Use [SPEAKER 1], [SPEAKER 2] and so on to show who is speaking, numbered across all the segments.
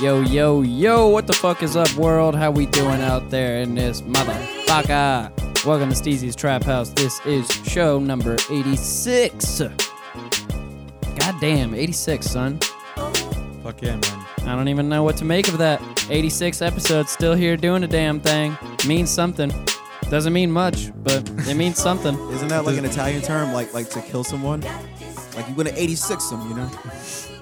[SPEAKER 1] Yo, yo, yo, what the fuck is up, world? How we doing out there in this motherfucker? Welcome to Steezy's Trap House. This is show number 86. Goddamn, 86, son.
[SPEAKER 2] Fuck yeah, man.
[SPEAKER 1] I don't even know what to make of that. 86 episodes, still here doing a damn thing. Means something. Doesn't mean much, but it means something.
[SPEAKER 3] Isn't that like an Italian term, like like to kill someone? Like you're gonna 86 them, you know?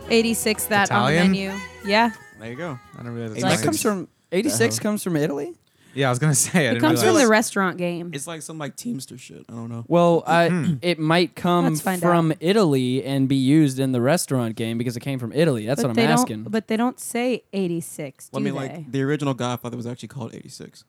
[SPEAKER 4] 86 that
[SPEAKER 2] Italian?
[SPEAKER 4] on the menu. Yeah.
[SPEAKER 3] There you go.
[SPEAKER 2] I didn't realize it's
[SPEAKER 3] Hey, Like-
[SPEAKER 1] That
[SPEAKER 2] like,
[SPEAKER 1] comes from 86 comes from Italy?
[SPEAKER 2] yeah, I was gonna say I
[SPEAKER 4] It
[SPEAKER 2] didn't
[SPEAKER 4] comes
[SPEAKER 2] realize.
[SPEAKER 4] from the restaurant game.
[SPEAKER 3] It's like some like Teamster shit. I don't know.
[SPEAKER 1] Well, I, it might come
[SPEAKER 4] Let's find
[SPEAKER 1] from Italy and be used in the restaurant game because it came from Italy. That's
[SPEAKER 4] but
[SPEAKER 1] what
[SPEAKER 4] they
[SPEAKER 1] I'm
[SPEAKER 4] don't,
[SPEAKER 1] asking.
[SPEAKER 4] But they don't say 86, do
[SPEAKER 3] I mean,
[SPEAKER 4] they?
[SPEAKER 3] like the original Godfather was actually called 86.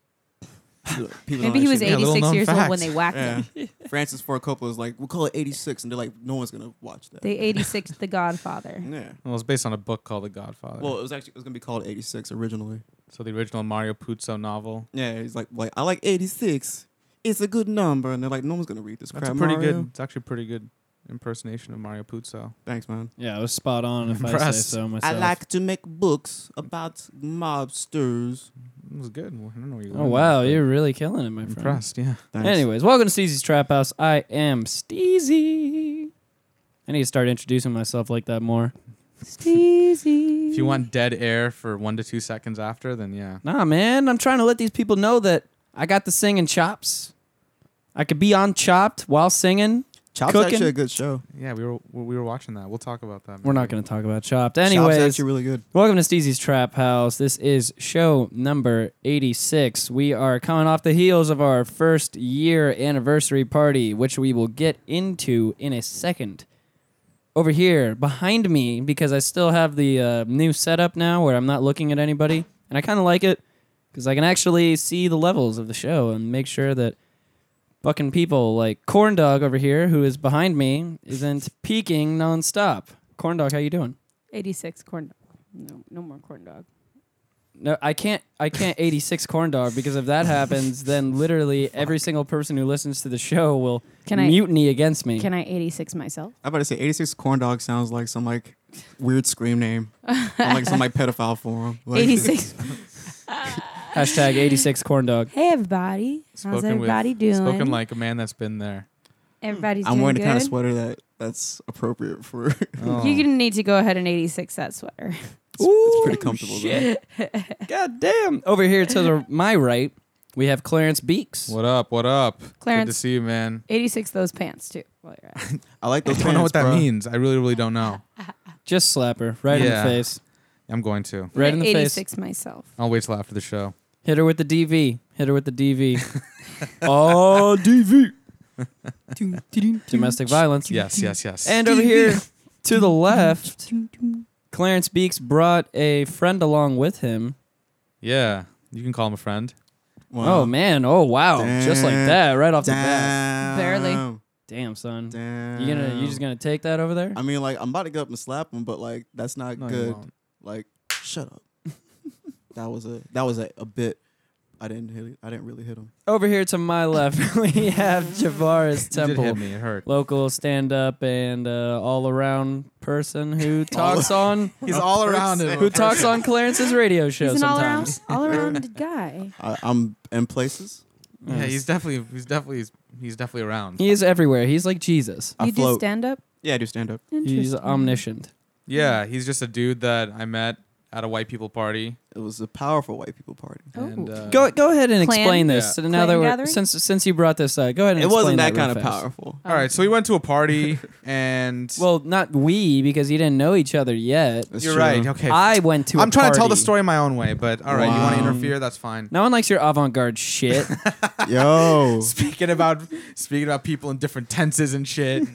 [SPEAKER 3] People don't
[SPEAKER 4] Maybe he was
[SPEAKER 2] Yeah,
[SPEAKER 3] actually know.
[SPEAKER 2] little
[SPEAKER 4] 86
[SPEAKER 2] known
[SPEAKER 4] years old when
[SPEAKER 2] fact.
[SPEAKER 4] they whacked him.
[SPEAKER 3] Yeah. Francis Ford Coppola was like, we'll call it 86, and they're like, no one's gonna watch that.
[SPEAKER 4] They 86 The Godfather.
[SPEAKER 3] yeah.
[SPEAKER 2] Well, it's based on a book called The Godfather.
[SPEAKER 3] Well, it was actually it was gonna be called 86 originally.
[SPEAKER 2] so the original Mario Puzo novel.
[SPEAKER 3] Yeah, he's like, like I like 86. It's a good number, and they're like, no one's gonna read this
[SPEAKER 2] That's
[SPEAKER 3] crap.
[SPEAKER 2] a pretty
[SPEAKER 3] Mario."
[SPEAKER 2] good. It's actually a pretty good impersonation of Mario Puzo.
[SPEAKER 3] Thanks, man.
[SPEAKER 1] yeah, it was spot on if I say
[SPEAKER 2] Impressed.
[SPEAKER 1] so myself.
[SPEAKER 3] to make books about mobsters.
[SPEAKER 2] It was good. I don't know. Where you
[SPEAKER 1] Oh
[SPEAKER 2] learned
[SPEAKER 1] wow,
[SPEAKER 2] that, but
[SPEAKER 1] you're really killing it, my friend.
[SPEAKER 2] impressed. Yeah.
[SPEAKER 3] Thanks.
[SPEAKER 1] Anyways, welcome to Steezy's Trap House. I am Steezy. I need to start introducing myself like that more.
[SPEAKER 4] Steezy.
[SPEAKER 2] If you want dead air for one to two seconds after, then yeah.
[SPEAKER 1] Nah, man, I'm trying to let these people know that I got the singing chops. I could be on Chopped while singing.
[SPEAKER 3] Chop's
[SPEAKER 1] Cooking?
[SPEAKER 3] actually a good show.
[SPEAKER 2] Yeah, we were we were watching that. We'll talk about that.
[SPEAKER 1] We're not
[SPEAKER 2] maybe.
[SPEAKER 1] going to talk about Chopped.
[SPEAKER 3] Chop's
[SPEAKER 1] Anyways,
[SPEAKER 3] actually really good.
[SPEAKER 1] Welcome to Steezy's Trap House. This is show number 86. We are coming off the heels of our first year anniversary party, which we will get into in a second. Over here, behind me, because I still have the uh, new setup now where I'm not looking at anybody, and I kind of like it because I can actually see the levels of the show and make sure that fucking people like Corn Dog over here, who is behind me, isn't peeking nonstop. Corn Dog, how you doing?
[SPEAKER 4] 86 corn dog. No, no more corn dog.
[SPEAKER 1] No, I can't. I can't. Eighty-six corn dog because if that happens, then literally every single person who listens to the show will
[SPEAKER 4] Can I-
[SPEAKER 1] mutiny against me.
[SPEAKER 4] Can I 86 myself?
[SPEAKER 3] I'm about to say 86 corn dog sounds like some like weird scream name. on, like some like pedophile forum. Like,
[SPEAKER 4] 86.
[SPEAKER 1] Hashtag eighty-six corn dog.
[SPEAKER 4] hey, everybody. How's
[SPEAKER 2] Spoken with-
[SPEAKER 4] everybody doing?
[SPEAKER 2] Spoken like a man that's been there.
[SPEAKER 4] Everybody's
[SPEAKER 3] I'm
[SPEAKER 4] doing
[SPEAKER 3] wearing
[SPEAKER 4] good.
[SPEAKER 3] the kind of sweater that that's appropriate for. it's,
[SPEAKER 2] Oh.
[SPEAKER 4] You're going to need to go ahead and 86 that sweater.
[SPEAKER 3] it's pretty comfortable. though.
[SPEAKER 1] Shit. God damn. Over here to the, my right, we have Clarence Beeks.
[SPEAKER 2] What up? What up? Good to
[SPEAKER 4] Clarence-
[SPEAKER 2] see you, man.
[SPEAKER 4] 86 those pants, too. While you're at it.
[SPEAKER 3] I like
[SPEAKER 2] I
[SPEAKER 3] those.
[SPEAKER 2] don't know
[SPEAKER 3] pants,
[SPEAKER 2] what that
[SPEAKER 3] bruh.
[SPEAKER 2] means. I really, really don't know.
[SPEAKER 1] Just slap her right in the
[SPEAKER 2] Yeah.
[SPEAKER 1] face.
[SPEAKER 2] I'm going to.
[SPEAKER 1] Right in the face.
[SPEAKER 4] 86 myself.
[SPEAKER 2] I'll wait till after the show.
[SPEAKER 1] Hit her with the DV. Hit her with the DV. oh, DV. Domestic violence.
[SPEAKER 2] Yes, yes, yes.
[SPEAKER 1] And over here to the left, Clarence Beeks brought a friend along with him.
[SPEAKER 2] yeah, you can call him a friend.
[SPEAKER 3] Wow.
[SPEAKER 1] Oh man! Oh wow! Just like that, right off the bat.
[SPEAKER 3] Damn.
[SPEAKER 4] Barely.
[SPEAKER 1] Damn, son.
[SPEAKER 3] Damn.
[SPEAKER 1] You gonna you just gonna take that over there?
[SPEAKER 3] I mean, like I'm about to go up and slap him, but like that's not
[SPEAKER 2] No, you
[SPEAKER 3] good.
[SPEAKER 2] won't.
[SPEAKER 3] Like, shut up. that was a that was a, a bit. I didn't hit. I didn't really hit him.
[SPEAKER 1] Over here to my left, we have Javaris
[SPEAKER 2] You did hit
[SPEAKER 1] Temple,
[SPEAKER 2] me. It hurt.
[SPEAKER 1] local stand-up and uh, all-around person who talks on
[SPEAKER 2] He's all around it.
[SPEAKER 1] who talks on Clarence's radio show
[SPEAKER 4] He's an all
[SPEAKER 1] sometimes.
[SPEAKER 4] around, all around guy.
[SPEAKER 3] I, I'm in places.
[SPEAKER 2] Yeah, he's definitely, he's definitely, he's, he's definitely around.
[SPEAKER 1] He is everywhere. He's like Jesus.
[SPEAKER 3] I
[SPEAKER 4] you do
[SPEAKER 3] float.
[SPEAKER 4] stand up.
[SPEAKER 3] Yeah, I do stand up.
[SPEAKER 1] He's omniscient.
[SPEAKER 2] Yeah, he's just a dude that I met at a white people party.
[SPEAKER 3] It was a powerful white people party.
[SPEAKER 2] And,
[SPEAKER 4] Oh.
[SPEAKER 2] uh,
[SPEAKER 1] Go go ahead and
[SPEAKER 4] Clan-
[SPEAKER 1] explain this.
[SPEAKER 2] Yeah.
[SPEAKER 1] now that
[SPEAKER 4] Clan
[SPEAKER 1] we're
[SPEAKER 4] gathering?
[SPEAKER 1] since since you brought this up, go ahead and
[SPEAKER 3] It wasn't
[SPEAKER 1] explain
[SPEAKER 3] that,
[SPEAKER 1] that,
[SPEAKER 3] kind
[SPEAKER 1] real
[SPEAKER 3] of
[SPEAKER 1] fast.
[SPEAKER 3] powerful.
[SPEAKER 2] All right, so we went to a party, and
[SPEAKER 1] Well, not we because you didn't know each other yet.
[SPEAKER 3] That's
[SPEAKER 2] you're
[SPEAKER 3] true.
[SPEAKER 2] right. Okay,
[SPEAKER 1] I went to. a
[SPEAKER 2] I'm trying to tell the
[SPEAKER 1] party.
[SPEAKER 2] story my own way, but all right, you want to
[SPEAKER 3] Wow.
[SPEAKER 2] interfere? That's fine.
[SPEAKER 1] No one likes your avant-garde shit.
[SPEAKER 3] Yo.
[SPEAKER 2] Speaking about speaking about people in different tenses and shit.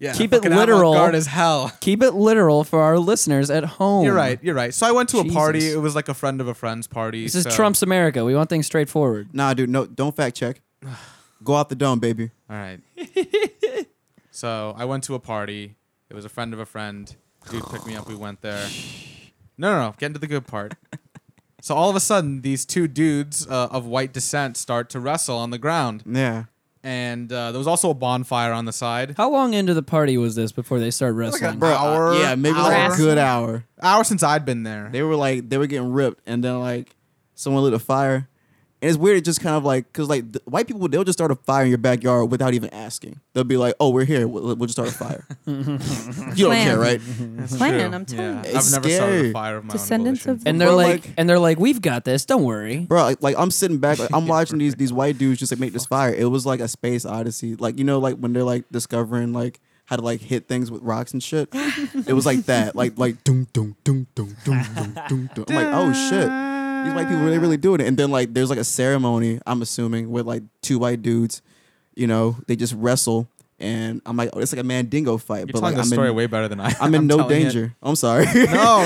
[SPEAKER 2] yeah,
[SPEAKER 1] Keep it
[SPEAKER 2] fucking
[SPEAKER 1] literal.
[SPEAKER 2] avant-garde as hell.
[SPEAKER 1] Keep it literal for our listeners at home.
[SPEAKER 2] You're right. You're right. So I went to a party.
[SPEAKER 1] Oh. Jesus.
[SPEAKER 2] It was like a friend of a friend's party.
[SPEAKER 1] This is
[SPEAKER 2] so-
[SPEAKER 1] Trump's America. We want things straightforward.
[SPEAKER 3] nah, dude, no, don't fact check. Go out the dome, baby.
[SPEAKER 2] All right. so I went to a party. It was a friend of a friend. Dude picked me up. We went there. No, no, no. Get into the good part. So all of a sudden, these two dudes uh, of white descent start to wrestle on the ground.
[SPEAKER 3] Yeah.
[SPEAKER 2] and uh, there was also a bonfire on the
[SPEAKER 3] Oh
[SPEAKER 2] side.
[SPEAKER 1] How long into the party was this before they started
[SPEAKER 2] Like
[SPEAKER 1] wrestling?
[SPEAKER 2] an hour,
[SPEAKER 3] uh, yeah, maybe like a
[SPEAKER 4] Harassment.
[SPEAKER 3] good hour.
[SPEAKER 2] hour since I'd been there.
[SPEAKER 3] They were like they were getting ripped, and then like someone lit a fire, and it's weird. It just kind of like because like the white people they'll just start a fire in your backyard without even asking. They'll be like, "Oh, we're here. We'll, we'll just start a fire." you don't
[SPEAKER 4] Plan.
[SPEAKER 3] care, right?
[SPEAKER 2] That's
[SPEAKER 4] Plan,
[SPEAKER 2] true.
[SPEAKER 4] I'm telling you.
[SPEAKER 2] I've
[SPEAKER 3] It's
[SPEAKER 2] never started a
[SPEAKER 3] scary.
[SPEAKER 2] fire of my
[SPEAKER 4] Descendants
[SPEAKER 2] own
[SPEAKER 4] of
[SPEAKER 2] volition.
[SPEAKER 4] the
[SPEAKER 1] and they're
[SPEAKER 3] Bro,
[SPEAKER 1] like,
[SPEAKER 3] like-
[SPEAKER 1] and they're like, we've got this. Don't worry.
[SPEAKER 3] Bro, like, like I'm sitting back, like, I'm watching these these white dudes just like make this fire. It was like a space odyssey, like you know, like when they're like discovering like how to like hit things with rocks and shit. it was like that, like like doom doom doom doom doom doom doom. doom. I'm like, oh shit, these white people really really doing it. And then like there's like a ceremony, I'm assuming, with like two white dudes, you know, they just wrestle, and I'm like, oh, it's like a mandingo fight,
[SPEAKER 2] You're
[SPEAKER 3] but
[SPEAKER 2] telling
[SPEAKER 3] like
[SPEAKER 2] the
[SPEAKER 3] I'm
[SPEAKER 2] story
[SPEAKER 3] in,
[SPEAKER 2] way better than I.
[SPEAKER 3] I'm in
[SPEAKER 2] I'm
[SPEAKER 3] no
[SPEAKER 2] telling it.
[SPEAKER 3] danger. I'm sorry.
[SPEAKER 2] No,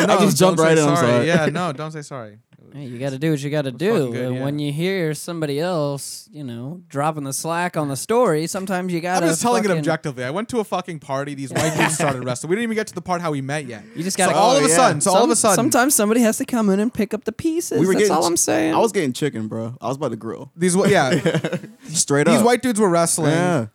[SPEAKER 2] no,
[SPEAKER 3] I just
[SPEAKER 2] don't
[SPEAKER 3] jumped
[SPEAKER 2] say
[SPEAKER 3] right in. I'm
[SPEAKER 2] sorry.
[SPEAKER 3] sorry.
[SPEAKER 2] Yeah, no, don't say sorry.
[SPEAKER 1] Hey, you got to do what you got to do.
[SPEAKER 2] fucking good,
[SPEAKER 1] and
[SPEAKER 2] yeah.
[SPEAKER 1] when you hear somebody else, you know, dropping the slack on the story, sometimes you got
[SPEAKER 2] I'm
[SPEAKER 1] to.
[SPEAKER 2] just telling it
[SPEAKER 1] fucking-
[SPEAKER 2] objectively. I went to a fucking party. These white dudes started wrestling. We didn't even get to the part how we met yet.
[SPEAKER 1] You just Oh,
[SPEAKER 2] So
[SPEAKER 1] got to
[SPEAKER 2] all of a
[SPEAKER 3] yeah.
[SPEAKER 2] sudden, so all of a sudden,
[SPEAKER 1] Sometimes somebody has to come in and pick up the pieces. That's all I'm saying.
[SPEAKER 3] I was getting chicken, bro. I was about to grill.
[SPEAKER 2] these wh- yeah,
[SPEAKER 3] Straight up.
[SPEAKER 2] these white dudes were wrestling.
[SPEAKER 3] Yeah.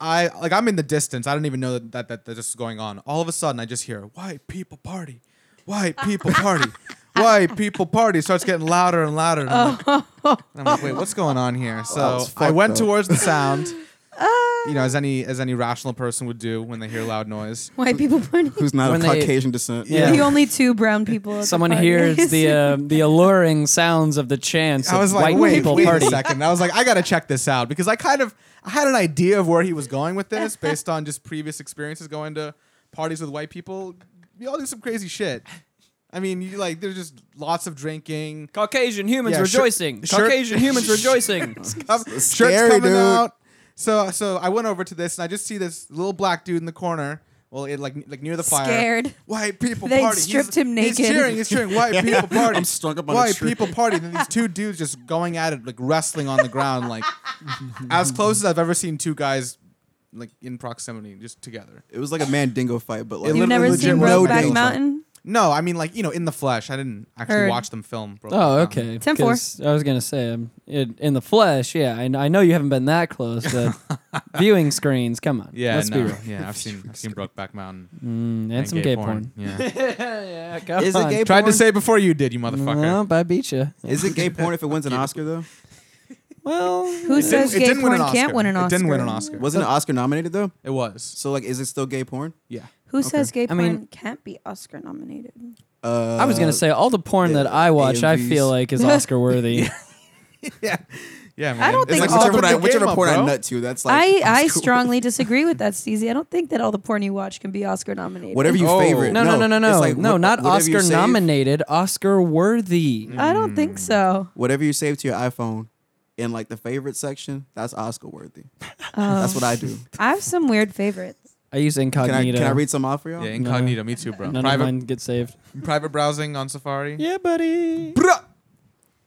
[SPEAKER 2] I like I'm in the distance. I don't even know that that, that, that this is going on. All of a sudden, I just hear white people party, white people party, white people party. It starts getting louder and louder. And I'm, like, and I'm like, wait, what's going on here? So
[SPEAKER 3] was
[SPEAKER 2] I
[SPEAKER 3] fucked
[SPEAKER 2] went
[SPEAKER 3] up.
[SPEAKER 2] towards the sound. You know, as any as any rational person would do when they hear loud noise.
[SPEAKER 4] White people party.
[SPEAKER 3] Who's not
[SPEAKER 1] When
[SPEAKER 3] of
[SPEAKER 1] they-
[SPEAKER 3] Caucasian descent.
[SPEAKER 2] Yeah.
[SPEAKER 4] The only two brown people. at the
[SPEAKER 1] Someone
[SPEAKER 4] party.
[SPEAKER 1] hears the uh, the alluring sounds of the chants.
[SPEAKER 2] I was
[SPEAKER 1] of
[SPEAKER 2] like,
[SPEAKER 1] white
[SPEAKER 2] wait,
[SPEAKER 1] people
[SPEAKER 2] wait
[SPEAKER 1] party.
[SPEAKER 2] a second. I was like, I gotta check this out because I kind of I had an idea of where he was going with this based on just previous experiences going to parties with white people. We all do some crazy shit. I mean, you like there's just lots of drinking.
[SPEAKER 1] Caucasian humans
[SPEAKER 2] Yeah, shirt-
[SPEAKER 1] rejoicing.
[SPEAKER 2] shirt-
[SPEAKER 1] Caucasian humans rejoicing.
[SPEAKER 2] Um, shirts
[SPEAKER 3] scary,
[SPEAKER 2] coming
[SPEAKER 3] dude.
[SPEAKER 2] out. So so I went over to this and I just see this little black dude in the corner. Well, it, like like near the fire.
[SPEAKER 4] Scared.
[SPEAKER 2] White people
[SPEAKER 4] They
[SPEAKER 2] party.
[SPEAKER 4] stripped
[SPEAKER 2] he's,
[SPEAKER 4] him
[SPEAKER 2] He's
[SPEAKER 4] naked.
[SPEAKER 2] cheering. He's cheering. White people party.
[SPEAKER 3] I'm strung up on a
[SPEAKER 2] White
[SPEAKER 3] tree.
[SPEAKER 2] people party. And then these two dudes just going at it, like wrestling on the ground, like as close as I've ever seen two guys like in proximity, just together.
[SPEAKER 3] It was like a mandingo fight, but like
[SPEAKER 2] It Literally
[SPEAKER 4] You've never
[SPEAKER 2] legit
[SPEAKER 4] seen
[SPEAKER 2] no
[SPEAKER 4] Brokeback
[SPEAKER 2] danger.
[SPEAKER 4] Mountain?
[SPEAKER 2] No, I mean like you know in the flesh. I didn't actually
[SPEAKER 4] Heard.
[SPEAKER 2] watch them film. Brokeback
[SPEAKER 1] Oh,
[SPEAKER 2] Mountain.
[SPEAKER 1] okay.
[SPEAKER 4] 10-4.
[SPEAKER 1] 'cause I was gonna say um, in, in the flesh. Yeah, I, I know you haven't been that close, but viewing screens. Come on.
[SPEAKER 2] Yeah,
[SPEAKER 1] let's
[SPEAKER 2] no,
[SPEAKER 1] be real.
[SPEAKER 2] yeah. I've seen I've seen Brokeback Mountain
[SPEAKER 1] Mm, and some gay, porn.
[SPEAKER 2] Yeah,
[SPEAKER 1] yeah, come
[SPEAKER 3] Is it
[SPEAKER 1] on.
[SPEAKER 3] gay
[SPEAKER 2] tried to
[SPEAKER 3] porn?
[SPEAKER 2] say before you did, you motherfucker.
[SPEAKER 1] Nope, I beat you.
[SPEAKER 3] Is it gay porn if it wins an Oscar though?
[SPEAKER 1] Well,
[SPEAKER 4] Who
[SPEAKER 2] It didn't-
[SPEAKER 4] says
[SPEAKER 2] it
[SPEAKER 4] gay
[SPEAKER 2] didn't win
[SPEAKER 4] porn
[SPEAKER 2] an
[SPEAKER 4] can't
[SPEAKER 2] Oscar.
[SPEAKER 4] win an Oscar?
[SPEAKER 2] It didn't win an Oscar.
[SPEAKER 3] Wasn't an Oscar nominated though?
[SPEAKER 2] It was.
[SPEAKER 3] So like, is it still gay porn?
[SPEAKER 2] Yeah.
[SPEAKER 4] Who says gay
[SPEAKER 1] I
[SPEAKER 4] porn
[SPEAKER 1] mean-
[SPEAKER 4] can't be Oscar nominated?
[SPEAKER 3] Uh,
[SPEAKER 1] I was gonna say all the porn
[SPEAKER 3] the
[SPEAKER 1] that I watch, I feel
[SPEAKER 3] AMVs.
[SPEAKER 1] like is Oscar worthy.
[SPEAKER 2] Yeah. Yeah, man.
[SPEAKER 4] I don't
[SPEAKER 3] It's
[SPEAKER 4] think
[SPEAKER 3] like
[SPEAKER 4] all-
[SPEAKER 3] whichever one I,
[SPEAKER 2] Put the
[SPEAKER 3] whichever
[SPEAKER 2] game up,
[SPEAKER 3] porn I
[SPEAKER 2] bro.
[SPEAKER 3] nut to. That's like
[SPEAKER 4] I, I
[SPEAKER 3] Oscar-
[SPEAKER 4] strongly disagree with that, Steezy. I don't think that all the porn you watch can be Oscar nominated.
[SPEAKER 3] Whatever you
[SPEAKER 2] Oh.
[SPEAKER 3] favorite.
[SPEAKER 1] No, no, no, no, no,
[SPEAKER 3] It's like
[SPEAKER 1] no,
[SPEAKER 3] what-
[SPEAKER 1] not
[SPEAKER 3] whatever you
[SPEAKER 1] Oscar
[SPEAKER 3] save-
[SPEAKER 1] nominated, Oscar worthy.
[SPEAKER 4] I don't think so.
[SPEAKER 3] Whatever you save to your iPhone in like the favorite section, that's Oscar worthy.
[SPEAKER 4] Oh.
[SPEAKER 3] That's what I do.
[SPEAKER 4] I have some weird favorites.
[SPEAKER 1] I use
[SPEAKER 3] Can I
[SPEAKER 1] incognito.
[SPEAKER 3] can I read some off for y'all?
[SPEAKER 2] Yeah, incognito. Me too, bro.
[SPEAKER 1] None
[SPEAKER 2] private,
[SPEAKER 1] of mine get saved.
[SPEAKER 2] private browsing on Safari.
[SPEAKER 1] Yeah, buddy.
[SPEAKER 2] Bruh.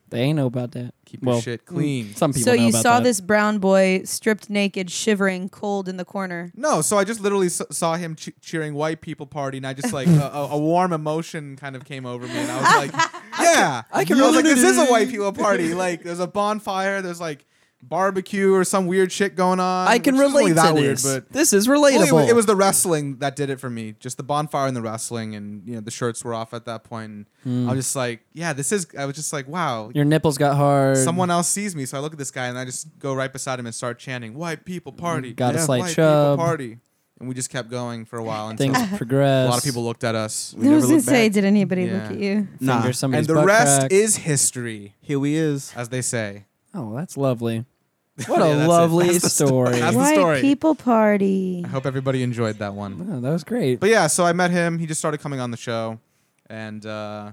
[SPEAKER 1] They ain't know about that.
[SPEAKER 2] Keep
[SPEAKER 1] well,
[SPEAKER 2] your shit clean.
[SPEAKER 1] Some people.
[SPEAKER 4] So
[SPEAKER 1] know
[SPEAKER 4] you
[SPEAKER 1] about
[SPEAKER 4] saw
[SPEAKER 1] that.
[SPEAKER 4] this brown boy stripped naked, shivering, cold in the corner.
[SPEAKER 2] No, so I just literally s- saw him che- cheering white people party, and I just like a, a, a warm emotion kind of came over me, and I was like, yeah, I
[SPEAKER 1] can
[SPEAKER 2] I was like,
[SPEAKER 1] relate.
[SPEAKER 2] this is a white people party. Like, there's a bonfire. There's like barbecue or some weird shit going on.
[SPEAKER 1] I can
[SPEAKER 2] which isn't really
[SPEAKER 1] relate to
[SPEAKER 2] that
[SPEAKER 1] this.
[SPEAKER 2] Weird, but
[SPEAKER 1] this is
[SPEAKER 2] Well, it
[SPEAKER 1] relatable.
[SPEAKER 2] wa- it was the wrestling that did it for me. Just the bonfire and the wrestling, and you know the shirts were off at that point.
[SPEAKER 1] Hmm.
[SPEAKER 2] And I was just like, yeah, this is. I was just like, wow.
[SPEAKER 1] your nipples got hard.
[SPEAKER 2] Someone else sees me, so I look at this guy and I just go right beside him and start chanting, "White people party,
[SPEAKER 1] Got a
[SPEAKER 2] Yeah,
[SPEAKER 1] slight
[SPEAKER 2] white
[SPEAKER 1] chub.
[SPEAKER 2] people party," and we just kept going for a while until
[SPEAKER 1] things
[SPEAKER 2] a
[SPEAKER 1] progress.
[SPEAKER 2] lot of people looked at us.
[SPEAKER 3] We
[SPEAKER 4] I
[SPEAKER 3] never
[SPEAKER 4] was gonna
[SPEAKER 3] look
[SPEAKER 4] say,
[SPEAKER 3] back.
[SPEAKER 4] did anybody
[SPEAKER 2] Yeah.
[SPEAKER 4] look at you?
[SPEAKER 3] Nah.
[SPEAKER 1] Finger
[SPEAKER 2] And
[SPEAKER 1] somebody's
[SPEAKER 2] the
[SPEAKER 1] butt
[SPEAKER 2] rest
[SPEAKER 1] crack.
[SPEAKER 2] is history,
[SPEAKER 3] Here we is.
[SPEAKER 2] as they say.
[SPEAKER 1] Oh, that's lovely. What
[SPEAKER 2] Yeah,
[SPEAKER 1] a
[SPEAKER 2] that's it.
[SPEAKER 1] lovely
[SPEAKER 2] That's the
[SPEAKER 1] story.
[SPEAKER 2] That's the
[SPEAKER 4] White
[SPEAKER 2] story.
[SPEAKER 4] people party.
[SPEAKER 2] I hope everybody enjoyed that one.
[SPEAKER 1] Oh, that was great.
[SPEAKER 2] But yeah, so I met him. He just started coming on the show, and uh,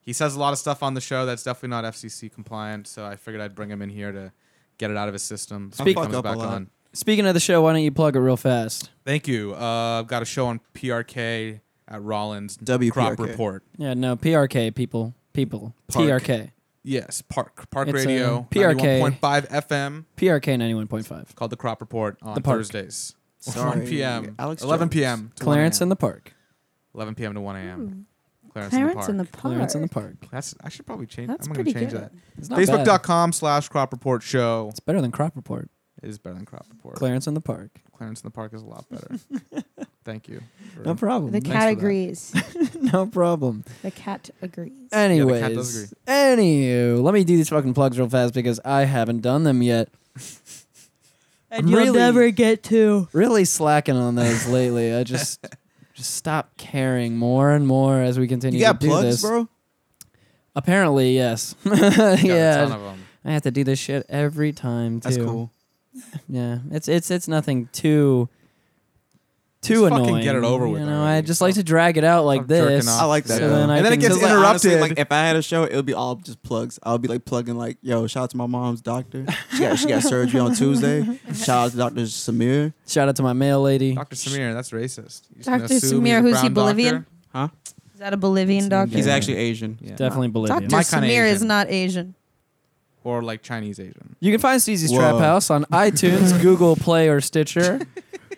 [SPEAKER 2] he says a lot of stuff on the show that's definitely not FCC compliant. So I figured I'd bring him in here to get it out of his system. before he
[SPEAKER 1] Speak-
[SPEAKER 2] comes
[SPEAKER 3] Fuck up a
[SPEAKER 2] back
[SPEAKER 3] lot.
[SPEAKER 2] on.
[SPEAKER 1] Speaking of the show, why don't you plug it real fast?
[SPEAKER 2] Thank you. Uh, I've got a show on PRK at Rollins.
[SPEAKER 3] WPRK.
[SPEAKER 2] Crop Report.
[SPEAKER 1] Yeah, no, PRK people, people,
[SPEAKER 2] Park.
[SPEAKER 1] TRK,
[SPEAKER 2] Yes, Park Park
[SPEAKER 1] It's, uh,
[SPEAKER 2] Radio.
[SPEAKER 1] PRK.
[SPEAKER 2] 91.5 FM
[SPEAKER 1] PRK ninety one point five.
[SPEAKER 2] called the Crop Report on
[SPEAKER 1] The Park.
[SPEAKER 2] Thursdays.
[SPEAKER 3] Sorry.
[SPEAKER 2] 1 p.m.
[SPEAKER 3] Alex
[SPEAKER 2] 11
[SPEAKER 3] Jones.
[SPEAKER 2] p.m. to 1
[SPEAKER 1] Clarence
[SPEAKER 2] a.m.
[SPEAKER 1] in the park.
[SPEAKER 2] 11 p.m. to 1 a.m. Clarence,
[SPEAKER 4] Parents
[SPEAKER 2] in the Park.
[SPEAKER 1] Clarence in the park.
[SPEAKER 2] That's I should probably change.
[SPEAKER 4] That's
[SPEAKER 2] I'm going to
[SPEAKER 4] pretty
[SPEAKER 2] change
[SPEAKER 4] good.
[SPEAKER 2] that.
[SPEAKER 1] It's not bad.
[SPEAKER 2] Facebook.com slash Crop Report Show.
[SPEAKER 1] It's better than Crop Report.
[SPEAKER 2] It is better than Crop Report.
[SPEAKER 1] Clarence in the Park.
[SPEAKER 2] Clarence in the Park is a lot better. Thank you. for-
[SPEAKER 1] No problem.
[SPEAKER 4] The
[SPEAKER 2] for
[SPEAKER 4] cat
[SPEAKER 2] that.
[SPEAKER 4] agrees.
[SPEAKER 1] no problem.
[SPEAKER 4] the cat agrees.
[SPEAKER 1] Anyways,
[SPEAKER 2] cat does agree.
[SPEAKER 1] anywho, let me do these fucking plugs real fast because I haven't done them yet. I'm
[SPEAKER 4] you'll
[SPEAKER 1] really-
[SPEAKER 4] never get to.
[SPEAKER 1] Really slacking on those lately. I just just stop caring more and more as we continue
[SPEAKER 3] You got
[SPEAKER 1] to do
[SPEAKER 3] plugs,
[SPEAKER 1] this.
[SPEAKER 3] bro?
[SPEAKER 1] Apparently, yes.
[SPEAKER 2] Got a ton
[SPEAKER 1] yeah,
[SPEAKER 2] of 'em.
[SPEAKER 1] I have to do this shit every time too.
[SPEAKER 3] That's cool.
[SPEAKER 1] Yeah, it's it's it's nothing too too
[SPEAKER 2] Just
[SPEAKER 1] annoying.
[SPEAKER 2] fucking get it over with
[SPEAKER 1] You know,
[SPEAKER 2] already.
[SPEAKER 1] I just like to drag it out like
[SPEAKER 2] Stop jerking
[SPEAKER 1] this.
[SPEAKER 2] off.
[SPEAKER 3] I like that.
[SPEAKER 1] So
[SPEAKER 3] though.
[SPEAKER 1] then I
[SPEAKER 3] and then
[SPEAKER 1] can-
[SPEAKER 3] it gets
[SPEAKER 1] Because, like,
[SPEAKER 3] interrupted.
[SPEAKER 2] honestly,
[SPEAKER 3] like if I had a show, it would be all just plugs. I would be like plugging like, yo, shout out to my mom's doctor. She got she got surgery on Tuesday. Shout out to Doctor Samir.
[SPEAKER 1] Shout out to my mail lady.
[SPEAKER 2] Dr. Samir, that's racist. You just
[SPEAKER 4] Dr.
[SPEAKER 2] assume he's a
[SPEAKER 4] Samir, who's he,
[SPEAKER 2] brown
[SPEAKER 4] Bolivian?
[SPEAKER 2] doctor?
[SPEAKER 3] Huh?
[SPEAKER 4] Is that a Bolivian doctor?
[SPEAKER 3] He's
[SPEAKER 2] Yeah.
[SPEAKER 3] actually Asian.
[SPEAKER 2] Yeah.
[SPEAKER 1] Definitely Bolivia.
[SPEAKER 4] Doctor
[SPEAKER 2] My kinda
[SPEAKER 4] Samir is
[SPEAKER 2] Asian.
[SPEAKER 4] not Asian.
[SPEAKER 2] Or like Chinese Asian.
[SPEAKER 1] You can find Steezy's
[SPEAKER 3] Whoa.
[SPEAKER 1] Trap House on iTunes, Google Play, or Stitcher.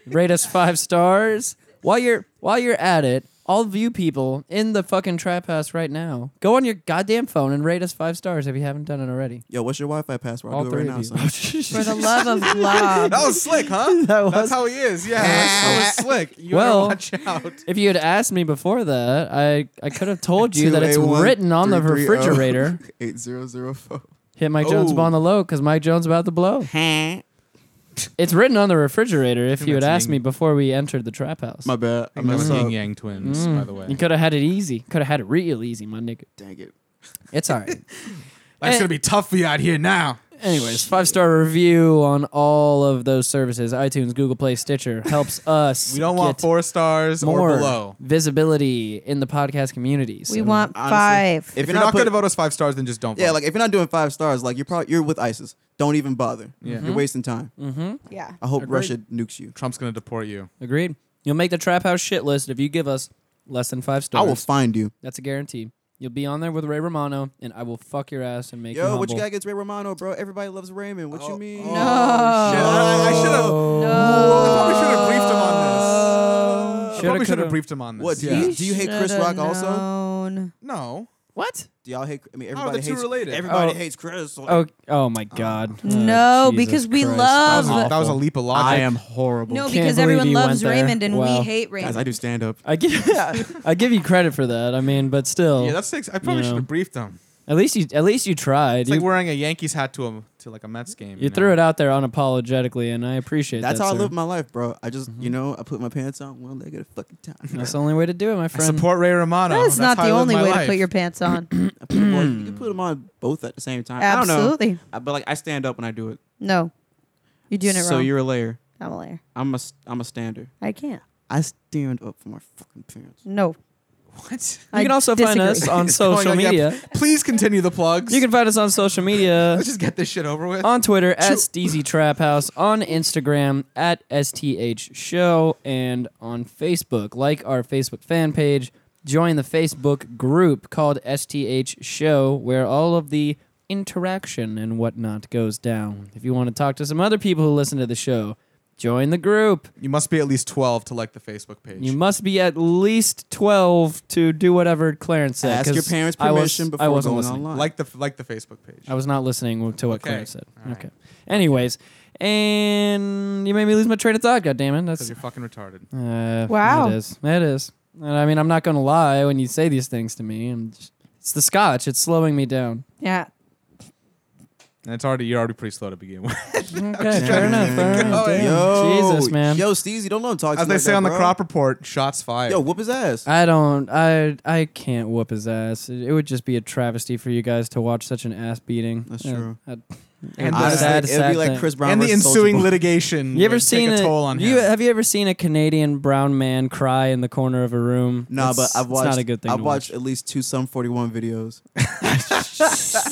[SPEAKER 1] Rate us five stars. While you're while you're at it, all of you people in the fucking trap house right now, go on your goddamn phone and rate us five stars if you haven't done it already.
[SPEAKER 3] Yo, what's your Wi-Fi password? I'll
[SPEAKER 1] all
[SPEAKER 3] do it
[SPEAKER 1] three
[SPEAKER 3] right now.
[SPEAKER 1] of you.
[SPEAKER 3] son.
[SPEAKER 4] For the love of love.
[SPEAKER 2] That was slick, huh?
[SPEAKER 1] That was-
[SPEAKER 2] That's how he is. Yeah, that was slick. You
[SPEAKER 1] Well-
[SPEAKER 2] better watch out.
[SPEAKER 1] if you had asked me before that, I, I could have told you that it's
[SPEAKER 3] 2A1
[SPEAKER 1] written on the
[SPEAKER 3] 330.
[SPEAKER 1] refrigerator.
[SPEAKER 3] 8004.
[SPEAKER 1] Hit Mike Jones
[SPEAKER 3] Oh.
[SPEAKER 1] upon the low because Mike Jones about to blow. It's written on the refrigerator. If you had
[SPEAKER 2] That's
[SPEAKER 1] asked me
[SPEAKER 2] mean.
[SPEAKER 1] before we entered the trap house,
[SPEAKER 3] My bad. I
[SPEAKER 2] I'm
[SPEAKER 3] messed up.
[SPEAKER 2] Yin Yang twins, by the way.
[SPEAKER 1] you could have had it easy. Could have had it real easy, my nigga.
[SPEAKER 3] Dang it.
[SPEAKER 1] It's all right.
[SPEAKER 2] Life's gonna be tough for you out here now.
[SPEAKER 1] Anyways, five star review on all of those services iTunes, Google Play, Stitcher helps us.
[SPEAKER 2] We don't want
[SPEAKER 1] get
[SPEAKER 2] four stars
[SPEAKER 1] more
[SPEAKER 2] or below.
[SPEAKER 1] visibility in the podcast community. So
[SPEAKER 4] we want
[SPEAKER 3] honestly,
[SPEAKER 4] five.
[SPEAKER 2] If, you're not gonna vote us five stars, then just don't vote.
[SPEAKER 3] Yeah, like if you're not doing five stars, like you're probably you're with ISIS. Don't even bother.
[SPEAKER 2] Yeah.
[SPEAKER 3] You're wasting time.
[SPEAKER 4] yeah.
[SPEAKER 3] I hope
[SPEAKER 1] Mm-hmm. Agreed.
[SPEAKER 3] Russia nukes you.
[SPEAKER 2] Trump's gonna deport you.
[SPEAKER 1] Agreed. You'll make the trap house shit list if you give us less than five
[SPEAKER 3] I
[SPEAKER 1] stars.
[SPEAKER 3] will find you.
[SPEAKER 1] That's a guarantee. You'll be on there with Ray Romano, and I will fuck your ass and make you
[SPEAKER 3] Yo, what
[SPEAKER 1] humble.
[SPEAKER 3] you got against Ray Romano, bro? Everybody loves Raymond. What you mean?
[SPEAKER 2] oh,
[SPEAKER 4] No.
[SPEAKER 2] shit. I, I should have. I probably should have briefed him on this. I
[SPEAKER 1] Shoulda,
[SPEAKER 2] probably should
[SPEAKER 1] coulda.
[SPEAKER 2] have briefed him on this.
[SPEAKER 3] What, do
[SPEAKER 2] Yeah.
[SPEAKER 3] you- do you hate Chris
[SPEAKER 4] shoulda
[SPEAKER 3] Rock also?
[SPEAKER 4] known.
[SPEAKER 2] No.
[SPEAKER 1] What?
[SPEAKER 3] Do y'all hate? I mean,
[SPEAKER 2] How are
[SPEAKER 3] everybody
[SPEAKER 2] the two
[SPEAKER 3] hates.
[SPEAKER 2] related?
[SPEAKER 3] Everybody
[SPEAKER 1] Oh.
[SPEAKER 3] hates Chris. so, like,
[SPEAKER 1] Oh, oh my God.
[SPEAKER 4] No,
[SPEAKER 1] Oh, Jesus
[SPEAKER 4] because we
[SPEAKER 1] Christ.
[SPEAKER 2] Uh, That was, a,
[SPEAKER 4] love.
[SPEAKER 2] that was a leap of logic.
[SPEAKER 3] I am horrible.
[SPEAKER 4] No,
[SPEAKER 1] Can't
[SPEAKER 4] because
[SPEAKER 1] believe
[SPEAKER 4] everyone
[SPEAKER 1] you
[SPEAKER 4] loves
[SPEAKER 1] went there.
[SPEAKER 4] Raymond and
[SPEAKER 1] Wow.
[SPEAKER 4] we hate Raymond.
[SPEAKER 3] guys, I do stand up.
[SPEAKER 1] I give I give you credit for that. I mean, but still,
[SPEAKER 2] Yeah, that's six. I probably
[SPEAKER 1] You
[SPEAKER 2] should
[SPEAKER 1] know.
[SPEAKER 2] have briefed him.
[SPEAKER 1] at least you at least you tried.
[SPEAKER 2] It's
[SPEAKER 1] you
[SPEAKER 2] like wearing a Yankees hat to him to like a Mets game.
[SPEAKER 1] you threw it out there unapologetically, and I appreciate
[SPEAKER 3] That's
[SPEAKER 1] that.
[SPEAKER 3] how I
[SPEAKER 1] sir. Mm-hmm.
[SPEAKER 3] live my life, bro. I just, you know, I put my pants on one leg at a fucking time.
[SPEAKER 1] That's the only way to do it, my
[SPEAKER 2] I
[SPEAKER 1] friend.
[SPEAKER 2] support Ray Romano.
[SPEAKER 4] That is
[SPEAKER 2] That's
[SPEAKER 4] not
[SPEAKER 2] how I
[SPEAKER 4] the
[SPEAKER 2] live
[SPEAKER 4] only
[SPEAKER 2] my
[SPEAKER 4] way to
[SPEAKER 2] life.
[SPEAKER 4] put your pants on.
[SPEAKER 3] I put them on- you can put them on both at the same time. I don't know.
[SPEAKER 4] Absolutely.
[SPEAKER 3] I- But like, I stand up when I do it.
[SPEAKER 4] No. You're doing it
[SPEAKER 3] so
[SPEAKER 4] wrong.
[SPEAKER 3] you're a layer.
[SPEAKER 4] I'm a liar.
[SPEAKER 3] I'm a, st- I'm a stander.
[SPEAKER 4] I can't.
[SPEAKER 3] I stand up for my fucking parents.
[SPEAKER 4] No.
[SPEAKER 2] what?
[SPEAKER 1] You can also find us on social
[SPEAKER 2] Oh my God, yeah.
[SPEAKER 1] media.
[SPEAKER 2] Please continue the plugs.
[SPEAKER 1] You can Um, find us on social media.
[SPEAKER 2] Let's just get this shit over with.
[SPEAKER 1] on Twitter at Steezy Trap House, on Instagram at STH Show, and on Facebook. Like our Facebook fan page. Join the Facebook group called STH Show, where all of the interaction and whatnot goes down. If you want to talk to some other people who listen to the show, join the group.
[SPEAKER 2] You must be at least 12 to like the Facebook page.
[SPEAKER 1] You must be at least 12 to do whatever Clarence said.
[SPEAKER 3] Ask
[SPEAKER 1] 'cause
[SPEAKER 3] your parents'
[SPEAKER 1] I was-
[SPEAKER 3] permission
[SPEAKER 1] I
[SPEAKER 3] before
[SPEAKER 1] wasn't
[SPEAKER 3] going
[SPEAKER 1] listening.
[SPEAKER 3] online.
[SPEAKER 2] like the like the Facebook page.
[SPEAKER 1] I was not listening to what
[SPEAKER 2] Okay.
[SPEAKER 1] Clarence said.
[SPEAKER 2] All right.
[SPEAKER 1] Okay. Anyways, and you made me lose my train of thought. God damn it!
[SPEAKER 2] Because
[SPEAKER 1] That's
[SPEAKER 2] you're fucking retarded.
[SPEAKER 1] uh,
[SPEAKER 4] Wow.
[SPEAKER 1] It is. It is. And I mean, I'm not gonna lie. When you say these things to me, I'm just- it's the scotch. It's slowing me down.
[SPEAKER 4] Yeah.
[SPEAKER 2] And it's already you're already pretty slow to begin with.
[SPEAKER 1] Okay, fair enough. Fair enough. Damn.
[SPEAKER 3] Yo,
[SPEAKER 1] Jesus, man.
[SPEAKER 3] Yo, Steezy, don't let him talk to
[SPEAKER 2] As
[SPEAKER 3] you
[SPEAKER 2] they
[SPEAKER 3] like
[SPEAKER 2] say
[SPEAKER 3] that,
[SPEAKER 2] on the
[SPEAKER 3] bro.
[SPEAKER 2] crop report, shots fired.
[SPEAKER 3] Yo, whoop his ass.
[SPEAKER 1] I don't. I I can't whoop his ass. It, it would just be a travesty for you guys to watch such an ass beating.
[SPEAKER 3] That's
[SPEAKER 1] Uh,
[SPEAKER 3] true.
[SPEAKER 1] I'd-
[SPEAKER 2] and
[SPEAKER 1] Honestly,
[SPEAKER 2] the,
[SPEAKER 1] sad,
[SPEAKER 3] it'd
[SPEAKER 1] sad
[SPEAKER 3] be like
[SPEAKER 1] thing.
[SPEAKER 3] Chris Brown
[SPEAKER 2] and the
[SPEAKER 3] versus Soulja
[SPEAKER 2] ensuing
[SPEAKER 3] Boy.
[SPEAKER 2] litigation.
[SPEAKER 1] You ever
[SPEAKER 2] would take
[SPEAKER 1] seen
[SPEAKER 2] a
[SPEAKER 1] a,
[SPEAKER 2] toll on
[SPEAKER 1] you,
[SPEAKER 2] him.
[SPEAKER 1] Have you ever seen a Canadian brown man cry in the corner of a room?
[SPEAKER 3] Nah,
[SPEAKER 1] It's-
[SPEAKER 3] but I've watched.
[SPEAKER 1] It's not a good thing.
[SPEAKER 3] I've
[SPEAKER 1] to
[SPEAKER 3] watched
[SPEAKER 1] watch.
[SPEAKER 3] at least two Sum 41 videos,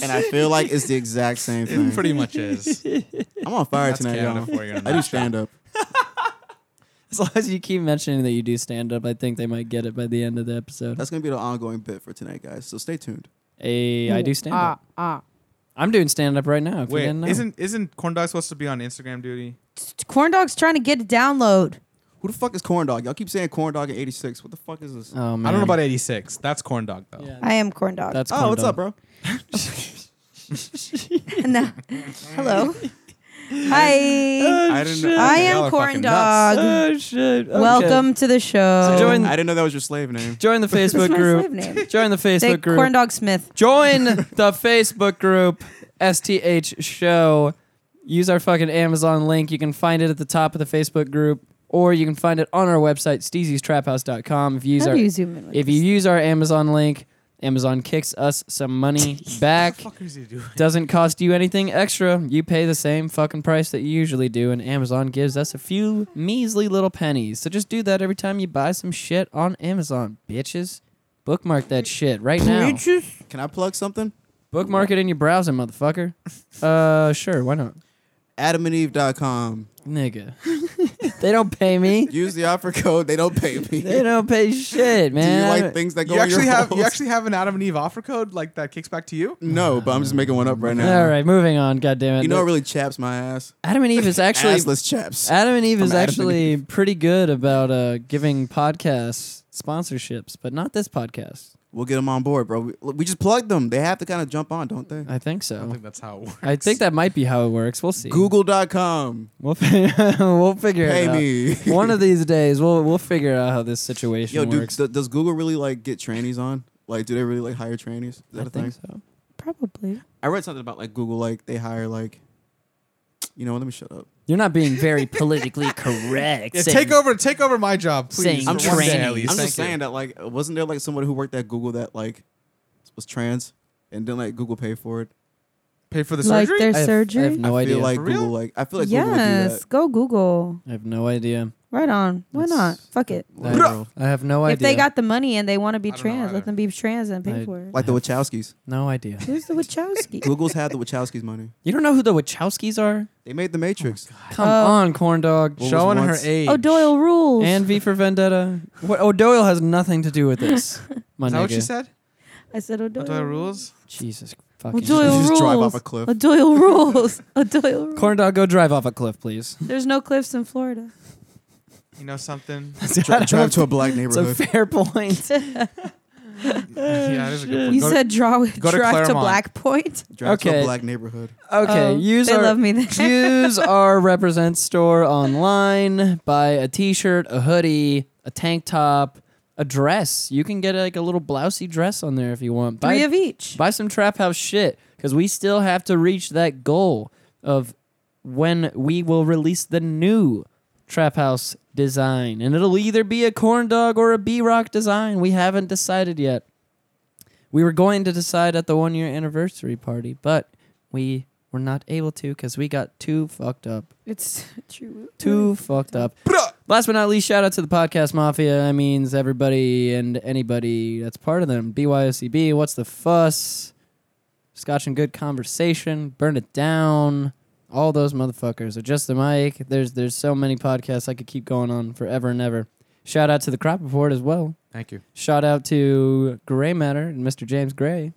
[SPEAKER 3] and I feel like it's the exact same thing.
[SPEAKER 2] It pretty much is.
[SPEAKER 3] I'm on fire
[SPEAKER 2] That's
[SPEAKER 3] tonight,
[SPEAKER 2] Canada
[SPEAKER 3] y'all.
[SPEAKER 2] for you. in a
[SPEAKER 3] I do
[SPEAKER 2] nutshell.
[SPEAKER 3] stand up.
[SPEAKER 1] As long as you keep mentioning that you do stand up, I think they might get it by the end of the episode.
[SPEAKER 3] That's gonna be the ongoing bit for tonight, guys. So stay tuned.
[SPEAKER 1] Hey, I do stand up.
[SPEAKER 4] Ah,
[SPEAKER 1] I'm doing stand up right now. If you
[SPEAKER 2] Wait,
[SPEAKER 1] didn't know.
[SPEAKER 2] isn't isn't corn dog supposed to be on Instagram duty?
[SPEAKER 4] ah. Corn Dog's trying to get a download.
[SPEAKER 3] Who the fuck is Corn Dog? Y'all keep saying Corn Dog in '86. What the fuck is this?
[SPEAKER 1] oh man,
[SPEAKER 2] I don't know about 86. That's corn dog though.
[SPEAKER 1] Yeah.
[SPEAKER 4] I am Corn Dog.
[SPEAKER 1] That's
[SPEAKER 3] oh,
[SPEAKER 1] corn
[SPEAKER 3] what's
[SPEAKER 1] dog.
[SPEAKER 3] up, bro?
[SPEAKER 4] No. Hello. Hi.
[SPEAKER 3] I didn't know.
[SPEAKER 4] I
[SPEAKER 2] y'all
[SPEAKER 4] am
[SPEAKER 2] are
[SPEAKER 4] corn
[SPEAKER 2] fucking nuts.
[SPEAKER 4] dog.
[SPEAKER 1] Oh shit! Okay.
[SPEAKER 4] Welcome to the show.
[SPEAKER 1] So join-
[SPEAKER 3] I didn't know that was your slave name.
[SPEAKER 1] Join the Facebook
[SPEAKER 4] That's my
[SPEAKER 1] group.
[SPEAKER 4] slave name.
[SPEAKER 1] Join the Facebook
[SPEAKER 4] Say
[SPEAKER 1] group.
[SPEAKER 4] corn dog Smith.
[SPEAKER 1] Join the Facebook group STH Show. Use our fucking Amazon link. You can find it at the top of the Facebook group, or you can find it on our website, steezystraphouse.com. If you use
[SPEAKER 4] How
[SPEAKER 1] our
[SPEAKER 4] do you zoom in? With
[SPEAKER 1] if you
[SPEAKER 4] this?
[SPEAKER 1] use our Amazon link, Amazon kicks us some money back.
[SPEAKER 2] What the fuck is he doing?
[SPEAKER 1] Doesn't cost you anything extra. You pay the same fucking price that you usually do, and Amazon gives us a few measly little pennies. So just do that every time you buy some shit on Amazon, bitches. Bookmark that shit right now.
[SPEAKER 3] Can I plug something?
[SPEAKER 1] Bookmark it in your browser, motherfucker. Uh, sure, why not?
[SPEAKER 3] AdamandEve.com.
[SPEAKER 1] Nigga. they don't pay me.
[SPEAKER 3] Use the offer code. They don't pay me.
[SPEAKER 1] They don't pay shit,
[SPEAKER 3] Do you
[SPEAKER 1] man.
[SPEAKER 3] like things that go
[SPEAKER 2] You
[SPEAKER 3] in your
[SPEAKER 2] actually have you
[SPEAKER 3] walls?
[SPEAKER 2] actually have an Adam and Eve offer code like that kicks back to you?
[SPEAKER 3] No, but I'm just making one up right now.
[SPEAKER 1] All right, moving on, goddammit.
[SPEAKER 3] You know what really chaps my ass?
[SPEAKER 1] Adam and Eve is actually
[SPEAKER 3] Assless chaps.
[SPEAKER 1] Adam and Eve is
[SPEAKER 3] Adam and
[SPEAKER 1] actually pretty good about uh, giving podcasts sponsorships, but not this podcast.
[SPEAKER 3] We'll get them on board, bro. We, we just plugged them. They have to kind of jump on, don't they?
[SPEAKER 1] I think
[SPEAKER 2] I don't
[SPEAKER 1] so.
[SPEAKER 2] think that's how it works.
[SPEAKER 1] I think that might be how it works. We'll see.
[SPEAKER 3] Google.com.
[SPEAKER 1] We'll, fi- we'll figure
[SPEAKER 3] Pay
[SPEAKER 1] it out.
[SPEAKER 3] me.
[SPEAKER 1] One of these days, we'll we'll figure out how this situation
[SPEAKER 3] Yo, dude,
[SPEAKER 1] works.
[SPEAKER 3] d- does Google really like get trannies on? Like, do they really like hire trannies? Is
[SPEAKER 1] I
[SPEAKER 3] that a thing?
[SPEAKER 1] think so.
[SPEAKER 4] Probably.
[SPEAKER 3] I read something about like Google, like they hire like, you know, what, let me shut up.
[SPEAKER 1] You're not being very politically correct.
[SPEAKER 2] Yeah,
[SPEAKER 1] saying-
[SPEAKER 2] take over take over my job, please.
[SPEAKER 1] Saying
[SPEAKER 2] for one day at
[SPEAKER 1] trannies.
[SPEAKER 2] least.
[SPEAKER 3] I'm
[SPEAKER 2] Thank
[SPEAKER 3] just saying
[SPEAKER 2] you.
[SPEAKER 3] that like, wasn't there like someone who worked at Google that like was trans and didn't like Google pay for it?
[SPEAKER 2] Pay for the
[SPEAKER 4] Like
[SPEAKER 2] surgery?
[SPEAKER 4] their
[SPEAKER 1] I have,
[SPEAKER 4] surgery.
[SPEAKER 1] I have no
[SPEAKER 3] I
[SPEAKER 1] idea.
[SPEAKER 3] feel like
[SPEAKER 2] For real?
[SPEAKER 3] Google, like I feel like Google would do
[SPEAKER 4] yes.
[SPEAKER 3] that.
[SPEAKER 4] Go Google.
[SPEAKER 1] I have no idea.
[SPEAKER 4] Right on. Why
[SPEAKER 1] That's-
[SPEAKER 4] not? Fuck it.
[SPEAKER 1] I
[SPEAKER 3] Bruh.
[SPEAKER 1] have, I have no idea.
[SPEAKER 4] If they got the money and they want to
[SPEAKER 2] I
[SPEAKER 4] be
[SPEAKER 2] don't know
[SPEAKER 4] trans,
[SPEAKER 2] either.
[SPEAKER 4] let them be trans and pay
[SPEAKER 1] I-
[SPEAKER 4] for it.
[SPEAKER 3] Like the Wachowskis.
[SPEAKER 1] no idea.
[SPEAKER 4] Who's the Wachowski?
[SPEAKER 3] Google's had the Wachowskis money.
[SPEAKER 1] You don't know who the Wachowskis are?
[SPEAKER 3] They made the Matrix.
[SPEAKER 1] Come
[SPEAKER 4] Oh.
[SPEAKER 1] on, corn dog.
[SPEAKER 3] What was
[SPEAKER 2] Showing her
[SPEAKER 3] once-
[SPEAKER 2] age.
[SPEAKER 4] oh, Doyle rules.
[SPEAKER 1] And V for Vendetta. What, oh, Doyle has nothing to do with this. My
[SPEAKER 2] Is that what
[SPEAKER 1] nigga.
[SPEAKER 2] she said?
[SPEAKER 4] I said O'Doyle.
[SPEAKER 2] Doyle rules?
[SPEAKER 1] Jesus
[SPEAKER 4] Well,
[SPEAKER 1] fucking.
[SPEAKER 2] Oh
[SPEAKER 4] Doyle
[SPEAKER 3] Just
[SPEAKER 4] rules.
[SPEAKER 3] drive off a cliff.
[SPEAKER 4] O'Doyle rules. O'Doyle rules.
[SPEAKER 1] Corn dog, go drive off a cliff, please.
[SPEAKER 4] There's no cliffs in Florida.
[SPEAKER 2] You know something?
[SPEAKER 3] Dri- drive to a black
[SPEAKER 1] It's a
[SPEAKER 3] neighborhood.
[SPEAKER 1] fair point.
[SPEAKER 2] yeah, that is a good point.
[SPEAKER 4] You
[SPEAKER 2] Go to-
[SPEAKER 4] said draw,
[SPEAKER 2] go to
[SPEAKER 4] drive to
[SPEAKER 2] Claremont.
[SPEAKER 4] Black Point.
[SPEAKER 3] drive to
[SPEAKER 1] Okay.
[SPEAKER 3] a black neighborhood.
[SPEAKER 1] Okay,
[SPEAKER 4] Oh,
[SPEAKER 1] use
[SPEAKER 4] they
[SPEAKER 1] our
[SPEAKER 4] love me there.
[SPEAKER 1] use our represent store online. Buy a T-shirt, a hoodie, a tank top, a dress. You can get like a little blousey dress on there if you want. Buy
[SPEAKER 4] Three of each.
[SPEAKER 1] buy some trap house shit because we still have to reach that goal of when we will release the new trap house design and it'll either be a corn dog or a b-rock design we haven't decided yet we were going to decide at the one year anniversary party but we were not able to because we got too fucked up
[SPEAKER 4] It's true.
[SPEAKER 1] too fucked up Last but not least, shout out to the podcast mafia. That means everybody and anybody that's part of them. BYOCB, what's the fuss? Scotch and good conversation. Burn it down. All those motherfuckers. Adjust the mic. There's there's so many podcasts I could keep going on forever and ever. Shout out to the crop report as well.
[SPEAKER 2] Thank you.
[SPEAKER 1] Shout out to Gray Matter and Mr. James Gray.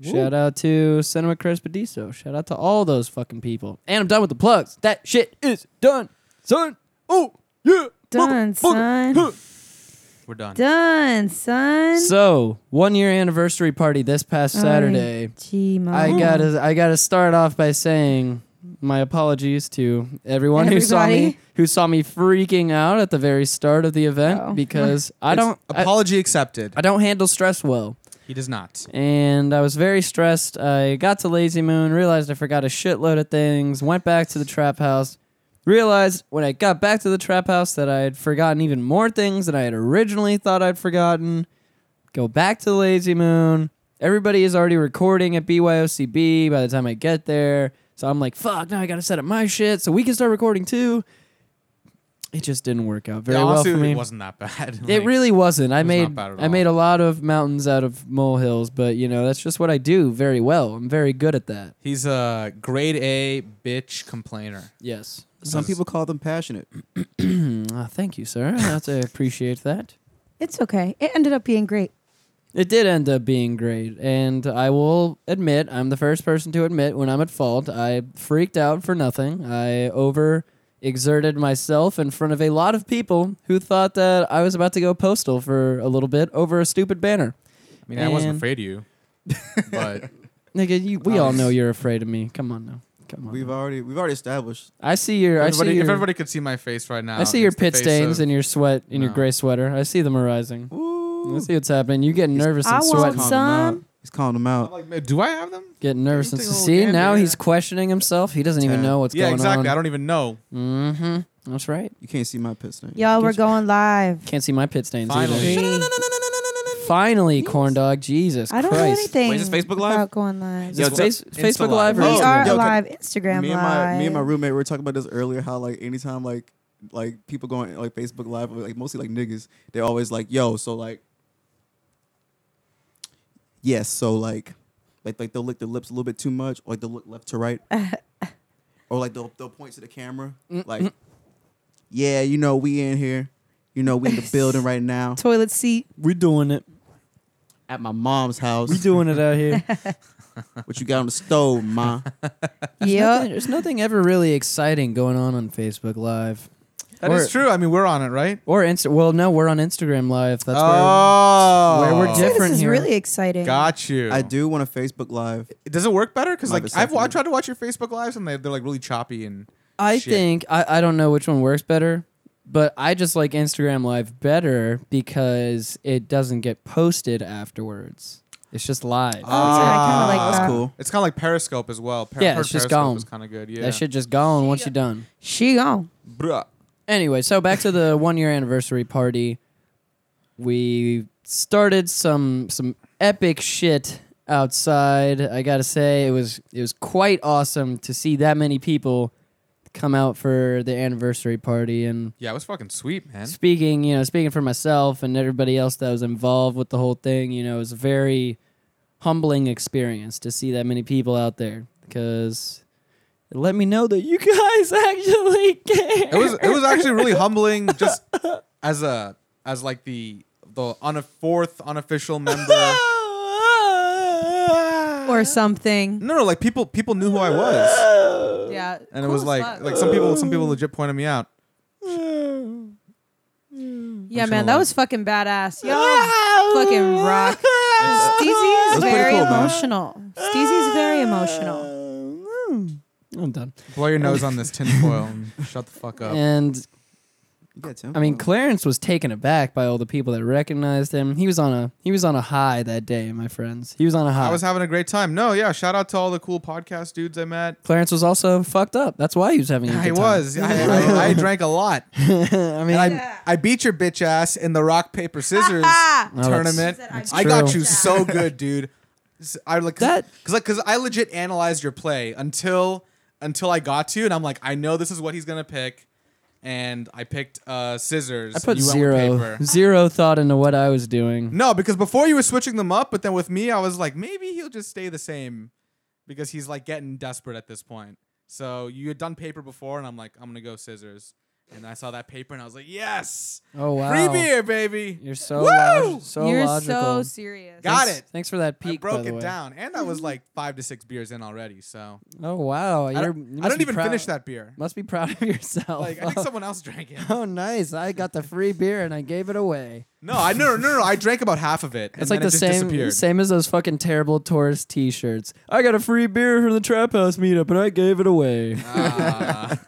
[SPEAKER 1] Shout out to Cinema Crespediso. Shout out to all those fucking people. And I'm done with the plugs. That shit is done, son. Oh yeah.
[SPEAKER 4] Done, son.
[SPEAKER 2] We're done.
[SPEAKER 4] Done, son.
[SPEAKER 1] So one year anniversary party this past Saturday.
[SPEAKER 4] Gee, mom.
[SPEAKER 1] I gotta I gotta start off by saying my apologies to everyone who saw me
[SPEAKER 4] Everybody?
[SPEAKER 1] who saw me freaking out at the very start of the event
[SPEAKER 4] Oh.
[SPEAKER 1] because I don't I,
[SPEAKER 2] Apology accepted.
[SPEAKER 1] I don't handle stress well.
[SPEAKER 2] he does not.
[SPEAKER 1] and I was very stressed. I got to Lazy Moon, realized I forgot a shitload of things, went back to the trap house, realized when I got back to the trap house that I had forgotten even more things than I had originally thought I'd forgotten. Go back to Lazy Moon. Everybody is already recording at BYOCB by the time I get there. So I'm like, fuck, now I gotta set up my shit so we can start recording too. It just didn't work out very
[SPEAKER 2] Yeah,
[SPEAKER 1] well
[SPEAKER 2] honestly,
[SPEAKER 1] for me.
[SPEAKER 2] it wasn't that bad.
[SPEAKER 1] It
[SPEAKER 2] Like,
[SPEAKER 1] really wasn't. I
[SPEAKER 2] was not
[SPEAKER 1] made
[SPEAKER 2] bad at
[SPEAKER 1] I made a
[SPEAKER 2] all.
[SPEAKER 1] lot of mountains out of molehills, but you know that's just what I do very well. I'm very good at that.
[SPEAKER 2] He's a grade A bitch complainer.
[SPEAKER 1] Yes.
[SPEAKER 3] Some people call them passionate.
[SPEAKER 1] Ah, thank you, sir. I have to appreciate that.
[SPEAKER 4] It's okay. It ended up being great.
[SPEAKER 1] It did end up being great, and I will admit I'm the first person to admit when I'm at fault. I freaked out for nothing. I over exerted myself in front of a lot of people who thought that I was about to go postal for a little bit over a stupid banner.
[SPEAKER 2] I mean, I wasn't
[SPEAKER 1] And-
[SPEAKER 2] afraid of you, but
[SPEAKER 1] Nigga, you, we all know you're afraid of me. Come on now. Come on.
[SPEAKER 3] We've already we've already established.
[SPEAKER 1] I see your. I see
[SPEAKER 2] Everybody,
[SPEAKER 1] your.
[SPEAKER 2] if everybody could see my face right now,
[SPEAKER 1] I see your
[SPEAKER 2] it's the
[SPEAKER 1] pit
[SPEAKER 2] face
[SPEAKER 1] stains
[SPEAKER 2] of-
[SPEAKER 1] and your sweat in your
[SPEAKER 2] No.
[SPEAKER 1] gray sweater. I see them arising. I see what's happening. You getting nervous and
[SPEAKER 4] I want
[SPEAKER 1] sweating.
[SPEAKER 3] Calling him
[SPEAKER 4] some.
[SPEAKER 3] out. He's calling him
[SPEAKER 2] I'm
[SPEAKER 3] out.
[SPEAKER 2] like, "Man, do I have them?
[SPEAKER 1] Getting nervous
[SPEAKER 2] Give
[SPEAKER 1] and
[SPEAKER 2] me a little
[SPEAKER 1] see
[SPEAKER 2] candy,
[SPEAKER 1] now he's
[SPEAKER 2] yeah.
[SPEAKER 1] questioning himself. He doesn't even
[SPEAKER 3] Ten.
[SPEAKER 1] know what's
[SPEAKER 2] yeah,
[SPEAKER 1] going
[SPEAKER 2] exactly. I
[SPEAKER 1] on.
[SPEAKER 2] don't even know.
[SPEAKER 1] Mm-hmm. That's right.
[SPEAKER 3] You can't see my piss name.
[SPEAKER 4] Y'all, we're going live.
[SPEAKER 1] Can't see my pit stains
[SPEAKER 2] Finally.
[SPEAKER 1] either.
[SPEAKER 4] Three.
[SPEAKER 1] Finally, corn dog. Jesus
[SPEAKER 4] I don't know
[SPEAKER 1] Christ.
[SPEAKER 4] anything
[SPEAKER 3] Wait, is this Facebook Live?
[SPEAKER 4] about going live.
[SPEAKER 1] Is this
[SPEAKER 3] Yo,
[SPEAKER 1] face,
[SPEAKER 3] it's- it's
[SPEAKER 1] Facebook
[SPEAKER 3] alive.
[SPEAKER 1] Live
[SPEAKER 4] we
[SPEAKER 1] or
[SPEAKER 3] Oh,
[SPEAKER 1] Instagram?
[SPEAKER 4] are
[SPEAKER 3] yo, can-
[SPEAKER 4] live. Instagram
[SPEAKER 3] me
[SPEAKER 4] live.
[SPEAKER 3] and my me and my roommate we were talking about this earlier. How like anytime like like people going like Facebook Live, like mostly like niggas, they're always like, "Yo, so like, yes, so like, like like they'll lick their lips a little bit too much, or like they'll look left to right, or like they'll they'll point to the camera, like, yeah, you know, we in here, you know, we in the building right now
[SPEAKER 4] toilet seat.
[SPEAKER 1] We're doing it.
[SPEAKER 3] at my mom's
[SPEAKER 1] We're
[SPEAKER 3] house.
[SPEAKER 1] doing it out here.
[SPEAKER 3] What you got on the stove, ma?
[SPEAKER 1] Nothing-
[SPEAKER 4] Yep.
[SPEAKER 1] there's nothing ever really exciting going on on Facebook Live.
[SPEAKER 2] That
[SPEAKER 1] or,
[SPEAKER 2] is true. I mean, we're on it, right?
[SPEAKER 1] Or Insta- well, no, we're on Instagram Live. That's
[SPEAKER 2] oh,
[SPEAKER 1] where we're
[SPEAKER 4] See, this
[SPEAKER 1] different
[SPEAKER 4] is
[SPEAKER 1] here.
[SPEAKER 4] really exciting.
[SPEAKER 2] Got you.
[SPEAKER 3] I do want a Facebook Live.
[SPEAKER 2] Does it work better? Because
[SPEAKER 3] Live
[SPEAKER 2] like
[SPEAKER 3] is
[SPEAKER 2] I've wa- I
[SPEAKER 3] something.
[SPEAKER 2] tried to watch your Facebook lives and they they're like really choppy and
[SPEAKER 1] I
[SPEAKER 2] shit.
[SPEAKER 1] think I, I don't know which one works better, but I just like Instagram Live better because it doesn't get posted afterwards. It's just live.
[SPEAKER 4] Oh, yeah, I kinda like
[SPEAKER 2] Ah,
[SPEAKER 4] that.
[SPEAKER 3] That's cool.
[SPEAKER 2] It's kind of like Periscope as well. Per-
[SPEAKER 1] Yeah,
[SPEAKER 2] heard
[SPEAKER 1] it's just
[SPEAKER 2] Periscope
[SPEAKER 1] gone.
[SPEAKER 2] Is kind of good. Yeah.
[SPEAKER 1] That shit just gone once you're done.
[SPEAKER 4] She gone.
[SPEAKER 2] Bruh.
[SPEAKER 1] Anyway, so back to the one year anniversary party. We started some some epic shit outside. I gotta say it was it was quite awesome to see that many people come out for the anniversary party and
[SPEAKER 2] Yeah, it was fucking sweet, man.
[SPEAKER 1] speaking, you know, speaking for myself and everybody else that was involved with the whole thing, you know, it was a very humbling experience to see that many people out there because it let me know that you guys actually care.
[SPEAKER 2] It was it was actually really humbling just as a as like the the on a fourth unofficial member.
[SPEAKER 4] Or something.
[SPEAKER 2] No, no, like people people knew who I was.
[SPEAKER 4] Yeah.
[SPEAKER 2] And it
[SPEAKER 4] cool
[SPEAKER 2] was
[SPEAKER 4] as
[SPEAKER 2] like
[SPEAKER 4] fuck.
[SPEAKER 2] like some people some people legit pointed me out.
[SPEAKER 4] yeah,
[SPEAKER 2] I'm
[SPEAKER 4] man,
[SPEAKER 2] sure
[SPEAKER 4] that
[SPEAKER 2] like-
[SPEAKER 4] was fucking badass. Yo, fucking rock. Steezy
[SPEAKER 3] That's
[SPEAKER 4] is
[SPEAKER 3] pretty
[SPEAKER 4] very
[SPEAKER 3] cool, man.
[SPEAKER 4] emotional. Steezy is very emotional.
[SPEAKER 1] I'm done.
[SPEAKER 2] Blow your nose on this tinfoil and shut the fuck up.
[SPEAKER 1] And
[SPEAKER 3] You got Tim.
[SPEAKER 1] I mean, Clarence was taken aback by all the people that recognized him. He was on a he was on a high that day, my friends. He was on a high.
[SPEAKER 2] I was having a great time. No, yeah, shout out to all the cool podcast dudes I met.
[SPEAKER 1] Clarence was also fucked up. That's why he was having a good
[SPEAKER 2] I
[SPEAKER 1] time.
[SPEAKER 2] was. I, I, I drank a lot.
[SPEAKER 1] I mean,
[SPEAKER 2] And I, I beat your bitch ass in the rock paper scissors
[SPEAKER 4] Oh,
[SPEAKER 1] No, that's-
[SPEAKER 2] tournament.
[SPEAKER 1] that's
[SPEAKER 2] I got
[SPEAKER 1] true.
[SPEAKER 2] you so good, dude. S- I like because
[SPEAKER 1] That-
[SPEAKER 2] like because I legit analyzed your play until until I got to you, and I'm like, I know this is what he's gonna pick, and I picked uh, scissors.
[SPEAKER 1] I put
[SPEAKER 2] and you went with
[SPEAKER 1] zero
[SPEAKER 2] paper.
[SPEAKER 1] zero thought into what I was doing.
[SPEAKER 2] No, because before you were switching them up, but then with me, I was like, maybe he'll just stay the same because he's like getting desperate at this point. So you had done paper before, and I'm like, I'm gonna go scissors. And I saw that paper, and I was like, yes,
[SPEAKER 1] Oh wow,
[SPEAKER 2] free beer, baby.
[SPEAKER 1] you're so
[SPEAKER 2] Woo!
[SPEAKER 1] log- so
[SPEAKER 4] You're so
[SPEAKER 1] logical.
[SPEAKER 4] serious.
[SPEAKER 2] Got
[SPEAKER 1] Thanks-
[SPEAKER 2] it.
[SPEAKER 1] Thanks for that
[SPEAKER 2] I
[SPEAKER 1] peek. by
[SPEAKER 2] broke
[SPEAKER 1] the
[SPEAKER 2] it
[SPEAKER 1] way.
[SPEAKER 2] down, and that was like five to six beers in already. So
[SPEAKER 1] Oh wow,
[SPEAKER 2] I
[SPEAKER 1] You're- you
[SPEAKER 2] don't, I
[SPEAKER 1] must
[SPEAKER 2] don't
[SPEAKER 1] be
[SPEAKER 2] even
[SPEAKER 1] proud-
[SPEAKER 2] finish that beer.
[SPEAKER 1] Must be proud of yourself.
[SPEAKER 2] Like I think someone else drank it.
[SPEAKER 1] oh nice, I got the free beer and I gave it away.
[SPEAKER 2] No, I no no no. I drank about half of it. and
[SPEAKER 1] It's like
[SPEAKER 2] then
[SPEAKER 1] the
[SPEAKER 2] it just
[SPEAKER 1] same
[SPEAKER 2] disappeared.
[SPEAKER 1] same as those fucking terrible tourist T-shirts. I got a free beer from the Trap House meetup and I gave it away.
[SPEAKER 2] Ah.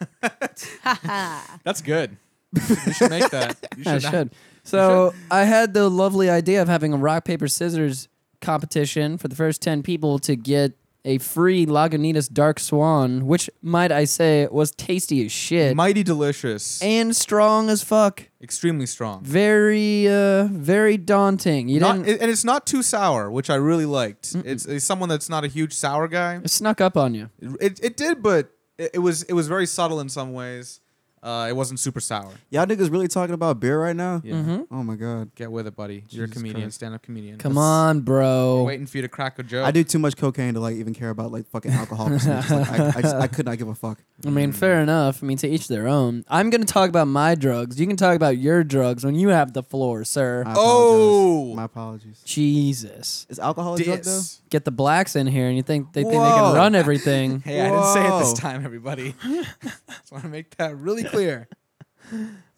[SPEAKER 2] That's good. You should make that. You
[SPEAKER 1] I
[SPEAKER 2] should.
[SPEAKER 1] should. So I had the lovely idea of having a rock paper scissors competition for the first ten people to get a free Lagunitas Dark Swan, which might I say was tasty as shit
[SPEAKER 2] Mighty delicious.
[SPEAKER 1] and strong as fuck.
[SPEAKER 2] Extremely strong.
[SPEAKER 1] Very, uh, very daunting. You
[SPEAKER 2] Not,
[SPEAKER 1] didn't.
[SPEAKER 2] and it's not too sour, which I really liked. It's, it's someone that's not a huge sour guy.
[SPEAKER 1] it snuck up on you.
[SPEAKER 2] It, it did, but it, it was it was very subtle in some ways. Uh, it wasn't super sour.
[SPEAKER 3] Y'all niggas really talking about beer right now?
[SPEAKER 2] Yeah. Mm-hmm.
[SPEAKER 4] Mm-hmm.
[SPEAKER 3] Oh my god.
[SPEAKER 2] Get with it, buddy. You're a
[SPEAKER 3] Jesus
[SPEAKER 2] comedian,
[SPEAKER 3] Christ.
[SPEAKER 2] stand up comedian.
[SPEAKER 1] Come on,
[SPEAKER 2] We're
[SPEAKER 1] bro.
[SPEAKER 2] waiting for you to crack a joke.
[SPEAKER 3] I do too much cocaine to like even care about like fucking alcohol. percentages. like, I, I, just, I could not give a fuck.
[SPEAKER 1] I mean, fair enough. I mean, to each their own. I'm gonna talk about my drugs. You can talk about your drugs when you have the floor, sir.
[SPEAKER 3] I
[SPEAKER 2] Oh!
[SPEAKER 3] apologize. my apologies.
[SPEAKER 1] Jesus.
[SPEAKER 3] Is alcohol a drug though?
[SPEAKER 2] Dis.
[SPEAKER 1] get the blacks in here and you think they think they can
[SPEAKER 2] Whoa.
[SPEAKER 1] run everything.
[SPEAKER 2] Hey, I didn't say it this
[SPEAKER 3] Whoa.
[SPEAKER 2] time, everybody. Just want to make that really clear.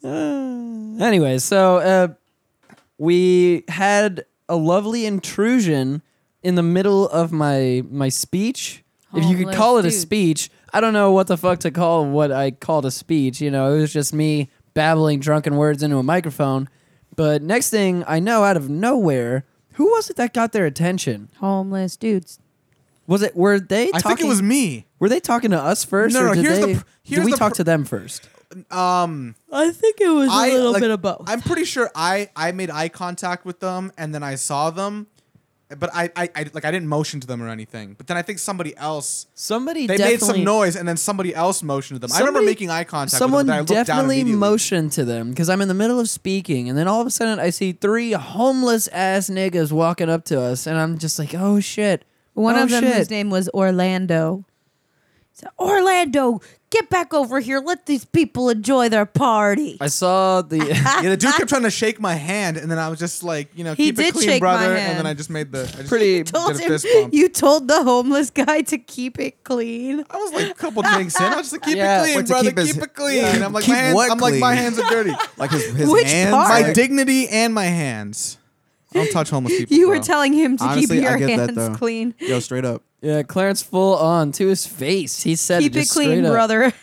[SPEAKER 1] anyway, so uh, we had a lovely intrusion in the middle of my my speech. if you could
[SPEAKER 5] Homeless
[SPEAKER 1] call it a
[SPEAKER 5] dudes.
[SPEAKER 1] speech, I don't know what the fuck to call what I called a speech. You know, it was just me babbling drunken words into a microphone. But next thing I know, out of nowhere, who was it that got their attention?
[SPEAKER 5] Homeless dudes.
[SPEAKER 1] Was it were they?
[SPEAKER 2] I
[SPEAKER 1] Talking,
[SPEAKER 2] think it was me.
[SPEAKER 1] Were they talking to us first?
[SPEAKER 2] No,
[SPEAKER 1] or
[SPEAKER 2] no,
[SPEAKER 1] did
[SPEAKER 2] here's the
[SPEAKER 1] they-
[SPEAKER 2] pr- here's
[SPEAKER 1] did we
[SPEAKER 2] the
[SPEAKER 1] talk
[SPEAKER 2] pr-
[SPEAKER 1] to them first?
[SPEAKER 2] Um,
[SPEAKER 5] I think it was a
[SPEAKER 2] I like,
[SPEAKER 5] both.
[SPEAKER 2] I'm pretty sure I I made eye contact with them and then I saw them, but I I, I like I didn't motion to them or anything. But then I think somebody else.
[SPEAKER 1] Somebody
[SPEAKER 2] They made
[SPEAKER 1] definitely
[SPEAKER 2] some noise, and then somebody else motioned to them. I
[SPEAKER 1] Somebody-
[SPEAKER 2] remember making eye contact.
[SPEAKER 1] Someone
[SPEAKER 2] with them, but I looked
[SPEAKER 1] definitely
[SPEAKER 2] down immediately.
[SPEAKER 1] motioned to them because I'm in the middle of speaking, and then all of a sudden I see three homeless ass niggas walking up to us, and I'm just like, oh shit.
[SPEAKER 4] One
[SPEAKER 1] oh,
[SPEAKER 4] of them,
[SPEAKER 1] shit.
[SPEAKER 4] whose name was Orlando. He said, Orlando, get back over here. Let these people enjoy their party.
[SPEAKER 1] I saw the
[SPEAKER 2] Yeah, the dude kept trying to shake my hand, and then I was just like, you know,
[SPEAKER 4] He
[SPEAKER 2] keep it
[SPEAKER 4] did
[SPEAKER 2] clean,
[SPEAKER 4] shake my
[SPEAKER 2] brother.
[SPEAKER 4] hand.
[SPEAKER 2] And then I just made the I just
[SPEAKER 1] Pretty- You
[SPEAKER 2] did
[SPEAKER 4] told
[SPEAKER 2] a
[SPEAKER 4] him,
[SPEAKER 2] fist bump.
[SPEAKER 4] you told the homeless guy to keep it clean.
[SPEAKER 2] I was like a couple drinks in. I was just like, keep
[SPEAKER 1] Yeah,
[SPEAKER 2] it clean,
[SPEAKER 3] what, to
[SPEAKER 2] brother,
[SPEAKER 3] keep
[SPEAKER 2] keep,
[SPEAKER 3] his-
[SPEAKER 2] it clean.
[SPEAKER 3] Yeah.
[SPEAKER 2] I'm like,
[SPEAKER 3] Keep
[SPEAKER 2] my hands,
[SPEAKER 3] what
[SPEAKER 2] I'm like, my
[SPEAKER 3] clean?
[SPEAKER 2] hands are dirty.
[SPEAKER 3] Like his, his
[SPEAKER 4] Which
[SPEAKER 3] hands.
[SPEAKER 4] part?
[SPEAKER 2] my
[SPEAKER 3] like-
[SPEAKER 2] dignity and my hands. I don't touch homeless people.
[SPEAKER 4] You
[SPEAKER 2] bro.
[SPEAKER 4] were telling him to
[SPEAKER 3] Honestly,
[SPEAKER 4] keep
[SPEAKER 3] I
[SPEAKER 4] your
[SPEAKER 3] get that,
[SPEAKER 4] hands
[SPEAKER 3] though.
[SPEAKER 4] clean.
[SPEAKER 3] Yo, straight up.
[SPEAKER 1] yeah, Clarence full on to his face. He said,
[SPEAKER 4] Keep it
[SPEAKER 1] just
[SPEAKER 4] clean,
[SPEAKER 1] straight up.
[SPEAKER 4] brother.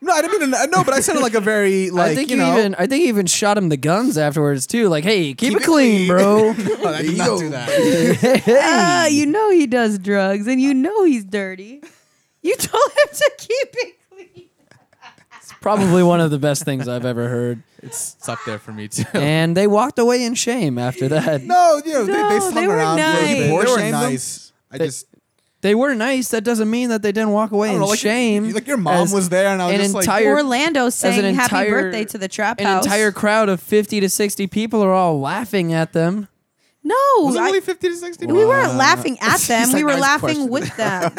[SPEAKER 2] No, I didn't mean to, no, but I sounded like a very like
[SPEAKER 1] I think
[SPEAKER 2] you
[SPEAKER 1] he
[SPEAKER 2] know.
[SPEAKER 1] even I think he even shot him the guns afterwards too. Like, hey, keep, it,
[SPEAKER 3] it
[SPEAKER 1] clean,
[SPEAKER 3] clean."
[SPEAKER 1] bro.
[SPEAKER 2] Oh, I did not do that.
[SPEAKER 4] Ah, you know he does drugs and you know he's dirty. You told him to keep it clean.
[SPEAKER 1] it's probably one of the best things I've ever heard.
[SPEAKER 2] It's, it's up there for me too.
[SPEAKER 1] And they walked away in shame after that.
[SPEAKER 2] No, you know, they,
[SPEAKER 4] No,
[SPEAKER 2] they
[SPEAKER 4] they
[SPEAKER 2] slung
[SPEAKER 4] were
[SPEAKER 2] around.
[SPEAKER 4] nice.
[SPEAKER 2] They, they
[SPEAKER 3] Poor
[SPEAKER 2] were
[SPEAKER 3] shamed them?
[SPEAKER 2] nice. I
[SPEAKER 1] They-
[SPEAKER 2] just
[SPEAKER 1] They were nice. That doesn't mean that they didn't walk away
[SPEAKER 2] I don't
[SPEAKER 1] in
[SPEAKER 2] know, like,
[SPEAKER 1] shame.
[SPEAKER 2] Like your mom
[SPEAKER 1] as
[SPEAKER 2] was there, and I was
[SPEAKER 1] an
[SPEAKER 2] just like,
[SPEAKER 1] entire-
[SPEAKER 4] Orlando
[SPEAKER 1] an
[SPEAKER 4] sang happy
[SPEAKER 1] entire-
[SPEAKER 4] birthday to the trap
[SPEAKER 1] an
[SPEAKER 4] house.
[SPEAKER 1] entire crowd of 50 to 60 people are all laughing at them.
[SPEAKER 4] no,
[SPEAKER 2] was it
[SPEAKER 4] I-
[SPEAKER 2] really fifty to sixty?
[SPEAKER 4] we weren't laughing at them. We
[SPEAKER 3] like,
[SPEAKER 4] were
[SPEAKER 3] "Nice
[SPEAKER 4] laughing
[SPEAKER 3] question."
[SPEAKER 4] with them.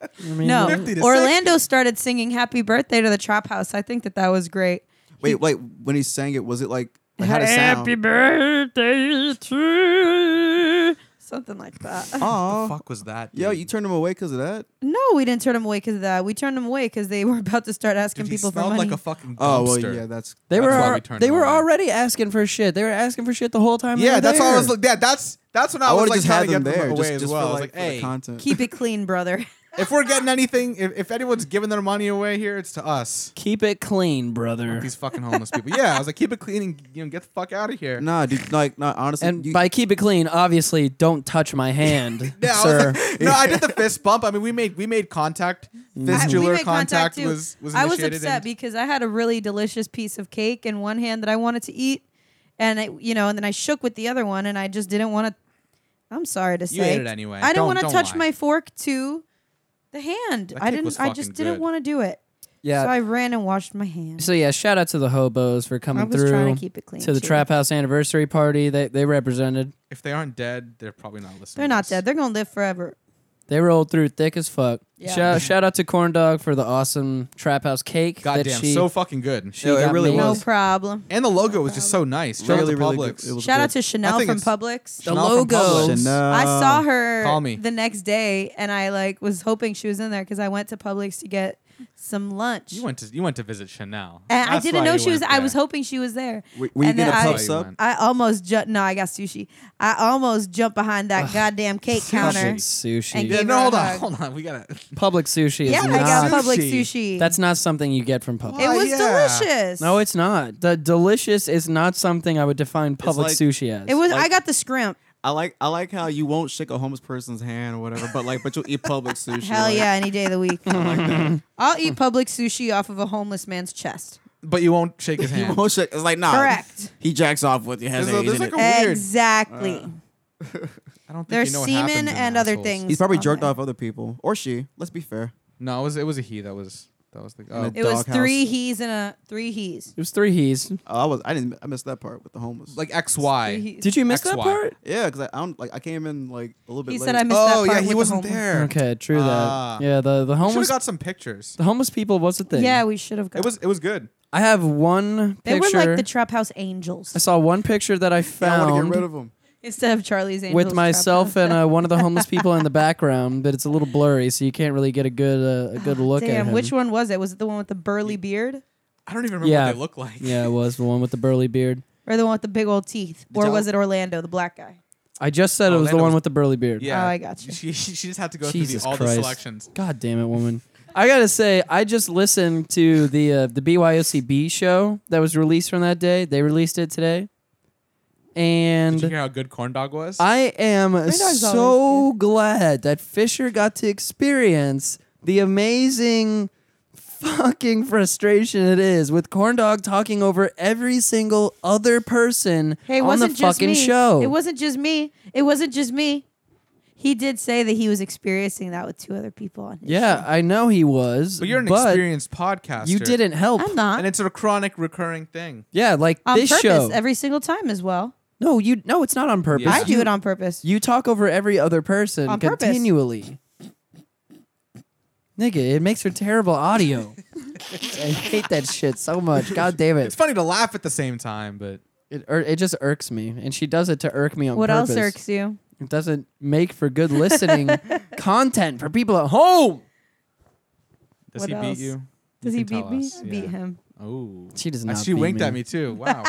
[SPEAKER 1] I mean,
[SPEAKER 4] No,
[SPEAKER 2] 50 to
[SPEAKER 4] Orlando started singing happy birthday to the trap house. I think that that was great.
[SPEAKER 3] Wait, like when he sang it, was it like it had a sound?
[SPEAKER 1] birthday to
[SPEAKER 4] Something like that.
[SPEAKER 3] Aw.
[SPEAKER 2] fuck was that?
[SPEAKER 3] Yo, you turned him away because of that?
[SPEAKER 4] No, we didn't turn them away because of that. We turned them away because they were about to start asking
[SPEAKER 2] Dude, he
[SPEAKER 4] people for
[SPEAKER 2] smelled
[SPEAKER 4] money.
[SPEAKER 2] like a fucking dumpster.
[SPEAKER 3] Oh well, yeah, that's
[SPEAKER 1] They
[SPEAKER 2] That's
[SPEAKER 1] were
[SPEAKER 2] why
[SPEAKER 1] al-
[SPEAKER 2] we turned
[SPEAKER 1] they
[SPEAKER 2] them
[SPEAKER 1] were
[SPEAKER 2] away.
[SPEAKER 1] already asking for shit. They were asking for shit the whole time. they
[SPEAKER 2] Yeah,
[SPEAKER 1] were
[SPEAKER 2] that's
[SPEAKER 1] there.
[SPEAKER 2] all I was. Like, yeah, that's that's when I,
[SPEAKER 3] I
[SPEAKER 2] was
[SPEAKER 3] would
[SPEAKER 2] like
[SPEAKER 3] have just
[SPEAKER 2] trying to
[SPEAKER 3] had
[SPEAKER 2] get
[SPEAKER 3] them
[SPEAKER 2] them
[SPEAKER 3] there
[SPEAKER 2] away
[SPEAKER 3] just,
[SPEAKER 2] as
[SPEAKER 3] just
[SPEAKER 2] well. I
[SPEAKER 3] for
[SPEAKER 2] was like,
[SPEAKER 3] like, for the
[SPEAKER 2] hey,
[SPEAKER 3] content.
[SPEAKER 4] Keep it clean, brother.
[SPEAKER 2] if we're getting anything, if, if anyone's giving their money away here, it's to us.
[SPEAKER 1] Keep it clean, brother.
[SPEAKER 2] These fucking homeless people. Yeah, I was like, keep it clean and you know, get the fuck out of here.
[SPEAKER 3] Nah, dude, like, nah, honestly,
[SPEAKER 1] And
[SPEAKER 3] you-
[SPEAKER 1] by keep it clean, obviously don't touch my hand,
[SPEAKER 2] Yeah, I was
[SPEAKER 1] sir.
[SPEAKER 2] like- no, I did the fist bump. I mean, we made we made contact.
[SPEAKER 4] Mm-hmm. I- we
[SPEAKER 2] Fistular
[SPEAKER 4] made
[SPEAKER 2] contact,
[SPEAKER 4] too.
[SPEAKER 2] was was
[SPEAKER 4] I was
[SPEAKER 2] initiated
[SPEAKER 4] upset
[SPEAKER 2] and-
[SPEAKER 4] because I had a really delicious piece of cake in one hand that I wanted to eat, and I, you know, and then I shook with the other one, and I just didn't want to. I'm sorry to say,
[SPEAKER 2] You ate it anyway.
[SPEAKER 4] I didn't
[SPEAKER 2] Don't-
[SPEAKER 4] want to
[SPEAKER 2] don't
[SPEAKER 4] touch
[SPEAKER 2] lie.
[SPEAKER 4] my fork to the hand.
[SPEAKER 2] That
[SPEAKER 4] I
[SPEAKER 2] cake
[SPEAKER 4] didn't.
[SPEAKER 2] was
[SPEAKER 4] I
[SPEAKER 2] fucking
[SPEAKER 4] just didn't
[SPEAKER 2] good.
[SPEAKER 4] want to do it. So
[SPEAKER 1] yeah.
[SPEAKER 4] I ran and washed my hands.
[SPEAKER 1] So yeah, shout out to the hobos for coming
[SPEAKER 4] I was
[SPEAKER 1] through
[SPEAKER 4] trying to keep it clean
[SPEAKER 1] to the
[SPEAKER 4] too.
[SPEAKER 1] trap house anniversary party. They they represented.
[SPEAKER 2] if they aren't dead, they're probably not listening.
[SPEAKER 4] They're
[SPEAKER 2] to
[SPEAKER 4] not
[SPEAKER 2] this.
[SPEAKER 4] dead. They're gonna live forever.
[SPEAKER 1] They rolled through thick as fuck.
[SPEAKER 4] Yeah.
[SPEAKER 1] Shout, shout out to Corn Dog for the awesome Trap House cake. that
[SPEAKER 2] Goddamn,
[SPEAKER 1] she,
[SPEAKER 2] so fucking good.
[SPEAKER 1] she
[SPEAKER 3] Yo, it
[SPEAKER 1] got
[SPEAKER 3] really
[SPEAKER 1] made.
[SPEAKER 4] No
[SPEAKER 3] was.
[SPEAKER 4] problem.
[SPEAKER 2] And the logo was just so nice. Shout out
[SPEAKER 3] really,
[SPEAKER 2] to
[SPEAKER 3] really
[SPEAKER 2] Publix.
[SPEAKER 3] good. It was
[SPEAKER 4] Shout out
[SPEAKER 3] good.
[SPEAKER 4] to Chanel
[SPEAKER 2] think
[SPEAKER 4] from
[SPEAKER 2] it's-
[SPEAKER 4] Publix.
[SPEAKER 1] The
[SPEAKER 2] Chanel from
[SPEAKER 1] logo.
[SPEAKER 2] Publix.
[SPEAKER 3] Chanel.
[SPEAKER 4] I saw her
[SPEAKER 2] Um, Call me.
[SPEAKER 4] the next day, and I like was hoping she was in there because I went to Publix to get some lunch.
[SPEAKER 2] You went to you went to visit Chanel.
[SPEAKER 4] and I
[SPEAKER 2] That's
[SPEAKER 4] didn't
[SPEAKER 2] why
[SPEAKER 4] know
[SPEAKER 2] you
[SPEAKER 4] she was.
[SPEAKER 2] went
[SPEAKER 4] I
[SPEAKER 2] there.
[SPEAKER 4] was hoping she was there.
[SPEAKER 3] Were- were you
[SPEAKER 4] and then
[SPEAKER 3] getting a
[SPEAKER 4] I,
[SPEAKER 3] pub sub?
[SPEAKER 4] I almost jumped. No, I got sushi. I almost jumped behind that goddamn cake counter.
[SPEAKER 1] Public sushi.
[SPEAKER 4] and
[SPEAKER 2] Yeah,
[SPEAKER 4] gave
[SPEAKER 2] no,
[SPEAKER 4] her a
[SPEAKER 2] hold on,
[SPEAKER 4] hug.
[SPEAKER 2] hold on. We gotta.
[SPEAKER 1] public sushi is
[SPEAKER 4] Yeah, I
[SPEAKER 1] not.
[SPEAKER 4] got Public
[SPEAKER 2] Sushi.
[SPEAKER 4] sushi.
[SPEAKER 1] that's not something you get from public.
[SPEAKER 4] it was
[SPEAKER 2] yeah.
[SPEAKER 4] delicious.
[SPEAKER 1] no, it's not. The delicious is not something I would define public
[SPEAKER 3] like-
[SPEAKER 1] sushi as.
[SPEAKER 4] it was.
[SPEAKER 3] like-
[SPEAKER 4] I got the scrimp.
[SPEAKER 3] I like, I like how you won't shake a homeless person's hand or whatever, but like, but you'll eat public sushi.
[SPEAKER 4] Hell
[SPEAKER 3] like-
[SPEAKER 4] yeah, any day of the week. I'll eat public sushi off of a homeless man's chest.
[SPEAKER 2] But you won't shake his
[SPEAKER 3] You
[SPEAKER 2] hand.
[SPEAKER 3] won't shake. It's like, nah.
[SPEAKER 4] Correct.
[SPEAKER 3] He jacks off with your hand.
[SPEAKER 2] There's a- there's like a- Oh, Weird.
[SPEAKER 4] Exactly.
[SPEAKER 2] I don't think
[SPEAKER 4] There's
[SPEAKER 2] you know what
[SPEAKER 4] semen
[SPEAKER 2] happened in
[SPEAKER 4] and other
[SPEAKER 2] assholes.
[SPEAKER 4] things.
[SPEAKER 3] He's probably
[SPEAKER 4] on
[SPEAKER 3] jerked
[SPEAKER 4] there.
[SPEAKER 3] off other people or she. Let's be fair.
[SPEAKER 2] No, it was it was a he that was that was the. Oh.
[SPEAKER 3] And
[SPEAKER 4] It was
[SPEAKER 3] Doghouse.
[SPEAKER 4] three he's and a three he's.
[SPEAKER 1] It was three he's.
[SPEAKER 3] Oh, I was, I didn't, I missed that part with the homeless.
[SPEAKER 2] like X Y.
[SPEAKER 1] Did you miss that
[SPEAKER 2] XY.
[SPEAKER 1] part?
[SPEAKER 3] yeah, because I, I don't, like, I came in like a little bit.
[SPEAKER 4] He
[SPEAKER 3] late.
[SPEAKER 4] said I missed that
[SPEAKER 2] Oh
[SPEAKER 4] part
[SPEAKER 2] yeah,
[SPEAKER 4] with
[SPEAKER 2] he
[SPEAKER 4] the
[SPEAKER 2] wasn't
[SPEAKER 4] homeless.
[SPEAKER 2] there.
[SPEAKER 1] Okay, true
[SPEAKER 2] Ah.
[SPEAKER 1] that. Yeah, the the
[SPEAKER 2] Should
[SPEAKER 1] homeless
[SPEAKER 2] have got some pictures.
[SPEAKER 1] the homeless people was a thing.
[SPEAKER 4] Yeah, we should have gone.
[SPEAKER 2] It was it was good.
[SPEAKER 1] I have one
[SPEAKER 4] they
[SPEAKER 1] picture.
[SPEAKER 4] were like the trap house
[SPEAKER 1] I
[SPEAKER 4] angels
[SPEAKER 1] saw one picture that I
[SPEAKER 3] I
[SPEAKER 1] found.
[SPEAKER 3] to get rid of him.
[SPEAKER 4] instead of Charlie's angels.
[SPEAKER 1] with
[SPEAKER 4] Trap
[SPEAKER 1] myself
[SPEAKER 4] House.
[SPEAKER 1] and uh, one of the homeless people in the background, but it's a little blurry, so you can't really get a good uh, a good look at
[SPEAKER 4] Damn,
[SPEAKER 1] him.
[SPEAKER 4] which one was it? Was it the one with the burly beard
[SPEAKER 2] I don't even remember
[SPEAKER 1] Yeah.
[SPEAKER 2] what they look like.
[SPEAKER 1] Yeah, it was the one with the burly beard.
[SPEAKER 4] or the one with the big old teeth, or was it Orlando, the black guy?
[SPEAKER 1] I just said it was the
[SPEAKER 2] Orlando
[SPEAKER 1] one
[SPEAKER 2] was-
[SPEAKER 1] with the burly beard.
[SPEAKER 2] Yeah.
[SPEAKER 4] Oh, I gotcha.
[SPEAKER 2] She, she just had to go through
[SPEAKER 1] Jesus
[SPEAKER 2] the, all
[SPEAKER 1] Christ.
[SPEAKER 2] the selections.
[SPEAKER 1] God damn it, woman. I gotta say, I just listened to the uh, the BYOCB show that was released from that day. They released it today,
[SPEAKER 2] Did you
[SPEAKER 1] and
[SPEAKER 2] hear how good corn dog was?
[SPEAKER 1] I am
[SPEAKER 4] dog's always
[SPEAKER 1] so glad that Fisher got to experience the amazing fucking frustration it is with Corndog talking over every single other person
[SPEAKER 4] Hey, it
[SPEAKER 1] on
[SPEAKER 4] wasn't
[SPEAKER 1] the
[SPEAKER 4] just
[SPEAKER 1] fucking
[SPEAKER 4] me.
[SPEAKER 1] show.
[SPEAKER 4] It wasn't just me. It wasn't just me. He did say that he was experiencing that with two other people on his
[SPEAKER 1] yeah, I know he was,
[SPEAKER 2] but you're an experienced podcaster.
[SPEAKER 1] you didn't help.
[SPEAKER 4] show. I'm not.
[SPEAKER 2] And it's a chronic recurring thing.
[SPEAKER 1] Yeah, like
[SPEAKER 4] on
[SPEAKER 1] this
[SPEAKER 4] purpose
[SPEAKER 1] show.
[SPEAKER 4] every single time as well.
[SPEAKER 1] no, you no, it's not on purpose.
[SPEAKER 2] Yeah.
[SPEAKER 4] I do
[SPEAKER 1] You-
[SPEAKER 4] it on purpose.
[SPEAKER 1] You talk over every other person
[SPEAKER 4] On purpose.
[SPEAKER 1] continually. Nigga, it makes for terrible audio. I hate that shit so much. God damn
[SPEAKER 2] It's
[SPEAKER 1] it.
[SPEAKER 2] funny to laugh at the same time, but
[SPEAKER 1] It, ir- it just irks me, and she does it to irk me on
[SPEAKER 4] what
[SPEAKER 1] purpose.
[SPEAKER 4] else irks you?
[SPEAKER 1] It doesn't make for good listening content for people at home.
[SPEAKER 2] does
[SPEAKER 4] What
[SPEAKER 2] he
[SPEAKER 4] else?
[SPEAKER 2] beat you?
[SPEAKER 4] Does
[SPEAKER 2] You
[SPEAKER 4] he
[SPEAKER 2] can
[SPEAKER 4] beat
[SPEAKER 2] tell
[SPEAKER 4] me?
[SPEAKER 2] us,
[SPEAKER 4] I beat
[SPEAKER 2] yeah.
[SPEAKER 4] him.
[SPEAKER 2] Oh.
[SPEAKER 1] She does
[SPEAKER 2] And
[SPEAKER 1] not
[SPEAKER 2] She
[SPEAKER 1] beat
[SPEAKER 2] winked
[SPEAKER 1] me.
[SPEAKER 2] at me too. Wow.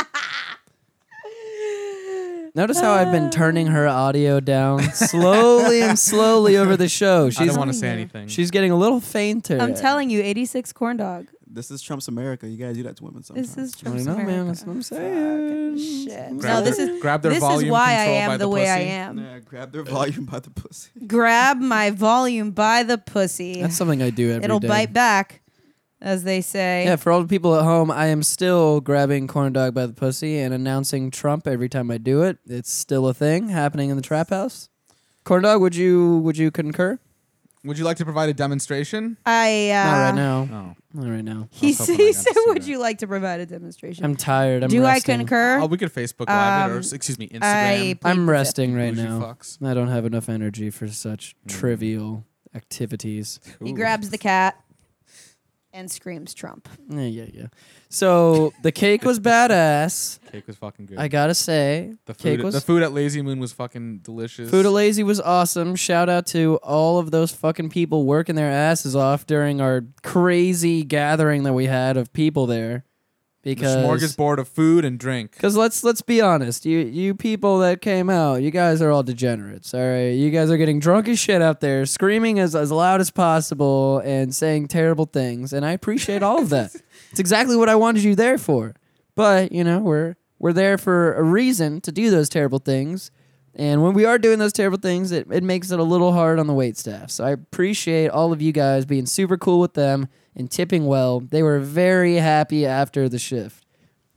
[SPEAKER 1] Notice how I've
[SPEAKER 4] Ah.
[SPEAKER 1] been turning her audio down slowly and slowly over the show.
[SPEAKER 2] I
[SPEAKER 1] She's
[SPEAKER 2] don't want to say
[SPEAKER 4] Yeah.
[SPEAKER 2] anything.
[SPEAKER 1] she's getting a little fainter.
[SPEAKER 4] I'm telling you, 86 corn dog.
[SPEAKER 3] This is Trump's America. You guys do that to women sometimes.
[SPEAKER 4] This is
[SPEAKER 1] I
[SPEAKER 4] Trump's
[SPEAKER 1] don't know, man.
[SPEAKER 4] America.
[SPEAKER 1] That's what I'm saying.
[SPEAKER 4] Shit.
[SPEAKER 2] Grab
[SPEAKER 4] No, this
[SPEAKER 2] their-
[SPEAKER 4] is
[SPEAKER 2] grab their
[SPEAKER 4] this is
[SPEAKER 2] volume
[SPEAKER 4] why I
[SPEAKER 2] control by
[SPEAKER 4] am the
[SPEAKER 2] the
[SPEAKER 4] way I
[SPEAKER 2] pussy.
[SPEAKER 4] am.
[SPEAKER 3] yeah, grab their volume by the pussy.
[SPEAKER 4] Grab my volume by the pussy.
[SPEAKER 1] That's something I do every
[SPEAKER 4] It'll
[SPEAKER 1] day.
[SPEAKER 4] bite back, as they say.
[SPEAKER 1] Yeah, for all the people at home, I am still grabbing corn dog by the pussy and announcing Trump every time I do it. It's still a thing happening in the trap house. Corn dog, would you would you concur?
[SPEAKER 2] Would you like to provide a demonstration?
[SPEAKER 4] I uh,
[SPEAKER 1] Not right now.
[SPEAKER 2] Oh.
[SPEAKER 1] Not right now.
[SPEAKER 4] He,
[SPEAKER 2] was hoping
[SPEAKER 4] he
[SPEAKER 2] I got to
[SPEAKER 4] said,
[SPEAKER 2] see
[SPEAKER 4] "Would
[SPEAKER 2] that.
[SPEAKER 4] you like to provide a demonstration?"
[SPEAKER 1] I'm tired. I'm
[SPEAKER 4] Do
[SPEAKER 1] resting.
[SPEAKER 4] I concur?
[SPEAKER 2] Oh, we could Facebook Live it or
[SPEAKER 4] Um,
[SPEAKER 2] s- excuse me, Instagram.
[SPEAKER 4] I plead
[SPEAKER 1] I'm
[SPEAKER 4] the
[SPEAKER 1] resting
[SPEAKER 2] Bougie
[SPEAKER 1] right now.
[SPEAKER 2] Fucks.
[SPEAKER 1] I don't have enough energy for such trivial activities.
[SPEAKER 4] fifth. He grabs the cat and screams Trump.
[SPEAKER 1] Yeah, yeah, yeah. So the cake was badass.
[SPEAKER 2] Cake was fucking good.
[SPEAKER 1] I gotta say,
[SPEAKER 2] the food,
[SPEAKER 1] cake was
[SPEAKER 2] the food at Lazy Moon was fucking delicious.
[SPEAKER 1] Food Lazy was awesome. Shout out to all of those fucking people working their asses off during our crazy gathering that we had of people there.
[SPEAKER 2] the
[SPEAKER 1] Because
[SPEAKER 2] smorgasbord of food and drink.
[SPEAKER 1] because let's let's be honest, you you people that came out, you guys are all degenerates. All right, you guys are getting drunk as shit out there, screaming as as loud as possible and saying terrible things, and I appreciate all of that. It's exactly what I wanted you there for. But you know, we're we're there for a reason to do those terrible things. And when we are doing those terrible things, it, it makes it a little hard on the wait staff. So I appreciate all of you guys being super cool with them and tipping well. They were very happy after the shift.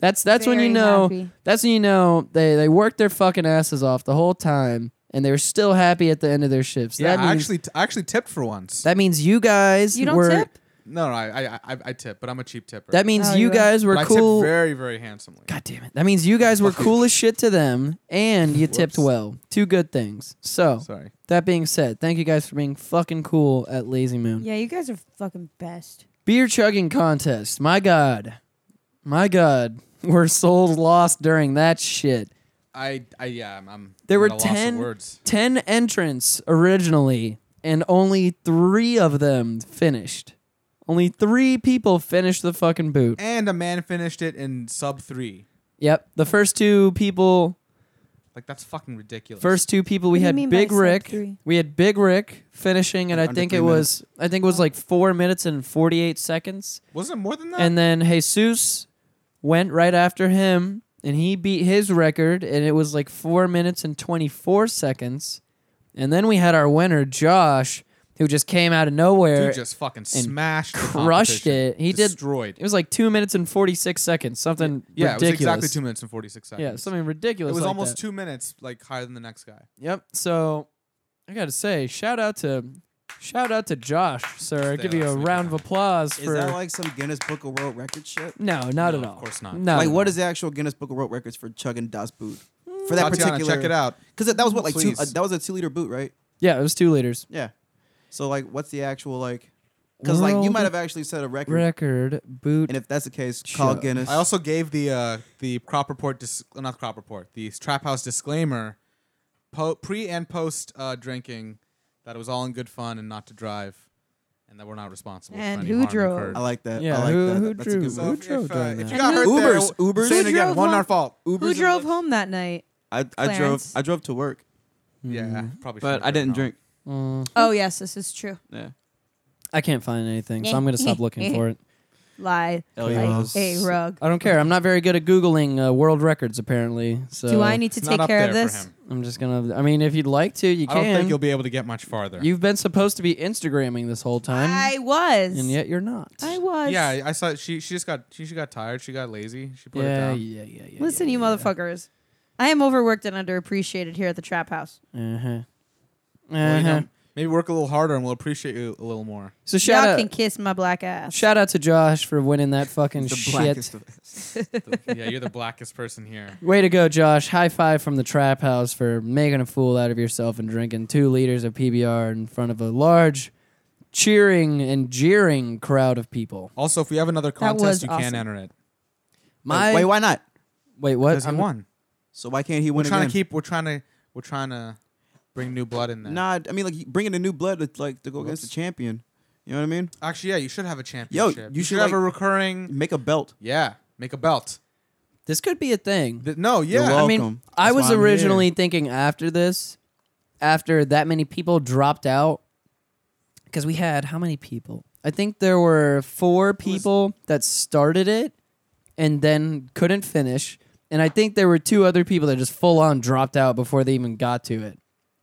[SPEAKER 1] That's that's when you
[SPEAKER 4] Very
[SPEAKER 1] know
[SPEAKER 4] happy.
[SPEAKER 1] that's when you know they, they worked their fucking asses off the whole time and they were still happy at the end of their shifts.
[SPEAKER 2] Yeah,
[SPEAKER 1] that
[SPEAKER 2] I
[SPEAKER 1] means,
[SPEAKER 2] actually t- I actually tipped for once.
[SPEAKER 1] that means you guys
[SPEAKER 4] You don't
[SPEAKER 1] were
[SPEAKER 4] tip?
[SPEAKER 2] no, no, I, I I I tip, but I'm a cheap tipper.
[SPEAKER 1] that means
[SPEAKER 4] Oh,
[SPEAKER 1] you
[SPEAKER 4] you are.
[SPEAKER 1] guys were
[SPEAKER 2] but I
[SPEAKER 1] cool.
[SPEAKER 2] tipped very very handsomely.
[SPEAKER 1] God damn it. That means you guys were cool as shit to them and you tipped
[SPEAKER 2] Whoops.
[SPEAKER 1] well. Two good things. So,
[SPEAKER 2] Sorry.
[SPEAKER 1] that being said, thank you guys for being fucking cool at Lazy Moon.
[SPEAKER 4] Yeah, you guys are fucking best.
[SPEAKER 1] Beer chugging contest. My God. My God. We're souls lost during that shit.
[SPEAKER 2] I I yeah, I'm, I'm
[SPEAKER 1] There
[SPEAKER 2] I'm
[SPEAKER 1] were
[SPEAKER 2] at a loss of
[SPEAKER 1] 10
[SPEAKER 2] words.
[SPEAKER 1] 10 entrants originally, and only three of them finished. Only three people finished the fucking boot.
[SPEAKER 2] And a man finished it in sub 3.
[SPEAKER 1] Yep. The first two people
[SPEAKER 2] Like that's fucking ridiculous.
[SPEAKER 1] First two people we
[SPEAKER 4] What do you
[SPEAKER 1] had
[SPEAKER 4] mean by
[SPEAKER 1] Big
[SPEAKER 4] sub
[SPEAKER 1] Rick.
[SPEAKER 4] three?
[SPEAKER 1] We had Big Rick finishing, and I
[SPEAKER 3] Under
[SPEAKER 1] think
[SPEAKER 3] three
[SPEAKER 1] it was I think it was like four minutes and forty eight seconds.
[SPEAKER 2] wasn't it more than that?
[SPEAKER 1] And then Jesus went right after him, and he beat his record, and it was like four minutes and twenty four seconds. And then we had our winner Josh, who just came out of nowhere.
[SPEAKER 2] Dude just fucking smashed, the
[SPEAKER 1] crushed
[SPEAKER 2] competition.
[SPEAKER 1] it. He did-
[SPEAKER 2] destroyed.
[SPEAKER 1] it was like two minutes and forty six seconds, something
[SPEAKER 2] yeah,
[SPEAKER 1] ridiculous.
[SPEAKER 2] it was exactly two minutes and forty six seconds.
[SPEAKER 1] yeah, something
[SPEAKER 2] It
[SPEAKER 1] ridiculous.
[SPEAKER 2] was
[SPEAKER 1] like
[SPEAKER 2] almost
[SPEAKER 1] that.
[SPEAKER 2] two minutes, like higher than the next guy.
[SPEAKER 1] Yep. So I gotta say, shout out to shout out to Josh, sir.
[SPEAKER 2] Stay
[SPEAKER 1] Give you a
[SPEAKER 2] awesome,
[SPEAKER 1] round of applause
[SPEAKER 3] Is
[SPEAKER 1] for
[SPEAKER 3] that like some Guinness Book of World Record shit?
[SPEAKER 1] No, not at all.
[SPEAKER 2] of course not.
[SPEAKER 1] No.
[SPEAKER 3] Like, what is the actual Guinness Book of World Records for chugging Das boot? For that
[SPEAKER 2] Tatiana,
[SPEAKER 3] particular,
[SPEAKER 2] check it out.
[SPEAKER 3] Because that was what like two,
[SPEAKER 2] Please.
[SPEAKER 3] uh, that was a two liter boot, right?
[SPEAKER 1] Yeah, it was two liters.
[SPEAKER 3] Yeah. So like, what's the actual like? Because like you
[SPEAKER 1] World
[SPEAKER 3] might have actually set a record,
[SPEAKER 1] Record boot.
[SPEAKER 3] and if that's the case, call
[SPEAKER 1] Chug.
[SPEAKER 3] Guinness.
[SPEAKER 2] I also gave the uh, the crop report, dis- not crop report, the trap house disclaimer, po- pre and post uh, drinking, that it was all in good fun and not to drive, and that we're not responsible.
[SPEAKER 4] And
[SPEAKER 2] for any
[SPEAKER 4] who
[SPEAKER 2] harm
[SPEAKER 4] drove?
[SPEAKER 2] incurred.
[SPEAKER 3] I like that.
[SPEAKER 1] yeah,
[SPEAKER 3] I like
[SPEAKER 1] who,
[SPEAKER 3] that.
[SPEAKER 1] who
[SPEAKER 3] That's a
[SPEAKER 1] drew?
[SPEAKER 3] good
[SPEAKER 2] So
[SPEAKER 1] who
[SPEAKER 3] one.
[SPEAKER 2] if,
[SPEAKER 1] drove
[SPEAKER 2] uh,
[SPEAKER 1] down
[SPEAKER 2] if
[SPEAKER 1] that?
[SPEAKER 2] you got hurt
[SPEAKER 3] Ubers,
[SPEAKER 2] there,
[SPEAKER 3] Ubers.
[SPEAKER 2] say it
[SPEAKER 4] Who
[SPEAKER 2] again.
[SPEAKER 4] drove
[SPEAKER 2] One
[SPEAKER 4] home?
[SPEAKER 2] our fault.
[SPEAKER 3] Ubers
[SPEAKER 4] Who
[SPEAKER 3] and
[SPEAKER 4] drove
[SPEAKER 3] Lyfts.
[SPEAKER 4] home that night?
[SPEAKER 3] I, I drove.
[SPEAKER 4] Clarence.
[SPEAKER 3] I drove to work.
[SPEAKER 2] Yeah, probably.
[SPEAKER 6] but
[SPEAKER 2] should've
[SPEAKER 6] I didn't
[SPEAKER 2] known.
[SPEAKER 6] drink.
[SPEAKER 4] Oh yes, this is true.
[SPEAKER 6] Yeah.
[SPEAKER 1] I can't find anything, so I'm gonna stop looking for it.
[SPEAKER 4] Lie
[SPEAKER 6] Ellie
[SPEAKER 4] like
[SPEAKER 6] Ross.
[SPEAKER 4] a rug.
[SPEAKER 1] I don't care. I'm not very good at googling uh, world records, apparently. So
[SPEAKER 4] Do I need to
[SPEAKER 2] It's
[SPEAKER 4] take
[SPEAKER 2] not up
[SPEAKER 4] care of
[SPEAKER 2] there for
[SPEAKER 4] this?
[SPEAKER 2] him.
[SPEAKER 1] I'm just gonna. I mean, if you'd like to, you
[SPEAKER 2] I
[SPEAKER 1] can.
[SPEAKER 2] don't think you'll be able to get much farther.
[SPEAKER 1] You've been supposed to be Instagramming this whole time,
[SPEAKER 4] I was.
[SPEAKER 1] and yet you're not.
[SPEAKER 4] I was.
[SPEAKER 2] yeah, I- I saw she. She just got. She, she got tired. She got lazy. She put it
[SPEAKER 1] yeah, yeah,
[SPEAKER 2] down.
[SPEAKER 1] yeah, yeah, yeah.
[SPEAKER 4] Listen, you motherfuckers. I am overworked and underappreciated here at the trap house.
[SPEAKER 1] Uh huh.
[SPEAKER 2] Well,
[SPEAKER 1] Uh
[SPEAKER 2] you
[SPEAKER 1] huh.
[SPEAKER 2] know, maybe work a little harder, and we'll appreciate you a little more.
[SPEAKER 1] So shout
[SPEAKER 4] Y'all
[SPEAKER 1] out,
[SPEAKER 4] can kiss my black ass.
[SPEAKER 1] shout out to Josh for winning that fucking
[SPEAKER 3] the
[SPEAKER 1] shit.
[SPEAKER 3] blackest of us.
[SPEAKER 2] yeah, you're the blackest person here.
[SPEAKER 1] Way to go, Josh! High five from the trap house for making a fool out of yourself and drinking two liters of PBR in front of a large, cheering and jeering crowd of people.
[SPEAKER 2] Also, if we have another
[SPEAKER 4] was
[SPEAKER 2] contest, you
[SPEAKER 4] awesome.
[SPEAKER 2] can enter it
[SPEAKER 1] My
[SPEAKER 3] Wait, why not?
[SPEAKER 1] wait, what?
[SPEAKER 2] because he won.
[SPEAKER 3] So why can't he
[SPEAKER 2] We're
[SPEAKER 3] win
[SPEAKER 2] trying
[SPEAKER 3] again?
[SPEAKER 2] to keep. We're trying to. We're trying to bring new blood in there.
[SPEAKER 3] Nah, I mean like bringing the new blood to like to go against the champion. You know what I mean?
[SPEAKER 2] Actually, yeah, you should have a championship.
[SPEAKER 3] you
[SPEAKER 2] you
[SPEAKER 3] should,
[SPEAKER 2] should have a
[SPEAKER 3] like-
[SPEAKER 2] recurring.
[SPEAKER 3] Make a belt.
[SPEAKER 2] Yeah, make a belt.
[SPEAKER 1] this could be a thing.
[SPEAKER 2] Th- no, yeah.
[SPEAKER 3] You're
[SPEAKER 1] I
[SPEAKER 3] welcome.
[SPEAKER 1] mean, I
[SPEAKER 3] That's
[SPEAKER 1] was
[SPEAKER 3] why I'm here.
[SPEAKER 1] originally thinking after this, after that many people dropped out, because we had how many people? I think there were four people that started it and then couldn't finish. And I think there were two other people that just full on dropped out before they even got to it.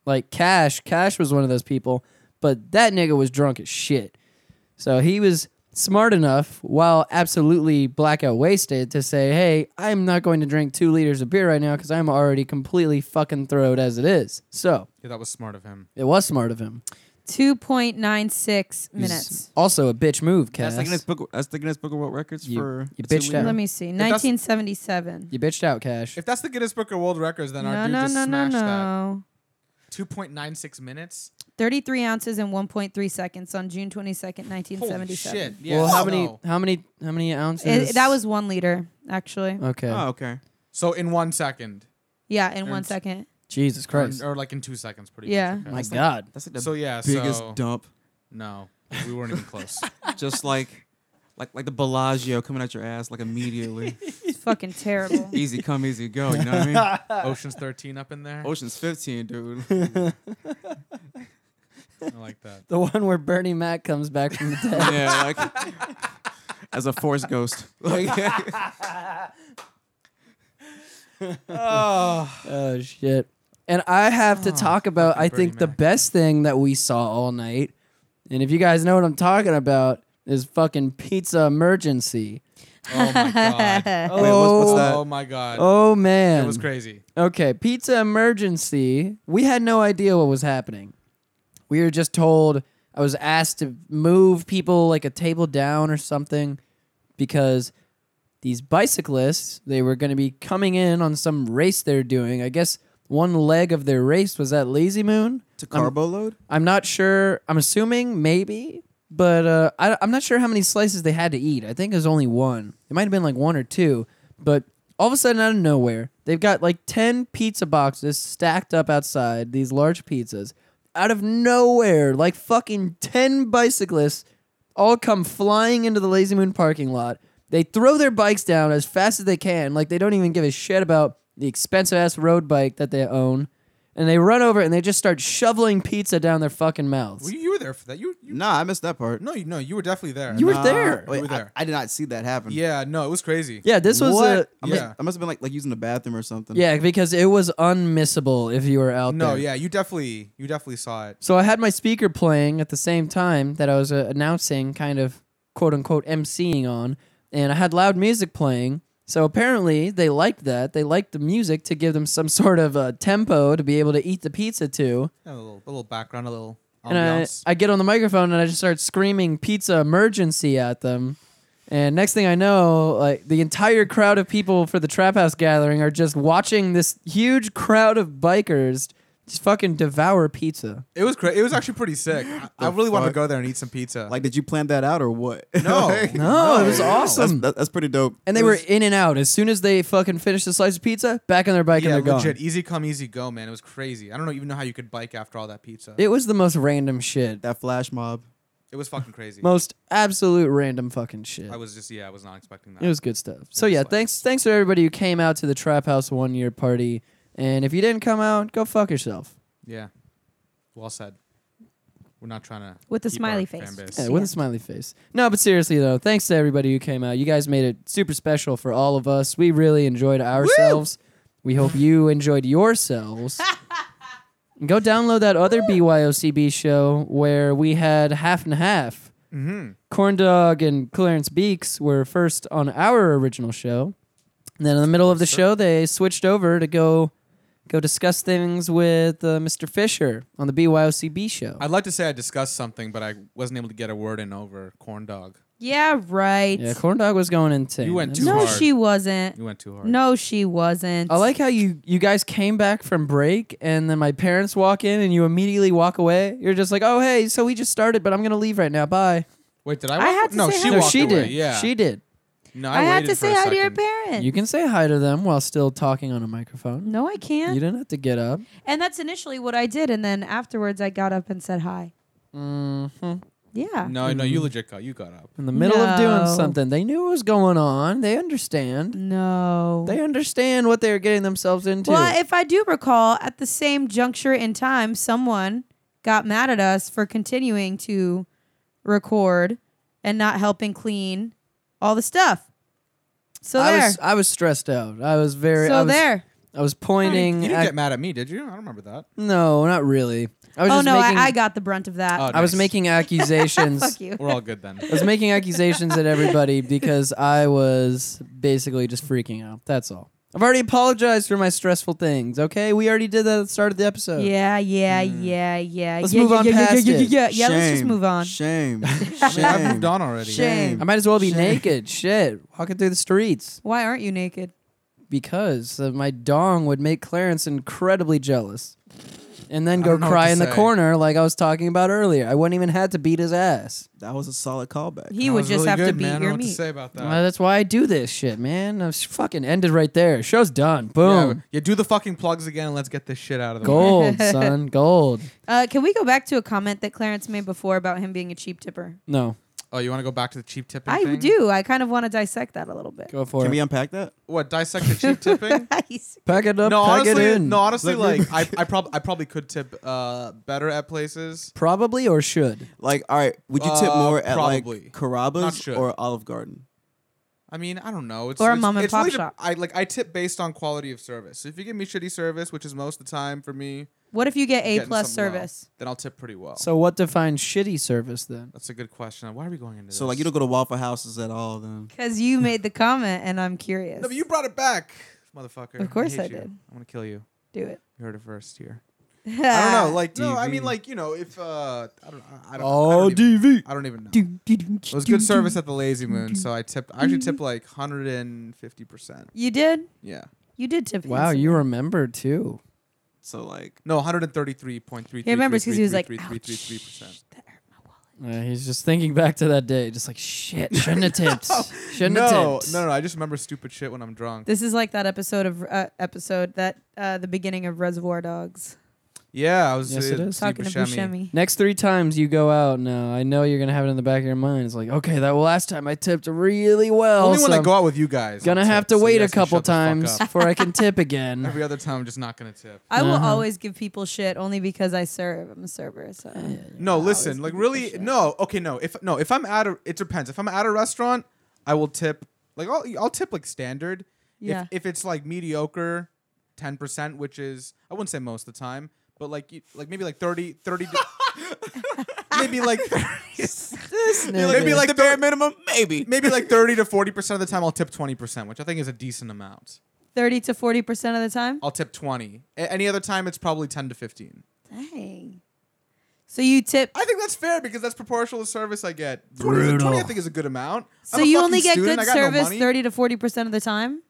[SPEAKER 1] Like Cash, Cash was one of those people, but that nigga was drunk as shit. So he was smart enough, while absolutely blackout wasted, to say, "Hey, I'm not going to drink two liters of beer right now because I'm already completely fucking throwed as it is." So
[SPEAKER 2] Yeah, that was smart of him.
[SPEAKER 1] it was smart of him.
[SPEAKER 4] 2.96
[SPEAKER 1] He's
[SPEAKER 4] minutes.
[SPEAKER 1] Also, a bitch move, Cass.
[SPEAKER 3] That's the Guinness Book. That's the Guinness Book of World Records
[SPEAKER 1] You-
[SPEAKER 3] for.
[SPEAKER 1] you
[SPEAKER 3] two
[SPEAKER 1] bitched
[SPEAKER 3] liter.
[SPEAKER 1] out.
[SPEAKER 4] Let me see.
[SPEAKER 2] that's-
[SPEAKER 4] 1977.
[SPEAKER 1] you bitched out, Cash.
[SPEAKER 2] If that's the Guinness Book of World Records, then our
[SPEAKER 4] No,
[SPEAKER 2] dude
[SPEAKER 4] no,
[SPEAKER 2] just
[SPEAKER 4] no, no,
[SPEAKER 2] smashed that.
[SPEAKER 4] no.
[SPEAKER 2] Two point nine six minutes.
[SPEAKER 4] 33 ounces and 1.3 seconds on June 22nd, 1977.
[SPEAKER 2] Holy shit! Yeah.
[SPEAKER 1] well, how
[SPEAKER 2] no.
[SPEAKER 1] many? How many? How many ounces?
[SPEAKER 4] It- that was one liter, actually.
[SPEAKER 1] okay.
[SPEAKER 3] Oh, okay.
[SPEAKER 2] So in one second,
[SPEAKER 4] yeah, in one
[SPEAKER 2] and-
[SPEAKER 4] second.
[SPEAKER 1] Jesus
[SPEAKER 2] or,
[SPEAKER 1] Christ!
[SPEAKER 2] or like in two seconds, pretty
[SPEAKER 4] Yeah.
[SPEAKER 2] much.
[SPEAKER 1] My God.
[SPEAKER 3] That's like
[SPEAKER 2] Yeah.
[SPEAKER 3] the
[SPEAKER 2] So yeah,
[SPEAKER 3] biggest
[SPEAKER 2] so,
[SPEAKER 3] dump.
[SPEAKER 2] No, we weren't even close.
[SPEAKER 3] Just like, like like the Bellagio coming at your ass like immediately.
[SPEAKER 4] It's fucking terrible.
[SPEAKER 3] easy come, easy go. You know what I
[SPEAKER 2] Ocean's thirteen up in there.
[SPEAKER 3] mean? Ocean's 15, dude.
[SPEAKER 2] I like that.
[SPEAKER 1] The one where Bernie Mac comes back from the dead.
[SPEAKER 3] yeah, like as a force ghost. Like,
[SPEAKER 1] Oh shit. And I have to talk about I think the best thing that we saw all night. And if you guys know what I'm talking about is fucking pizza emergency.
[SPEAKER 2] Oh my god.
[SPEAKER 1] Oh,
[SPEAKER 3] what's- what's that?
[SPEAKER 2] Oh my god.
[SPEAKER 1] Oh man.
[SPEAKER 2] It was crazy.
[SPEAKER 1] Okay, pizza emergency. We had no idea what was happening. We were just told I was asked to move people like a table down or something because these bicyclists, they were going to be coming in on some race they're doing. I guess one leg of their race was at Lazy Moon.
[SPEAKER 3] to
[SPEAKER 1] I'm-
[SPEAKER 3] carbo load.
[SPEAKER 1] I'm not sure. I'm assuming maybe, but uh, I, I'm not sure how many slices they had to eat. I think it was only one. It might have been like one or two. But all of a sudden, out of nowhere, they've got like 10 pizza boxes stacked up outside, these large pizzas. Out of nowhere, like fucking 10 bicyclists all come flying into the Lazy Moon parking lot. They throw their bikes down as fast as they can, like they don't even give a shit about the expensive ass road bike that they own. And they run over and they just start shoveling pizza down their fucking mouths.
[SPEAKER 2] Well, you, you were there for that. You, you
[SPEAKER 3] Nah, I missed that part.
[SPEAKER 2] no, you no, you were definitely there.
[SPEAKER 1] You were there.
[SPEAKER 3] Wait,
[SPEAKER 2] You were
[SPEAKER 3] I-
[SPEAKER 2] there.
[SPEAKER 3] I, did not see that happen.
[SPEAKER 2] yeah, no, it was crazy.
[SPEAKER 1] yeah, this was
[SPEAKER 3] What?
[SPEAKER 1] a.
[SPEAKER 3] I must,
[SPEAKER 2] Yeah.
[SPEAKER 3] I must have been like like using the bathroom or something.
[SPEAKER 1] Yeah, because it was unmissable if you were out
[SPEAKER 2] No,
[SPEAKER 1] there.
[SPEAKER 2] yeah, you definitely, you definitely saw it.
[SPEAKER 1] So I had my speaker playing at the same time that I was uh, announcing, kind of quote unquote emceeing on, and I had loud music playing. So apparently they liked that. They liked the music to give them some sort of uh, tempo to be able to eat the pizza to.
[SPEAKER 2] Yeah, a little, a little background, a little
[SPEAKER 1] And I,
[SPEAKER 2] ambiance.
[SPEAKER 1] I get on the microphone and I just start screaming pizza emergency at them. And next thing I know, like the entire crowd of people for the Trap House gathering are just watching this huge crowd of bikers just fucking devour pizza.
[SPEAKER 2] It was crazy. It was actually pretty sick. I, I really want to
[SPEAKER 3] fuck?
[SPEAKER 2] go there and eat some pizza.
[SPEAKER 3] Like, did you plan that out or what?
[SPEAKER 2] no,
[SPEAKER 1] No, Oh, it was
[SPEAKER 3] That's,
[SPEAKER 1] awesome.
[SPEAKER 3] that, that's pretty dope.
[SPEAKER 1] And they were in and out. As soon as they fucking finished the slice of pizza, back on their bike
[SPEAKER 2] yeah,
[SPEAKER 1] and they're
[SPEAKER 2] legit.
[SPEAKER 1] gone.
[SPEAKER 2] Easy come, easy go, man. It was crazy. I don't know even know how you could bike after all that pizza. It,
[SPEAKER 1] It was the most random shit.
[SPEAKER 3] that flash mob.
[SPEAKER 2] was fucking crazy.
[SPEAKER 1] Most absolute random fucking shit.
[SPEAKER 2] I was just yeah, I was not expecting that.
[SPEAKER 1] It was good stuff. So
[SPEAKER 2] was
[SPEAKER 1] yeah,
[SPEAKER 2] like-
[SPEAKER 1] thanks thanks to everybody who came out to the Trap House one year party. And if you didn't come out, go fuck yourself.
[SPEAKER 2] Yeah. Well said. We're not trying to
[SPEAKER 4] With the
[SPEAKER 2] keep our
[SPEAKER 4] smiley
[SPEAKER 2] fan
[SPEAKER 4] face.
[SPEAKER 2] base.
[SPEAKER 1] Yeah, with a smiley face. No, but seriously though, thanks to everybody who came out. You guys made it super special for all of us. We really enjoyed ourselves. We hope you enjoyed yourselves. Go download that other BYOCB show where we had half and half.
[SPEAKER 2] Mm-hmm.
[SPEAKER 1] Corn Dog and Clarence Beeks were first on our original show. And then in the middle of the show, they switched over to go go discuss things with uh, Mr. Fisher on the BYOCB show.
[SPEAKER 2] I'd like to say I discussed something, but I wasn't able to get a word in over corn dog.
[SPEAKER 4] Yeah, right.
[SPEAKER 1] Yeah, Corn Dog was going insane.
[SPEAKER 2] You went
[SPEAKER 1] That's-
[SPEAKER 2] too
[SPEAKER 4] no,
[SPEAKER 2] hard.
[SPEAKER 4] she wasn't.
[SPEAKER 2] You went too hard.
[SPEAKER 4] No, she wasn't.
[SPEAKER 1] Oh, I like how you you guys came back from break and then my parents walk in and you immediately walk away. You're just like, "Oh, hey, so we just started, but I'm going to leave right now. Bye."
[SPEAKER 2] Wait, did I?
[SPEAKER 4] I
[SPEAKER 2] Walk
[SPEAKER 4] had to
[SPEAKER 2] no,
[SPEAKER 4] say
[SPEAKER 2] she
[SPEAKER 4] hi.
[SPEAKER 1] no,
[SPEAKER 2] walked
[SPEAKER 1] she
[SPEAKER 2] away.
[SPEAKER 1] did.
[SPEAKER 2] Yeah,
[SPEAKER 1] She did.
[SPEAKER 2] No,
[SPEAKER 4] I,
[SPEAKER 2] I,
[SPEAKER 4] had
[SPEAKER 2] waited
[SPEAKER 4] to
[SPEAKER 2] for
[SPEAKER 4] say
[SPEAKER 2] a
[SPEAKER 4] hi to your
[SPEAKER 2] second.
[SPEAKER 4] parents.
[SPEAKER 1] You can say hi to them while still talking on a microphone.
[SPEAKER 4] no, I
[SPEAKER 1] You
[SPEAKER 4] can't.
[SPEAKER 1] didn't have to get up.
[SPEAKER 4] And that's initially what I did, and then afterwards I got up and said hi.
[SPEAKER 1] hmm
[SPEAKER 4] Yeah.
[SPEAKER 2] Mm-hmm. No, no, you legit got you got up.
[SPEAKER 1] In the middle of doing
[SPEAKER 4] No.
[SPEAKER 1] something, they knew what was going on. They understand.
[SPEAKER 4] No.
[SPEAKER 1] They understand what they're getting themselves into.
[SPEAKER 4] Well, if I do recall, at the same juncture in time, someone got mad at us for continuing to record and not helping clean all the stuff. So
[SPEAKER 1] I
[SPEAKER 4] there.
[SPEAKER 1] was I was stressed out. I was very
[SPEAKER 4] so
[SPEAKER 1] I was,
[SPEAKER 4] there.
[SPEAKER 1] I was
[SPEAKER 2] You
[SPEAKER 1] pointing
[SPEAKER 2] didn't, you didn't
[SPEAKER 1] at
[SPEAKER 2] get mad at me, did you? I don't remember that.
[SPEAKER 1] No, not really. I was
[SPEAKER 4] Oh
[SPEAKER 1] just
[SPEAKER 4] no,
[SPEAKER 1] making,
[SPEAKER 4] I, I got the brunt of that.
[SPEAKER 2] Oh,
[SPEAKER 1] I was
[SPEAKER 2] Nice.
[SPEAKER 1] making accusations.
[SPEAKER 4] Fuck you.
[SPEAKER 2] We're all good then.
[SPEAKER 1] I was making accusations at everybody because I was basically just freaking out. That's all. I've already apologized for my stressful things. Okay, we already did that at the start of the episode.
[SPEAKER 4] Yeah, yeah, yeah, yeah.
[SPEAKER 1] Hmm. Let's
[SPEAKER 4] yeah,
[SPEAKER 1] move
[SPEAKER 4] yeah,
[SPEAKER 1] on
[SPEAKER 4] yeah, yeah,
[SPEAKER 1] past
[SPEAKER 4] yeah,
[SPEAKER 1] it.
[SPEAKER 4] yeah, yeah, yeah. Let's just
[SPEAKER 3] Shame.
[SPEAKER 4] move on.
[SPEAKER 3] Shame.
[SPEAKER 2] I mean, I've
[SPEAKER 3] Shame.
[SPEAKER 2] moved on already.
[SPEAKER 3] Shame.
[SPEAKER 1] I might as well be
[SPEAKER 3] Shit.
[SPEAKER 1] naked. Shit, walking through the streets
[SPEAKER 4] Why aren't you naked?
[SPEAKER 1] because of my dong would make Clarence incredibly jealous, and then go
[SPEAKER 2] don't know what
[SPEAKER 1] cry
[SPEAKER 2] to
[SPEAKER 1] in the
[SPEAKER 2] say.
[SPEAKER 1] corner like I was talking about earlier. I wouldn't even had to beat his ass.
[SPEAKER 3] That was a solid callback.
[SPEAKER 4] He
[SPEAKER 2] That
[SPEAKER 4] would
[SPEAKER 2] was
[SPEAKER 4] just
[SPEAKER 2] really
[SPEAKER 4] have to
[SPEAKER 2] good,
[SPEAKER 4] beat
[SPEAKER 2] man. I don't know
[SPEAKER 4] your
[SPEAKER 2] what to
[SPEAKER 4] meat.
[SPEAKER 2] say about that.
[SPEAKER 1] Well, that's why I do this shit, man. I was fucking ended right there. Show's done. Boom.
[SPEAKER 2] Yeah, yeah, do the fucking plugs again and let's get this shit out of the way.
[SPEAKER 1] Gold, son. Gold.
[SPEAKER 4] Uh, can we go back to a comment that Clarence made before about him being a cheap tipper?
[SPEAKER 1] No,
[SPEAKER 2] Oh, you want to go back to the cheap tipping?
[SPEAKER 4] I
[SPEAKER 2] thing?
[SPEAKER 4] do. I kind of want to dissect that a little bit.
[SPEAKER 1] go for
[SPEAKER 3] Can
[SPEAKER 1] it.
[SPEAKER 3] we unpack that?
[SPEAKER 2] What dissect the cheap tipping?
[SPEAKER 4] He's-
[SPEAKER 1] pack it up.
[SPEAKER 2] no,
[SPEAKER 1] pack
[SPEAKER 2] honestly,
[SPEAKER 1] it in.
[SPEAKER 2] no, honestly, like I, I probably, I probably could tip uh, better at places.
[SPEAKER 1] Probably or should.
[SPEAKER 3] Like, all right, would you tip
[SPEAKER 2] Uh,
[SPEAKER 3] more at
[SPEAKER 2] probably.
[SPEAKER 3] like
[SPEAKER 2] Not
[SPEAKER 3] Carrabba's
[SPEAKER 2] sure.
[SPEAKER 3] or Olive Garden?
[SPEAKER 2] I mean, I don't know. It's,
[SPEAKER 4] Or a
[SPEAKER 2] it's-
[SPEAKER 4] mom and
[SPEAKER 2] it's
[SPEAKER 4] pop
[SPEAKER 2] really de-
[SPEAKER 4] shop.
[SPEAKER 2] I like I tip based on quality of service. So if you give me shitty service, which is most of the time for me,
[SPEAKER 4] what if you get A
[SPEAKER 2] getting
[SPEAKER 4] plus
[SPEAKER 2] something low,
[SPEAKER 4] service?
[SPEAKER 2] then I'll tip pretty well.
[SPEAKER 1] So what defines shitty service then?
[SPEAKER 2] that's a good question. Why are we going into this?
[SPEAKER 3] So like, you don't go to Waffle Houses at all, then.
[SPEAKER 4] Because you made the comment, and I'm curious.
[SPEAKER 2] No, but you brought it back, motherfucker.
[SPEAKER 4] Of course
[SPEAKER 2] I,
[SPEAKER 4] I
[SPEAKER 2] hate you.
[SPEAKER 4] did.
[SPEAKER 2] I'm gonna kill you.
[SPEAKER 4] do it.
[SPEAKER 2] You heard it first here. I don't know. Like, Uh, no, I
[SPEAKER 3] DV.
[SPEAKER 2] mean, like, you know, if uh, I don't, I don't, I
[SPEAKER 1] Oh,
[SPEAKER 2] don't, even,
[SPEAKER 1] DV.
[SPEAKER 2] I don't even know. It was good service at the Lazy Moon, so I tipped. I actually tipped like 150. percent
[SPEAKER 4] You did.
[SPEAKER 2] Yeah,
[SPEAKER 4] You did tip.
[SPEAKER 1] Wow,
[SPEAKER 4] handsome.
[SPEAKER 1] you remember too.
[SPEAKER 3] So like,
[SPEAKER 2] no, 133.33.
[SPEAKER 4] He remembers 'cause he was like,
[SPEAKER 2] percent.
[SPEAKER 4] That hurt my wallet.
[SPEAKER 1] Uh, he's just thinking back to that day, just like shit. Shouldn't have tipped. Shouldn't have
[SPEAKER 2] No,
[SPEAKER 1] tipped.
[SPEAKER 2] no, no. I just remember stupid shit when I'm drunk.
[SPEAKER 4] This is like that episode of uh, episode that uh, the beginning of Reservoir Dogs
[SPEAKER 2] Yeah, I was
[SPEAKER 1] Yes,
[SPEAKER 2] uh,
[SPEAKER 1] it is.
[SPEAKER 2] Steve
[SPEAKER 4] talking to
[SPEAKER 2] Buscemi.
[SPEAKER 4] Buscemi.
[SPEAKER 1] Next three times you go out now, I know you're gonna have it in the back of your mind. It's like, okay, that last time I tipped really well.
[SPEAKER 2] Only when
[SPEAKER 1] so
[SPEAKER 2] I go out with you guys.
[SPEAKER 1] I'm gonna
[SPEAKER 2] I'll
[SPEAKER 1] have to
[SPEAKER 2] tip, so you
[SPEAKER 1] wait a
[SPEAKER 2] guys can
[SPEAKER 1] couple
[SPEAKER 2] shut the fuck
[SPEAKER 1] times
[SPEAKER 2] up.
[SPEAKER 1] before I can tip again.
[SPEAKER 2] Every other time, I'm just not gonna tip.
[SPEAKER 4] I will
[SPEAKER 1] Uh-huh.
[SPEAKER 4] always give people shit only because I serve. I'm a server, so
[SPEAKER 2] No,
[SPEAKER 4] always
[SPEAKER 2] listen, like
[SPEAKER 4] give people
[SPEAKER 2] really,
[SPEAKER 4] shit.
[SPEAKER 2] no, okay, no. If no, if I'm at a, it depends. If I'm at a restaurant, I will tip. Like I'll, I'll tip like standard.
[SPEAKER 4] Yeah.
[SPEAKER 2] If, if it's like mediocre, ten percent, which is I wouldn't say most of the time, but like you, like maybe like 30, 30 maybe like maybe
[SPEAKER 1] nigga.
[SPEAKER 2] like
[SPEAKER 3] the bare minimum, maybe.
[SPEAKER 2] maybe like thirty to forty percent of the time I'll tip twenty percent, which I think is a decent amount.
[SPEAKER 4] thirty to forty percent of the time.
[SPEAKER 2] I'll tip twenty. A- any other time, it's probably ten to fifteen.
[SPEAKER 4] Dang. So you tip.
[SPEAKER 2] I think that's fair because that's proportional to service I get. 20,
[SPEAKER 1] Brutal.
[SPEAKER 2] 20 I think is a good amount.
[SPEAKER 4] So
[SPEAKER 2] I'm a
[SPEAKER 4] you
[SPEAKER 2] fucking
[SPEAKER 4] only get
[SPEAKER 2] student,
[SPEAKER 4] good
[SPEAKER 2] I got no
[SPEAKER 4] service
[SPEAKER 2] money.
[SPEAKER 4] thirty to forty percent of the time.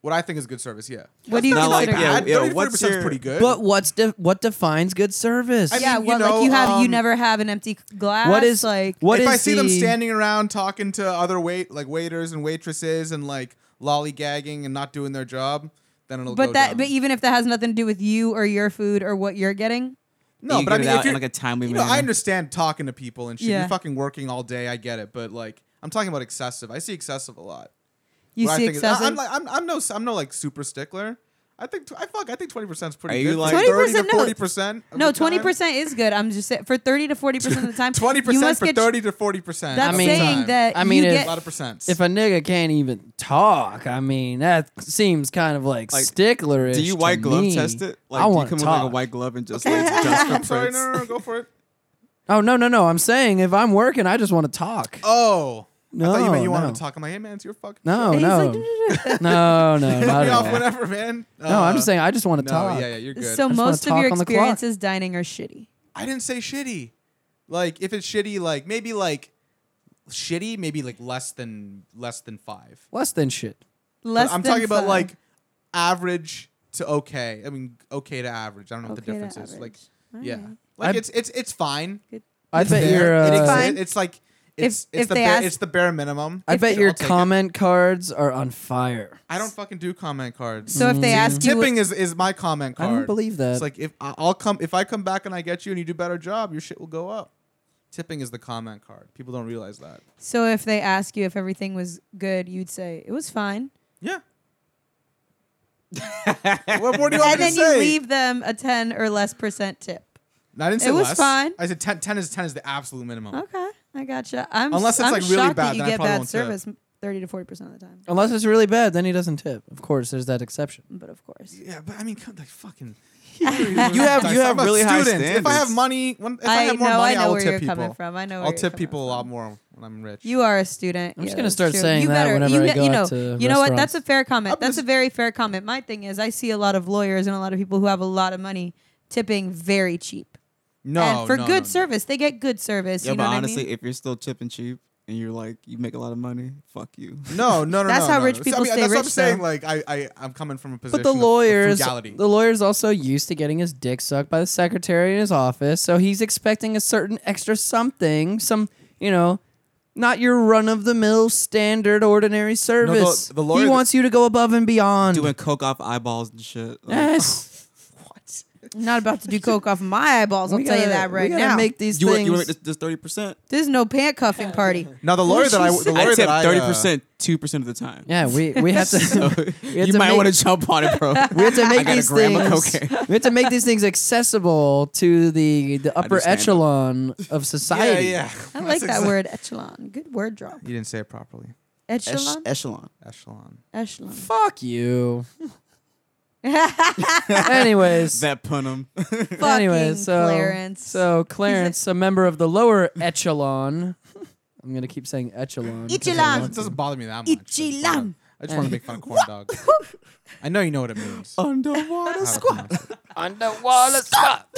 [SPEAKER 2] What I think is good service, yeah.
[SPEAKER 4] What do you
[SPEAKER 3] not like-
[SPEAKER 4] consider?
[SPEAKER 3] yeah,
[SPEAKER 4] bad?
[SPEAKER 2] Thirty
[SPEAKER 3] yeah,
[SPEAKER 2] to forty
[SPEAKER 3] what's
[SPEAKER 2] percent is
[SPEAKER 3] your-
[SPEAKER 2] pretty good.
[SPEAKER 1] But what's de- what defines good service?
[SPEAKER 2] I mean,
[SPEAKER 4] yeah,
[SPEAKER 2] you
[SPEAKER 4] what
[SPEAKER 2] know,
[SPEAKER 4] like you have you
[SPEAKER 2] um,
[SPEAKER 4] never have an empty glass.
[SPEAKER 1] what is
[SPEAKER 4] like
[SPEAKER 1] what
[SPEAKER 2] if
[SPEAKER 1] is
[SPEAKER 2] I see them
[SPEAKER 1] the-
[SPEAKER 2] standing around talking to other wait like waiters and waitresses and like lollygagging and not doing their job, then it'll
[SPEAKER 4] But
[SPEAKER 2] go
[SPEAKER 4] that
[SPEAKER 2] down.
[SPEAKER 4] but even if that has nothing to do with you or your food or what you're getting,
[SPEAKER 2] no,
[SPEAKER 3] you
[SPEAKER 2] but I
[SPEAKER 3] get it
[SPEAKER 2] mean,
[SPEAKER 3] out
[SPEAKER 2] if
[SPEAKER 3] in
[SPEAKER 2] you're,
[SPEAKER 3] like a timely
[SPEAKER 2] you know, I
[SPEAKER 3] manner.
[SPEAKER 2] understand talking to people and shit.
[SPEAKER 4] Yeah.
[SPEAKER 2] You're fucking working all day. I get it, but like I'm talking about excessive. I see excessive a lot.
[SPEAKER 4] you
[SPEAKER 2] what I
[SPEAKER 4] see
[SPEAKER 2] think is- I-
[SPEAKER 4] excessive.
[SPEAKER 2] I'm like I'm, I'm no I'm no like super stickler. I think tw- I fuck. I think twenty percent is pretty.
[SPEAKER 3] Are
[SPEAKER 2] good.
[SPEAKER 3] you
[SPEAKER 2] for
[SPEAKER 3] like-
[SPEAKER 2] thirty to
[SPEAKER 4] 20%? No.
[SPEAKER 2] forty percent?
[SPEAKER 4] No, twenty percent is good. I'm just saying for thirty to forty percent of the time.
[SPEAKER 2] Twenty
[SPEAKER 4] you
[SPEAKER 2] percent
[SPEAKER 4] must
[SPEAKER 2] for
[SPEAKER 4] get-
[SPEAKER 2] thirty to forty percent.
[SPEAKER 4] That's
[SPEAKER 1] I mean-
[SPEAKER 4] saying that
[SPEAKER 1] I mean,
[SPEAKER 4] you
[SPEAKER 1] if-
[SPEAKER 2] a
[SPEAKER 4] get
[SPEAKER 2] lot of percents.
[SPEAKER 1] If a nigga can't even talk, I mean that seems kind of like,
[SPEAKER 3] Like,
[SPEAKER 1] sticklerish.
[SPEAKER 3] Do you
[SPEAKER 1] to
[SPEAKER 3] white glove
[SPEAKER 1] me.
[SPEAKER 3] test it? Like,
[SPEAKER 1] I
[SPEAKER 3] do you
[SPEAKER 1] want
[SPEAKER 3] come
[SPEAKER 1] to
[SPEAKER 3] with like a
[SPEAKER 1] talk.
[SPEAKER 3] white glove and just
[SPEAKER 2] Okay.
[SPEAKER 3] like dust
[SPEAKER 2] I'm
[SPEAKER 3] for
[SPEAKER 2] sorry,
[SPEAKER 3] prints?
[SPEAKER 2] no, no, no, go for it.
[SPEAKER 1] Oh no no no! I'm saying if I'm working, I just want to talk.
[SPEAKER 2] Oh,
[SPEAKER 1] No,
[SPEAKER 2] I thought you meant you
[SPEAKER 1] no.
[SPEAKER 2] wanted to talk. I'm like, hey man, it's your fucking.
[SPEAKER 1] No
[SPEAKER 4] He's
[SPEAKER 1] no.
[SPEAKER 4] like,
[SPEAKER 1] no no
[SPEAKER 2] Hit
[SPEAKER 1] not at
[SPEAKER 2] me off
[SPEAKER 1] all.
[SPEAKER 2] whenever, man. Uh,
[SPEAKER 1] No, I'm just saying I just want to
[SPEAKER 2] No,
[SPEAKER 1] talk.
[SPEAKER 2] yeah, yeah, you're good.
[SPEAKER 4] so
[SPEAKER 1] just wanna
[SPEAKER 4] most of
[SPEAKER 1] talk
[SPEAKER 4] your
[SPEAKER 1] on the clock.
[SPEAKER 4] experiences dining are shitty.
[SPEAKER 2] I didn't say shitty. Like if it's shitty, like maybe like shitty, maybe like less than less than five.
[SPEAKER 1] Less than shit.
[SPEAKER 4] Less.
[SPEAKER 2] I'm
[SPEAKER 4] than
[SPEAKER 2] talking about
[SPEAKER 4] five.
[SPEAKER 2] like average to okay. I mean, okay to average. I don't know what the
[SPEAKER 4] Okay to
[SPEAKER 2] difference is. Like,
[SPEAKER 4] average. All
[SPEAKER 2] yeah,
[SPEAKER 4] right.
[SPEAKER 2] like
[SPEAKER 1] I'd-
[SPEAKER 2] it's it's it's fine.
[SPEAKER 1] I
[SPEAKER 2] It's
[SPEAKER 1] bet your
[SPEAKER 2] there. It
[SPEAKER 1] uh,
[SPEAKER 2] exists.
[SPEAKER 4] Fine.
[SPEAKER 2] it's like it's
[SPEAKER 4] if
[SPEAKER 2] it's the
[SPEAKER 4] they
[SPEAKER 2] bare,
[SPEAKER 4] ask-
[SPEAKER 2] it's the bare minimum.
[SPEAKER 1] I bet your
[SPEAKER 2] I'll take it.
[SPEAKER 1] comment cards are on fire.
[SPEAKER 2] I don't fucking do comment cards.
[SPEAKER 4] So if
[SPEAKER 1] Mm-hmm.
[SPEAKER 4] they ask you,
[SPEAKER 2] tipping is is my comment
[SPEAKER 1] I
[SPEAKER 2] card.
[SPEAKER 1] don't believe that.
[SPEAKER 2] It's like if I- I'll come if I come back and I get you and you do better job, your shit will go up. Tipping is the comment card. People don't realize that.
[SPEAKER 4] so if they ask you if everything was good, you'd say it was fine,
[SPEAKER 2] Yeah. what more do you want
[SPEAKER 4] and
[SPEAKER 2] me
[SPEAKER 4] then
[SPEAKER 2] to
[SPEAKER 4] you
[SPEAKER 2] say?
[SPEAKER 4] leave them a ten or less percent tip.
[SPEAKER 2] No, I didn't say
[SPEAKER 4] It was
[SPEAKER 2] less.
[SPEAKER 4] fine.
[SPEAKER 2] I said 10, 10 is ten is the absolute minimum.
[SPEAKER 4] Okay, I gotcha. I'm
[SPEAKER 2] Unless it's,
[SPEAKER 4] I'm
[SPEAKER 2] like, really
[SPEAKER 4] shocked
[SPEAKER 2] bad,
[SPEAKER 4] that you
[SPEAKER 2] then I
[SPEAKER 4] get
[SPEAKER 2] probably
[SPEAKER 4] bad
[SPEAKER 2] won't tip.
[SPEAKER 4] service thirty to forty percent of the time.
[SPEAKER 1] Unless it's really bad, then he doesn't tip. Of course, there's that exception.
[SPEAKER 4] But of course,
[SPEAKER 2] Yeah, but I mean, come like fucking.
[SPEAKER 3] You have you have really high
[SPEAKER 2] students.
[SPEAKER 3] standards.
[SPEAKER 2] If I have money, when, if I, have more
[SPEAKER 4] know
[SPEAKER 2] money,
[SPEAKER 4] I know
[SPEAKER 2] will
[SPEAKER 4] where
[SPEAKER 2] tip
[SPEAKER 4] you're
[SPEAKER 2] people.
[SPEAKER 4] coming from. I know where
[SPEAKER 2] I'll
[SPEAKER 4] you're
[SPEAKER 2] tip
[SPEAKER 4] coming
[SPEAKER 2] people a
[SPEAKER 4] from.
[SPEAKER 2] lot more when I'm rich.
[SPEAKER 4] You are a student.
[SPEAKER 1] I'm just
[SPEAKER 4] Yeah,
[SPEAKER 1] gonna
[SPEAKER 4] that's
[SPEAKER 1] start
[SPEAKER 4] true.
[SPEAKER 1] saying
[SPEAKER 4] you
[SPEAKER 1] that
[SPEAKER 4] better,
[SPEAKER 1] whenever
[SPEAKER 4] you
[SPEAKER 1] I
[SPEAKER 4] kn-
[SPEAKER 1] go
[SPEAKER 4] you know,
[SPEAKER 1] out to
[SPEAKER 4] You know what?
[SPEAKER 1] restaurants.
[SPEAKER 4] That's a fair comment.
[SPEAKER 2] I'm
[SPEAKER 4] That's a
[SPEAKER 2] just-
[SPEAKER 4] very fair comment. My thing is, I see a lot of lawyers and a lot of people who have a lot of money tipping very cheap.
[SPEAKER 2] no,
[SPEAKER 4] and for
[SPEAKER 2] no,
[SPEAKER 4] good
[SPEAKER 2] no, no.
[SPEAKER 4] service, they get good service.
[SPEAKER 3] Yeah,
[SPEAKER 4] you know
[SPEAKER 3] but
[SPEAKER 4] what
[SPEAKER 3] honestly,
[SPEAKER 4] I mean?
[SPEAKER 3] if you're still chipping cheap and you're like you make a lot of money, fuck you.
[SPEAKER 2] No, no, no.
[SPEAKER 4] That's
[SPEAKER 2] no,
[SPEAKER 4] how
[SPEAKER 2] no.
[SPEAKER 4] rich
[SPEAKER 2] So, I
[SPEAKER 4] people
[SPEAKER 2] mean,
[SPEAKER 4] stay
[SPEAKER 2] That's what
[SPEAKER 4] rich,
[SPEAKER 2] I'm
[SPEAKER 4] though.
[SPEAKER 2] saying. Like I, I, I'm coming from a
[SPEAKER 1] But
[SPEAKER 2] position.
[SPEAKER 1] the
[SPEAKER 2] of- of
[SPEAKER 1] lawyers,
[SPEAKER 2] frugality.
[SPEAKER 1] the lawyer's also used to getting his dick sucked by the secretary in his office, so he's expecting a certain extra something, some you know, not your run of the mill standard ordinary service.
[SPEAKER 3] the lawyer
[SPEAKER 1] he
[SPEAKER 3] that-
[SPEAKER 1] wants you to go above and beyond.
[SPEAKER 3] Doing coke off eyeballs and shit. Like,
[SPEAKER 1] yes,
[SPEAKER 4] not about to do coke off my eyeballs. I'll
[SPEAKER 1] We
[SPEAKER 4] tell you
[SPEAKER 1] gotta-
[SPEAKER 4] that
[SPEAKER 1] we
[SPEAKER 4] right
[SPEAKER 1] gotta
[SPEAKER 4] now.
[SPEAKER 1] Make these
[SPEAKER 3] You want
[SPEAKER 1] things.
[SPEAKER 3] you want this this thirty percent?
[SPEAKER 4] There's no pant cuffing party.
[SPEAKER 2] Now the lawyer that I, the
[SPEAKER 3] I
[SPEAKER 2] lawyer
[SPEAKER 3] tip
[SPEAKER 2] that I,
[SPEAKER 3] thirty
[SPEAKER 2] uh,
[SPEAKER 3] percent, two percent of the time.
[SPEAKER 1] yeah, we we have to.
[SPEAKER 3] So
[SPEAKER 1] we have
[SPEAKER 3] you
[SPEAKER 1] to
[SPEAKER 3] might
[SPEAKER 1] make-
[SPEAKER 3] want to jump on it, bro.
[SPEAKER 1] We have to make
[SPEAKER 3] got a
[SPEAKER 1] these
[SPEAKER 3] gram of
[SPEAKER 1] things.
[SPEAKER 3] cocaine.
[SPEAKER 1] We have to make these things accessible to the the upper
[SPEAKER 3] Understand.
[SPEAKER 1] echelon of
[SPEAKER 2] Yeah,
[SPEAKER 1] society.
[SPEAKER 2] yeah.
[SPEAKER 4] I like that word echelon. Good word drop.
[SPEAKER 2] You didn't say it properly.
[SPEAKER 4] Echelon.
[SPEAKER 3] Echelon.
[SPEAKER 2] Echelon.
[SPEAKER 4] Echelon.
[SPEAKER 1] Fuck you. Anyways,
[SPEAKER 3] That punum.
[SPEAKER 1] anyways,
[SPEAKER 4] fucking
[SPEAKER 1] so
[SPEAKER 4] Clarence.
[SPEAKER 1] so Clarence, a member of the lower echelon. I'm gonna keep saying echelon. 'cause I
[SPEAKER 4] Echelon.
[SPEAKER 1] want
[SPEAKER 2] It
[SPEAKER 1] to.
[SPEAKER 2] doesn't bother me that much. I just
[SPEAKER 4] Ichilan.
[SPEAKER 2] wanna- I just want to make fun of corn dog. I know you know what it means.
[SPEAKER 4] Oh,
[SPEAKER 3] Underwater.
[SPEAKER 1] Underwater stop.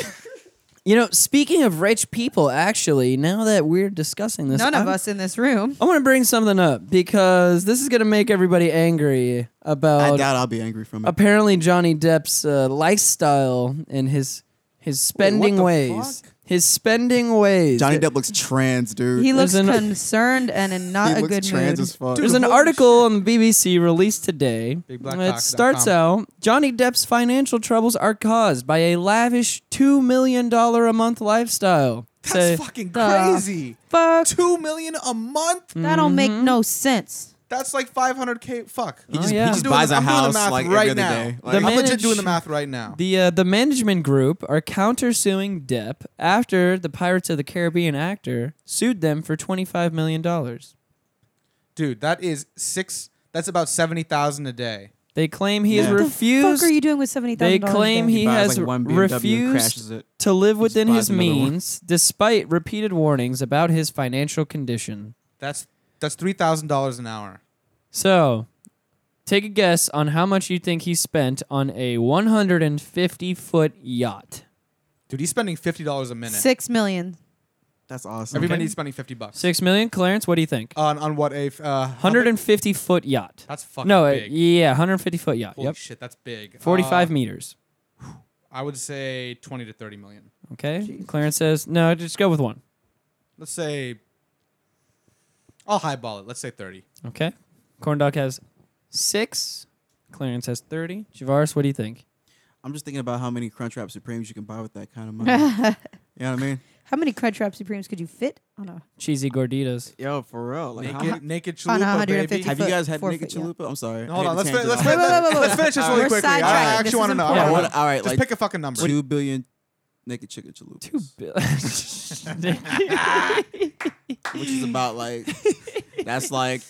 [SPEAKER 1] You know, speaking of rich people, actually, now that we're discussing this,
[SPEAKER 4] None of
[SPEAKER 1] I'm-
[SPEAKER 4] us in this room.
[SPEAKER 1] I want to bring something up because this is gonna make everybody angry about
[SPEAKER 3] I doubt I'll be angry from it.
[SPEAKER 1] apparently Johnny Depp's uh, lifestyle and his his spending
[SPEAKER 2] the
[SPEAKER 1] ways.
[SPEAKER 2] fuck?
[SPEAKER 1] His spending ways.
[SPEAKER 3] Johnny
[SPEAKER 1] There-
[SPEAKER 3] Depp looks trans, dude.
[SPEAKER 4] He looks
[SPEAKER 1] an-
[SPEAKER 4] concerned and in not
[SPEAKER 3] He
[SPEAKER 4] a
[SPEAKER 3] looks
[SPEAKER 4] good
[SPEAKER 3] trans
[SPEAKER 4] mood.
[SPEAKER 3] as fuck.
[SPEAKER 1] There's an article on the BBC released today. It
[SPEAKER 2] BigBlackHawk.com.
[SPEAKER 1] starts out Johnny Depp's financial troubles are caused by a lavish $2 million a month lifestyle.
[SPEAKER 2] That's
[SPEAKER 1] Say-
[SPEAKER 2] fucking
[SPEAKER 4] The-
[SPEAKER 2] crazy.
[SPEAKER 4] Fuck.
[SPEAKER 2] Two million a month.
[SPEAKER 4] That don't make no sense.
[SPEAKER 2] That's like 500k. Fuck.
[SPEAKER 1] Oh, yeah.
[SPEAKER 3] he
[SPEAKER 2] I'm
[SPEAKER 3] just
[SPEAKER 2] doing
[SPEAKER 3] buys
[SPEAKER 2] the-
[SPEAKER 3] a
[SPEAKER 2] I'm doing the
[SPEAKER 3] house
[SPEAKER 2] math
[SPEAKER 3] like
[SPEAKER 2] right
[SPEAKER 3] every other
[SPEAKER 2] now.
[SPEAKER 3] day.
[SPEAKER 1] The
[SPEAKER 3] Like,
[SPEAKER 2] I'm legit
[SPEAKER 1] manage-
[SPEAKER 2] doing the math right now.
[SPEAKER 1] The uh, the management group are countersuing Depp after the Pirates of the Caribbean actor sued them for twenty five million dollars.
[SPEAKER 2] Dude, that is six. That's about seventy thousand a day.
[SPEAKER 1] They claim he has
[SPEAKER 3] What the fuck
[SPEAKER 1] refused.
[SPEAKER 4] fuck are you doing with seventy
[SPEAKER 1] They
[SPEAKER 4] thousand dollars?
[SPEAKER 1] claim he,
[SPEAKER 3] He buys,
[SPEAKER 1] has
[SPEAKER 3] like, one BMW and crashes
[SPEAKER 1] refused
[SPEAKER 3] it.
[SPEAKER 1] to live within
[SPEAKER 3] buys
[SPEAKER 1] his
[SPEAKER 3] another one.
[SPEAKER 1] means despite repeated warnings about his financial condition.
[SPEAKER 2] That's that's three thousand dollars an hour.
[SPEAKER 1] So, take a guess on how much you think he spent on a 150 foot yacht.
[SPEAKER 2] Dude, he's spending fifty dollars a minute.
[SPEAKER 4] six million.
[SPEAKER 3] that's awesome.
[SPEAKER 2] Everybody's spending fifty bucks.
[SPEAKER 1] Six million, Clarence. What do you think?
[SPEAKER 2] On on what a f- uh, how big-
[SPEAKER 1] 150 foot yacht.
[SPEAKER 2] That's fucking
[SPEAKER 1] No, uh,
[SPEAKER 2] big.
[SPEAKER 1] yeah, 150 foot yacht.
[SPEAKER 2] Holy
[SPEAKER 1] yep,
[SPEAKER 2] shit, that's big.
[SPEAKER 1] 45
[SPEAKER 2] Uh,
[SPEAKER 1] meters.
[SPEAKER 2] I would say twenty to thirty million.
[SPEAKER 1] Okay, Clarence says no. Just go with one.
[SPEAKER 2] Let's say. I'll highball it. Let's say thirty.
[SPEAKER 1] Okay, Corn Dog has six. Clarence has 30. Javaris, what do you think?
[SPEAKER 3] I'm just thinking about how many Crunchwrap Supremes you can buy with that kind of money. you know what I mean?
[SPEAKER 4] How many Crunchwrap Supremes could you fit on a?
[SPEAKER 1] Cheesy gorditas.
[SPEAKER 3] Yo, for real. Like, how
[SPEAKER 2] Naked, naked
[SPEAKER 4] Oh, no,
[SPEAKER 2] chalupa,
[SPEAKER 4] 150
[SPEAKER 2] baby.
[SPEAKER 3] Have you
[SPEAKER 4] foot-
[SPEAKER 3] guys had
[SPEAKER 4] four
[SPEAKER 3] naked
[SPEAKER 4] foot, yeah.
[SPEAKER 3] chalupa? I'm sorry.
[SPEAKER 2] No, Hold
[SPEAKER 3] I
[SPEAKER 2] on,
[SPEAKER 3] had
[SPEAKER 2] let's
[SPEAKER 3] to
[SPEAKER 2] finish,
[SPEAKER 3] change
[SPEAKER 2] let's,
[SPEAKER 3] it
[SPEAKER 2] finish,
[SPEAKER 3] up.
[SPEAKER 4] Wait, wait, wait, wait,
[SPEAKER 2] let's
[SPEAKER 4] wait.
[SPEAKER 2] finish this really
[SPEAKER 4] We're
[SPEAKER 2] quickly. I- I
[SPEAKER 4] sidetracked. This
[SPEAKER 2] actually
[SPEAKER 4] is
[SPEAKER 2] want to know.
[SPEAKER 3] Yeah,
[SPEAKER 2] I wanna
[SPEAKER 3] what-
[SPEAKER 2] know.
[SPEAKER 3] all right,
[SPEAKER 2] Just
[SPEAKER 3] like-
[SPEAKER 2] pick a fucking number.
[SPEAKER 3] Two billion naked chicken chalupas.
[SPEAKER 1] Two billion.
[SPEAKER 3] which is about like that's like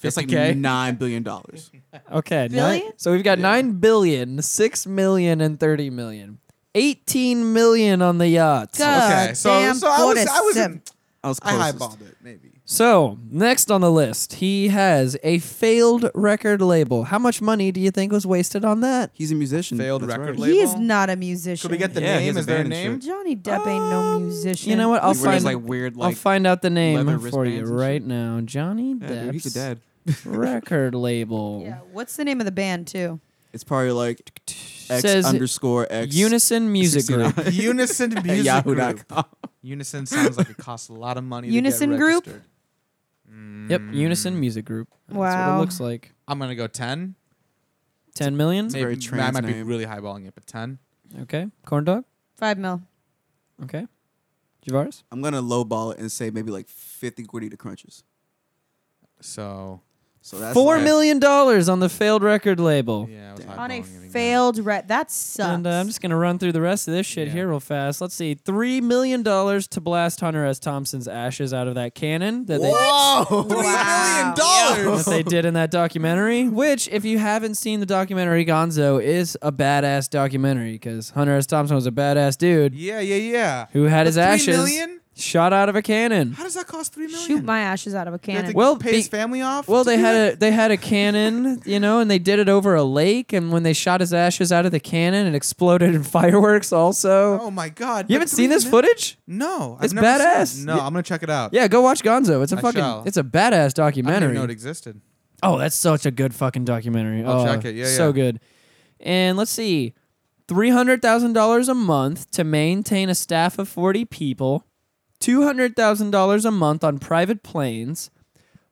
[SPEAKER 3] that's like
[SPEAKER 1] 50K?
[SPEAKER 3] nine billion dollars.
[SPEAKER 1] okay. Nine,
[SPEAKER 4] Billion?
[SPEAKER 1] so we've got nine billion, six million, and thirty million. Eighteen million on the yacht.
[SPEAKER 4] Go.
[SPEAKER 2] okay,
[SPEAKER 4] Uh,
[SPEAKER 2] so,
[SPEAKER 4] damn
[SPEAKER 2] so I was, I was,
[SPEAKER 4] Fortisip.
[SPEAKER 3] I was
[SPEAKER 2] I
[SPEAKER 3] closest.
[SPEAKER 2] highballed it maybe.
[SPEAKER 1] So next on the list, he has a failed record label. How much money do you think was wasted on that?
[SPEAKER 3] He's a musician.
[SPEAKER 2] Failed
[SPEAKER 3] that's
[SPEAKER 2] record
[SPEAKER 3] right.
[SPEAKER 2] label.
[SPEAKER 4] He is not a musician.
[SPEAKER 2] Could we get the
[SPEAKER 3] Yeah,
[SPEAKER 2] name?
[SPEAKER 3] he has a
[SPEAKER 2] Is there a
[SPEAKER 3] band and
[SPEAKER 2] name?
[SPEAKER 4] Johnny Depp ain't no musician.
[SPEAKER 1] You know what? I'll
[SPEAKER 3] He wears
[SPEAKER 1] find.
[SPEAKER 3] like weird
[SPEAKER 1] I'll
[SPEAKER 3] like.
[SPEAKER 1] find out the
[SPEAKER 3] leather
[SPEAKER 1] name for you
[SPEAKER 3] wristbands and
[SPEAKER 1] right
[SPEAKER 3] shit.
[SPEAKER 1] now. Johnny
[SPEAKER 3] yeah, dude, he's a
[SPEAKER 1] Depp's
[SPEAKER 3] dad.
[SPEAKER 1] record label
[SPEAKER 4] Yeah. What's the name of the band too?
[SPEAKER 3] It's probably like X
[SPEAKER 1] Says
[SPEAKER 3] underscore X
[SPEAKER 1] Unison Music Group.
[SPEAKER 3] 69.
[SPEAKER 2] Unison
[SPEAKER 3] at
[SPEAKER 2] Music Group.
[SPEAKER 3] Yahoo.com.
[SPEAKER 2] Unison sounds like it costs a lot of money. to
[SPEAKER 4] Unison
[SPEAKER 2] get
[SPEAKER 4] Group?
[SPEAKER 2] registered.
[SPEAKER 3] Mm.
[SPEAKER 1] Yep, Unison Music Group. That's what
[SPEAKER 4] Wow.
[SPEAKER 1] it looks like.
[SPEAKER 2] I'm gonna go ten.
[SPEAKER 1] Ten million.
[SPEAKER 3] a very
[SPEAKER 2] Maybe I
[SPEAKER 3] trans
[SPEAKER 2] might be
[SPEAKER 3] name.
[SPEAKER 2] really highballing it, but ten.
[SPEAKER 1] Okay, corn dog.
[SPEAKER 4] Five mil.
[SPEAKER 1] Okay, Javaris.
[SPEAKER 3] I'm gonna lowball it and say maybe like fifty gordita crunches.
[SPEAKER 2] So
[SPEAKER 3] So that's
[SPEAKER 1] Four
[SPEAKER 3] like-
[SPEAKER 1] million dollars on the failed record label.
[SPEAKER 2] yeah, I was
[SPEAKER 3] Damn.
[SPEAKER 4] On a
[SPEAKER 2] highballing it again.
[SPEAKER 4] failed ret. That sucks.
[SPEAKER 1] And uh, I'm just gonna run through the rest of this shit
[SPEAKER 2] Yeah.
[SPEAKER 1] here real fast. Let's see, three million dollars to blast Hunter S. Thompson's ashes out of that cannon that they
[SPEAKER 3] Whoa!
[SPEAKER 2] Three
[SPEAKER 4] Wow.
[SPEAKER 2] million dollars.
[SPEAKER 1] that they did in that documentary. Which, if you haven't seen the documentary Gonzo, is a badass documentary because Hunter S. Thompson was a badass dude
[SPEAKER 2] Yeah, yeah, yeah.
[SPEAKER 1] who had
[SPEAKER 2] But
[SPEAKER 1] his
[SPEAKER 2] three
[SPEAKER 1] ashes
[SPEAKER 2] million?
[SPEAKER 1] shot out of a cannon.
[SPEAKER 2] How does that cost three million?
[SPEAKER 4] Shoot my ashes out of a
[SPEAKER 2] You have
[SPEAKER 4] cannon.
[SPEAKER 2] to
[SPEAKER 1] Well,
[SPEAKER 2] pay
[SPEAKER 1] be-
[SPEAKER 2] his family off.
[SPEAKER 1] Well,
[SPEAKER 2] to
[SPEAKER 1] they
[SPEAKER 2] do that?
[SPEAKER 1] had a they had a cannon, you know, and they did it over a lake. And when they shot his ashes out of the cannon, it exploded in fireworks. Also,
[SPEAKER 2] Oh my god!
[SPEAKER 1] you
[SPEAKER 2] but
[SPEAKER 1] haven't seen
[SPEAKER 2] three
[SPEAKER 1] this
[SPEAKER 2] mil-
[SPEAKER 1] footage?
[SPEAKER 2] No,
[SPEAKER 1] It's
[SPEAKER 2] I've never seen
[SPEAKER 1] badass.
[SPEAKER 2] it. No,
[SPEAKER 1] Yeah.
[SPEAKER 2] I'm gonna check it out.
[SPEAKER 1] Yeah, go watch Gonzo. It's a
[SPEAKER 2] I
[SPEAKER 1] fucking,
[SPEAKER 2] shall.
[SPEAKER 1] it's a badass
[SPEAKER 2] I didn't even
[SPEAKER 1] documentary.
[SPEAKER 2] know it existed.
[SPEAKER 1] oh, that's such a good fucking documentary.
[SPEAKER 2] I'll
[SPEAKER 1] oh,
[SPEAKER 2] check it. Yeah,
[SPEAKER 1] so
[SPEAKER 2] yeah.
[SPEAKER 1] good. And let's see, three hundred thousand dollars a month to maintain a staff of forty people, two hundred thousand dollars a month on private planes,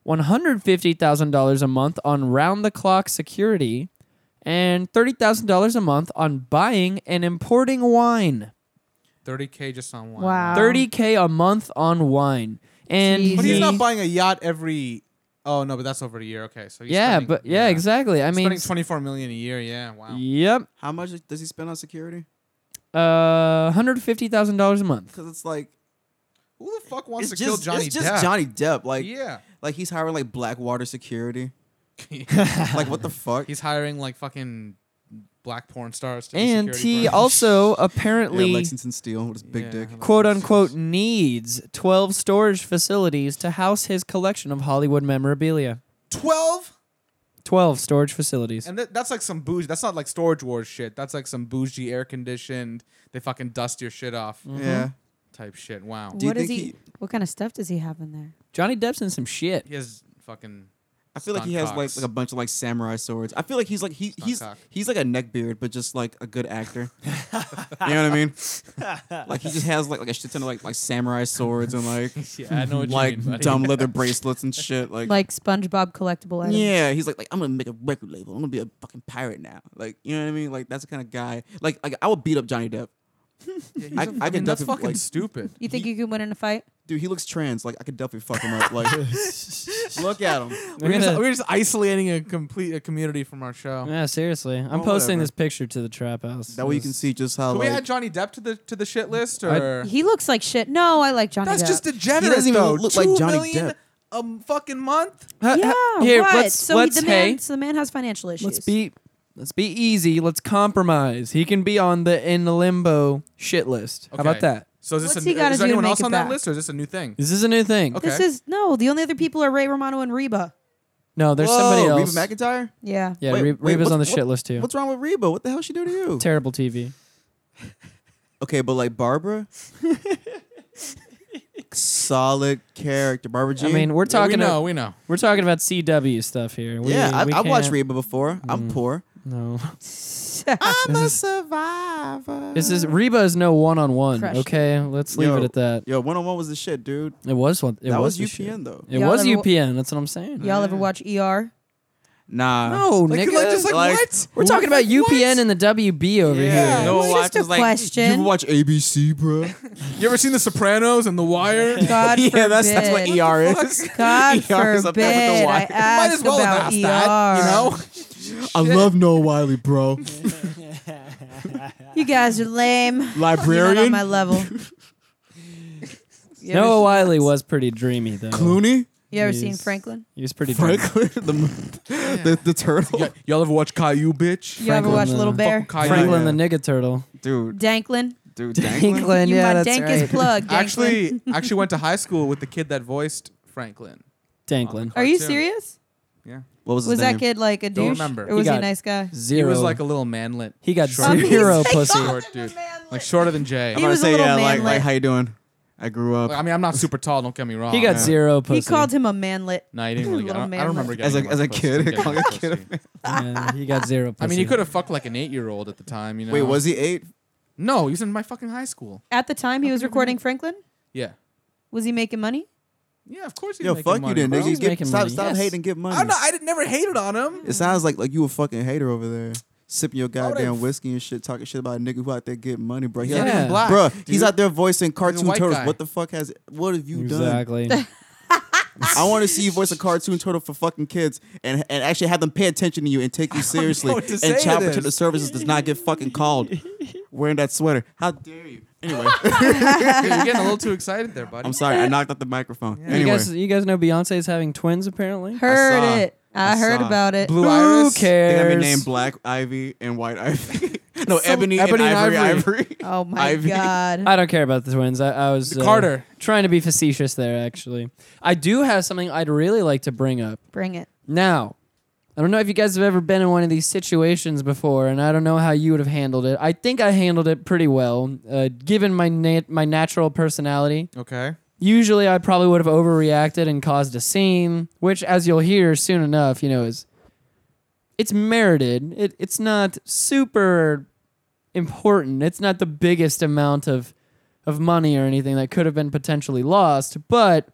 [SPEAKER 1] one hundred fifty thousand dollars a month on round the clock security, and thirty thousand dollars a month on buying and importing wine.
[SPEAKER 2] 30k just on one.
[SPEAKER 4] Wow.
[SPEAKER 1] Thirty k a month on wine. And
[SPEAKER 4] Jeez.
[SPEAKER 2] But
[SPEAKER 1] he-
[SPEAKER 2] he's not buying a yacht every. Oh no, but that's over a year. Okay, so he's
[SPEAKER 1] yeah,
[SPEAKER 2] spending-
[SPEAKER 1] but yeah, exactly. I
[SPEAKER 2] He's
[SPEAKER 1] mean,
[SPEAKER 2] spending 24 million a year. Yeah, wow.
[SPEAKER 1] yep,
[SPEAKER 3] How much does he spend on security?
[SPEAKER 1] uh, hundred fifty thousand dollars a month.
[SPEAKER 3] Because it's like
[SPEAKER 2] Who the fuck wants
[SPEAKER 3] it's
[SPEAKER 2] to kill
[SPEAKER 3] just
[SPEAKER 2] Johnny
[SPEAKER 3] it's just
[SPEAKER 2] Depp?
[SPEAKER 3] Johnny Depp. Like
[SPEAKER 2] yeah,
[SPEAKER 3] like he's hiring like Blackwater security. like what the fuck?
[SPEAKER 2] he's hiring like fucking black porn stars. To be
[SPEAKER 1] And
[SPEAKER 2] security
[SPEAKER 1] he
[SPEAKER 2] for him.
[SPEAKER 1] also
[SPEAKER 3] Yeah,
[SPEAKER 1] apparently
[SPEAKER 3] Lexington Steel with his big
[SPEAKER 2] Yeah.
[SPEAKER 3] dick.
[SPEAKER 1] quote unquote needs 12 storage facilities to house his collection of Hollywood memorabilia.
[SPEAKER 2] 12,
[SPEAKER 1] 12 storage facilities.
[SPEAKER 2] and that, that's like some bougie. That's not like Storage Wars shit. That's like some bougie air conditioned. They fucking dust your shit off
[SPEAKER 1] Mm.
[SPEAKER 3] Yeah.
[SPEAKER 2] type shit. Wow.
[SPEAKER 3] Do you
[SPEAKER 4] what is
[SPEAKER 3] think
[SPEAKER 4] he,
[SPEAKER 3] he-
[SPEAKER 4] What kind of stuff does he have in there?
[SPEAKER 1] Johnny Depp's in some shit.
[SPEAKER 2] He has fucking.
[SPEAKER 3] I feel like
[SPEAKER 2] Stunt
[SPEAKER 3] he has like,
[SPEAKER 2] cocks.
[SPEAKER 3] like a bunch of like samurai swords. I feel like he's like he he's
[SPEAKER 2] cock.
[SPEAKER 3] he's like a neckbeard, but just like a good actor. you know what I mean? Like he just has like like a shit ton of like like samurai swords and like
[SPEAKER 2] Yeah, I know what
[SPEAKER 3] like
[SPEAKER 2] you mean. buddy.
[SPEAKER 3] dumb leather bracelets and shit. Like,
[SPEAKER 4] Like SpongeBob collectible items.
[SPEAKER 3] yeah, he's like like I'm gonna make a record label. I'm gonna be a fucking pirate now. Like you know what I mean? Like that's the kind of guy. Like like I would beat up Johnny Depp.
[SPEAKER 2] Yeah, he's
[SPEAKER 3] I-
[SPEAKER 2] a- I
[SPEAKER 3] I can
[SPEAKER 2] mean, that's
[SPEAKER 3] definitely,
[SPEAKER 2] fucking
[SPEAKER 3] like-
[SPEAKER 2] stupid.
[SPEAKER 4] You think you could win in a fight?
[SPEAKER 3] Dude, he looks trans. Like I could definitely fuck him up. Like look at him.
[SPEAKER 1] We're gonna-
[SPEAKER 2] we're just isolating a complete a community from our show.
[SPEAKER 1] yeah, seriously. I'm
[SPEAKER 3] Well,
[SPEAKER 1] posting
[SPEAKER 3] whatever.
[SPEAKER 1] this picture to the trap house.
[SPEAKER 3] That way you can see just how
[SPEAKER 2] Can we
[SPEAKER 3] like
[SPEAKER 2] add Johnny Depp to the to the shit list
[SPEAKER 1] I-
[SPEAKER 2] or
[SPEAKER 4] He looks like shit. No, I like Johnny
[SPEAKER 2] that's
[SPEAKER 4] Depp.
[SPEAKER 2] just degenerate
[SPEAKER 3] He doesn't even
[SPEAKER 2] though.
[SPEAKER 3] look like
[SPEAKER 2] Two
[SPEAKER 3] Johnny
[SPEAKER 2] million
[SPEAKER 3] Depp.
[SPEAKER 2] a m- fucking month.
[SPEAKER 1] Ha-
[SPEAKER 4] yeah.
[SPEAKER 1] ha- here,
[SPEAKER 4] what?
[SPEAKER 1] let's
[SPEAKER 4] so he-
[SPEAKER 1] let's
[SPEAKER 4] the
[SPEAKER 1] hey,
[SPEAKER 4] man, so the man has financial issues.
[SPEAKER 1] let's be let's be easy. Let's compromise. He can be on the in the limbo shit list. How
[SPEAKER 2] Okay.
[SPEAKER 1] about that?
[SPEAKER 2] So is this
[SPEAKER 4] What's
[SPEAKER 2] a,
[SPEAKER 4] he gotta
[SPEAKER 2] is there
[SPEAKER 4] do to
[SPEAKER 2] anyone
[SPEAKER 4] make
[SPEAKER 2] else
[SPEAKER 4] it
[SPEAKER 2] on that
[SPEAKER 4] back?
[SPEAKER 2] list or is this a new thing?
[SPEAKER 1] This is a new thing.
[SPEAKER 2] Okay.
[SPEAKER 4] This is no. The only other people are Ray Romano and Reba.
[SPEAKER 1] No, there's somebody
[SPEAKER 3] Whoa,
[SPEAKER 1] else.
[SPEAKER 3] Reba McIntyre.
[SPEAKER 4] Yeah.
[SPEAKER 1] yeah,
[SPEAKER 3] Wait,
[SPEAKER 1] Re-
[SPEAKER 3] wait,
[SPEAKER 1] Reba's
[SPEAKER 3] what's-
[SPEAKER 1] on the
[SPEAKER 3] what-
[SPEAKER 1] shit list too.
[SPEAKER 3] What's wrong with Reba? What the hell she do to you?
[SPEAKER 1] Terrible TV.
[SPEAKER 3] Okay, but like Barbara, solid character. Barbara
[SPEAKER 1] I
[SPEAKER 3] Jean.
[SPEAKER 1] mean, we're
[SPEAKER 2] Yeah, we
[SPEAKER 1] talking.
[SPEAKER 2] know, we know.
[SPEAKER 1] We're talking about CW stuff here. We,
[SPEAKER 3] yeah,
[SPEAKER 1] we
[SPEAKER 3] I, I watched
[SPEAKER 1] can't-
[SPEAKER 3] Reba before. I'm poor.
[SPEAKER 1] No,
[SPEAKER 3] I'm
[SPEAKER 1] Ah, This
[SPEAKER 3] a
[SPEAKER 1] is-
[SPEAKER 3] survivor.
[SPEAKER 1] this is Reba is no one on one.
[SPEAKER 4] Crushed
[SPEAKER 1] Okay, let's leave
[SPEAKER 3] Yo.
[SPEAKER 1] it at that.
[SPEAKER 3] Yo, one on one was the shit, dude.
[SPEAKER 1] It was one. It
[SPEAKER 3] that
[SPEAKER 1] was
[SPEAKER 3] was
[SPEAKER 1] the shit.
[SPEAKER 3] UPN though.
[SPEAKER 1] It
[SPEAKER 4] Y'all
[SPEAKER 1] was
[SPEAKER 4] ever E wa-
[SPEAKER 1] UPN. That's what I'm saying.
[SPEAKER 4] Y'all ever watch ER?
[SPEAKER 6] Nah.
[SPEAKER 1] No,
[SPEAKER 2] Like,
[SPEAKER 1] nigga.
[SPEAKER 2] you're like, just like,
[SPEAKER 6] Like-
[SPEAKER 2] what?
[SPEAKER 1] We're talking about UPN and the WB over
[SPEAKER 2] Yeah.
[SPEAKER 1] here.
[SPEAKER 6] No
[SPEAKER 4] Well,
[SPEAKER 6] one
[SPEAKER 4] it's just
[SPEAKER 6] watches
[SPEAKER 4] a
[SPEAKER 6] like
[SPEAKER 4] question.
[SPEAKER 3] People watch ABC, bro.
[SPEAKER 2] You ever seen The Sopranos and The Wire?
[SPEAKER 4] God
[SPEAKER 6] yeah, that's that's what
[SPEAKER 4] forbid.
[SPEAKER 3] E
[SPEAKER 6] ER is.
[SPEAKER 4] God
[SPEAKER 6] ER is up there with the
[SPEAKER 4] forbid I
[SPEAKER 6] wire.
[SPEAKER 2] Might
[SPEAKER 4] ask
[SPEAKER 2] as well
[SPEAKER 4] about
[SPEAKER 2] have
[SPEAKER 4] ER.
[SPEAKER 2] asked that. You know,
[SPEAKER 3] I love Noah Wiley, bro.
[SPEAKER 4] You guys are lame. You're not on
[SPEAKER 3] Librarian.
[SPEAKER 4] my level. You ever-
[SPEAKER 1] Noah Wiley was pretty dreamy though.
[SPEAKER 3] Clooney.
[SPEAKER 4] You ever
[SPEAKER 1] Yes.
[SPEAKER 4] seen Franklin?
[SPEAKER 1] He was pretty dreamy.
[SPEAKER 3] Franklin. The, the the turtle.
[SPEAKER 2] Y- y'all ever watch Caillou, bitch?
[SPEAKER 4] You ever
[SPEAKER 1] Franklin,
[SPEAKER 4] watch
[SPEAKER 1] uh,
[SPEAKER 4] Little Bear?
[SPEAKER 2] Fucking Caillou.
[SPEAKER 1] Franklin the nigga turtle.
[SPEAKER 6] Dude,
[SPEAKER 4] Danklin.
[SPEAKER 6] dude, dangling.
[SPEAKER 4] you my dankest plug. Danklin.
[SPEAKER 2] Actually, actually went to high school with the kid that voiced Franklin.
[SPEAKER 1] Danklin.
[SPEAKER 4] are you
[SPEAKER 2] cartoon.
[SPEAKER 4] serious?
[SPEAKER 3] What was, his
[SPEAKER 4] Was that
[SPEAKER 3] name?
[SPEAKER 4] kid like a douche,
[SPEAKER 2] remember.
[SPEAKER 4] or was he,
[SPEAKER 1] He
[SPEAKER 4] a
[SPEAKER 1] got-
[SPEAKER 4] nice guy?
[SPEAKER 2] He
[SPEAKER 1] Zero.
[SPEAKER 2] was like a little manlet.
[SPEAKER 1] He got
[SPEAKER 2] Short dude.
[SPEAKER 1] zero
[SPEAKER 4] He's
[SPEAKER 1] pussy.
[SPEAKER 2] Short dude. Like shorter than Jay.
[SPEAKER 4] He
[SPEAKER 3] I'm gonna
[SPEAKER 4] was a
[SPEAKER 3] say
[SPEAKER 4] little
[SPEAKER 3] yeah. Like,
[SPEAKER 4] manlet.
[SPEAKER 3] like how you doing? I grew up
[SPEAKER 2] Like, I mean, I'm not super tall. Don't get me wrong. Uh,
[SPEAKER 1] He got zero pussy.
[SPEAKER 4] He called him a manlet.
[SPEAKER 2] No, he didn't really get. I don't, I don't remember
[SPEAKER 3] As
[SPEAKER 2] getting
[SPEAKER 3] a-
[SPEAKER 2] much
[SPEAKER 3] as a
[SPEAKER 2] pussy.
[SPEAKER 3] kid,
[SPEAKER 2] Didn't get
[SPEAKER 3] calling
[SPEAKER 2] much
[SPEAKER 3] a kid a
[SPEAKER 2] pussy.
[SPEAKER 1] Yeah, he got zero pussy.
[SPEAKER 2] I mean, he could have fucked like an eight-year-old at the time. You know.
[SPEAKER 3] Wait, was he eight?
[SPEAKER 2] No, he was in my fucking high school.
[SPEAKER 4] At the time he was recording Franklin,
[SPEAKER 2] Yeah.
[SPEAKER 4] was he making money?
[SPEAKER 2] Yeah, of course he.
[SPEAKER 3] Yo,
[SPEAKER 2] making
[SPEAKER 3] fuck
[SPEAKER 2] money,
[SPEAKER 3] you then,
[SPEAKER 2] bro.
[SPEAKER 3] nigga.
[SPEAKER 1] He's
[SPEAKER 3] Get,
[SPEAKER 1] making
[SPEAKER 3] stop,
[SPEAKER 1] money.
[SPEAKER 3] stop
[SPEAKER 1] Yes.
[SPEAKER 3] hating. Get money.
[SPEAKER 2] I don't know. I did, never hated on him.
[SPEAKER 3] It sounds like like you a fucking hater over there, sipping your
[SPEAKER 2] would I
[SPEAKER 3] goddamn
[SPEAKER 2] f-
[SPEAKER 3] whiskey and shit, talking shit about a nigga who out there getting money, bro. He
[SPEAKER 2] He's not
[SPEAKER 1] Yeah.
[SPEAKER 2] even black,
[SPEAKER 3] Bro,
[SPEAKER 2] dude.
[SPEAKER 3] he's out there voicing cartoon
[SPEAKER 2] white
[SPEAKER 3] turtles.
[SPEAKER 2] guy.
[SPEAKER 3] What the fuck has? What have you done?
[SPEAKER 1] exactly.
[SPEAKER 3] I want to see you voice a cartoon turtle for fucking kids and and actually have them pay attention to you and take you seriously.
[SPEAKER 2] what to
[SPEAKER 3] and
[SPEAKER 2] say
[SPEAKER 3] child
[SPEAKER 2] to
[SPEAKER 3] protective
[SPEAKER 2] this.
[SPEAKER 3] services does not get fucking called wearing that sweater. How dare you? Anyway,
[SPEAKER 2] Dude, You're getting a little too excited there, buddy.
[SPEAKER 3] I'm sorry, I knocked out the microphone.
[SPEAKER 1] You
[SPEAKER 3] Anyway,
[SPEAKER 1] guys, you guys know Beyonce is having twins apparently.
[SPEAKER 4] Heard
[SPEAKER 3] saw.
[SPEAKER 4] it. I,
[SPEAKER 3] I
[SPEAKER 4] heard
[SPEAKER 3] saw.
[SPEAKER 4] about it.
[SPEAKER 2] Blue
[SPEAKER 1] Who
[SPEAKER 2] Iris.
[SPEAKER 3] they have been
[SPEAKER 1] cares?
[SPEAKER 3] named Black Ivy and White Ivy. no, Ebony,
[SPEAKER 2] Ebony
[SPEAKER 3] and
[SPEAKER 2] and
[SPEAKER 3] Ivory.
[SPEAKER 2] Ivory.
[SPEAKER 3] Ivory.
[SPEAKER 4] Oh my
[SPEAKER 3] Ivy.
[SPEAKER 4] god.
[SPEAKER 1] I don't care about the twins. I, I was uh,
[SPEAKER 2] Carter.
[SPEAKER 1] trying to be facetious there. Actually, I do have something I'd really like to bring up.
[SPEAKER 4] Bring it.
[SPEAKER 1] Now, I don't know if you guys have ever been in one of these situations before, and I don't know how you would have handled it. I think I handled it pretty well, uh, given my nat- my natural personality.
[SPEAKER 2] Okay.
[SPEAKER 1] Usually, I probably would have overreacted and caused a scene, which, as you'll hear soon enough, you know is it's merited. It it's not super important. It's not the biggest amount of of money or anything that could have been potentially lost, but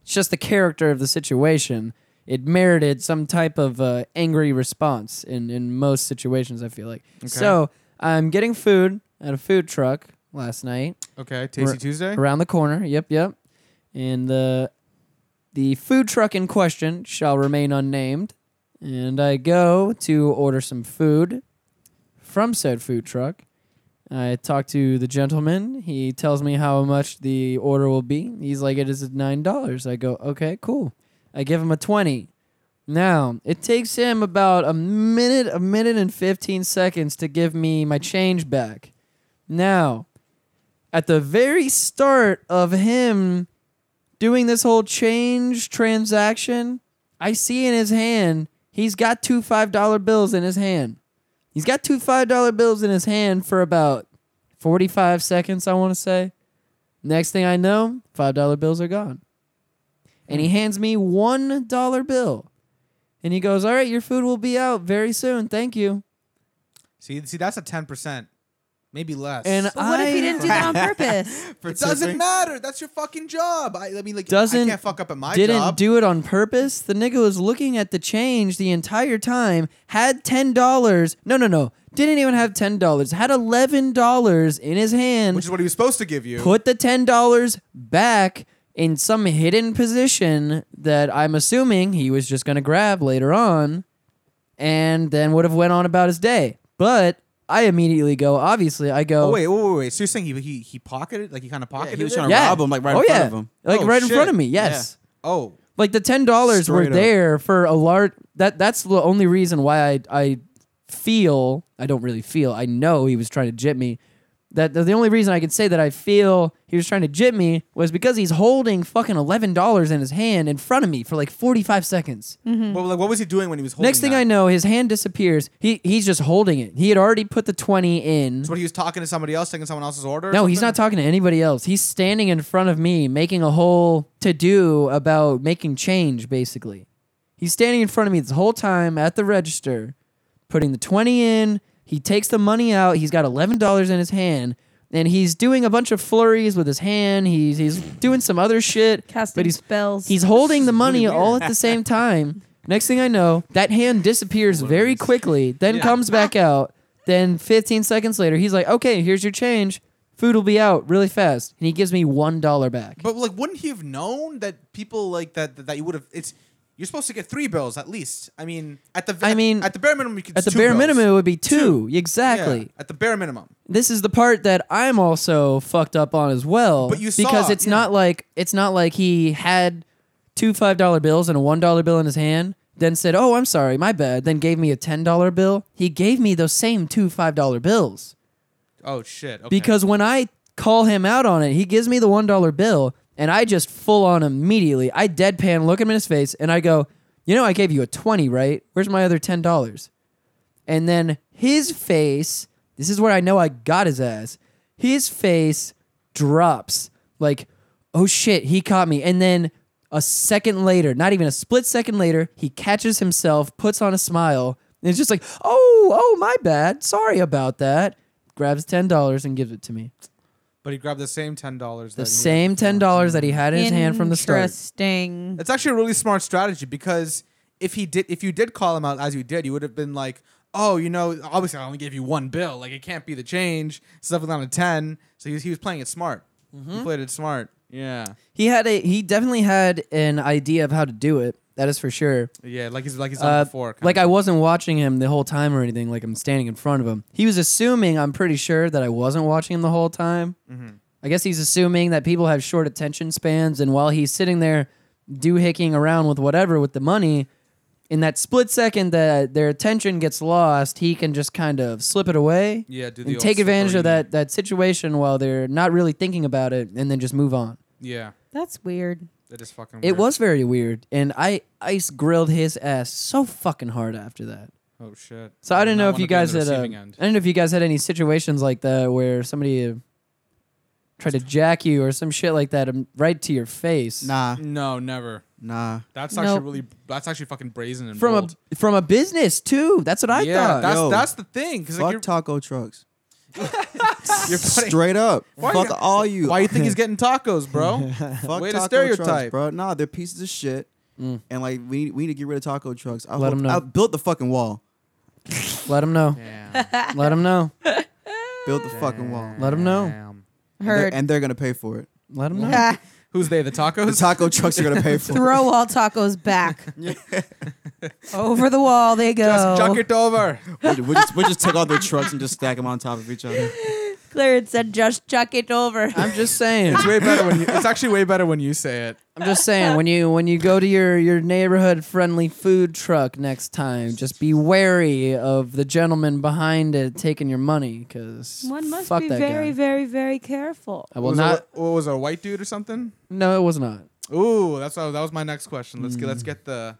[SPEAKER 1] it's just the character of the situation. It merited some type of uh, angry response in in most situations. I feel like so. I'm getting food at a food truck last night
[SPEAKER 2] Okay. Tasty Tuesday.
[SPEAKER 1] around the corner. Yep, yep. And the the food truck in question shall remain unnamed. And I go to order some food from said food truck. I talk to the gentleman. He tells me how much the order will be. He's like, "It is nine dollars." I go, "Okay, cool." I give him a twenty. Now it takes him about a minute, a minute and fifteen seconds to give me my change back. Now at the very start of him doing this whole change transaction, I see in his hand he's got two five dollar bills in his hand. He's got two five dollar bills in his hand for about forty five seconds, I want to say. Next thing I know, five dollar bills are gone. And
[SPEAKER 4] Hmm.
[SPEAKER 1] he hands me one dollar bill. And he goes, All right, your food will be out very soon. Thank you.
[SPEAKER 2] See, see, that's a ten percent, maybe less.
[SPEAKER 1] And
[SPEAKER 4] But what
[SPEAKER 1] I,
[SPEAKER 4] if he didn't do that on purpose?
[SPEAKER 2] it doesn't matter. That's your fucking job. I, I mean, like,
[SPEAKER 1] Doesn't-
[SPEAKER 2] I can't fuck up at my
[SPEAKER 1] didn't
[SPEAKER 2] job.
[SPEAKER 1] do it on purpose. The nigga was looking at the change the entire time. Had ten dollars. No, no, no. Didn't even have ten dollars. Had eleven dollars in his hand.
[SPEAKER 2] which is what he was supposed to give you.
[SPEAKER 1] put the ten dollars back in some hidden position that I'm assuming he was just gonna grab later on, and then would have went on about his day. But I immediately go. Obviously, I go.
[SPEAKER 2] oh wait, wait, wait, wait. So you're saying he he, he pocketed, like he kind of pocketed.
[SPEAKER 3] he was
[SPEAKER 2] it?
[SPEAKER 3] trying to
[SPEAKER 1] yeah.
[SPEAKER 3] rob him, like, right in
[SPEAKER 1] oh,
[SPEAKER 3] front
[SPEAKER 1] yeah.
[SPEAKER 3] of him.
[SPEAKER 1] Like
[SPEAKER 2] Oh,
[SPEAKER 1] right in
[SPEAKER 2] shit.
[SPEAKER 1] front of me.
[SPEAKER 2] Yeah.
[SPEAKER 1] Yes.
[SPEAKER 2] Oh,
[SPEAKER 1] like the ten dollars were
[SPEAKER 3] Straight up.
[SPEAKER 1] there for a large that that's the only reason why I I feel I don't really feel I know he was trying to jip me that the the only reason I could say that I feel he was trying to jip me was because he's holding fucking eleven dollars in his hand in front of me for like forty five seconds.
[SPEAKER 2] well, like, what was he doing when he was holding?
[SPEAKER 1] Next thing
[SPEAKER 2] that?
[SPEAKER 1] I know, his hand disappears. He he's just holding it. He had already put the twenty in.
[SPEAKER 2] So what he was talking to somebody else, taking someone else's order. or
[SPEAKER 1] No, he's
[SPEAKER 2] something?
[SPEAKER 1] not talking to anybody else. He's standing in front of me making a whole to do about making change, basically. He's standing in front of me this whole time at the register, putting the 20 in. He takes the money out. He's got $11 in his hand. And he's doing a bunch of flurries with his hand. He's he's doing some other shit.
[SPEAKER 4] Casting
[SPEAKER 1] but he's
[SPEAKER 4] spells.
[SPEAKER 1] He's holding the money all at the same time. Next thing I know, that hand disappears very quickly, then
[SPEAKER 2] Yeah.
[SPEAKER 1] comes back out. Then 15 seconds later, he's like, okay, here's your change. Food will be out really fast. And he gives me $1 back.
[SPEAKER 2] But like, wouldn't he have known that people like that that, you would have? It's you're supposed to get three bills at least. I mean, at the
[SPEAKER 1] I
[SPEAKER 2] at-
[SPEAKER 1] mean,
[SPEAKER 2] at the bare minimum, you could
[SPEAKER 1] At the
[SPEAKER 2] two
[SPEAKER 1] bare
[SPEAKER 2] bills.
[SPEAKER 1] minimum, it would be two.
[SPEAKER 2] Yeah,
[SPEAKER 1] Exactly.
[SPEAKER 2] at the bare minimum.
[SPEAKER 1] This is the part that I'm also fucked up on as well.
[SPEAKER 2] But you saw
[SPEAKER 1] because
[SPEAKER 2] it,
[SPEAKER 1] it's
[SPEAKER 2] yeah.
[SPEAKER 1] not like it's not like he had two five dollar bills and a one dollar bill in his hand, then said, "Oh, I'm sorry, my bad." Then gave me a ten dollar bill. He gave me those same two five dollar bills
[SPEAKER 2] Oh shit! Okay.
[SPEAKER 1] because when I call him out on it, he gives me the one dollar bill, and I just full on immediately. I deadpan look him in his face, and I go, "You know, I gave you a twenty, right? Where's my other ten dollars?" And then his face. This is where I know I got his ass. His face drops like, "Oh shit, he caught me!" And then. A second later, not even a split second later, he catches himself, puts on a smile, and it's just like, oh, oh, my bad. Sorry about that. Grabs $10 and gives it to me.
[SPEAKER 2] but he grabbed the same ten dollars.
[SPEAKER 1] The same ten dollars that he had in his hand from the start.
[SPEAKER 4] Interesting.
[SPEAKER 2] That's actually a really smart strategy because if he did, if you did call him out as you did, you would have been like, "Oh, you know, obviously I only gave you one bill. Like it can't be the change. It's definitely not a ten. So he was, he was playing it smart.
[SPEAKER 1] Mm-hmm.
[SPEAKER 2] He played it smart. Yeah,
[SPEAKER 1] He had a he definitely had an idea of how to do it. That is for sure.
[SPEAKER 2] yeah. Like he's like he's
[SPEAKER 1] Uh,
[SPEAKER 2] on before.
[SPEAKER 1] like I wasn't watching him the whole time or anything. Like I'm standing in front of him. He was assuming I'm pretty sure that I wasn't watching him the whole time.
[SPEAKER 2] Mm-hmm.
[SPEAKER 1] I guess he's assuming that people have short attention spans, and while he's sitting there doohicking around with whatever with the money, in that split second that their attention gets lost, he can just kind of slip it away.
[SPEAKER 2] Yeah, do the
[SPEAKER 1] and
[SPEAKER 2] old
[SPEAKER 1] take advantage of
[SPEAKER 2] slippery-
[SPEAKER 1] that that situation while they're not really thinking about it, and then just move on.
[SPEAKER 2] yeah.
[SPEAKER 4] That's weird.
[SPEAKER 2] That is fucking.
[SPEAKER 1] It
[SPEAKER 2] weird.
[SPEAKER 1] was very weird, and I ice grilled his ass so fucking hard after that.
[SPEAKER 2] Oh shit.
[SPEAKER 1] So I didn't
[SPEAKER 2] do
[SPEAKER 1] know if
[SPEAKER 2] not
[SPEAKER 1] you
[SPEAKER 2] wanna be on
[SPEAKER 1] guys
[SPEAKER 2] the
[SPEAKER 1] had. uh, I
[SPEAKER 2] receiving end.
[SPEAKER 1] didn't know if you guys had any situations like that where somebody uh, tried to jack you or some shit like that, um, right to your face.
[SPEAKER 3] Nah,
[SPEAKER 2] No, never.
[SPEAKER 3] nah.
[SPEAKER 2] That's
[SPEAKER 4] Nope.
[SPEAKER 2] actually really. That's actually fucking brazen and
[SPEAKER 1] from
[SPEAKER 2] bold.
[SPEAKER 1] a from a business too. That's what I
[SPEAKER 2] yeah,
[SPEAKER 1] thought.
[SPEAKER 2] that's
[SPEAKER 3] Yo.
[SPEAKER 2] that's the thing. Because
[SPEAKER 3] Fuck
[SPEAKER 2] like you're,
[SPEAKER 3] taco trucks.
[SPEAKER 2] you're putting-
[SPEAKER 3] Straight up.
[SPEAKER 2] Why
[SPEAKER 3] Fuck
[SPEAKER 2] you-
[SPEAKER 3] all you.
[SPEAKER 2] Why you think he's getting tacos, bro?
[SPEAKER 3] Fuck
[SPEAKER 2] Way to
[SPEAKER 3] taco
[SPEAKER 2] stereotype.
[SPEAKER 3] trucks, bro? Nah, they're pieces of shit. And like we need, we need to get rid of taco trucks. I,
[SPEAKER 1] Mm. Let
[SPEAKER 3] hope-
[SPEAKER 1] 'em know.
[SPEAKER 3] I built the fucking wall.
[SPEAKER 1] Let him know. Let him know.
[SPEAKER 3] Built the fucking wall.
[SPEAKER 1] Let him know.
[SPEAKER 2] Damn.
[SPEAKER 3] And they're,
[SPEAKER 4] Heard.
[SPEAKER 3] and they're gonna pay for it.
[SPEAKER 1] Let him know.
[SPEAKER 2] Who's they? The
[SPEAKER 3] The
[SPEAKER 2] tacos?
[SPEAKER 3] taco trucks are gonna pay for it.
[SPEAKER 4] Throw all tacos back. Over the wall they go.
[SPEAKER 2] Just chuck it over.
[SPEAKER 3] We ju- we just, we just take all their trucks and just stack them on top of each other.
[SPEAKER 4] Clarence said, just chuck it over.
[SPEAKER 1] I'm just saying.
[SPEAKER 2] It's way better when you, it's actually way better when you say it.
[SPEAKER 1] I'm just saying when you when you go to your your neighborhood friendly food truck next time, just be wary of the gentleman behind it taking your money because
[SPEAKER 5] One must
[SPEAKER 1] fuck
[SPEAKER 5] be
[SPEAKER 1] that
[SPEAKER 5] very,
[SPEAKER 1] guy.
[SPEAKER 5] very, very careful.
[SPEAKER 1] I will
[SPEAKER 2] was
[SPEAKER 1] not.
[SPEAKER 2] it, what was it, a white dude or something?
[SPEAKER 1] No, it was not.
[SPEAKER 2] Ooh, that's what, that was my next question. Let's get let's get the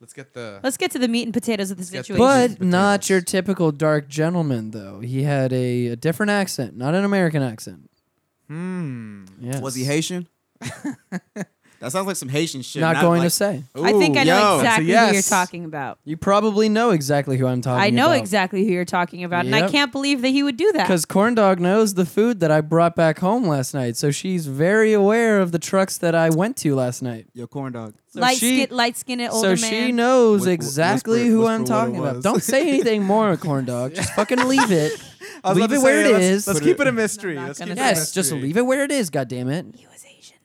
[SPEAKER 2] let's get the
[SPEAKER 4] Let's get to the meat and potatoes of the
[SPEAKER 2] Let's get
[SPEAKER 4] situation.
[SPEAKER 2] the-
[SPEAKER 1] But
[SPEAKER 2] Potatoes.
[SPEAKER 1] not your typical dark gentleman though. He had a, a different accent, not an American accent.
[SPEAKER 2] hmm.
[SPEAKER 1] Yes.
[SPEAKER 3] Was he Haitian? that sounds like some Haitian shit.
[SPEAKER 1] Not, going
[SPEAKER 3] like-
[SPEAKER 1] to say.
[SPEAKER 4] I think I know
[SPEAKER 3] Ooh, yo,
[SPEAKER 4] exactly
[SPEAKER 2] so yes.
[SPEAKER 4] who you're talking about.
[SPEAKER 1] You probably know exactly who I'm talking.
[SPEAKER 4] I know
[SPEAKER 1] about.
[SPEAKER 4] exactly who you're talking about, and I
[SPEAKER 1] Yep.
[SPEAKER 4] can't believe that he would do that.
[SPEAKER 1] Because Corndog knows the food that I brought back home last night, so she's very aware of the trucks that I went to last night.
[SPEAKER 3] Yo, corn dog.
[SPEAKER 1] So
[SPEAKER 4] light
[SPEAKER 1] she-
[SPEAKER 4] skin, light skinned
[SPEAKER 1] so
[SPEAKER 4] older
[SPEAKER 1] she
[SPEAKER 4] man.
[SPEAKER 1] knows
[SPEAKER 3] Whi- whi-
[SPEAKER 1] exactly
[SPEAKER 3] whisper-
[SPEAKER 1] who
[SPEAKER 3] whisper
[SPEAKER 1] I'm
[SPEAKER 3] what it
[SPEAKER 1] talking about.
[SPEAKER 3] was.
[SPEAKER 1] Don't say anything more, corn dog. Just fucking leave it.
[SPEAKER 2] I was
[SPEAKER 1] leave
[SPEAKER 2] about
[SPEAKER 1] it
[SPEAKER 2] to
[SPEAKER 1] where
[SPEAKER 2] say,
[SPEAKER 1] it
[SPEAKER 2] let's-
[SPEAKER 1] is.
[SPEAKER 2] Let's keep it a mystery.
[SPEAKER 4] I'm not
[SPEAKER 2] Let's
[SPEAKER 4] gonna
[SPEAKER 2] keep it a
[SPEAKER 4] say
[SPEAKER 1] yes, just
[SPEAKER 2] mystery.
[SPEAKER 1] leave it where it is. God damn it.
[SPEAKER 4] he was Asian.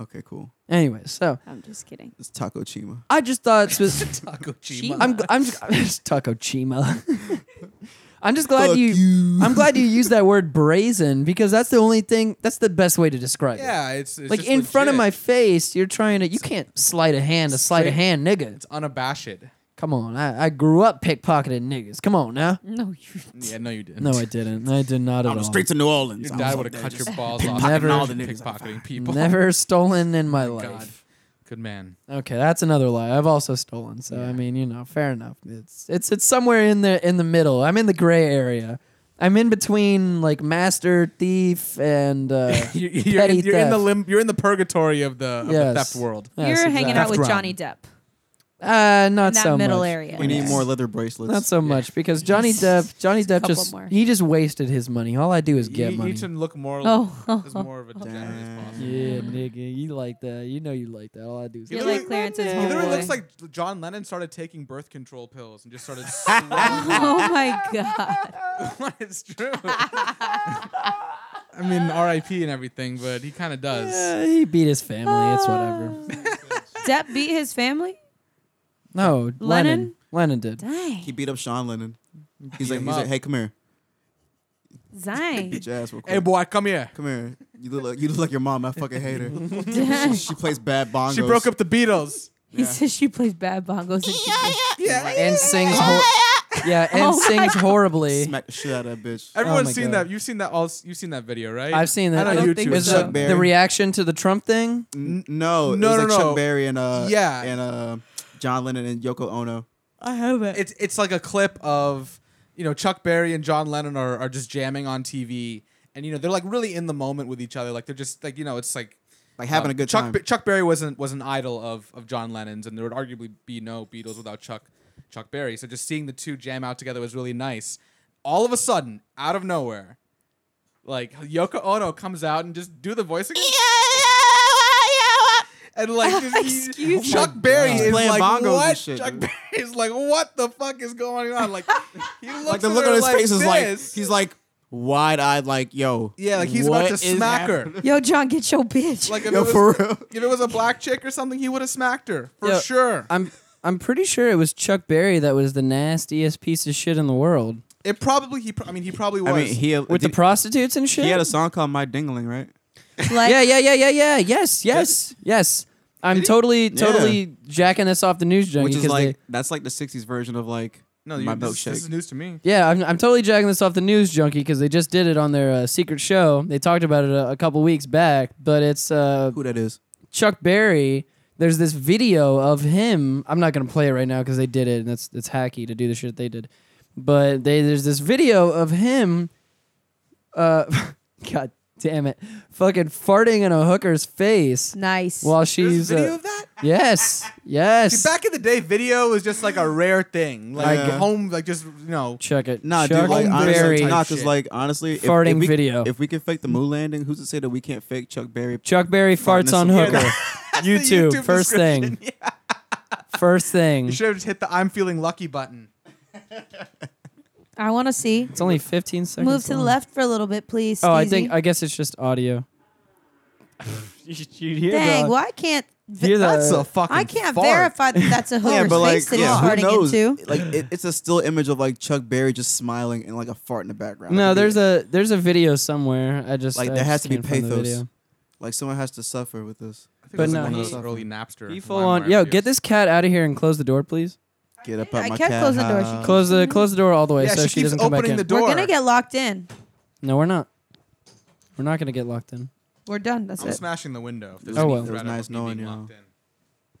[SPEAKER 3] Okay, cool.
[SPEAKER 1] Anyway, so
[SPEAKER 4] I'm just kidding.
[SPEAKER 3] It's Taco Chima.
[SPEAKER 1] I just thought it was,
[SPEAKER 2] Taco
[SPEAKER 4] She-
[SPEAKER 2] Chima.
[SPEAKER 1] I'm gl- I'm just, Taco Chima. I'm just glad
[SPEAKER 3] Fuck
[SPEAKER 1] you, I'm glad you used that word brazen because that's the only thing. That's the best way to describe it.
[SPEAKER 2] Yeah, it's, it's
[SPEAKER 1] Like
[SPEAKER 2] just
[SPEAKER 1] in front of my
[SPEAKER 2] legit.
[SPEAKER 1] face, you're trying to. You can't sleight a hand, a sleight of
[SPEAKER 2] Straight-
[SPEAKER 1] hand, nigga.
[SPEAKER 2] It's unabashed.
[SPEAKER 1] Come on, I, I grew up pickpocketing niggas. Come on now.
[SPEAKER 4] No, you.
[SPEAKER 2] Yeah, no, you didn't.
[SPEAKER 1] No, I didn't. I did not at
[SPEAKER 3] On the
[SPEAKER 1] all.
[SPEAKER 3] streets of New Orleans.
[SPEAKER 2] Your
[SPEAKER 3] I
[SPEAKER 2] dad
[SPEAKER 3] was
[SPEAKER 2] would
[SPEAKER 3] up
[SPEAKER 2] have
[SPEAKER 3] there
[SPEAKER 2] cut your
[SPEAKER 3] just
[SPEAKER 2] balls off.
[SPEAKER 3] pickpocketing
[SPEAKER 1] Never-
[SPEAKER 3] all the niggas.
[SPEAKER 2] pickpocketing people. Oh
[SPEAKER 1] Never stolen in my
[SPEAKER 2] God.
[SPEAKER 1] life.
[SPEAKER 2] Good man.
[SPEAKER 1] Okay, that's another lie. I've also stolen, so I mean, you know, fair enough. It's it's it's somewhere in the in the middle. I'm in the gray area. I'm in between like master thief and uh,
[SPEAKER 2] You- You're,
[SPEAKER 1] petty
[SPEAKER 2] in, you're in the
[SPEAKER 1] theft.
[SPEAKER 2] lim- you're in the purgatory of the, of the
[SPEAKER 1] Yes.
[SPEAKER 2] theft world.
[SPEAKER 1] Yes,
[SPEAKER 4] you're hanging out
[SPEAKER 1] exactly.
[SPEAKER 4] with
[SPEAKER 2] Theft
[SPEAKER 4] Johnny Depp.
[SPEAKER 1] Uh, not
[SPEAKER 4] in that
[SPEAKER 1] so
[SPEAKER 4] middle
[SPEAKER 1] much.
[SPEAKER 4] area.
[SPEAKER 3] We need
[SPEAKER 4] Okay.
[SPEAKER 3] more leather bracelets.
[SPEAKER 1] Not so much because Johnny Depp, Johnny Depp
[SPEAKER 5] Couple
[SPEAKER 1] just
[SPEAKER 5] more.
[SPEAKER 1] he just wasted his money. All I do is
[SPEAKER 2] You
[SPEAKER 1] get money.
[SPEAKER 2] should look more
[SPEAKER 4] Oh.
[SPEAKER 2] as more of a degenerate as possible.
[SPEAKER 1] yeah, nigga, you like that. You know you like that. All I do is
[SPEAKER 2] You
[SPEAKER 1] get
[SPEAKER 4] You're
[SPEAKER 2] literally-
[SPEAKER 4] like Clarence's
[SPEAKER 2] He literally
[SPEAKER 4] homeboy.
[SPEAKER 2] looks like John Lennon started taking birth control pills and just started. slowly-
[SPEAKER 4] oh my god.
[SPEAKER 2] it's true. I mean, R.I.P. and everything, but he kind of does.
[SPEAKER 1] Uh, he beat his family.
[SPEAKER 4] Uh,
[SPEAKER 1] It's whatever.
[SPEAKER 4] Depp beat his family.
[SPEAKER 1] No, Lennon.
[SPEAKER 4] Lennon?
[SPEAKER 1] Lennon did.
[SPEAKER 3] He
[SPEAKER 4] Dang.
[SPEAKER 3] beat up Sean Lennon. He's
[SPEAKER 2] Beat
[SPEAKER 3] like,
[SPEAKER 2] him
[SPEAKER 3] he's like,
[SPEAKER 2] up.
[SPEAKER 3] hey, come here,
[SPEAKER 4] Zang.
[SPEAKER 3] beat your ass real quick.
[SPEAKER 2] Hey, boy, come here.
[SPEAKER 3] come here. You look like you look like your mom. I fucking hate her.
[SPEAKER 4] Dang.
[SPEAKER 3] she plays bad bongos.
[SPEAKER 2] She broke up the Beatles.
[SPEAKER 4] He says she plays bad bongos. And she
[SPEAKER 1] And sings. Hor- yeah, and
[SPEAKER 4] Oh my
[SPEAKER 1] sings horribly.
[SPEAKER 3] Smack the shit out of that bitch.
[SPEAKER 2] Everyone's
[SPEAKER 1] Oh my
[SPEAKER 2] seen
[SPEAKER 1] God.
[SPEAKER 2] that. You've seen that. All you've seen that video, right?
[SPEAKER 1] I've seen that.
[SPEAKER 2] I
[SPEAKER 1] I
[SPEAKER 2] know
[SPEAKER 1] don't
[SPEAKER 2] you
[SPEAKER 4] think
[SPEAKER 2] too.
[SPEAKER 1] Was
[SPEAKER 3] Chuck
[SPEAKER 1] the,
[SPEAKER 3] Berry.
[SPEAKER 1] the reaction to the Trump thing?
[SPEAKER 3] N- no,
[SPEAKER 2] No,
[SPEAKER 3] it was
[SPEAKER 2] no,
[SPEAKER 3] like Chuck
[SPEAKER 2] no.
[SPEAKER 3] Berry and uh,
[SPEAKER 2] Yeah.
[SPEAKER 3] and uh, John Lennon and Yoko Ono.
[SPEAKER 5] I have it.
[SPEAKER 2] it's it's like a clip of you know Chuck Berry and John Lennon are, are just jamming on TV, and you know they're like really in the moment with each other. Like they're just like you know it's like
[SPEAKER 3] Like having
[SPEAKER 2] uh,
[SPEAKER 3] a good
[SPEAKER 2] Chuck
[SPEAKER 3] time.
[SPEAKER 2] Be- Chuck Berry wasn't was an idol of of John Lennon's, and there would arguably be no Beatles without Chuck Chuck Berry. So just seeing the two jam out together was really nice. All of a sudden, out of nowhere, like Yoko Ono comes out and just do the voice again. And like just, he-
[SPEAKER 4] Excuse me.
[SPEAKER 2] Chuck Berry
[SPEAKER 3] He's
[SPEAKER 2] is
[SPEAKER 3] playing
[SPEAKER 2] like
[SPEAKER 3] bongos and
[SPEAKER 2] what?
[SPEAKER 3] shit,
[SPEAKER 2] Chuck
[SPEAKER 3] dude.
[SPEAKER 2] Berry is like what the fuck is going on? Like he looks
[SPEAKER 3] like the
[SPEAKER 2] at
[SPEAKER 3] look
[SPEAKER 2] her
[SPEAKER 3] on his
[SPEAKER 2] like
[SPEAKER 3] face is like
[SPEAKER 2] this.
[SPEAKER 3] he's like wide eyed, like yo.
[SPEAKER 2] yeah, like he's
[SPEAKER 3] what
[SPEAKER 2] about to
[SPEAKER 3] is
[SPEAKER 2] smack
[SPEAKER 3] happening?
[SPEAKER 2] her.
[SPEAKER 4] Yo, John, get your bitch.
[SPEAKER 2] Like if,
[SPEAKER 3] Yo,
[SPEAKER 2] it was,
[SPEAKER 3] for real.
[SPEAKER 2] if it was a black chick or something, he would have smacked her for
[SPEAKER 1] Yo,
[SPEAKER 2] sure.
[SPEAKER 1] I'm I'm pretty sure it was Chuck Berry that was the nastiest piece of shit in the world
[SPEAKER 2] it probably he. Pro- I mean, he probably was.
[SPEAKER 3] I mean, he
[SPEAKER 1] with the
[SPEAKER 3] did-
[SPEAKER 1] prostitutes and shit.
[SPEAKER 3] he had a song called "My Dingling," right?
[SPEAKER 4] Like-
[SPEAKER 1] yeah, yeah, yeah, yeah, yeah. Yes, yes, yes. I'm totally, totally jacking this off the news junkie
[SPEAKER 3] Which is
[SPEAKER 1] 'cause
[SPEAKER 3] like
[SPEAKER 1] they-
[SPEAKER 3] that's like the '60s version of like
[SPEAKER 2] no, you,
[SPEAKER 3] my
[SPEAKER 2] this,
[SPEAKER 3] milkshake.
[SPEAKER 2] this is news to me.
[SPEAKER 1] yeah, I'm, I'm totally jacking this off the news junkie because they just did it on their uh, secret show. They talked about it a, a couple weeks back, but it's uh,
[SPEAKER 3] Who that is?
[SPEAKER 1] Chuck Berry. There's this video of him. I'm not gonna play it right now because they did it, and that's it's hacky to do the shit they did. But they there's this video of him. Uh, God damn it, fucking farting in a hooker's face
[SPEAKER 4] nice.
[SPEAKER 1] while
[SPEAKER 2] There's
[SPEAKER 1] she's.
[SPEAKER 2] video
[SPEAKER 1] uh,
[SPEAKER 2] of that.
[SPEAKER 1] Yes. Yes.
[SPEAKER 2] See, back in the day, video was just like a rare thing, like
[SPEAKER 3] Yeah.
[SPEAKER 2] home, like just you know.
[SPEAKER 1] Chuck it.
[SPEAKER 3] Nah,
[SPEAKER 1] Chuck
[SPEAKER 3] dude. Like
[SPEAKER 1] Berry.
[SPEAKER 3] honestly,
[SPEAKER 2] type
[SPEAKER 3] nah, because
[SPEAKER 2] shit.
[SPEAKER 3] like honestly, if,
[SPEAKER 1] Farting
[SPEAKER 3] if we,
[SPEAKER 1] video.
[SPEAKER 3] If we can fake the moon landing, who's to say that we can't fake Chuck Berry?
[SPEAKER 1] Chuck Berry farts
[SPEAKER 3] this
[SPEAKER 1] on
[SPEAKER 3] is-
[SPEAKER 1] hooker. YouTube,
[SPEAKER 2] YouTube
[SPEAKER 1] first thing.
[SPEAKER 2] description, yeah.
[SPEAKER 1] First thing.
[SPEAKER 2] You
[SPEAKER 1] It's
[SPEAKER 2] should have just hit the "I'm feeling lucky" button.
[SPEAKER 4] I want to see.
[SPEAKER 1] only 15 seconds.
[SPEAKER 4] Move to the
[SPEAKER 1] long.
[SPEAKER 4] left for a little bit, please.
[SPEAKER 1] Oh, I
[SPEAKER 4] Skeezy.
[SPEAKER 1] think I guess it's just audio. you, you hear
[SPEAKER 4] Dang,
[SPEAKER 1] the-
[SPEAKER 4] well, I can't.
[SPEAKER 1] hear the-
[SPEAKER 2] That's a fucking.
[SPEAKER 4] I can't
[SPEAKER 2] fart.
[SPEAKER 4] verify that that's a hooker's
[SPEAKER 3] Yeah, but like,
[SPEAKER 4] face that
[SPEAKER 3] yeah,
[SPEAKER 4] he's
[SPEAKER 3] who
[SPEAKER 4] farting
[SPEAKER 3] knows?
[SPEAKER 4] into.
[SPEAKER 3] Like, it, it's a still image of like Chuck Berry just smiling and like a fart in the background.
[SPEAKER 1] No,
[SPEAKER 3] Like,
[SPEAKER 1] there's a there's a video somewhere. I just
[SPEAKER 3] Like,
[SPEAKER 1] I
[SPEAKER 3] there
[SPEAKER 1] just
[SPEAKER 3] has to be
[SPEAKER 1] can't find the
[SPEAKER 3] pathos.
[SPEAKER 1] video.
[SPEAKER 3] like someone has to suffer with this.
[SPEAKER 2] I think
[SPEAKER 1] But
[SPEAKER 2] it was
[SPEAKER 1] no,
[SPEAKER 2] like one of
[SPEAKER 1] he-
[SPEAKER 2] those early Napster.
[SPEAKER 1] He full on. Yo, get this cat out of here and close the door, please.
[SPEAKER 3] Get up
[SPEAKER 4] I
[SPEAKER 3] out my
[SPEAKER 4] kept
[SPEAKER 3] cat
[SPEAKER 4] closing the door. She
[SPEAKER 3] house.
[SPEAKER 1] Close the close the door all the way
[SPEAKER 2] Yeah,
[SPEAKER 1] so
[SPEAKER 2] she
[SPEAKER 1] she,
[SPEAKER 2] keeps
[SPEAKER 1] doesn't come back
[SPEAKER 2] opening
[SPEAKER 1] in.
[SPEAKER 2] the door.
[SPEAKER 4] We're gonna get locked in.
[SPEAKER 1] no, we're not. We're not gonna get locked in.
[SPEAKER 4] We're done. That's
[SPEAKER 2] I'm
[SPEAKER 4] it.
[SPEAKER 2] smashing the window. If there's
[SPEAKER 1] Oh,
[SPEAKER 2] any
[SPEAKER 1] well.
[SPEAKER 2] threat
[SPEAKER 1] It
[SPEAKER 3] was
[SPEAKER 2] of
[SPEAKER 3] nice
[SPEAKER 2] me being
[SPEAKER 3] knowing you.
[SPEAKER 2] locked in.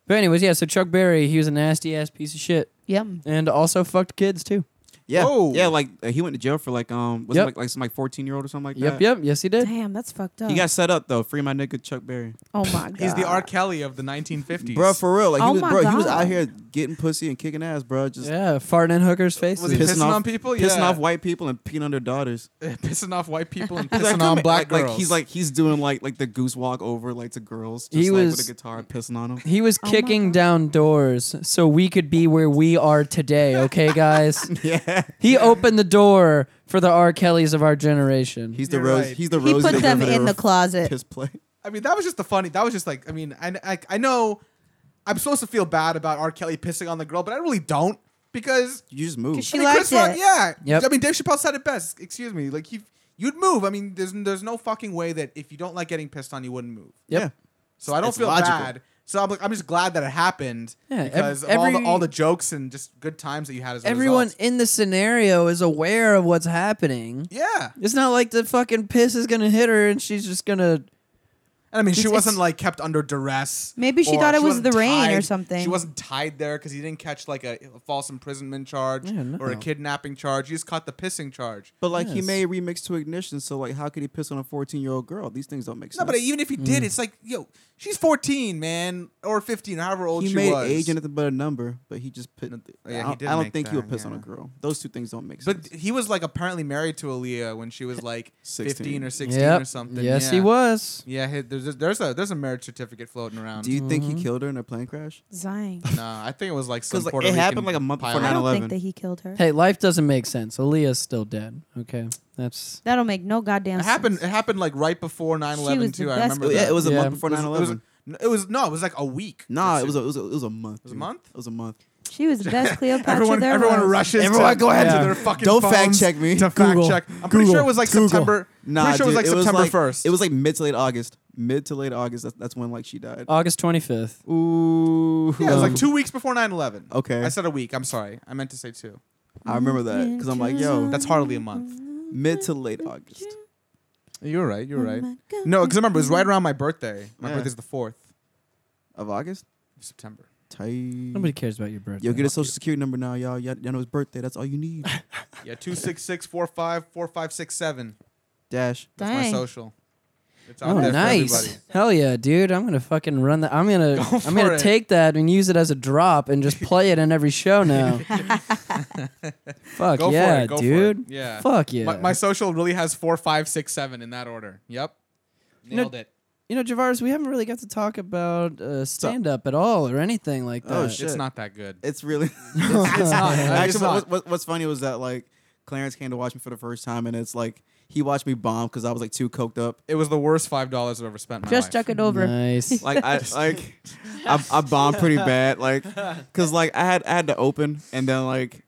[SPEAKER 1] But anyways, yeah. So Chuck Berry, he was a nasty ass piece of shit,
[SPEAKER 4] Yum.
[SPEAKER 1] and also fucked kids too.
[SPEAKER 3] Yeah,
[SPEAKER 2] Whoa.
[SPEAKER 3] yeah. Like uh, he went to jail for like um, was
[SPEAKER 1] Yep.
[SPEAKER 3] it like like some like fourteen year old or something like
[SPEAKER 1] Yep,
[SPEAKER 3] that.
[SPEAKER 1] yep. Yes, he did.
[SPEAKER 4] Damn, that's fucked up.
[SPEAKER 3] He got set up though. Free my nigga Chuck Berry.
[SPEAKER 4] oh my god.
[SPEAKER 2] He's the R. Kelly of the 1950s.
[SPEAKER 3] Bro, for real. Like
[SPEAKER 4] Oh
[SPEAKER 3] he was,
[SPEAKER 4] my
[SPEAKER 3] bro, he was
[SPEAKER 4] God.
[SPEAKER 3] out here getting pussy and kicking ass, bro. Just
[SPEAKER 1] Yeah, farting in hookers' faces.
[SPEAKER 2] Was he pissing on people?
[SPEAKER 3] pissing
[SPEAKER 2] Oh, Yeah.
[SPEAKER 3] off white people and peeing on their daughters.
[SPEAKER 2] pissing off white people and
[SPEAKER 3] He's like,
[SPEAKER 2] pissing
[SPEAKER 3] come
[SPEAKER 2] on
[SPEAKER 3] here.
[SPEAKER 2] black
[SPEAKER 3] like,
[SPEAKER 2] girls.
[SPEAKER 3] like, he's like he's doing like like the goose walk over like to girls. Just
[SPEAKER 1] He
[SPEAKER 3] like,
[SPEAKER 1] was-
[SPEAKER 3] with a guitar and pissing on them.
[SPEAKER 1] He was
[SPEAKER 4] Oh my
[SPEAKER 1] kicking
[SPEAKER 4] God.
[SPEAKER 1] down doors so we could be where we are today, okay, guys?
[SPEAKER 3] yeah,
[SPEAKER 1] he opened the door for the R. Kellys of our generation.
[SPEAKER 3] he's the
[SPEAKER 2] You're
[SPEAKER 3] rose.
[SPEAKER 2] right.
[SPEAKER 3] He's the
[SPEAKER 4] He
[SPEAKER 3] rose.
[SPEAKER 4] put them
[SPEAKER 3] Digger
[SPEAKER 4] in the
[SPEAKER 3] of
[SPEAKER 4] closet.
[SPEAKER 3] Piss play.
[SPEAKER 2] I mean, that was just the funny. That was just like, I mean, I, I, I know I'm supposed to feel bad about R. Kelly pissing on the girl, but I really don't because
[SPEAKER 3] You just move.
[SPEAKER 4] 'Cause she
[SPEAKER 2] I mean, Chris
[SPEAKER 4] liked
[SPEAKER 2] Rock,
[SPEAKER 4] it.
[SPEAKER 2] yeah.
[SPEAKER 1] Yep.
[SPEAKER 2] I mean, Dave Chappelle said it best. Excuse me. Like he, you'd move. I mean, there's there's no fucking way that if you don't like getting pissed on, you wouldn't move.
[SPEAKER 1] Yep.
[SPEAKER 2] So I don't
[SPEAKER 3] It's
[SPEAKER 2] feel
[SPEAKER 3] logical.
[SPEAKER 2] bad. So I'm like, I'm just glad that it happened
[SPEAKER 1] Yeah, ev-
[SPEAKER 2] because of all
[SPEAKER 1] every-
[SPEAKER 2] the, all the jokes and just good times that you had as a
[SPEAKER 1] Everyone
[SPEAKER 2] result.
[SPEAKER 1] in the scenario is aware of what's happening.
[SPEAKER 2] Yeah.
[SPEAKER 1] It's not like the fucking piss is gonna hit her and she's just gonna
[SPEAKER 2] And I mean, she
[SPEAKER 4] It's-
[SPEAKER 2] wasn't
[SPEAKER 4] it's-
[SPEAKER 2] like kept under duress.
[SPEAKER 4] Maybe she
[SPEAKER 2] or
[SPEAKER 4] thought it was
[SPEAKER 2] wasn't
[SPEAKER 4] the rain or
[SPEAKER 2] tied-
[SPEAKER 4] something.
[SPEAKER 2] She wasn't tied there because he didn't catch like a, a false imprisonment charge
[SPEAKER 1] Yeah, no.
[SPEAKER 2] or a kidnapping charge. He just caught the pissing charge.
[SPEAKER 3] But like he
[SPEAKER 1] Yes.
[SPEAKER 3] made a remix to Ignition, so like how could he piss on a 14 year old girl? These things don't make sense.
[SPEAKER 2] No, but even if he did, it's like, yo, she's 14, man, or 15, however old
[SPEAKER 3] he
[SPEAKER 2] she
[SPEAKER 3] made
[SPEAKER 2] was.
[SPEAKER 3] age anything but a number. But he just pit.
[SPEAKER 2] yeah, he
[SPEAKER 3] I don't,
[SPEAKER 2] did
[SPEAKER 3] I don't
[SPEAKER 2] make
[SPEAKER 3] think he'll
[SPEAKER 2] that,
[SPEAKER 3] piss on a
[SPEAKER 2] yeah.
[SPEAKER 3] girl. Those two things don't make sense.
[SPEAKER 2] but he was like apparently married to Aaliyah when she was like 15 or 16
[SPEAKER 1] Yep.
[SPEAKER 2] or something.
[SPEAKER 1] Yes,
[SPEAKER 2] yeah.
[SPEAKER 1] he was.
[SPEAKER 2] Yeah, he- there's a, there's a there's a marriage certificate floating around.
[SPEAKER 3] Do you think
[SPEAKER 4] Mm-hmm.
[SPEAKER 3] he killed her in a plane crash?
[SPEAKER 4] Zang.
[SPEAKER 2] no, I think it was like some
[SPEAKER 3] Because like,
[SPEAKER 2] Puerto
[SPEAKER 3] it happened
[SPEAKER 2] Rican
[SPEAKER 3] like a month before
[SPEAKER 2] pilot.
[SPEAKER 5] I don't
[SPEAKER 3] 9/11.
[SPEAKER 5] think that he killed her.
[SPEAKER 1] Hey, life doesn't make sense. Aaliyah's still dead. Okay, that's
[SPEAKER 4] That'll make no goddamn
[SPEAKER 2] It
[SPEAKER 4] sense.
[SPEAKER 2] happened. It happened like right before 9/11
[SPEAKER 4] was
[SPEAKER 2] too.
[SPEAKER 4] the
[SPEAKER 2] I
[SPEAKER 4] best
[SPEAKER 2] remember.
[SPEAKER 3] Oh, yeah,
[SPEAKER 2] that.
[SPEAKER 3] it was a
[SPEAKER 1] Yeah.
[SPEAKER 3] month before
[SPEAKER 2] It was-
[SPEAKER 3] 9
[SPEAKER 2] It was,
[SPEAKER 3] 11.
[SPEAKER 2] it was no. It was like a week.
[SPEAKER 3] Nah,
[SPEAKER 2] That's
[SPEAKER 3] it was, a, it, was a, it was a month. It
[SPEAKER 2] was a month?
[SPEAKER 3] It was a month.
[SPEAKER 5] She was the best Cleopatra
[SPEAKER 2] Everyone,
[SPEAKER 5] there
[SPEAKER 2] everyone
[SPEAKER 5] was.
[SPEAKER 2] rushes.
[SPEAKER 3] Everyone
[SPEAKER 2] to,
[SPEAKER 3] go ahead
[SPEAKER 2] to
[SPEAKER 1] to-
[SPEAKER 2] their fucking.
[SPEAKER 3] Don't fact
[SPEAKER 2] phones
[SPEAKER 3] check me.
[SPEAKER 2] To
[SPEAKER 1] Google.
[SPEAKER 2] fact check. I'm pretty sure
[SPEAKER 1] Google.
[SPEAKER 2] it was like
[SPEAKER 1] Google.
[SPEAKER 2] September.
[SPEAKER 3] Nah,
[SPEAKER 2] pretty sure it was
[SPEAKER 3] dude,
[SPEAKER 2] like
[SPEAKER 3] it
[SPEAKER 2] September
[SPEAKER 3] like-
[SPEAKER 2] 1st.
[SPEAKER 3] It was like mid to late August. Mid to late August. That's, that's when like she died.
[SPEAKER 1] August twenty fifth.
[SPEAKER 3] Ooh.
[SPEAKER 2] yeah, it was
[SPEAKER 3] Um,
[SPEAKER 2] like two weeks before 9/11.
[SPEAKER 3] Okay.
[SPEAKER 2] I said a week. I'm sorry. I meant to say two.
[SPEAKER 3] I remember that because I'm like, yo,
[SPEAKER 2] That's hardly a month.
[SPEAKER 3] mid to late August.
[SPEAKER 2] You're right. You're right.
[SPEAKER 5] my God.
[SPEAKER 2] No, because remember it was right around my birthday. My
[SPEAKER 3] Yeah.
[SPEAKER 2] birthday's the fourth
[SPEAKER 3] of August.
[SPEAKER 2] of September.
[SPEAKER 3] Tight.
[SPEAKER 1] Nobody cares about your birthday.
[SPEAKER 3] Yo, get his social security number now, y'all. Y'all, y'all know his birthday. That's all you need.
[SPEAKER 2] Yeah, two six six four five four five six seven.
[SPEAKER 3] Dash.
[SPEAKER 2] That's
[SPEAKER 4] Dang.
[SPEAKER 2] my social. It's out
[SPEAKER 1] Oh,
[SPEAKER 2] there for
[SPEAKER 1] nice!
[SPEAKER 2] everybody.
[SPEAKER 1] Hell yeah, dude! I'm gonna fucking run that. I'm gonna
[SPEAKER 2] Go
[SPEAKER 1] I'm gonna
[SPEAKER 2] for it.
[SPEAKER 1] take that and use it as a drop and just play it in every show now. Fuck
[SPEAKER 2] Go for
[SPEAKER 1] yeah,
[SPEAKER 2] it, go for it.
[SPEAKER 1] dude!
[SPEAKER 2] Yeah.
[SPEAKER 1] Fuck yeah!
[SPEAKER 2] My, my social really has four five six seven in that order. Yep. Nailed it.
[SPEAKER 1] you know, Javars, we haven't really got to talk about uh, stand up at all or anything like that.
[SPEAKER 3] Oh, shit.
[SPEAKER 2] It's not that good.
[SPEAKER 3] It's really.
[SPEAKER 2] It's not. It's
[SPEAKER 3] Actually,
[SPEAKER 2] not.
[SPEAKER 3] what, what, what's funny was that like Clarence came to watch me for the first time, and it's like he watched me bomb because I was like too coked up.
[SPEAKER 2] It was the worst five dollars I've ever spent. In my
[SPEAKER 4] Just
[SPEAKER 2] life.
[SPEAKER 4] chuck it over.
[SPEAKER 1] Nice.
[SPEAKER 3] Like I like I, I bombed pretty bad. Like because like I had I had to open and then like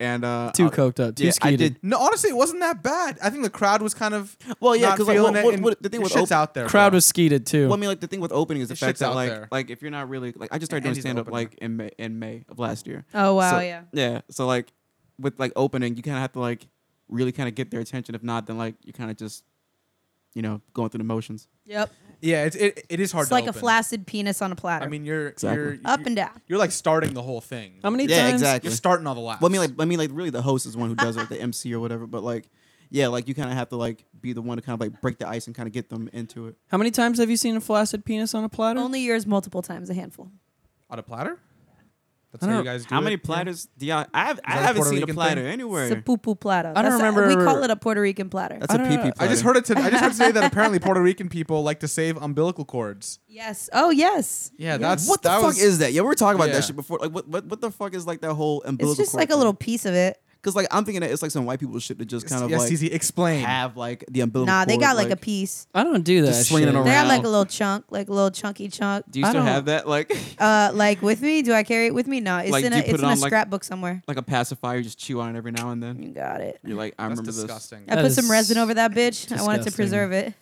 [SPEAKER 3] and uh
[SPEAKER 1] too
[SPEAKER 2] Oh,
[SPEAKER 3] I-
[SPEAKER 1] coked up. Too
[SPEAKER 3] yeah, I
[SPEAKER 1] skeeted.
[SPEAKER 3] did.
[SPEAKER 2] No, honestly, it wasn't that bad. I think the crowd was kind of
[SPEAKER 3] Well, yeah,
[SPEAKER 2] not
[SPEAKER 3] 'cause, like,
[SPEAKER 2] feeling it,
[SPEAKER 3] what- what-
[SPEAKER 2] and
[SPEAKER 3] what- the thing with
[SPEAKER 2] shit's
[SPEAKER 3] open-
[SPEAKER 2] out there.
[SPEAKER 1] Crowd
[SPEAKER 2] bro.
[SPEAKER 1] was skeeted too.
[SPEAKER 3] Well, I mean, like the thing with opening is the
[SPEAKER 2] It shit's
[SPEAKER 3] fact that
[SPEAKER 2] out
[SPEAKER 3] like
[SPEAKER 2] there.
[SPEAKER 3] like if you're not really like I just started doing
[SPEAKER 2] Andy's an
[SPEAKER 3] stand up
[SPEAKER 2] opener.
[SPEAKER 3] like in May, in May of last year.
[SPEAKER 4] Oh wow,
[SPEAKER 3] So-
[SPEAKER 4] yeah.
[SPEAKER 3] Yeah. So like with like opening, you kind of have to like really kind of get their attention. If not, then like you kind of just you know going through the motions.
[SPEAKER 4] Yep.
[SPEAKER 2] yeah. It's it, it is hard.
[SPEAKER 4] It's
[SPEAKER 2] to
[SPEAKER 4] like a
[SPEAKER 2] open.
[SPEAKER 4] flaccid penis on a platter.
[SPEAKER 2] I mean, you're
[SPEAKER 3] Exactly.
[SPEAKER 2] you're
[SPEAKER 4] up and down.
[SPEAKER 2] You're like starting the whole thing.
[SPEAKER 1] How many
[SPEAKER 3] Yeah,
[SPEAKER 1] times?
[SPEAKER 3] exactly.
[SPEAKER 2] You're starting all the laughs.
[SPEAKER 3] Well, I mean like I mean like really the host is the one who does it, the MC or whatever. But like yeah, like you kind of have to like be the one to kind of like break the ice and kind of get them into it.
[SPEAKER 1] How many times have you seen a flaccid penis on a platter?
[SPEAKER 4] Only yours multiple times, a handful.
[SPEAKER 2] on a platter. That's
[SPEAKER 1] I
[SPEAKER 2] how you
[SPEAKER 1] don't-
[SPEAKER 2] guys do
[SPEAKER 3] How
[SPEAKER 2] it?
[SPEAKER 3] many
[SPEAKER 2] Yeah.
[SPEAKER 3] platters? Yeah, I've, I
[SPEAKER 2] that a
[SPEAKER 3] haven't
[SPEAKER 2] Puerto
[SPEAKER 3] seen
[SPEAKER 2] Rican
[SPEAKER 3] a platter
[SPEAKER 2] thing?
[SPEAKER 3] anywhere.
[SPEAKER 4] It's a poo poo platter.
[SPEAKER 1] I don't
[SPEAKER 4] That's a-
[SPEAKER 1] remember-
[SPEAKER 4] we call it a Puerto Rican platter.
[SPEAKER 3] That's
[SPEAKER 1] I
[SPEAKER 3] a
[SPEAKER 1] don't
[SPEAKER 3] pee
[SPEAKER 1] know.
[SPEAKER 3] pee.
[SPEAKER 1] I
[SPEAKER 3] platter.
[SPEAKER 2] I just heard it. To, I just heard today that apparently Puerto Rican people like to save umbilical cords.
[SPEAKER 4] yes. Oh yes.
[SPEAKER 2] Yeah, that's
[SPEAKER 3] What the
[SPEAKER 2] that
[SPEAKER 3] fuck
[SPEAKER 2] was-
[SPEAKER 3] is that? Yeah, we were talking about
[SPEAKER 2] Yeah.
[SPEAKER 3] that shit before. Like, what, what, what the fuck is like that whole umbilical
[SPEAKER 4] It's just
[SPEAKER 3] cord
[SPEAKER 4] like a
[SPEAKER 3] thing?
[SPEAKER 4] little piece of it.
[SPEAKER 3] Cause like I'm thinking that it's like some white people shit that just kind of
[SPEAKER 2] yes,
[SPEAKER 3] like
[SPEAKER 2] CZ, explain.
[SPEAKER 3] have like the umbilical.
[SPEAKER 4] Nah, they
[SPEAKER 3] cord,
[SPEAKER 4] got like, a piece.
[SPEAKER 1] I don't do that.
[SPEAKER 3] Just swinging it
[SPEAKER 1] shit.
[SPEAKER 3] around.
[SPEAKER 4] They got like
[SPEAKER 3] around.
[SPEAKER 4] a little chunk, like a little chunky chunk.
[SPEAKER 3] Do you
[SPEAKER 1] I
[SPEAKER 3] still
[SPEAKER 1] don't-
[SPEAKER 3] have that? Like
[SPEAKER 4] Uh, like with me? Do I carry it with me? No, it's
[SPEAKER 3] Like,
[SPEAKER 4] in
[SPEAKER 3] do
[SPEAKER 4] a
[SPEAKER 3] you put
[SPEAKER 4] it's
[SPEAKER 3] it
[SPEAKER 4] in a
[SPEAKER 3] on, like-
[SPEAKER 4] scrapbook somewhere.
[SPEAKER 3] like a pacifier, you just chew on it every now and then.
[SPEAKER 4] You got it.
[SPEAKER 3] You're like, I
[SPEAKER 2] That's
[SPEAKER 3] remember
[SPEAKER 2] disgusting.
[SPEAKER 4] I
[SPEAKER 1] That
[SPEAKER 4] put
[SPEAKER 1] is
[SPEAKER 4] some resin over that bitch. I wanted to
[SPEAKER 1] disgusting.
[SPEAKER 4] preserve it.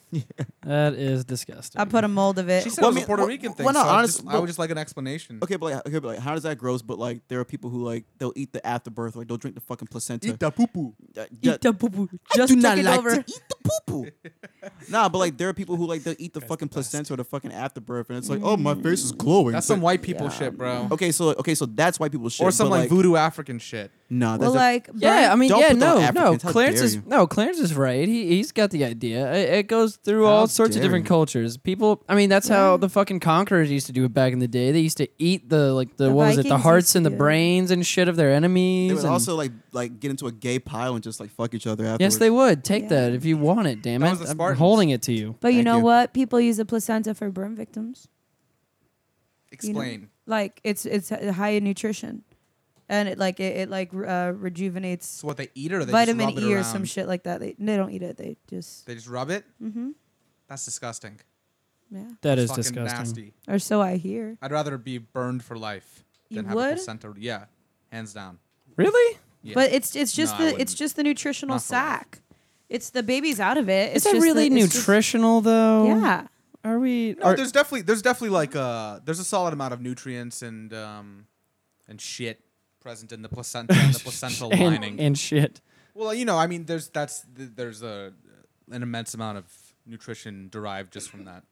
[SPEAKER 1] That is disgusting.
[SPEAKER 4] I put a mold of it.
[SPEAKER 2] She said it
[SPEAKER 3] Well,
[SPEAKER 2] was
[SPEAKER 3] I mean,
[SPEAKER 2] a Puerto
[SPEAKER 3] well-
[SPEAKER 2] Rican thing.
[SPEAKER 3] well, no,
[SPEAKER 2] so I
[SPEAKER 3] honest-
[SPEAKER 2] just- I
[SPEAKER 3] well-
[SPEAKER 2] would just like an explanation.
[SPEAKER 3] this. Okay, but like, okay, but like, how does that gross? But like, there are people who like they'll eat the afterbirth, like they'll drink the fucking placenta.
[SPEAKER 2] the poo poo.
[SPEAKER 3] That- that-
[SPEAKER 4] Eat the poo poo.
[SPEAKER 3] I
[SPEAKER 4] Just
[SPEAKER 3] do not
[SPEAKER 4] check it
[SPEAKER 3] like
[SPEAKER 4] over.
[SPEAKER 3] to eat the poo poo. nah, but like there are people who like they'll eat the fucking placenta or the fucking afterbirth, and it's like, oh, my face is glowing.
[SPEAKER 2] That's
[SPEAKER 3] But-
[SPEAKER 2] some white people shit, bro.
[SPEAKER 3] Okay, so okay, so that's white people shit.
[SPEAKER 2] Or some
[SPEAKER 3] but,
[SPEAKER 2] like,
[SPEAKER 3] like
[SPEAKER 2] voodoo African shit.
[SPEAKER 3] Nah, that's
[SPEAKER 4] Well,
[SPEAKER 3] a-
[SPEAKER 4] like
[SPEAKER 1] Yeah, I mean,
[SPEAKER 3] Don't
[SPEAKER 1] yeah,
[SPEAKER 3] put that on
[SPEAKER 1] no, no.
[SPEAKER 3] Africans. How
[SPEAKER 1] Clarence
[SPEAKER 3] dare
[SPEAKER 1] is
[SPEAKER 3] you.
[SPEAKER 1] no, Clarence is right. He he's got the idea. It, it goes through
[SPEAKER 3] How
[SPEAKER 1] all sorts of
[SPEAKER 3] dare
[SPEAKER 1] different
[SPEAKER 3] you.
[SPEAKER 1] cultures. People, I mean, that's how the fucking conquerors used to do it back in the day. They used to eat the like the,
[SPEAKER 4] The
[SPEAKER 1] what was it,
[SPEAKER 4] Vikings
[SPEAKER 1] the
[SPEAKER 4] used
[SPEAKER 1] hearts
[SPEAKER 4] to
[SPEAKER 1] and the
[SPEAKER 4] do it.
[SPEAKER 1] brains and shit of their
[SPEAKER 3] they
[SPEAKER 1] enemies.
[SPEAKER 3] would
[SPEAKER 1] and-
[SPEAKER 3] also like like get into a gay pile and just like fuck each other afterwards.
[SPEAKER 1] yes, they would take
[SPEAKER 4] Yeah.
[SPEAKER 1] that if you want it. Damn
[SPEAKER 2] That
[SPEAKER 1] it,
[SPEAKER 2] was the
[SPEAKER 1] I'm
[SPEAKER 2] Spartans.
[SPEAKER 1] holding it to you.
[SPEAKER 4] But you
[SPEAKER 3] Thank
[SPEAKER 4] know
[SPEAKER 3] you.
[SPEAKER 4] what? People use the placenta for burn victims. You know?
[SPEAKER 2] Explain.
[SPEAKER 4] Like it's it's h- high in nutrition, and it like it, it like re- uh, rejuvenates
[SPEAKER 2] It's what they eat or they
[SPEAKER 4] vitamin
[SPEAKER 2] just rub it
[SPEAKER 4] E or
[SPEAKER 2] around?
[SPEAKER 4] some shit like that. They they don't eat it. They just
[SPEAKER 2] They just rub it.
[SPEAKER 4] mm-hmm.
[SPEAKER 2] That's disgusting.
[SPEAKER 4] yeah.
[SPEAKER 1] That is
[SPEAKER 2] It's fucking
[SPEAKER 1] disgusting.
[SPEAKER 2] Nasty.
[SPEAKER 4] Or so I hear.
[SPEAKER 2] I'd rather be burned for life
[SPEAKER 4] You
[SPEAKER 2] than have a
[SPEAKER 4] would?
[SPEAKER 2] placenta. Yeah, hands down.
[SPEAKER 1] Really?
[SPEAKER 2] Yeah.
[SPEAKER 4] But it's it's just
[SPEAKER 2] No, I
[SPEAKER 4] the it's
[SPEAKER 2] wouldn't.
[SPEAKER 4] just the nutritional
[SPEAKER 2] Not for life.
[SPEAKER 4] sac. It's the baby's out of it. It's
[SPEAKER 1] Is that
[SPEAKER 4] just
[SPEAKER 1] really
[SPEAKER 4] the- it's just-
[SPEAKER 1] nutritional though?
[SPEAKER 4] yeah.
[SPEAKER 1] Are we?
[SPEAKER 2] No,
[SPEAKER 1] are-
[SPEAKER 2] there's definitely there's definitely like uh there's a solid amount of nutrients and um and shit present in the placenta and the placental
[SPEAKER 1] and-
[SPEAKER 2] lining.
[SPEAKER 1] and shit.
[SPEAKER 2] well, you know, I mean, there's that's there's a an immense amount of nutrition derived just from that.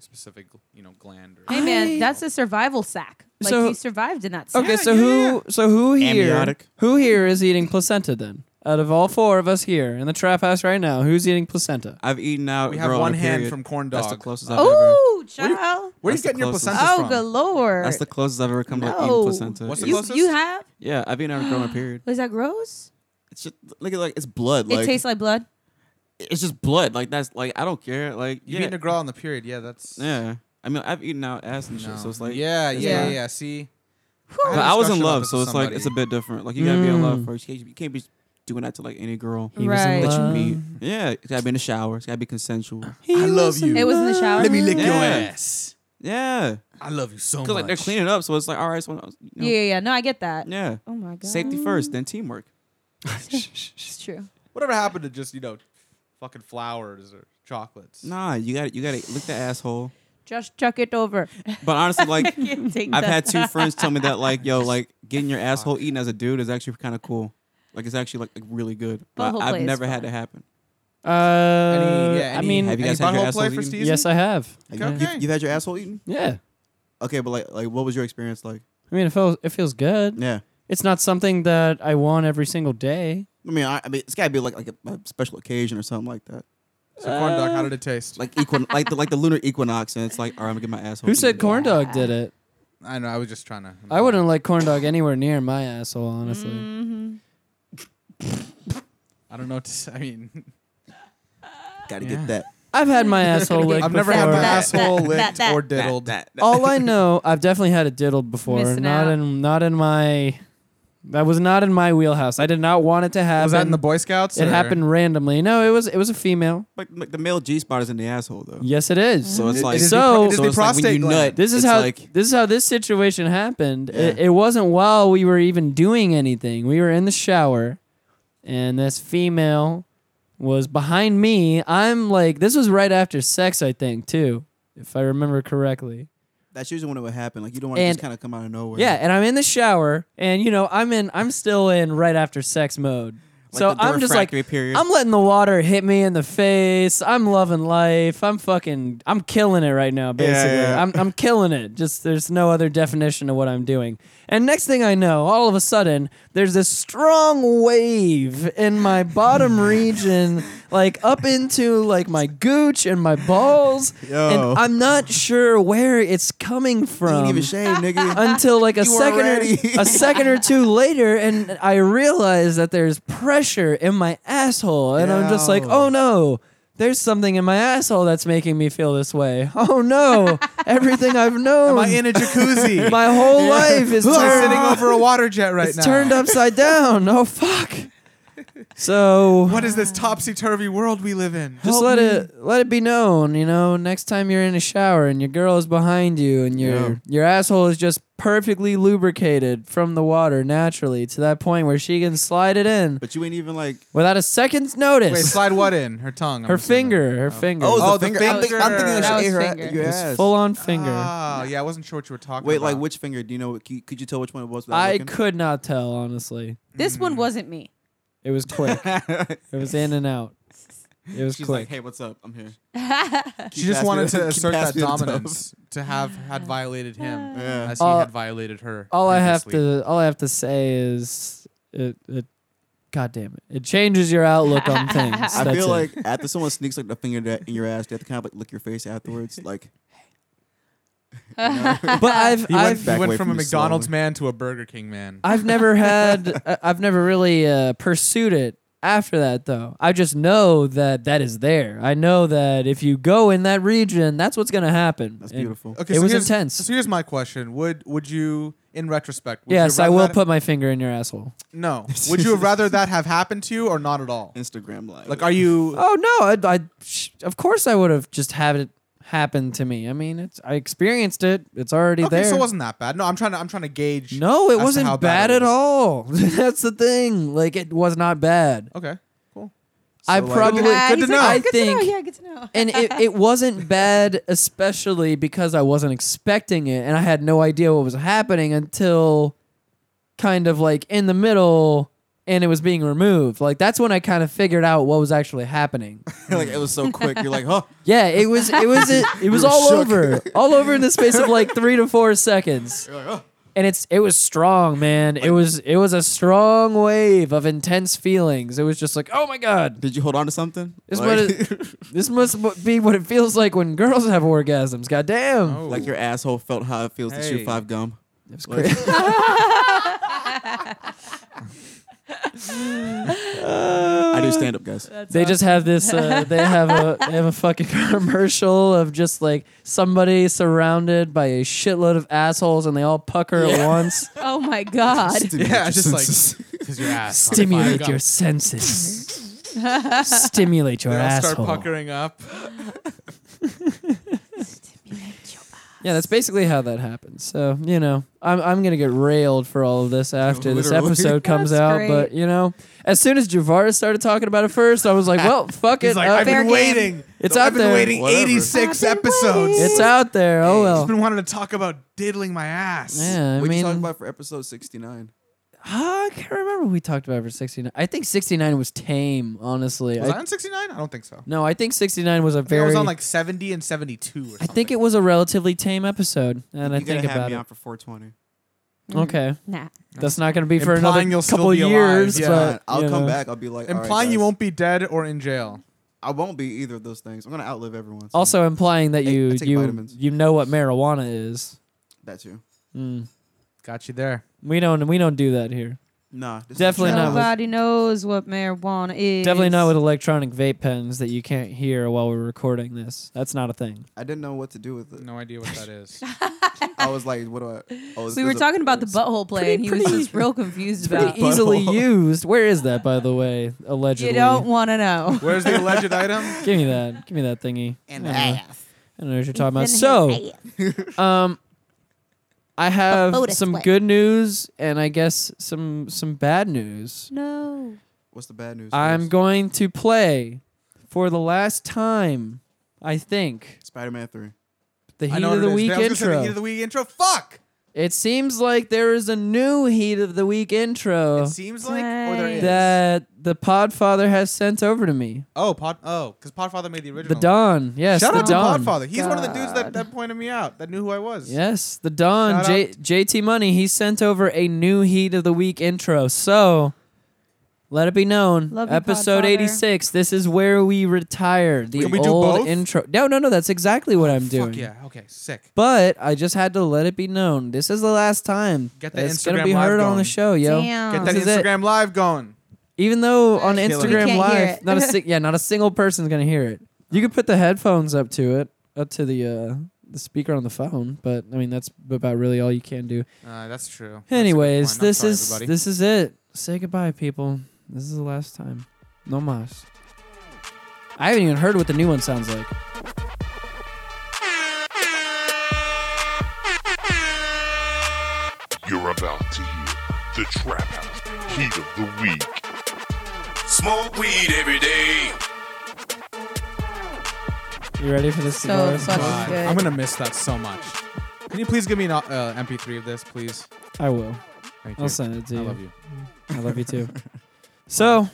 [SPEAKER 2] specific, you know, gland. Or
[SPEAKER 4] Hey man, that's a survival sack. Like
[SPEAKER 1] So-
[SPEAKER 4] you survived in that sack.
[SPEAKER 1] Okay, so who so who here
[SPEAKER 3] Amniotic.
[SPEAKER 1] who here is eating placenta then? Out of all four of us here in the trap house right now, who's eating placenta?
[SPEAKER 3] I've eaten out.
[SPEAKER 2] We have
[SPEAKER 3] girl, on
[SPEAKER 2] one
[SPEAKER 3] a
[SPEAKER 2] hand
[SPEAKER 3] period.
[SPEAKER 2] from corn
[SPEAKER 3] That's the
[SPEAKER 2] dog.
[SPEAKER 3] closest I've ever.
[SPEAKER 4] Oh, child.
[SPEAKER 2] Where are you
[SPEAKER 3] That's the
[SPEAKER 2] getting your
[SPEAKER 3] closest.
[SPEAKER 2] placenta
[SPEAKER 4] Oh,
[SPEAKER 2] from?
[SPEAKER 4] galore.
[SPEAKER 3] That's the closest I've ever come to like,
[SPEAKER 4] No.
[SPEAKER 3] eating placenta.
[SPEAKER 2] What's the
[SPEAKER 4] you,
[SPEAKER 2] closest?
[SPEAKER 4] you have?
[SPEAKER 3] yeah, I've eaten out a girl on a period.
[SPEAKER 4] Was that gross?
[SPEAKER 3] It's just look at like it's blood. Like
[SPEAKER 4] it tastes like blood.
[SPEAKER 3] it's just blood. Like that's like I don't care. Like
[SPEAKER 2] You've
[SPEAKER 3] yeah,
[SPEAKER 2] eaten a girl on the period. Yeah, that's.
[SPEAKER 3] yeah. I mean, I've eaten out ass and shit, so it's like
[SPEAKER 2] yeah,
[SPEAKER 3] it's
[SPEAKER 2] yeah,
[SPEAKER 3] not-
[SPEAKER 2] yeah. See,
[SPEAKER 3] But I was
[SPEAKER 2] discussion
[SPEAKER 3] in
[SPEAKER 2] about
[SPEAKER 3] love,
[SPEAKER 2] this
[SPEAKER 3] so
[SPEAKER 2] with
[SPEAKER 3] it's like it's a
[SPEAKER 2] somebody.
[SPEAKER 3] bit different. Like you gotta be in love
[SPEAKER 1] Mm.
[SPEAKER 3] first. You can't, you can't be doing that to like any girl.
[SPEAKER 1] He was in
[SPEAKER 4] Right. Mm.
[SPEAKER 1] love.
[SPEAKER 3] That you meet. Yeah, it's gotta be in the shower. It's gotta be consensual.
[SPEAKER 2] I love you.
[SPEAKER 4] It was in the shower.
[SPEAKER 2] Let me lick your
[SPEAKER 3] Yeah.
[SPEAKER 2] ass.
[SPEAKER 3] Yeah,
[SPEAKER 2] I love you so much.
[SPEAKER 3] because like they're cleaning up, so it's like all right. So, you know,
[SPEAKER 4] Yeah, yeah, yeah. No, I get that.
[SPEAKER 3] yeah.
[SPEAKER 4] Oh my god.
[SPEAKER 3] Safety first, then teamwork.
[SPEAKER 4] It's true.
[SPEAKER 2] Whatever happened to just you know, fucking flowers or chocolates?
[SPEAKER 3] Nah, you got to you got to lick the asshole.
[SPEAKER 4] Just chuck it over.
[SPEAKER 3] But honestly, like
[SPEAKER 4] Take
[SPEAKER 3] I've had
[SPEAKER 4] that.
[SPEAKER 3] two friends tell me that like yo, like getting your asshole eaten as a dude is actually kind of cool. Like it's actually like, like, really good. But
[SPEAKER 4] Butthole
[SPEAKER 3] I've
[SPEAKER 4] play is
[SPEAKER 3] never
[SPEAKER 4] fun.
[SPEAKER 3] had that happen.
[SPEAKER 1] Uh,
[SPEAKER 2] Any- yeah,
[SPEAKER 1] I
[SPEAKER 2] any-
[SPEAKER 1] mean,
[SPEAKER 3] Have you
[SPEAKER 2] Any
[SPEAKER 3] guys had your
[SPEAKER 2] butthole play
[SPEAKER 3] asshole
[SPEAKER 2] for
[SPEAKER 3] eaten?
[SPEAKER 2] Steezy?
[SPEAKER 1] yes, I have.
[SPEAKER 2] Okay, okay.
[SPEAKER 3] You've had your asshole eaten?
[SPEAKER 1] Yeah,
[SPEAKER 3] Okay, but like like what was your experience like?
[SPEAKER 1] I mean, it feels it feels good.
[SPEAKER 3] Yeah.
[SPEAKER 1] It's not something that I want every single day.
[SPEAKER 3] I mean, I, I mean, it's gotta be like like a, a special occasion or something like that.
[SPEAKER 2] So corn dog, how did it taste?
[SPEAKER 3] Uh, Like equin, like the like the lunar equinox, and it's like, all right, I'm gonna get my asshole.
[SPEAKER 1] Who said
[SPEAKER 3] eaten.
[SPEAKER 1] corn dog did it?
[SPEAKER 2] I know. I was just trying to.
[SPEAKER 1] I wouldn't like corn dog anywhere near my asshole, honestly.
[SPEAKER 4] Mm.
[SPEAKER 2] I don't know. What to say. I mean,
[SPEAKER 3] Gotta
[SPEAKER 2] Yeah.
[SPEAKER 3] get that.
[SPEAKER 1] I've had my asshole licked
[SPEAKER 2] I've never had my
[SPEAKER 1] before.
[SPEAKER 4] That-
[SPEAKER 2] asshole
[SPEAKER 4] that-
[SPEAKER 2] licked
[SPEAKER 4] that- that-
[SPEAKER 2] or diddled.
[SPEAKER 3] That, Oh. that,
[SPEAKER 1] All I know, I've definitely had it diddled before.
[SPEAKER 4] Missing
[SPEAKER 1] not
[SPEAKER 4] out.
[SPEAKER 1] in not in my that was not in my wheelhouse. I did not want it to happen.
[SPEAKER 2] was that in the Boy Scouts?
[SPEAKER 1] it
[SPEAKER 2] or-
[SPEAKER 1] happened randomly. No, it was it was a female.
[SPEAKER 3] But like, the male G spot is in the asshole though.
[SPEAKER 1] Yes, it is.
[SPEAKER 3] So it's
[SPEAKER 2] It-
[SPEAKER 3] like
[SPEAKER 2] it is the
[SPEAKER 1] So-
[SPEAKER 2] pro- it is
[SPEAKER 3] so
[SPEAKER 2] the
[SPEAKER 3] it's like when
[SPEAKER 2] prostate
[SPEAKER 3] you
[SPEAKER 2] gland.
[SPEAKER 3] nut,
[SPEAKER 1] this is
[SPEAKER 3] it's
[SPEAKER 1] how
[SPEAKER 3] like
[SPEAKER 1] this is how this situation happened. It,
[SPEAKER 3] Yeah.
[SPEAKER 1] it wasn't while we were even doing anything. We were in the shower, and this female was behind me. I'm like, this was right after sex, I think, too, if I remember correctly.
[SPEAKER 3] that's usually when it would happen. Like you don't want to
[SPEAKER 1] And-
[SPEAKER 3] just kind of come out of nowhere.
[SPEAKER 1] Yeah, and I'm in the shower, and you know, I'm in, I'm still in right after sex mode.
[SPEAKER 3] Like
[SPEAKER 1] so
[SPEAKER 3] the
[SPEAKER 1] I'm just like,
[SPEAKER 3] refractory period.
[SPEAKER 1] I'm letting the water hit me in the face. I'm loving life. I'm fucking, I'm killing it right now. Basically,
[SPEAKER 3] yeah.
[SPEAKER 1] I'm, I'm killing it. Just there's no other definition of what I'm doing. And next thing I know, all of a sudden, there's this strong wave in my bottom region, like up into like my gooch and my balls,
[SPEAKER 3] Yo.
[SPEAKER 1] and I'm not sure where it's coming
[SPEAKER 3] You
[SPEAKER 1] from
[SPEAKER 3] ain't even shave, nigga.
[SPEAKER 1] until like a
[SPEAKER 3] You weren't
[SPEAKER 1] second
[SPEAKER 3] ready.
[SPEAKER 1] or, a second or two later and I realize that there's pressure in my asshole and I'm just like,
[SPEAKER 3] Yo.
[SPEAKER 1] "Oh no. There's something in my asshole that's making me feel this way. Oh no. Everything I've known
[SPEAKER 2] Am I in a jacuzzi?
[SPEAKER 1] my whole life is
[SPEAKER 2] I'm
[SPEAKER 1] turned,
[SPEAKER 2] sitting over a water jet right
[SPEAKER 1] it's
[SPEAKER 2] now.
[SPEAKER 1] turned upside down. Oh fuck. So
[SPEAKER 2] What is this topsy turvy world we live in?
[SPEAKER 1] just let it let it be known, you know, next time you're in a shower and your girl is behind you and your
[SPEAKER 3] Yeah.
[SPEAKER 1] your asshole is just perfectly lubricated from the water naturally to that point where she can slide it in
[SPEAKER 3] But you ain't even like.
[SPEAKER 1] without a second's
[SPEAKER 2] Wait,
[SPEAKER 1] notice.
[SPEAKER 2] slide what in? Her tongue. I'm
[SPEAKER 1] her
[SPEAKER 2] assuming.
[SPEAKER 1] finger, her finger.
[SPEAKER 2] the
[SPEAKER 1] Oh,
[SPEAKER 2] the finger.
[SPEAKER 3] I'm, thinking- I'm thinking
[SPEAKER 2] That
[SPEAKER 3] that she
[SPEAKER 4] was
[SPEAKER 3] ate her
[SPEAKER 4] finger.
[SPEAKER 3] your
[SPEAKER 1] it's
[SPEAKER 3] ass.
[SPEAKER 1] full on finger.
[SPEAKER 2] Ah, yeah, I wasn't sure what you were talking
[SPEAKER 3] Wait,
[SPEAKER 2] about.
[SPEAKER 3] like which finger? Do you know? Could could you tell which one it was? without
[SPEAKER 1] I
[SPEAKER 3] looking?
[SPEAKER 1] could not tell honestly.
[SPEAKER 4] This one wasn't me.
[SPEAKER 1] It was quick. it was in and out. It was
[SPEAKER 3] She's
[SPEAKER 1] quick.
[SPEAKER 3] like, hey, what's up? I'm here.
[SPEAKER 2] she
[SPEAKER 3] Keep
[SPEAKER 2] just
[SPEAKER 3] asking
[SPEAKER 2] wanted
[SPEAKER 3] me-
[SPEAKER 2] to
[SPEAKER 3] keep
[SPEAKER 2] assert that
[SPEAKER 3] asking me the tub.
[SPEAKER 2] dominance to have had violated him
[SPEAKER 3] Yeah.
[SPEAKER 2] as he
[SPEAKER 1] Uh,
[SPEAKER 2] had violated her.
[SPEAKER 1] all I have
[SPEAKER 2] previously.
[SPEAKER 1] to all I have to say is it, it God damn it. It changes your outlook on things.
[SPEAKER 3] I
[SPEAKER 1] That's
[SPEAKER 3] feel
[SPEAKER 1] it.
[SPEAKER 3] like after someone sneaks like the finger that in your ass, they have to kind of like lick your face afterwards. Like
[SPEAKER 1] but I've
[SPEAKER 3] went
[SPEAKER 1] I've
[SPEAKER 3] back
[SPEAKER 2] He went
[SPEAKER 3] away
[SPEAKER 2] from
[SPEAKER 3] from
[SPEAKER 2] a
[SPEAKER 3] you
[SPEAKER 2] McDonald's
[SPEAKER 3] slowly.
[SPEAKER 2] man to a Burger King man.
[SPEAKER 1] I've never had. I- I've never really uh, pursued it after that, though. I just know that that is there. I know that if you go in that region, that's what's gonna happen.
[SPEAKER 3] that's
[SPEAKER 1] And-
[SPEAKER 3] beautiful.
[SPEAKER 1] It was
[SPEAKER 2] here's-
[SPEAKER 1] intense.
[SPEAKER 2] So here's my question: Would would you, in retrospect, would you
[SPEAKER 1] yes,
[SPEAKER 2] have
[SPEAKER 1] I will
[SPEAKER 2] rather that-
[SPEAKER 1] put my finger in your asshole.
[SPEAKER 2] No, would you have rather that have happened to you or not at all?
[SPEAKER 3] Instagram live.
[SPEAKER 2] Like, are you?
[SPEAKER 1] Oh no! I, I sh- of course I would have just had it happen to me. I mean, it's I experienced it. It's already
[SPEAKER 2] Okay,
[SPEAKER 1] there.
[SPEAKER 2] so it wasn't that bad. No, I'm trying to I'm trying to gauge.
[SPEAKER 1] no,
[SPEAKER 2] as
[SPEAKER 1] it
[SPEAKER 2] to
[SPEAKER 1] wasn't
[SPEAKER 2] how
[SPEAKER 1] bad,
[SPEAKER 2] it
[SPEAKER 1] at
[SPEAKER 2] was.
[SPEAKER 1] all. That's the thing. Like it was not bad.
[SPEAKER 2] Okay, cool.
[SPEAKER 1] I
[SPEAKER 3] like-
[SPEAKER 1] probably
[SPEAKER 2] Good to- good to
[SPEAKER 4] he's
[SPEAKER 2] know.
[SPEAKER 4] Like,
[SPEAKER 1] I
[SPEAKER 4] oh, good
[SPEAKER 1] think
[SPEAKER 4] to know. Yeah, good to know.
[SPEAKER 1] and it, it wasn't bad, especially because I wasn't expecting it and I had no idea what was happening until kind of like in the middle and it was being removed. Like that's when I kind of figured out what was actually happening.
[SPEAKER 3] like it was so quick. You're like, huh?
[SPEAKER 1] Yeah, it was it was it, it was
[SPEAKER 3] were
[SPEAKER 1] all
[SPEAKER 3] shook.
[SPEAKER 1] over. All over in the space of like 3 to 4 seconds. And it's it was strong, man. It was it was a strong wave of intense feelings. It was just like, "Oh my god.
[SPEAKER 3] Did you hold on to something?
[SPEAKER 1] This
[SPEAKER 3] like,
[SPEAKER 1] what it, this must mu- be what it feels like when girls have orgasms. God damn.
[SPEAKER 2] Oh.
[SPEAKER 3] like your asshole felt how it feels to
[SPEAKER 2] Hey.
[SPEAKER 3] chew five gum.
[SPEAKER 1] It was
[SPEAKER 3] Like-
[SPEAKER 1] crazy.
[SPEAKER 3] I do stand up, guys.
[SPEAKER 1] They just have this. Uh, they have a they have a fucking commercial of just like somebody surrounded by a shitload of assholes, and they all pucker at once.
[SPEAKER 5] Oh my god.
[SPEAKER 2] yeah, just like because your ass
[SPEAKER 1] Stimulate
[SPEAKER 2] Fuck,
[SPEAKER 1] your
[SPEAKER 2] fuck.
[SPEAKER 1] senses. Stimulate your
[SPEAKER 2] They all
[SPEAKER 1] asshole.
[SPEAKER 2] Start puckering up.
[SPEAKER 1] Yeah, that's basically how that happens. So you know, I'm I'm gonna get railed for all of this after this
[SPEAKER 3] Oh, Literally.
[SPEAKER 1] episode comes
[SPEAKER 4] That's
[SPEAKER 1] out.
[SPEAKER 4] great.
[SPEAKER 1] But you know, as soon as Javaris started talking about it first, I was like, well, fuck it.
[SPEAKER 2] He's like,
[SPEAKER 1] uh,
[SPEAKER 2] I've
[SPEAKER 4] fair
[SPEAKER 2] been
[SPEAKER 4] game.
[SPEAKER 2] waiting.
[SPEAKER 1] It's
[SPEAKER 2] I've
[SPEAKER 1] out
[SPEAKER 2] been
[SPEAKER 1] there.
[SPEAKER 2] waiting
[SPEAKER 3] Whatever.
[SPEAKER 2] 86
[SPEAKER 5] I've been
[SPEAKER 2] episodes.
[SPEAKER 5] waiting.
[SPEAKER 1] it's out there. Oh
[SPEAKER 2] I've
[SPEAKER 1] well.
[SPEAKER 2] been wanting to talk about diddling my ass.
[SPEAKER 1] Yeah, I
[SPEAKER 3] what
[SPEAKER 1] mean,
[SPEAKER 3] you talking about for episode sixty nine?
[SPEAKER 1] Ah, I can't remember what we talked about for 69. I think 69 was tame, honestly.
[SPEAKER 2] Was I,
[SPEAKER 1] I-
[SPEAKER 2] on 69? I don't think so. I think
[SPEAKER 1] no, I think 69 was a
[SPEAKER 2] I
[SPEAKER 1] very.
[SPEAKER 2] was on like 70 and 72 or
[SPEAKER 1] I
[SPEAKER 2] something.
[SPEAKER 1] think it was a relatively tame episode. And I
[SPEAKER 3] you gotta
[SPEAKER 1] think
[SPEAKER 3] have
[SPEAKER 1] about
[SPEAKER 3] me
[SPEAKER 1] it.
[SPEAKER 3] on for four twenty.
[SPEAKER 1] Okay.
[SPEAKER 5] Nah.
[SPEAKER 1] That's not going to be for
[SPEAKER 2] Implying
[SPEAKER 1] another
[SPEAKER 2] you'll still
[SPEAKER 1] couple
[SPEAKER 2] be alive,
[SPEAKER 1] years.
[SPEAKER 2] yeah.
[SPEAKER 1] but,
[SPEAKER 3] I'll
[SPEAKER 1] you
[SPEAKER 3] come
[SPEAKER 1] know.
[SPEAKER 3] back. I'll be like all right,
[SPEAKER 2] Implying you
[SPEAKER 3] guys.
[SPEAKER 2] won't be dead or in jail.
[SPEAKER 3] I won't be either of those things. I'm gonna outlive everyone. so
[SPEAKER 1] Also implying that
[SPEAKER 3] I- I
[SPEAKER 1] you
[SPEAKER 3] take
[SPEAKER 1] you,
[SPEAKER 3] vitamins.
[SPEAKER 1] you know what marijuana is.
[SPEAKER 3] that too.
[SPEAKER 1] Mm.
[SPEAKER 2] Got you there.
[SPEAKER 1] We don't we don't do that here.
[SPEAKER 3] Nah, this is
[SPEAKER 1] Definitely
[SPEAKER 3] trash.
[SPEAKER 1] not with-
[SPEAKER 4] Nobody knows what marijuana is.
[SPEAKER 1] Definitely not with electronic vape pens that you can't hear while we're recording this. That's not a thing.
[SPEAKER 3] I didn't know what to do with it.
[SPEAKER 2] No idea what that is.
[SPEAKER 3] I was like, what do I? Oh, is
[SPEAKER 4] We
[SPEAKER 3] this
[SPEAKER 4] were
[SPEAKER 3] a-
[SPEAKER 4] talking about the butthole play, and he was just real confused about.
[SPEAKER 1] Pretty
[SPEAKER 4] it.
[SPEAKER 1] easily used. Where is that, by the way? Allegedly.
[SPEAKER 4] You don't want to know.
[SPEAKER 2] Where's the alleged item?
[SPEAKER 1] Give me that. Give me that thingy. I
[SPEAKER 3] And
[SPEAKER 1] don't know.
[SPEAKER 3] ass.
[SPEAKER 1] I don't know what you're talking about. So, um, I have
[SPEAKER 5] Baboda
[SPEAKER 1] some
[SPEAKER 5] sweat.
[SPEAKER 1] good news and I guess some some bad news.
[SPEAKER 5] No.
[SPEAKER 3] What's the bad news?
[SPEAKER 1] I'm going to play for the last time. I think
[SPEAKER 3] Spider Man three.
[SPEAKER 1] the
[SPEAKER 2] I
[SPEAKER 1] heat
[SPEAKER 2] know
[SPEAKER 1] of the
[SPEAKER 2] what it is.
[SPEAKER 1] week
[SPEAKER 2] I was gonna say
[SPEAKER 1] intro.
[SPEAKER 2] The heat of the week intro. Fuck.
[SPEAKER 1] it seems like there is a new heat of the week intro
[SPEAKER 2] It seems like or there is.
[SPEAKER 1] Oh. that the Podfather has sent over to me.
[SPEAKER 2] oh, Pod. Oh, because Podfather made the
[SPEAKER 1] The
[SPEAKER 2] original.
[SPEAKER 1] Don, yes,
[SPEAKER 2] Shout
[SPEAKER 1] the
[SPEAKER 2] out
[SPEAKER 1] Don.
[SPEAKER 2] to Podfather. He's one of the dudes that, that pointed me out. That knew who I was.
[SPEAKER 1] Yes, the Don
[SPEAKER 2] Shout
[SPEAKER 1] J- JT Money. He sent over a new Heat of the Week intro. So let it be known,
[SPEAKER 4] Love you,
[SPEAKER 1] episode
[SPEAKER 4] Podfather.
[SPEAKER 1] eighty six. This is where we retire the
[SPEAKER 2] Can we do
[SPEAKER 1] old
[SPEAKER 2] both? Oh,
[SPEAKER 1] intro. No, no, no. That's exactly what I'm doing.
[SPEAKER 2] Fuck yeah. Okay. Sick.
[SPEAKER 1] But I just had to let it be known. This is the last time.
[SPEAKER 2] Get that
[SPEAKER 1] it's gonna
[SPEAKER 2] Instagram
[SPEAKER 1] be
[SPEAKER 2] live
[SPEAKER 1] heard on the
[SPEAKER 2] going.
[SPEAKER 1] show, yo.
[SPEAKER 4] Damn.
[SPEAKER 2] Get that
[SPEAKER 1] Oh, This is it.
[SPEAKER 2] Instagram live going.
[SPEAKER 1] Even though on
[SPEAKER 3] Killer. We
[SPEAKER 1] Instagram
[SPEAKER 4] can't hear
[SPEAKER 1] Live,
[SPEAKER 4] it.
[SPEAKER 1] not a si- yeah, not a single person's gonna hear it. You could put the headphones up to it, up to the uh, the speaker on the phone, but I mean that's about really all you can do.
[SPEAKER 2] Uh, that's true. That's a good
[SPEAKER 1] Anyways,
[SPEAKER 2] point. I'm
[SPEAKER 1] this
[SPEAKER 2] sorry,
[SPEAKER 1] is
[SPEAKER 2] everybody.
[SPEAKER 1] this is it. Say goodbye, people. This is the last time. No mas. I haven't even heard what the new one sounds like.
[SPEAKER 6] You're about to hear the Trap House Heat of the Week. Smoke weed every day.
[SPEAKER 1] You ready for this?
[SPEAKER 4] So
[SPEAKER 1] Dolores?
[SPEAKER 4] fucking-
[SPEAKER 2] God,
[SPEAKER 4] good.
[SPEAKER 2] I'm gonna miss that so much. Can you please give me an uh, MP3 of this, please?
[SPEAKER 1] I will.
[SPEAKER 2] Thank
[SPEAKER 1] I'll send it to
[SPEAKER 2] I
[SPEAKER 1] you.
[SPEAKER 2] love you.
[SPEAKER 1] I love you too. So,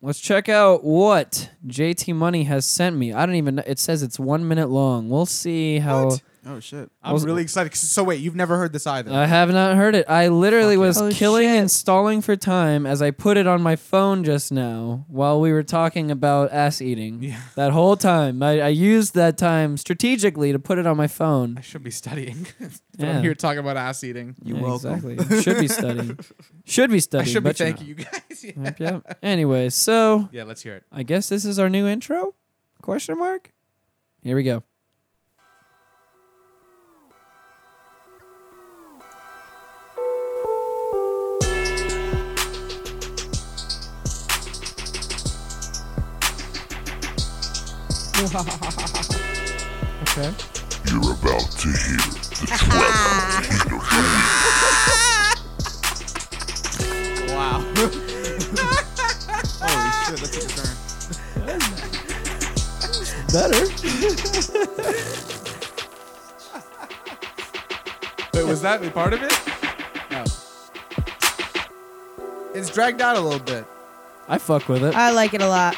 [SPEAKER 1] let's check out what JT Money has sent me. I don't even know. It says it's one minute long. We'll see how.
[SPEAKER 3] Oh shit.
[SPEAKER 2] I'm
[SPEAKER 1] was-
[SPEAKER 2] really excited. So wait, you've never heard this either.
[SPEAKER 1] I have not heard it. I literally was
[SPEAKER 4] Oh,
[SPEAKER 1] killing
[SPEAKER 4] shit.
[SPEAKER 1] and stalling for time as I put it on my phone just now while we were talking about ass eating.
[SPEAKER 2] Yeah.
[SPEAKER 1] That whole time. I, I used that time strategically to put it on my phone.
[SPEAKER 2] I should be studying. but
[SPEAKER 1] Yeah.
[SPEAKER 2] I'm here talking about ass eating.
[SPEAKER 3] You
[SPEAKER 1] Yeah,
[SPEAKER 3] welcome.
[SPEAKER 1] Exactly. Should be studying. Should be
[SPEAKER 2] I
[SPEAKER 1] studying.
[SPEAKER 2] should be
[SPEAKER 1] but you're
[SPEAKER 2] thanking you guys. Yeah.
[SPEAKER 1] not. Yep, yep. Anyway, so
[SPEAKER 2] Yeah, let's hear it.
[SPEAKER 1] I guess this is our new intro? Question mark? Here we go. okay.
[SPEAKER 6] You're about to hear the Trap House Heat of the Week.
[SPEAKER 2] Wow.
[SPEAKER 3] Holy shit. That took a turn.
[SPEAKER 1] Better.
[SPEAKER 2] Wait, was that part of it? It's dragged out a little bit.
[SPEAKER 1] I fuck with it.
[SPEAKER 4] I like it a lot.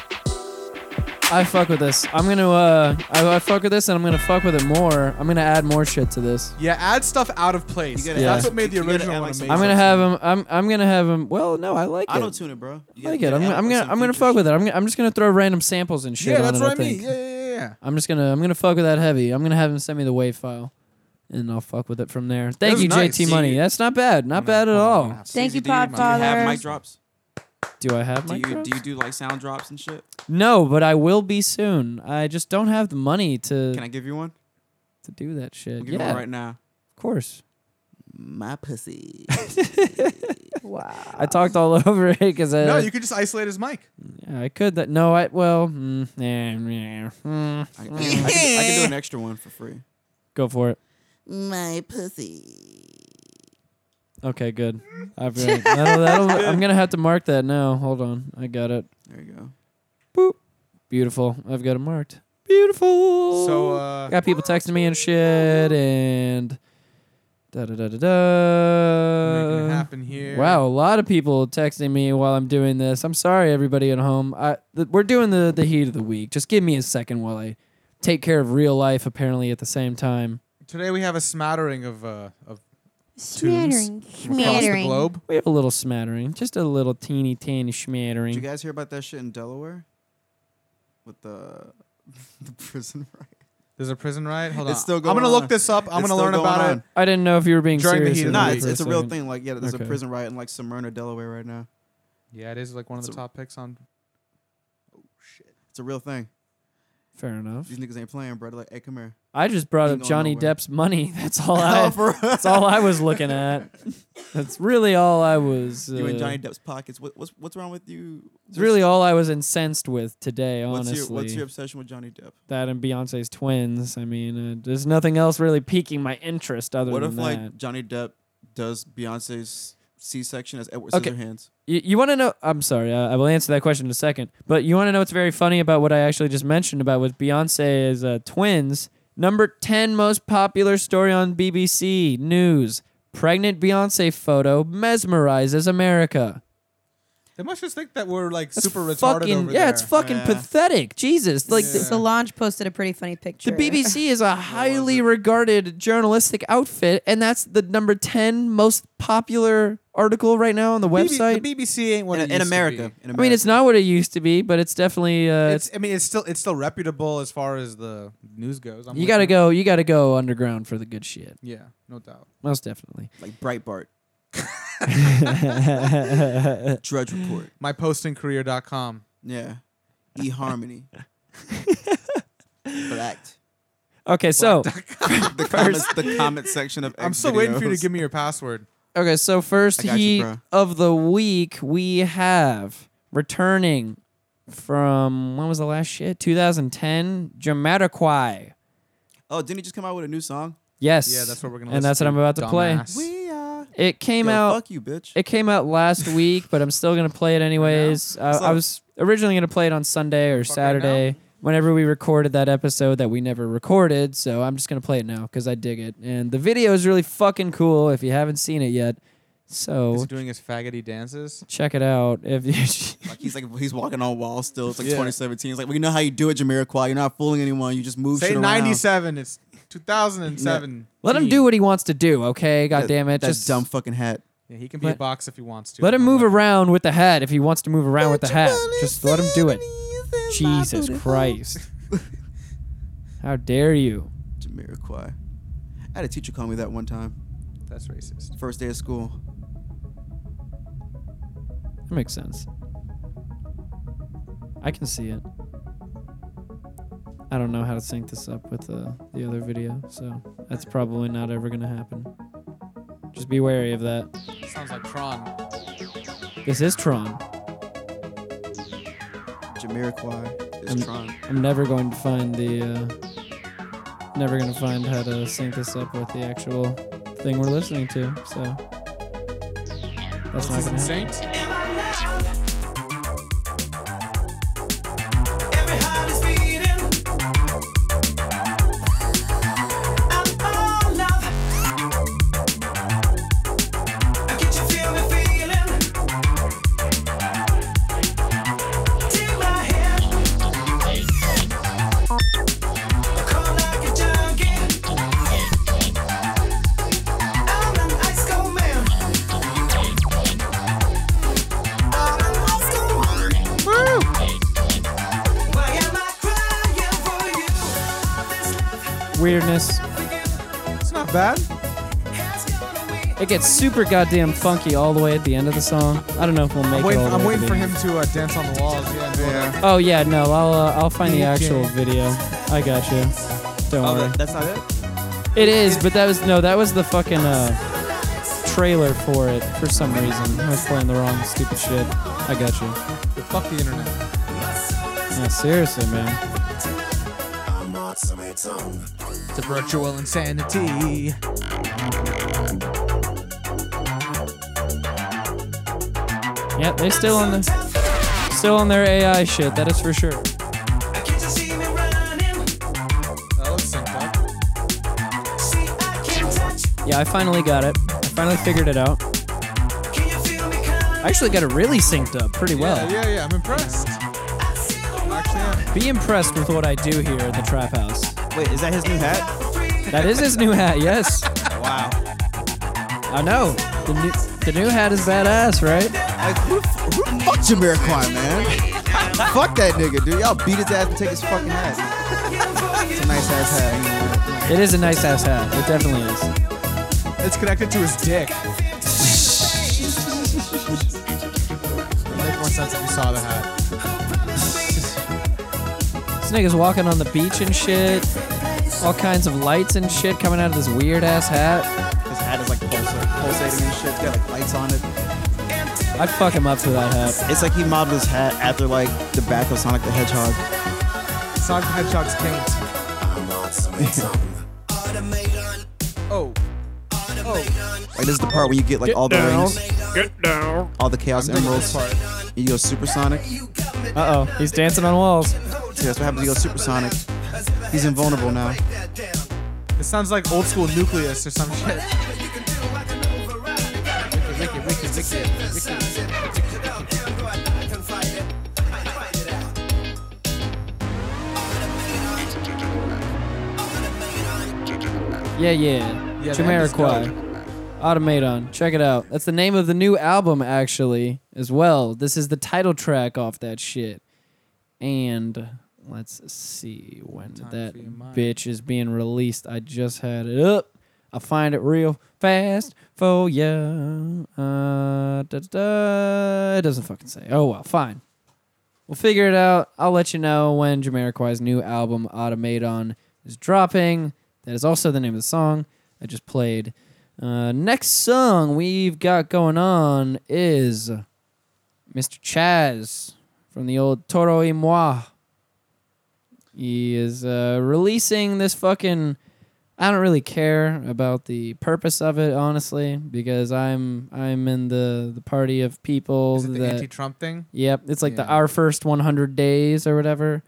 [SPEAKER 1] I fuck with this. I'm gonna uh, I, I fuck with this, and I'm gonna fuck with it more. I'm gonna add more shit to this.
[SPEAKER 2] Yeah, add stuff out of place.
[SPEAKER 3] You gotta
[SPEAKER 1] Yeah.
[SPEAKER 2] That's what made the
[SPEAKER 3] you gotta
[SPEAKER 2] original
[SPEAKER 3] add,
[SPEAKER 2] one
[SPEAKER 3] like,
[SPEAKER 2] amazing.
[SPEAKER 3] some-
[SPEAKER 1] I'm gonna have him. I'm I'm gonna have him. Well, no, I like
[SPEAKER 3] I
[SPEAKER 1] it.
[SPEAKER 3] don't tune it, bro. You
[SPEAKER 1] I like it.
[SPEAKER 3] gotta
[SPEAKER 1] I'm,
[SPEAKER 3] add,
[SPEAKER 1] I'm
[SPEAKER 3] like,
[SPEAKER 1] gonna
[SPEAKER 3] some
[SPEAKER 1] I'm gonna
[SPEAKER 3] features.
[SPEAKER 1] fuck with it. I'm gonna, I'm just gonna throw random samples and shit
[SPEAKER 2] yeah,
[SPEAKER 1] on
[SPEAKER 2] that's
[SPEAKER 1] it.
[SPEAKER 2] what
[SPEAKER 1] I
[SPEAKER 2] I
[SPEAKER 1] think.
[SPEAKER 2] mean. Yeah, yeah, yeah, yeah.
[SPEAKER 1] I'm just gonna I'm gonna fuck with that heavy. I'm gonna have him send me the wave file, and I'll fuck with it from there. Thank
[SPEAKER 2] was
[SPEAKER 1] you,
[SPEAKER 2] nice.
[SPEAKER 1] JT Money.
[SPEAKER 2] See,
[SPEAKER 1] That's not bad. Not bad at all.
[SPEAKER 4] Thank you,
[SPEAKER 3] CZD, man. Do you have
[SPEAKER 4] Podfather.
[SPEAKER 3] mic drops?
[SPEAKER 1] Do I have
[SPEAKER 3] Do
[SPEAKER 1] my?
[SPEAKER 3] you do you
[SPEAKER 1] drops?
[SPEAKER 3] do like sound drops and shit?
[SPEAKER 1] No, but I will be soon. I just don't have the money to
[SPEAKER 3] Can I give you one?
[SPEAKER 1] to do that shit.
[SPEAKER 3] I'll give you
[SPEAKER 1] Uh, Yeah,
[SPEAKER 3] one right now.
[SPEAKER 1] of course.
[SPEAKER 3] My pussy.
[SPEAKER 4] Wow.
[SPEAKER 1] I talked all over it because I
[SPEAKER 2] No, you could just isolate his mic.
[SPEAKER 1] Yeah, I could. That no, I well, mm, eh, meh, mm,
[SPEAKER 3] I, I, can- I can, I can do an extra one for free.
[SPEAKER 1] go for it.
[SPEAKER 5] My pussy.
[SPEAKER 1] Okay, good. I've got- that'll- that'll- I'm gonna have to mark that now. Hold on, I got it.
[SPEAKER 3] There you go.
[SPEAKER 1] Beautiful. I've got it marked. Beautiful.
[SPEAKER 2] So uh,
[SPEAKER 1] got people texting me and shit, and da da da da da.
[SPEAKER 2] making it happen here.
[SPEAKER 1] Wow, a lot of people texting me while I'm doing this. I'm sorry, everybody at home. I, th- we're doing the, the heat of the week. Just give me a second while I take care of real life, apparently, at the same time.
[SPEAKER 2] Today we have a smattering of uh, of
[SPEAKER 5] Smattering.
[SPEAKER 2] from across the globe.
[SPEAKER 1] We have a little smattering, just a little teeny tiny smattering.
[SPEAKER 3] Did you guys hear about that shit in Delaware? With the the prison riot.
[SPEAKER 2] There's a prison riot. Hold
[SPEAKER 3] It's
[SPEAKER 2] on.
[SPEAKER 3] still
[SPEAKER 2] I'm
[SPEAKER 3] going
[SPEAKER 2] gonna look
[SPEAKER 3] on.
[SPEAKER 2] this up. I'm
[SPEAKER 3] It's
[SPEAKER 2] gonna
[SPEAKER 3] still
[SPEAKER 2] learn
[SPEAKER 3] going
[SPEAKER 2] about
[SPEAKER 3] on.
[SPEAKER 2] it.
[SPEAKER 1] I didn't know if you were being
[SPEAKER 2] During the
[SPEAKER 1] serious.
[SPEAKER 2] heat
[SPEAKER 1] or
[SPEAKER 2] of the
[SPEAKER 1] not
[SPEAKER 3] Nah,
[SPEAKER 2] week.
[SPEAKER 1] for
[SPEAKER 3] it's, it's a real
[SPEAKER 1] second.
[SPEAKER 3] thing. Like, yeah, there's
[SPEAKER 1] Okay.
[SPEAKER 3] a prison riot in like Smyrna, Delaware, right now.
[SPEAKER 2] Yeah, it is like one of the
[SPEAKER 3] It's a-
[SPEAKER 2] top picks on.
[SPEAKER 3] It's a real thing.
[SPEAKER 1] Fair enough.
[SPEAKER 3] These niggas ain't playing, bro. They're like, hey, come here.
[SPEAKER 1] I just brought
[SPEAKER 3] Ain't
[SPEAKER 1] up
[SPEAKER 3] going
[SPEAKER 1] Johnny
[SPEAKER 3] nowhere.
[SPEAKER 1] Depp's money. That's
[SPEAKER 3] Oh,
[SPEAKER 1] all I. that's all I was looking at. That's really all I was. Uh,
[SPEAKER 3] you in Johnny Depp's pockets. What, what's what's wrong with you?
[SPEAKER 1] it's really all I was incensed with today.
[SPEAKER 3] What's
[SPEAKER 1] Honestly,
[SPEAKER 3] your, what's your obsession with Johnny Depp?
[SPEAKER 1] that and Beyonce's twins. I mean, uh, there's nothing else really piquing my interest other
[SPEAKER 3] What
[SPEAKER 1] than
[SPEAKER 3] if
[SPEAKER 1] that.
[SPEAKER 3] like Johnny Depp does Beyonce's C-section as Edward
[SPEAKER 1] Okay.
[SPEAKER 3] Scissorhands?
[SPEAKER 1] you, you want to know? I'm sorry, uh, I will answer that question in a second. But you want to know what's very funny about what I actually just mentioned about with Beyonce's uh, twins? Number ten most popular story on BBC News: Pregnant Beyonce photo mesmerizes America.
[SPEAKER 2] They must just think that we're like
[SPEAKER 1] That's
[SPEAKER 2] super retarded
[SPEAKER 1] fucking
[SPEAKER 2] over
[SPEAKER 1] yeah,
[SPEAKER 2] there.
[SPEAKER 1] it's fucking
[SPEAKER 3] Yeah.
[SPEAKER 1] pathetic. Jesus, like the,
[SPEAKER 4] Solange posted a pretty funny picture.
[SPEAKER 1] the BBC is a highly regarded journalistic outfit, and that's the number ten most popular article right now on the website.
[SPEAKER 2] The BBC ain't what it
[SPEAKER 3] In, in
[SPEAKER 2] used to
[SPEAKER 3] America.
[SPEAKER 2] be.
[SPEAKER 3] In
[SPEAKER 1] I mean, it's not what it used to be, but it's definitely uh, it's,
[SPEAKER 2] It's, I mean, it's still it's still reputable as far as the news goes. I'm
[SPEAKER 1] you
[SPEAKER 2] with
[SPEAKER 1] gotta go you gotta go underground for the good shit,
[SPEAKER 2] Yeah, no doubt.
[SPEAKER 1] most definitely.
[SPEAKER 3] like Breitbart. Drudge Report.
[SPEAKER 2] Mypostingcareer.com.
[SPEAKER 3] Yeah. eHarmony. Correct.
[SPEAKER 1] Okay, so
[SPEAKER 3] The comments, the comment section of
[SPEAKER 2] I'm still waiting for you to give me your password.
[SPEAKER 1] okay, so first
[SPEAKER 3] I got you,
[SPEAKER 1] heat
[SPEAKER 3] bro.
[SPEAKER 1] of the week we have returning from when was the last shit 2010 Jamiroquai.
[SPEAKER 3] Oh, didn't he just come out with a new song?
[SPEAKER 1] Yes.
[SPEAKER 2] Yeah, that's what we're gonna.
[SPEAKER 1] And that's what
[SPEAKER 2] listen
[SPEAKER 1] I'm about to
[SPEAKER 2] to
[SPEAKER 1] play.
[SPEAKER 2] dumbass.
[SPEAKER 3] We are.
[SPEAKER 1] It came
[SPEAKER 3] Yo,
[SPEAKER 1] out.
[SPEAKER 3] Fuck you, bitch.
[SPEAKER 1] It came out last week, but I'm still gonna play it anyways. Uh, I
[SPEAKER 3] up?
[SPEAKER 1] was originally gonna play it on Sunday or
[SPEAKER 2] Fuck right
[SPEAKER 1] Saturday, whenever we recorded that episode that we never recorded. So I'm just gonna play it now because I dig it, and the video is really fucking cool. If you haven't seen it yet,
[SPEAKER 2] Is
[SPEAKER 1] so
[SPEAKER 2] he doing his faggoty dances?
[SPEAKER 1] check it out. If you,
[SPEAKER 3] like he's like he's walking on walls still. It's like
[SPEAKER 2] Yeah.
[SPEAKER 3] 2017. It's like we know how you do it, Jamiroquai. You're not fooling anyone. You just move
[SPEAKER 2] Say
[SPEAKER 3] shit around.
[SPEAKER 2] 97. It's 2007.
[SPEAKER 1] let him do what he wants to do, okay? God damn it,
[SPEAKER 3] That
[SPEAKER 1] just
[SPEAKER 3] dumb fucking hat.
[SPEAKER 2] Yeah, he can be a
[SPEAKER 1] Let-
[SPEAKER 2] box if he wants to.
[SPEAKER 1] let him
[SPEAKER 2] I'm
[SPEAKER 1] move
[SPEAKER 2] like-
[SPEAKER 1] around with the hat if he wants to move around with the hat. Just let him do it. Jesus Christ! How dare you?
[SPEAKER 3] Jamiroquai. I had a teacher call me that one time.
[SPEAKER 2] That's racist.
[SPEAKER 3] First day of school.
[SPEAKER 1] That makes sense. I can see it. I don't know how to sync this up with uh, the other video, so that's probably not ever going to happen. Just be wary of that.
[SPEAKER 2] Sounds like Tron.
[SPEAKER 1] This is Tron.
[SPEAKER 3] Jamiroquai is
[SPEAKER 1] I'm-
[SPEAKER 3] trying.
[SPEAKER 1] I'm never going to find the. Uh, never going to find how to sync this up with the actual thing we're listening to, so. That's not
[SPEAKER 2] This
[SPEAKER 1] going
[SPEAKER 2] isn't
[SPEAKER 1] to happen.
[SPEAKER 2] Saint.
[SPEAKER 7] I get you feeling, feeling.
[SPEAKER 1] weirdness.
[SPEAKER 2] It's not bad.
[SPEAKER 1] It gets super goddamn funky all the way at the end of the song. I don't know if we'll make
[SPEAKER 2] I'm
[SPEAKER 1] it
[SPEAKER 2] waiting,
[SPEAKER 1] all the
[SPEAKER 2] I'm
[SPEAKER 1] way to
[SPEAKER 2] waiting
[SPEAKER 1] the end.
[SPEAKER 2] for him to uh, dance on the walls. Yeah. yeah.
[SPEAKER 1] Oh yeah, no, I'll uh, I'll find the
[SPEAKER 2] DJ.
[SPEAKER 1] actual video. I got you. Don't
[SPEAKER 7] Oh,
[SPEAKER 1] worry.
[SPEAKER 7] that, that's not it.
[SPEAKER 1] It is, but that was no, that was the fucking uh, trailer for it for some reason. I was playing the wrong stupid shit. I got you.
[SPEAKER 2] Fuck the internet.
[SPEAKER 1] Yeah, seriously, man.
[SPEAKER 2] It's a virtual insanity.
[SPEAKER 1] Yeah, they still on the still on their AI shit. That is for sure.
[SPEAKER 2] That looks synced up.
[SPEAKER 1] Yeah, I finally got it. I finally figured it out. I actually got it really synced up pretty well.
[SPEAKER 2] Yeah, yeah, yeah. I'm impressed. Actually, yeah.
[SPEAKER 1] Be impressed with what I do here at the Trap House.
[SPEAKER 7] Wait, is that his new hat?
[SPEAKER 1] That is his new hat. Yes,
[SPEAKER 7] Wow.
[SPEAKER 1] I know. The new, the new hat is badass, right?
[SPEAKER 7] Like, who, who
[SPEAKER 3] Fuck Jamiroquai, man.
[SPEAKER 7] fuck that nigga, dude? Y'all beat his ass and take his fucking hat. It's a nice ass hat.
[SPEAKER 1] It is a nice ass hat. It definitely is.
[SPEAKER 2] It's connected to his dick. It would make more sense if you saw the hat.
[SPEAKER 1] This nigga's walking on the beach and shit. All kinds of lights and shit coming out of this weird ass hat.
[SPEAKER 7] His hat is like pulsa- pulsating and shit. It's got like lights on it.
[SPEAKER 1] I'd fuck him up for that hat.
[SPEAKER 7] It's like he modeled his hat after like the back of Sonic the Hedgehog.
[SPEAKER 2] Sonic the Hedgehog's taint. Oh.
[SPEAKER 7] Like this is the part where you get like all the rings,
[SPEAKER 6] Get down.
[SPEAKER 7] all the Chaos
[SPEAKER 2] Look at
[SPEAKER 7] Emeralds.
[SPEAKER 2] this part.
[SPEAKER 7] You go supersonic. See,
[SPEAKER 1] Uh oh, he's dancing on walls.
[SPEAKER 7] that's what happens. You go supersonic. He's invulnerable now.
[SPEAKER 2] It sounds like old school nucleus or some shit. Wicked, wicked, wicked, wicked, wicked.
[SPEAKER 1] Yeah, yeah.
[SPEAKER 2] Yeah,
[SPEAKER 1] Jamiroquai. Automaton. Check it out. That's the name of the new album, actually, as well. This is the title track off that shit. And let's see when that
[SPEAKER 2] for your mind.
[SPEAKER 1] bitch is being released. I just had it up. I'll find it real fast for ya. Uh, da, da, da. It doesn't fucking say. Oh, well, fine. We'll figure it out. I'll let you know when Jamiroquai's new album Automaton is dropping. That is also the name of the song I just played. Uh, next song we've got going on is Mr. Chaz from the old Toro y Moi. He is uh, releasing this fucking. I don't really care about the purpose of it, honestly, because I'm I'm in the, the party of people
[SPEAKER 2] Is it the
[SPEAKER 1] that
[SPEAKER 2] anti-Trump thing?
[SPEAKER 1] Yep, it's like the
[SPEAKER 2] Yeah.
[SPEAKER 1] our first 100 days or whatever.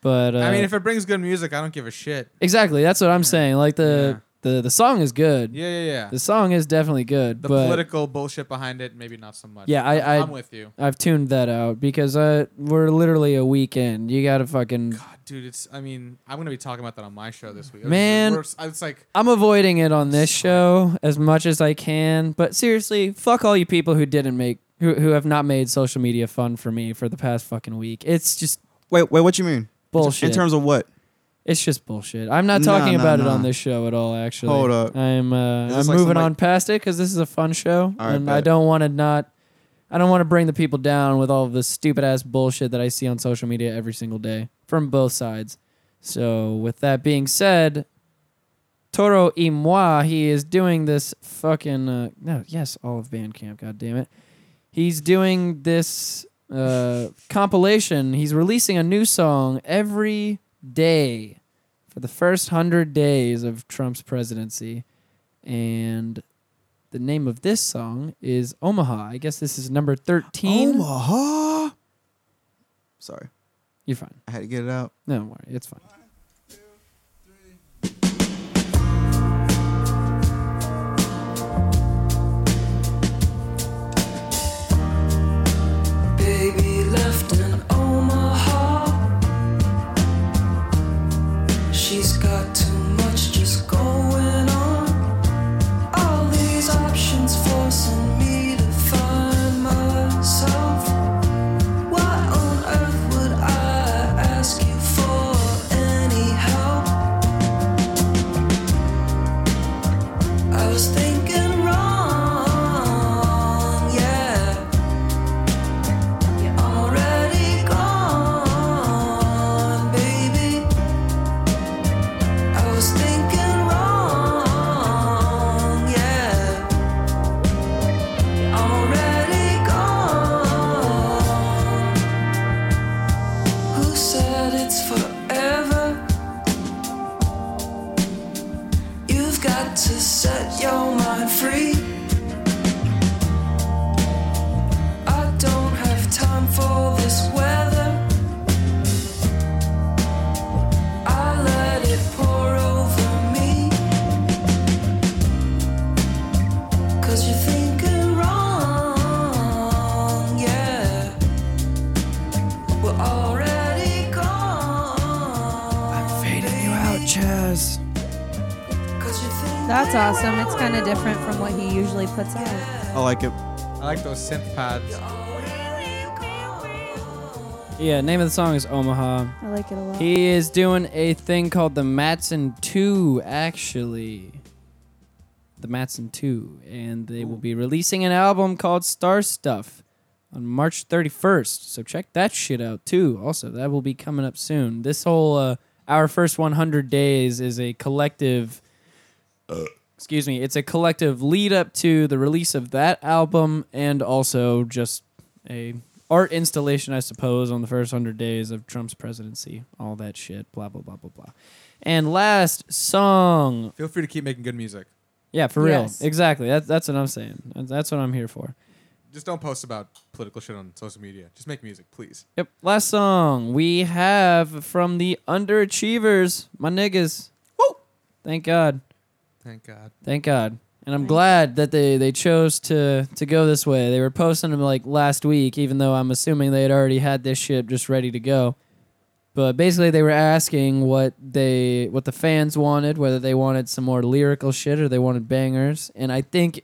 [SPEAKER 1] But uh,
[SPEAKER 2] I mean, if it brings good music, I don't give a shit.
[SPEAKER 1] exactly, that's what I'm saying. Like the the the song is good.
[SPEAKER 2] Yeah, yeah, yeah.
[SPEAKER 1] The song is definitely good,
[SPEAKER 2] the
[SPEAKER 1] but
[SPEAKER 2] political bullshit behind it, maybe not so much.
[SPEAKER 1] Yeah, I-
[SPEAKER 2] I'm-
[SPEAKER 1] I-
[SPEAKER 2] I'm with you.
[SPEAKER 1] I've tuned that out because uh, we're literally a weekend. You gotta fucking.
[SPEAKER 2] Dude, it's. I mean, I'm gonna be talking about that on my show this week.
[SPEAKER 1] Man.
[SPEAKER 2] We're- it's like
[SPEAKER 1] I'm avoiding it on this show as much as I can, but seriously, fuck all you people who didn't make who who have not made social media fun for me for the past fucking week. It's just
[SPEAKER 7] Wait, wait, what you mean?
[SPEAKER 1] bullshit.
[SPEAKER 7] In terms of what?
[SPEAKER 1] It's just bullshit. I'm not
[SPEAKER 7] No,
[SPEAKER 1] talking
[SPEAKER 7] no,
[SPEAKER 1] about it
[SPEAKER 7] no.
[SPEAKER 1] on this show at all. Actually,
[SPEAKER 7] Hold up.
[SPEAKER 1] I'm uh,
[SPEAKER 7] Is
[SPEAKER 1] I'm
[SPEAKER 7] this like
[SPEAKER 1] moving
[SPEAKER 7] somebody-
[SPEAKER 1] on past it because this is a fun show,
[SPEAKER 7] All right,
[SPEAKER 1] and I
[SPEAKER 7] bet.
[SPEAKER 1] don't want to not. I don't want to bring the people down with all of this stupid ass bullshit that I see on social media every single day from both sides. So, with that being said, Toro y Moi, he is doing this fucking uh, no, yes, all of Bandcamp. God damn it, he's doing this uh, compilation. He's releasing a new song every day for the first hundred days of Trump's presidency, and the name of this song is Omaha. I guess this is number thirteen.
[SPEAKER 7] Omaha. Sorry,
[SPEAKER 1] You're fine.
[SPEAKER 7] I had to get it out.
[SPEAKER 1] No, don't worry, it's fine.
[SPEAKER 8] Baby left in Omaha. She's got too much just going on. All these options forcing me to find myself. Why on earth would I ask you for any help?
[SPEAKER 1] Chaz.
[SPEAKER 4] That's awesome. It's kind of different from what he usually puts out.
[SPEAKER 3] I like it.
[SPEAKER 2] I like those synth pads.
[SPEAKER 1] Yeah, name of the song is Omaha.
[SPEAKER 4] I like it a lot.
[SPEAKER 1] He is doing a thing called the Matson 2, actually. The Matson 2. And they will be releasing an album called Star Stuff on March 31st. So check that shit out, too. Also, that will be coming up soon. This whole uh, Our First 100 Days is a collective. Excuse me. It's a collective lead up to the release of that album and also just a art installation, I suppose, on the first hundred days of Trump's presidency. All that shit. Blah blah blah blah blah. And last song.
[SPEAKER 2] Feel free to keep making good music.
[SPEAKER 1] Yeah, for
[SPEAKER 4] Yes.
[SPEAKER 1] real. Exactly. That's that's what I'm saying. That's- That's what I'm here for.
[SPEAKER 2] Just don't post about political shit on social media. Just make music, please.
[SPEAKER 1] Yep. Last song we have from the underachievers, my niggas. Woo! Thank God.
[SPEAKER 2] Thank God.
[SPEAKER 1] Thank God. And I'm glad that they, they chose to, to go this way. They were posting them like last week, even though I'm assuming they had already had this ship just ready to go. But basically, they were asking what they what the fans wanted, whether they wanted some more lyrical shit or they wanted bangers. And I think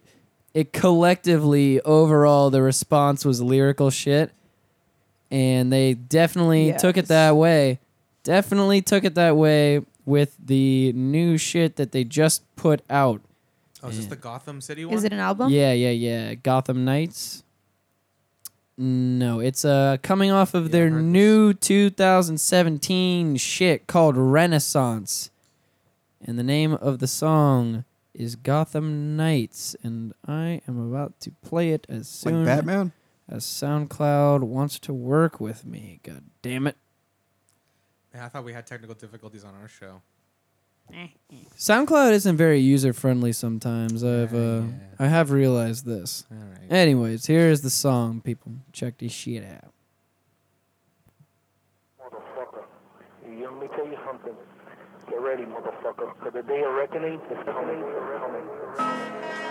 [SPEAKER 1] it collectively, overall, the response was lyrical shit. And they definitely took it
[SPEAKER 4] Yes.
[SPEAKER 1] that way. Definitely took it that way with the new shit that they just put out.
[SPEAKER 2] Oh, is this the Gotham City one?
[SPEAKER 4] Is it an album?
[SPEAKER 1] Yeah, yeah, yeah. Gotham Knights. No, it's uh coming off of
[SPEAKER 2] Yeah, I
[SPEAKER 1] their
[SPEAKER 2] heard
[SPEAKER 1] new 2017 shit called Renaissance. And the name of the song is Gotham Knights and I am about to play it as
[SPEAKER 3] Like
[SPEAKER 1] soon
[SPEAKER 3] Batman.
[SPEAKER 1] as SoundCloud wants to work with me. God damn it.
[SPEAKER 2] Man, I thought we had technical difficulties on our show.
[SPEAKER 1] SoundCloud isn't very user friendly sometimes. I've uh, I have realized this.
[SPEAKER 2] All right.
[SPEAKER 1] Anyways, here is the song, people. Check this shit out.
[SPEAKER 9] motherfucker. You let me tell you something. Get ready, motherfucker, because the day of reckoning is coming. coming.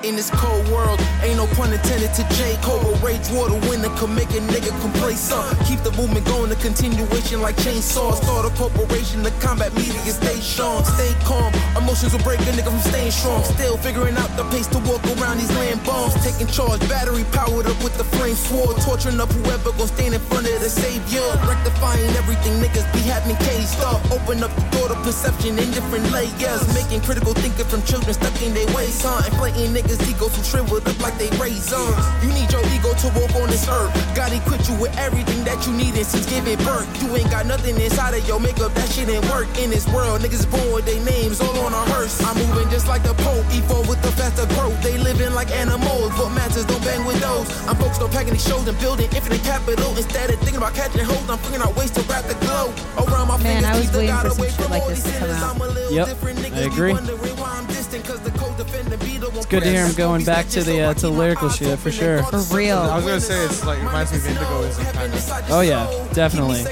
[SPEAKER 10] In this cold world, ain't no pun intended to J. Cole or Rage Water winner could make a nigga complain some. Keep the movement going, a continuation like chainsaws. Start a corporation to combat media, stay strong, stay calm. Emotions will break a nigga from staying strong. Still figuring out the pace to walk around these land bombs. Taking charge, battery powered up with the flame sword. Torturing up whoever gon' stand in front of the savior. Rectifying everything niggas be having caged up. Open up the door to perception in different layers. Making critical thinking from children stuck in their ways, huh? Inflating niggas' egos who shriveled up like they raisins. You need your ego to walk on this earth. God equipped you with everything that you needed since giving birth. You ain't got nothing inside of your makeup, that shit ain't work. In this world, niggas born with their names all on a hearse. I'm moving just like the Pope, evolve with the faster growth. They living like animals, but masters don't bang with those. I'm focused on packing these shows and building infinite capital. Instead of thinking about catching hoes, I'm figuring out ways to wrap the glow. Around my
[SPEAKER 4] Man, I was
[SPEAKER 10] fingers,
[SPEAKER 4] waiting
[SPEAKER 10] got
[SPEAKER 4] for some
[SPEAKER 10] away
[SPEAKER 4] shit
[SPEAKER 10] from
[SPEAKER 4] like
[SPEAKER 10] all
[SPEAKER 4] this
[SPEAKER 10] these
[SPEAKER 4] to come
[SPEAKER 10] sinners.
[SPEAKER 4] out.
[SPEAKER 10] I'm a little
[SPEAKER 1] Yep,
[SPEAKER 10] different
[SPEAKER 1] I
[SPEAKER 10] niggas be
[SPEAKER 1] agree.
[SPEAKER 10] wondering why I'm distant, 'cause the cold defender be the one-
[SPEAKER 1] It's good to hear him going back to the, uh, to lyrical shit, for sure.
[SPEAKER 4] For real.
[SPEAKER 2] I was gonna say it's like it reminds me of Indigoism kind of.
[SPEAKER 1] Oh, yeah, definitely.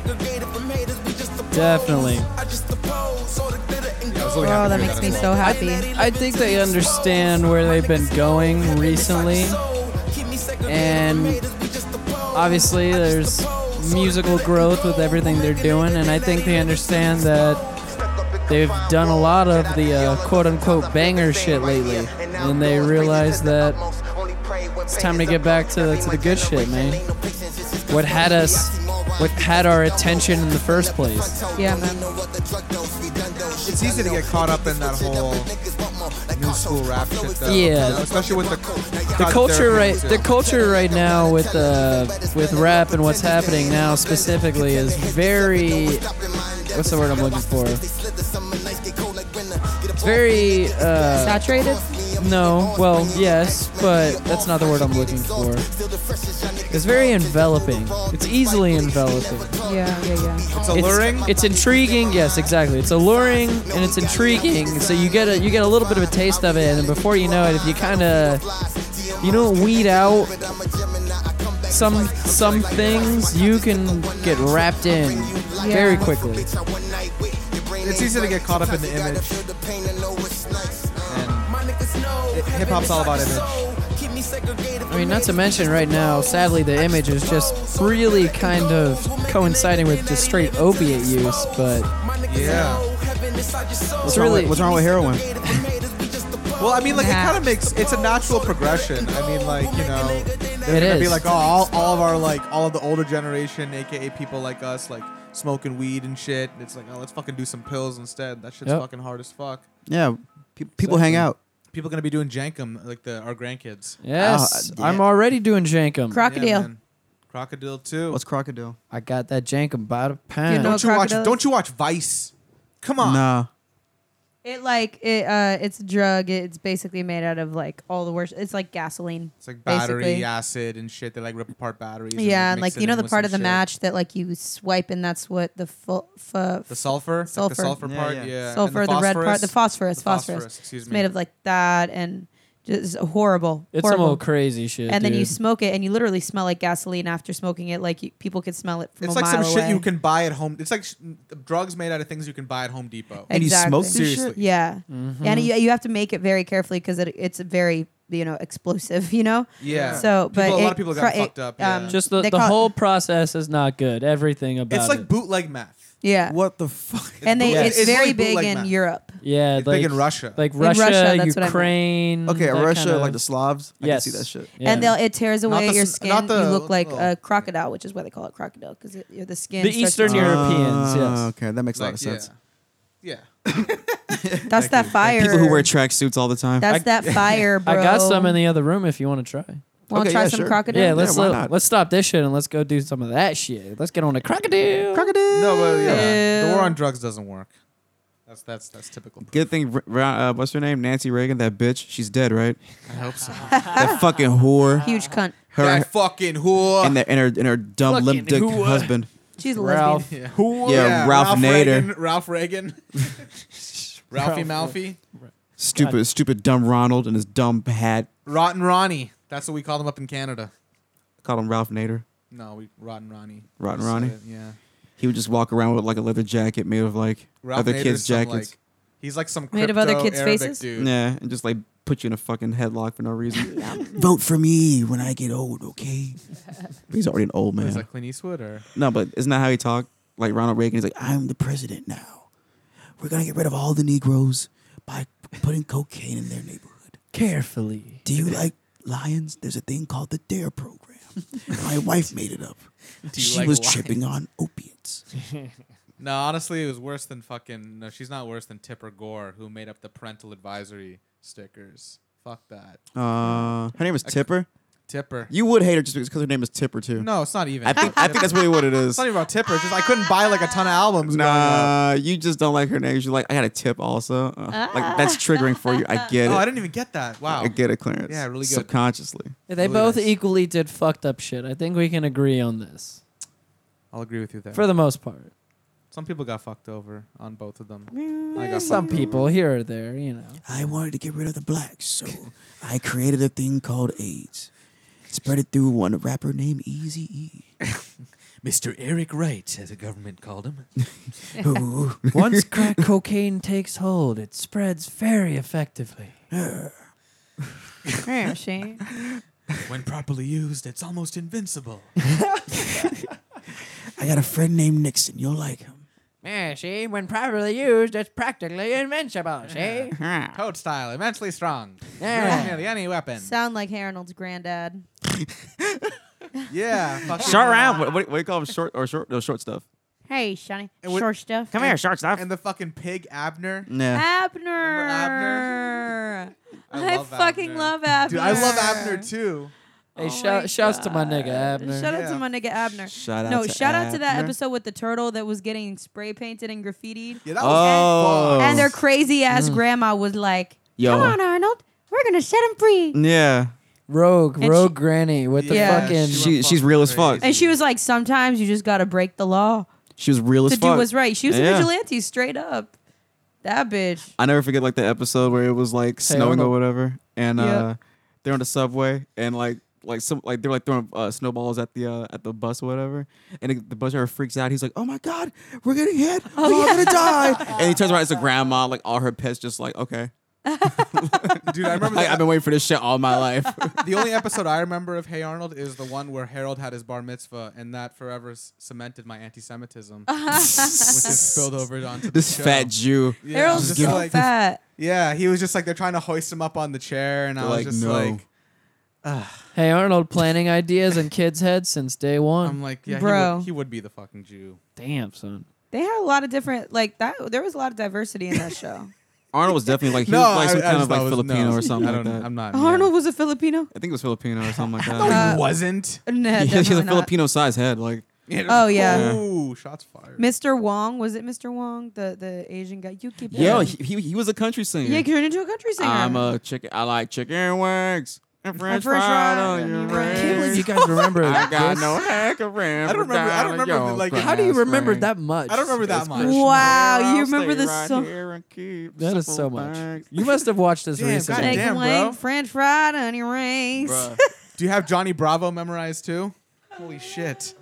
[SPEAKER 1] Definitely.
[SPEAKER 2] Yeah, I was
[SPEAKER 4] Oh,
[SPEAKER 2] really happy to
[SPEAKER 4] that
[SPEAKER 2] hear
[SPEAKER 4] makes
[SPEAKER 2] as
[SPEAKER 4] me
[SPEAKER 2] well.
[SPEAKER 4] so happy.
[SPEAKER 1] I think they understand where they've been going recently. And obviously, there's musical growth with everything they're doing, and I think they understand that they've done a lot of the uh, quote unquote banger shit lately. And they realize that it's time to get back to the, to the good shit, man. What had us, what had our attention in the first place.
[SPEAKER 4] Yeah, man.
[SPEAKER 2] It's easy to get caught up in that whole new school rap shit, though.
[SPEAKER 1] Yeah.
[SPEAKER 2] You know, especially with the
[SPEAKER 1] the culture right the culture right now with uh, with rap and what's happening now specifically is very what's the word I'm looking for? It's very uh,
[SPEAKER 4] Saturated?
[SPEAKER 1] no, well yes, but that's not the word I'm looking for. It's very enveloping. It's easily enveloping.
[SPEAKER 4] Yeah, yeah, yeah.
[SPEAKER 2] It's alluring.
[SPEAKER 1] It's, it's intriguing. Yes, exactly. It's alluring and it's intriguing. So you get a you get a little bit of a taste of it, and then before you know it, if you kind of you don't weed out some some things, you can get wrapped in very
[SPEAKER 4] Yeah.
[SPEAKER 1] quickly.
[SPEAKER 2] It's easy to get caught up in the image. And hip hop's all about image.
[SPEAKER 10] keep me segregated.
[SPEAKER 1] I mean, not to mention right now, sadly, the image is just really kind of coinciding with just straight opiate use, but
[SPEAKER 2] Yeah.
[SPEAKER 1] it's really.
[SPEAKER 3] what's wrong with heroin?
[SPEAKER 2] Well, I mean, like
[SPEAKER 4] Nah.
[SPEAKER 2] it kind of makes it's a natural progression. I mean, like you know, they're
[SPEAKER 1] It
[SPEAKER 2] gonna be
[SPEAKER 1] is.
[SPEAKER 2] like, oh, all, all of our like all of the older generation, aka people like us, like smoking weed and shit. It's like, oh, let's fucking do some pills instead. That shit's
[SPEAKER 1] Yep.
[SPEAKER 2] fucking hard as fuck.
[SPEAKER 3] Yeah, pe- people hang out.
[SPEAKER 2] People gonna be doing jankum like the our grandkids.
[SPEAKER 1] Yes,
[SPEAKER 3] Oh,
[SPEAKER 1] I'm
[SPEAKER 3] yeah.
[SPEAKER 1] already doing jankum.
[SPEAKER 2] Yeah,
[SPEAKER 4] Crocodile.
[SPEAKER 2] man. crocodile too.
[SPEAKER 3] What's crocodile?
[SPEAKER 1] I got that jankum by the pound.
[SPEAKER 4] You know-
[SPEAKER 2] don't you watch?
[SPEAKER 4] crocodile?
[SPEAKER 2] Don't you watch Vice? Come on.
[SPEAKER 3] Nah.
[SPEAKER 4] It like it uh it's a drug. It's basically made out of like all the worst. It's like gasoline.
[SPEAKER 2] It's like battery
[SPEAKER 4] Basically.
[SPEAKER 2] acid and shit. They like rip apart batteries.
[SPEAKER 4] yeah, and
[SPEAKER 2] mix
[SPEAKER 4] like
[SPEAKER 2] it
[SPEAKER 4] you know
[SPEAKER 2] in
[SPEAKER 4] the
[SPEAKER 2] with
[SPEAKER 4] part
[SPEAKER 2] some
[SPEAKER 4] of the
[SPEAKER 2] shit.
[SPEAKER 4] match that like you swipe and that's what the fu- fu-
[SPEAKER 2] The sulfur, Like
[SPEAKER 4] Sulfur.
[SPEAKER 2] the sulfur
[SPEAKER 3] Yeah,
[SPEAKER 2] part,
[SPEAKER 3] yeah.
[SPEAKER 2] yeah. and
[SPEAKER 4] sulfur, the, red part, the phosphorus,
[SPEAKER 2] The
[SPEAKER 4] phosphorus.
[SPEAKER 2] Excuse
[SPEAKER 4] It's
[SPEAKER 2] me.
[SPEAKER 4] made of like that and just horrible.
[SPEAKER 1] it's some
[SPEAKER 4] horrible.
[SPEAKER 1] old crazy shit.
[SPEAKER 4] and then you
[SPEAKER 1] dude.
[SPEAKER 4] smoke it and you literally smell like gasoline after smoking it. Like you, people could smell it from
[SPEAKER 2] It's
[SPEAKER 4] a
[SPEAKER 2] like some
[SPEAKER 4] mile
[SPEAKER 2] shit you
[SPEAKER 4] away.
[SPEAKER 2] can buy at home. It's like sh- drugs made out of things you can buy at Home Depot.
[SPEAKER 3] And you
[SPEAKER 4] Exactly.
[SPEAKER 3] smoke this
[SPEAKER 2] Seriously.
[SPEAKER 3] shit?
[SPEAKER 4] Yeah,
[SPEAKER 2] Mm-hmm.
[SPEAKER 4] and you, you have to make it very carefully because it, it's very you know explosive. You know.
[SPEAKER 2] Yeah.
[SPEAKER 4] So, but
[SPEAKER 2] People- a lot
[SPEAKER 4] it
[SPEAKER 2] of people got
[SPEAKER 4] cra- it, um,
[SPEAKER 2] fucked up, yeah.
[SPEAKER 1] just the,
[SPEAKER 4] they
[SPEAKER 1] the
[SPEAKER 4] call it-
[SPEAKER 1] whole process is not good. Everything about
[SPEAKER 2] It's like
[SPEAKER 1] it.
[SPEAKER 2] bootleg meth.
[SPEAKER 4] yeah.
[SPEAKER 3] What the fuck?
[SPEAKER 4] and they
[SPEAKER 2] bootleg-
[SPEAKER 4] it's,
[SPEAKER 2] it's
[SPEAKER 4] very
[SPEAKER 2] really
[SPEAKER 4] big
[SPEAKER 2] bootleg
[SPEAKER 4] in
[SPEAKER 2] meth.
[SPEAKER 4] Europe.
[SPEAKER 1] yeah,
[SPEAKER 2] It's
[SPEAKER 1] like
[SPEAKER 2] big in Russia.
[SPEAKER 1] like
[SPEAKER 4] Russia,
[SPEAKER 1] Russia,
[SPEAKER 4] that's what I meant.
[SPEAKER 1] Ukraine.
[SPEAKER 3] Okay,
[SPEAKER 1] Mm, that
[SPEAKER 3] Russia,
[SPEAKER 1] kinda-
[SPEAKER 3] like the Slavs.
[SPEAKER 1] yes,
[SPEAKER 3] I can see that shit.
[SPEAKER 1] Yeah.
[SPEAKER 4] And they'll, it tears away
[SPEAKER 2] the
[SPEAKER 4] your
[SPEAKER 2] s-
[SPEAKER 4] skin.
[SPEAKER 2] not the Oh.
[SPEAKER 4] you look like
[SPEAKER 2] little-
[SPEAKER 4] a crocodile, which is why they call it crocodile because the skin.
[SPEAKER 1] The
[SPEAKER 4] starts
[SPEAKER 3] Ah,
[SPEAKER 1] Eastern
[SPEAKER 4] to-
[SPEAKER 1] Europe- Europeans, yes.
[SPEAKER 3] Okay, that makes a lot
[SPEAKER 2] Like,
[SPEAKER 3] of sense.
[SPEAKER 2] Yeah. yeah. Oh.
[SPEAKER 4] That's that fire.
[SPEAKER 3] People who wear tracksuits all the time.
[SPEAKER 4] That's that fire, bro.
[SPEAKER 1] I got some in the other room if you want to try.
[SPEAKER 4] Want
[SPEAKER 3] Okay,
[SPEAKER 4] to try
[SPEAKER 3] yeah,
[SPEAKER 4] some
[SPEAKER 3] sure.
[SPEAKER 4] crocodile?
[SPEAKER 1] Yeah, let's
[SPEAKER 3] why
[SPEAKER 1] let-
[SPEAKER 3] not?
[SPEAKER 1] let's stop this shit and let's go do some of that shit. Let's get on a crocodile.
[SPEAKER 3] crocodile.
[SPEAKER 2] No, but yeah.
[SPEAKER 4] Ew.
[SPEAKER 2] The war on drugs doesn't work. That's that's that's typical.
[SPEAKER 3] Good thing, Ra- Ra- uh, what's her name? Nancy Reagan, that bitch. She's dead, right?
[SPEAKER 2] I hope so.
[SPEAKER 3] That fucking whore.
[SPEAKER 4] Huge cunt.
[SPEAKER 3] Her
[SPEAKER 2] that fucking whore.
[SPEAKER 3] and, the, and her and her dumb limp dick husband.
[SPEAKER 4] She's a lesbian.
[SPEAKER 1] Ralph.
[SPEAKER 2] yeah. Whore.
[SPEAKER 3] Yeah, Ralph Nader.
[SPEAKER 2] Reagan, Ralph Reagan. Ralphie Malfi.
[SPEAKER 3] Stupid, stupid, dumb Ronald and his dumb hat.
[SPEAKER 2] Rotten Ronnie. That's what we call them up in Canada.
[SPEAKER 3] Called him Ralph Nader.
[SPEAKER 2] No, we Rotten Ronnie.
[SPEAKER 3] Rotten
[SPEAKER 2] Just, uh,
[SPEAKER 3] Ronnie?
[SPEAKER 2] Yeah.
[SPEAKER 3] He would just walk around with like a leather jacket made of like
[SPEAKER 2] Ralph
[SPEAKER 3] other
[SPEAKER 2] Nader's
[SPEAKER 3] kids'
[SPEAKER 2] some,
[SPEAKER 3] jackets.
[SPEAKER 2] Like, he's like some
[SPEAKER 4] Made of other
[SPEAKER 2] crypto
[SPEAKER 4] kids'
[SPEAKER 2] Arabic
[SPEAKER 4] faces?
[SPEAKER 2] Dude.
[SPEAKER 3] yeah, and just like put you in a fucking headlock for no reason. Vote for me when I get old, okay? he's already an old
[SPEAKER 2] What is
[SPEAKER 3] man.
[SPEAKER 2] that Clint Eastwood or
[SPEAKER 3] No, but isn't that how he talked? Like Ronald Reagan, he's like, I'm the president now. We're gonna get rid of all the Negroes by putting cocaine in their neighborhood.
[SPEAKER 1] Carefully.
[SPEAKER 3] Do you like lions? There's a thing called the DARE program. My wife made it up.
[SPEAKER 2] Do you She like was lions? tripping
[SPEAKER 3] on opiates.
[SPEAKER 2] no? Honestly, it was worse than fucking. No, she's not worse than Tipper Gore, who made up the parental advisory stickers. Fuck that,
[SPEAKER 3] Uh, her name is Tipper.
[SPEAKER 2] Tipper.
[SPEAKER 3] You would hate her just because her name is Tipper too.
[SPEAKER 2] no, it's not even.
[SPEAKER 3] I think I
[SPEAKER 2] Tipper.
[SPEAKER 3] think that's really what it
[SPEAKER 2] It's
[SPEAKER 3] is.
[SPEAKER 2] not even about Tipper. It's just I couldn't buy like a ton of albums. growing up.
[SPEAKER 3] Nah, you just don't like her name. You're like, I got a tip also. Uh, like that's triggering for you. I get it.
[SPEAKER 2] Oh, I didn't even get that. Wow.
[SPEAKER 3] I get it, Clarence.
[SPEAKER 2] Yeah, really good.
[SPEAKER 3] Subconsciously.
[SPEAKER 1] They
[SPEAKER 2] Really
[SPEAKER 1] both
[SPEAKER 2] nice.
[SPEAKER 1] equally did fucked up shit. I think we can agree on this
[SPEAKER 2] I'll agree with you there.
[SPEAKER 1] for the most part.
[SPEAKER 2] some people got fucked over on both of them. I got
[SPEAKER 1] Some
[SPEAKER 2] fucked over.
[SPEAKER 1] people here or there, you know.
[SPEAKER 3] I wanted to get rid of the blacks, so I created a thing called AIDS. Spread it through one rapper named Easy E.
[SPEAKER 2] Mr. Eric Wright, as the government called him.
[SPEAKER 1] Once crack cocaine takes hold, it spreads very effectively.
[SPEAKER 4] Yeah, she.
[SPEAKER 2] when properly used, it's almost invincible.
[SPEAKER 3] I got a friend named Nixon. You'll like him.
[SPEAKER 1] Yeah, see, when properly used, it's practically invincible, see?
[SPEAKER 2] Code style, immensely strong.
[SPEAKER 1] Yeah.
[SPEAKER 2] Nearly any weapon.
[SPEAKER 4] Sound like Harold's granddad.
[SPEAKER 2] Yeah. fucking-
[SPEAKER 3] Short round. What, what, what do you call him? Short or short? No, short stuff.
[SPEAKER 4] Hey, Shani.
[SPEAKER 2] And with-
[SPEAKER 4] Short stuff.
[SPEAKER 3] here, short stuff.
[SPEAKER 2] And the fucking pig Abner.
[SPEAKER 3] Nah.
[SPEAKER 4] Abner. I,
[SPEAKER 2] love
[SPEAKER 4] fucking
[SPEAKER 2] Abner.
[SPEAKER 4] love Abner.
[SPEAKER 2] Dude, I love Abner too.
[SPEAKER 1] Hey, shout, shouts to Oh my nigga Abner.
[SPEAKER 4] Shout out
[SPEAKER 2] Yeah.
[SPEAKER 4] to my nigga Abner.
[SPEAKER 3] Shout out
[SPEAKER 4] no,
[SPEAKER 3] to
[SPEAKER 4] shout out to that
[SPEAKER 3] Abner.
[SPEAKER 4] episode with the turtle that was getting spray painted and graffitied.
[SPEAKER 2] Yeah, that
[SPEAKER 3] Oh.
[SPEAKER 2] was Mm.
[SPEAKER 4] And their crazy ass grandma was like,
[SPEAKER 3] Yo.
[SPEAKER 4] Come on, Arnold. We're going to set him free.
[SPEAKER 3] Yeah.
[SPEAKER 1] Rogue,
[SPEAKER 4] And
[SPEAKER 1] Rogue
[SPEAKER 4] she-
[SPEAKER 1] Granny with the
[SPEAKER 4] Yeah.
[SPEAKER 1] fucking.
[SPEAKER 2] She
[SPEAKER 3] She,
[SPEAKER 2] went
[SPEAKER 3] she's
[SPEAKER 2] fucking
[SPEAKER 3] real as fuck.
[SPEAKER 2] crazy.
[SPEAKER 4] And she was like, Sometimes you just got to break the law
[SPEAKER 3] She was real as
[SPEAKER 4] to
[SPEAKER 3] fuck.
[SPEAKER 4] do what's right. She was a
[SPEAKER 3] Yeah.
[SPEAKER 4] vigilante, straight up. That bitch.
[SPEAKER 3] I never forget like the episode where it was like snowing or
[SPEAKER 1] Arnold.
[SPEAKER 3] whatever, and
[SPEAKER 4] Yeah.
[SPEAKER 3] uh, they're on the subway and like like some like they're like throwing uh, snowballs at the uh, at the bus or whatever, and it, the bus driver freaks out. He's like, "Oh my god,
[SPEAKER 1] Oh,
[SPEAKER 3] we're getting hit! We're all gonna die!" and he turns around, it's a grandma, like all her pets, just like okay.
[SPEAKER 2] Dude, I remember
[SPEAKER 3] I,
[SPEAKER 2] the-
[SPEAKER 3] have been waiting for this shit all my life.
[SPEAKER 2] the only episode I remember of Hey Arnold is the one where Harold had his bar mitzvah, and that forever s- cemented my anti-Semitism, which is spilled over onto
[SPEAKER 3] This
[SPEAKER 2] the show.
[SPEAKER 3] fat Jew.
[SPEAKER 2] Yeah,
[SPEAKER 4] Harold's
[SPEAKER 2] just
[SPEAKER 4] so fat.
[SPEAKER 2] Yeah, he was just like they're trying to hoist him up on the chair, and I
[SPEAKER 3] They're
[SPEAKER 2] was
[SPEAKER 3] like,
[SPEAKER 2] just
[SPEAKER 3] "No."
[SPEAKER 2] like,
[SPEAKER 1] Hey Arnold, planning ideas in kids' heads since day one.
[SPEAKER 2] I'm like, yeah, He,
[SPEAKER 4] Bro.
[SPEAKER 2] would, he would be the fucking Jew.
[SPEAKER 1] Damn, son.
[SPEAKER 4] They had a lot of different like that. There was a lot of diversity in that show.
[SPEAKER 3] Arnold was definitely like he
[SPEAKER 2] No,
[SPEAKER 3] was like some
[SPEAKER 2] I- I
[SPEAKER 3] kind
[SPEAKER 2] just
[SPEAKER 3] of like
[SPEAKER 2] thought it was- no,
[SPEAKER 3] Filipino or something
[SPEAKER 2] I
[SPEAKER 3] like
[SPEAKER 2] don't.
[SPEAKER 3] that.
[SPEAKER 2] I'm not. yeah.
[SPEAKER 4] Arnold was a Filipino.
[SPEAKER 3] I think it was Filipino or something like that.
[SPEAKER 2] No, he
[SPEAKER 4] Uh,
[SPEAKER 2] wasn't.
[SPEAKER 4] No,
[SPEAKER 3] he has a
[SPEAKER 4] definitely not.
[SPEAKER 3] Filipino sized head. Like
[SPEAKER 4] Oh, yeah.
[SPEAKER 2] Ooh, shots fired.
[SPEAKER 4] Mr. Wong was it? Mr. Wong, the the Asian guy. You keep.
[SPEAKER 3] yo,
[SPEAKER 4] going.
[SPEAKER 3] he, he, he was a country singer.
[SPEAKER 4] yeah, he turned into a country singer.
[SPEAKER 3] I'm a chicken. I like chicken wings and French, fries
[SPEAKER 4] french fries
[SPEAKER 3] on
[SPEAKER 4] and
[SPEAKER 3] your
[SPEAKER 4] your
[SPEAKER 1] I can't believe
[SPEAKER 3] wings.
[SPEAKER 1] you guys remember
[SPEAKER 3] I
[SPEAKER 1] that.
[SPEAKER 3] got no heck of
[SPEAKER 2] I don't remember- I don't remember the, like,
[SPEAKER 1] How do you remember that much?
[SPEAKER 2] I don't remember that much.
[SPEAKER 4] Wow, you remember the song-
[SPEAKER 1] That is so much. You must have watched this
[SPEAKER 2] Damn,
[SPEAKER 1] recently.
[SPEAKER 4] Chicken
[SPEAKER 2] God damn,
[SPEAKER 4] wing,
[SPEAKER 2] bro.
[SPEAKER 4] French fried onion rings.
[SPEAKER 2] Do you have Johnny Bravo memorized too? Holy shit.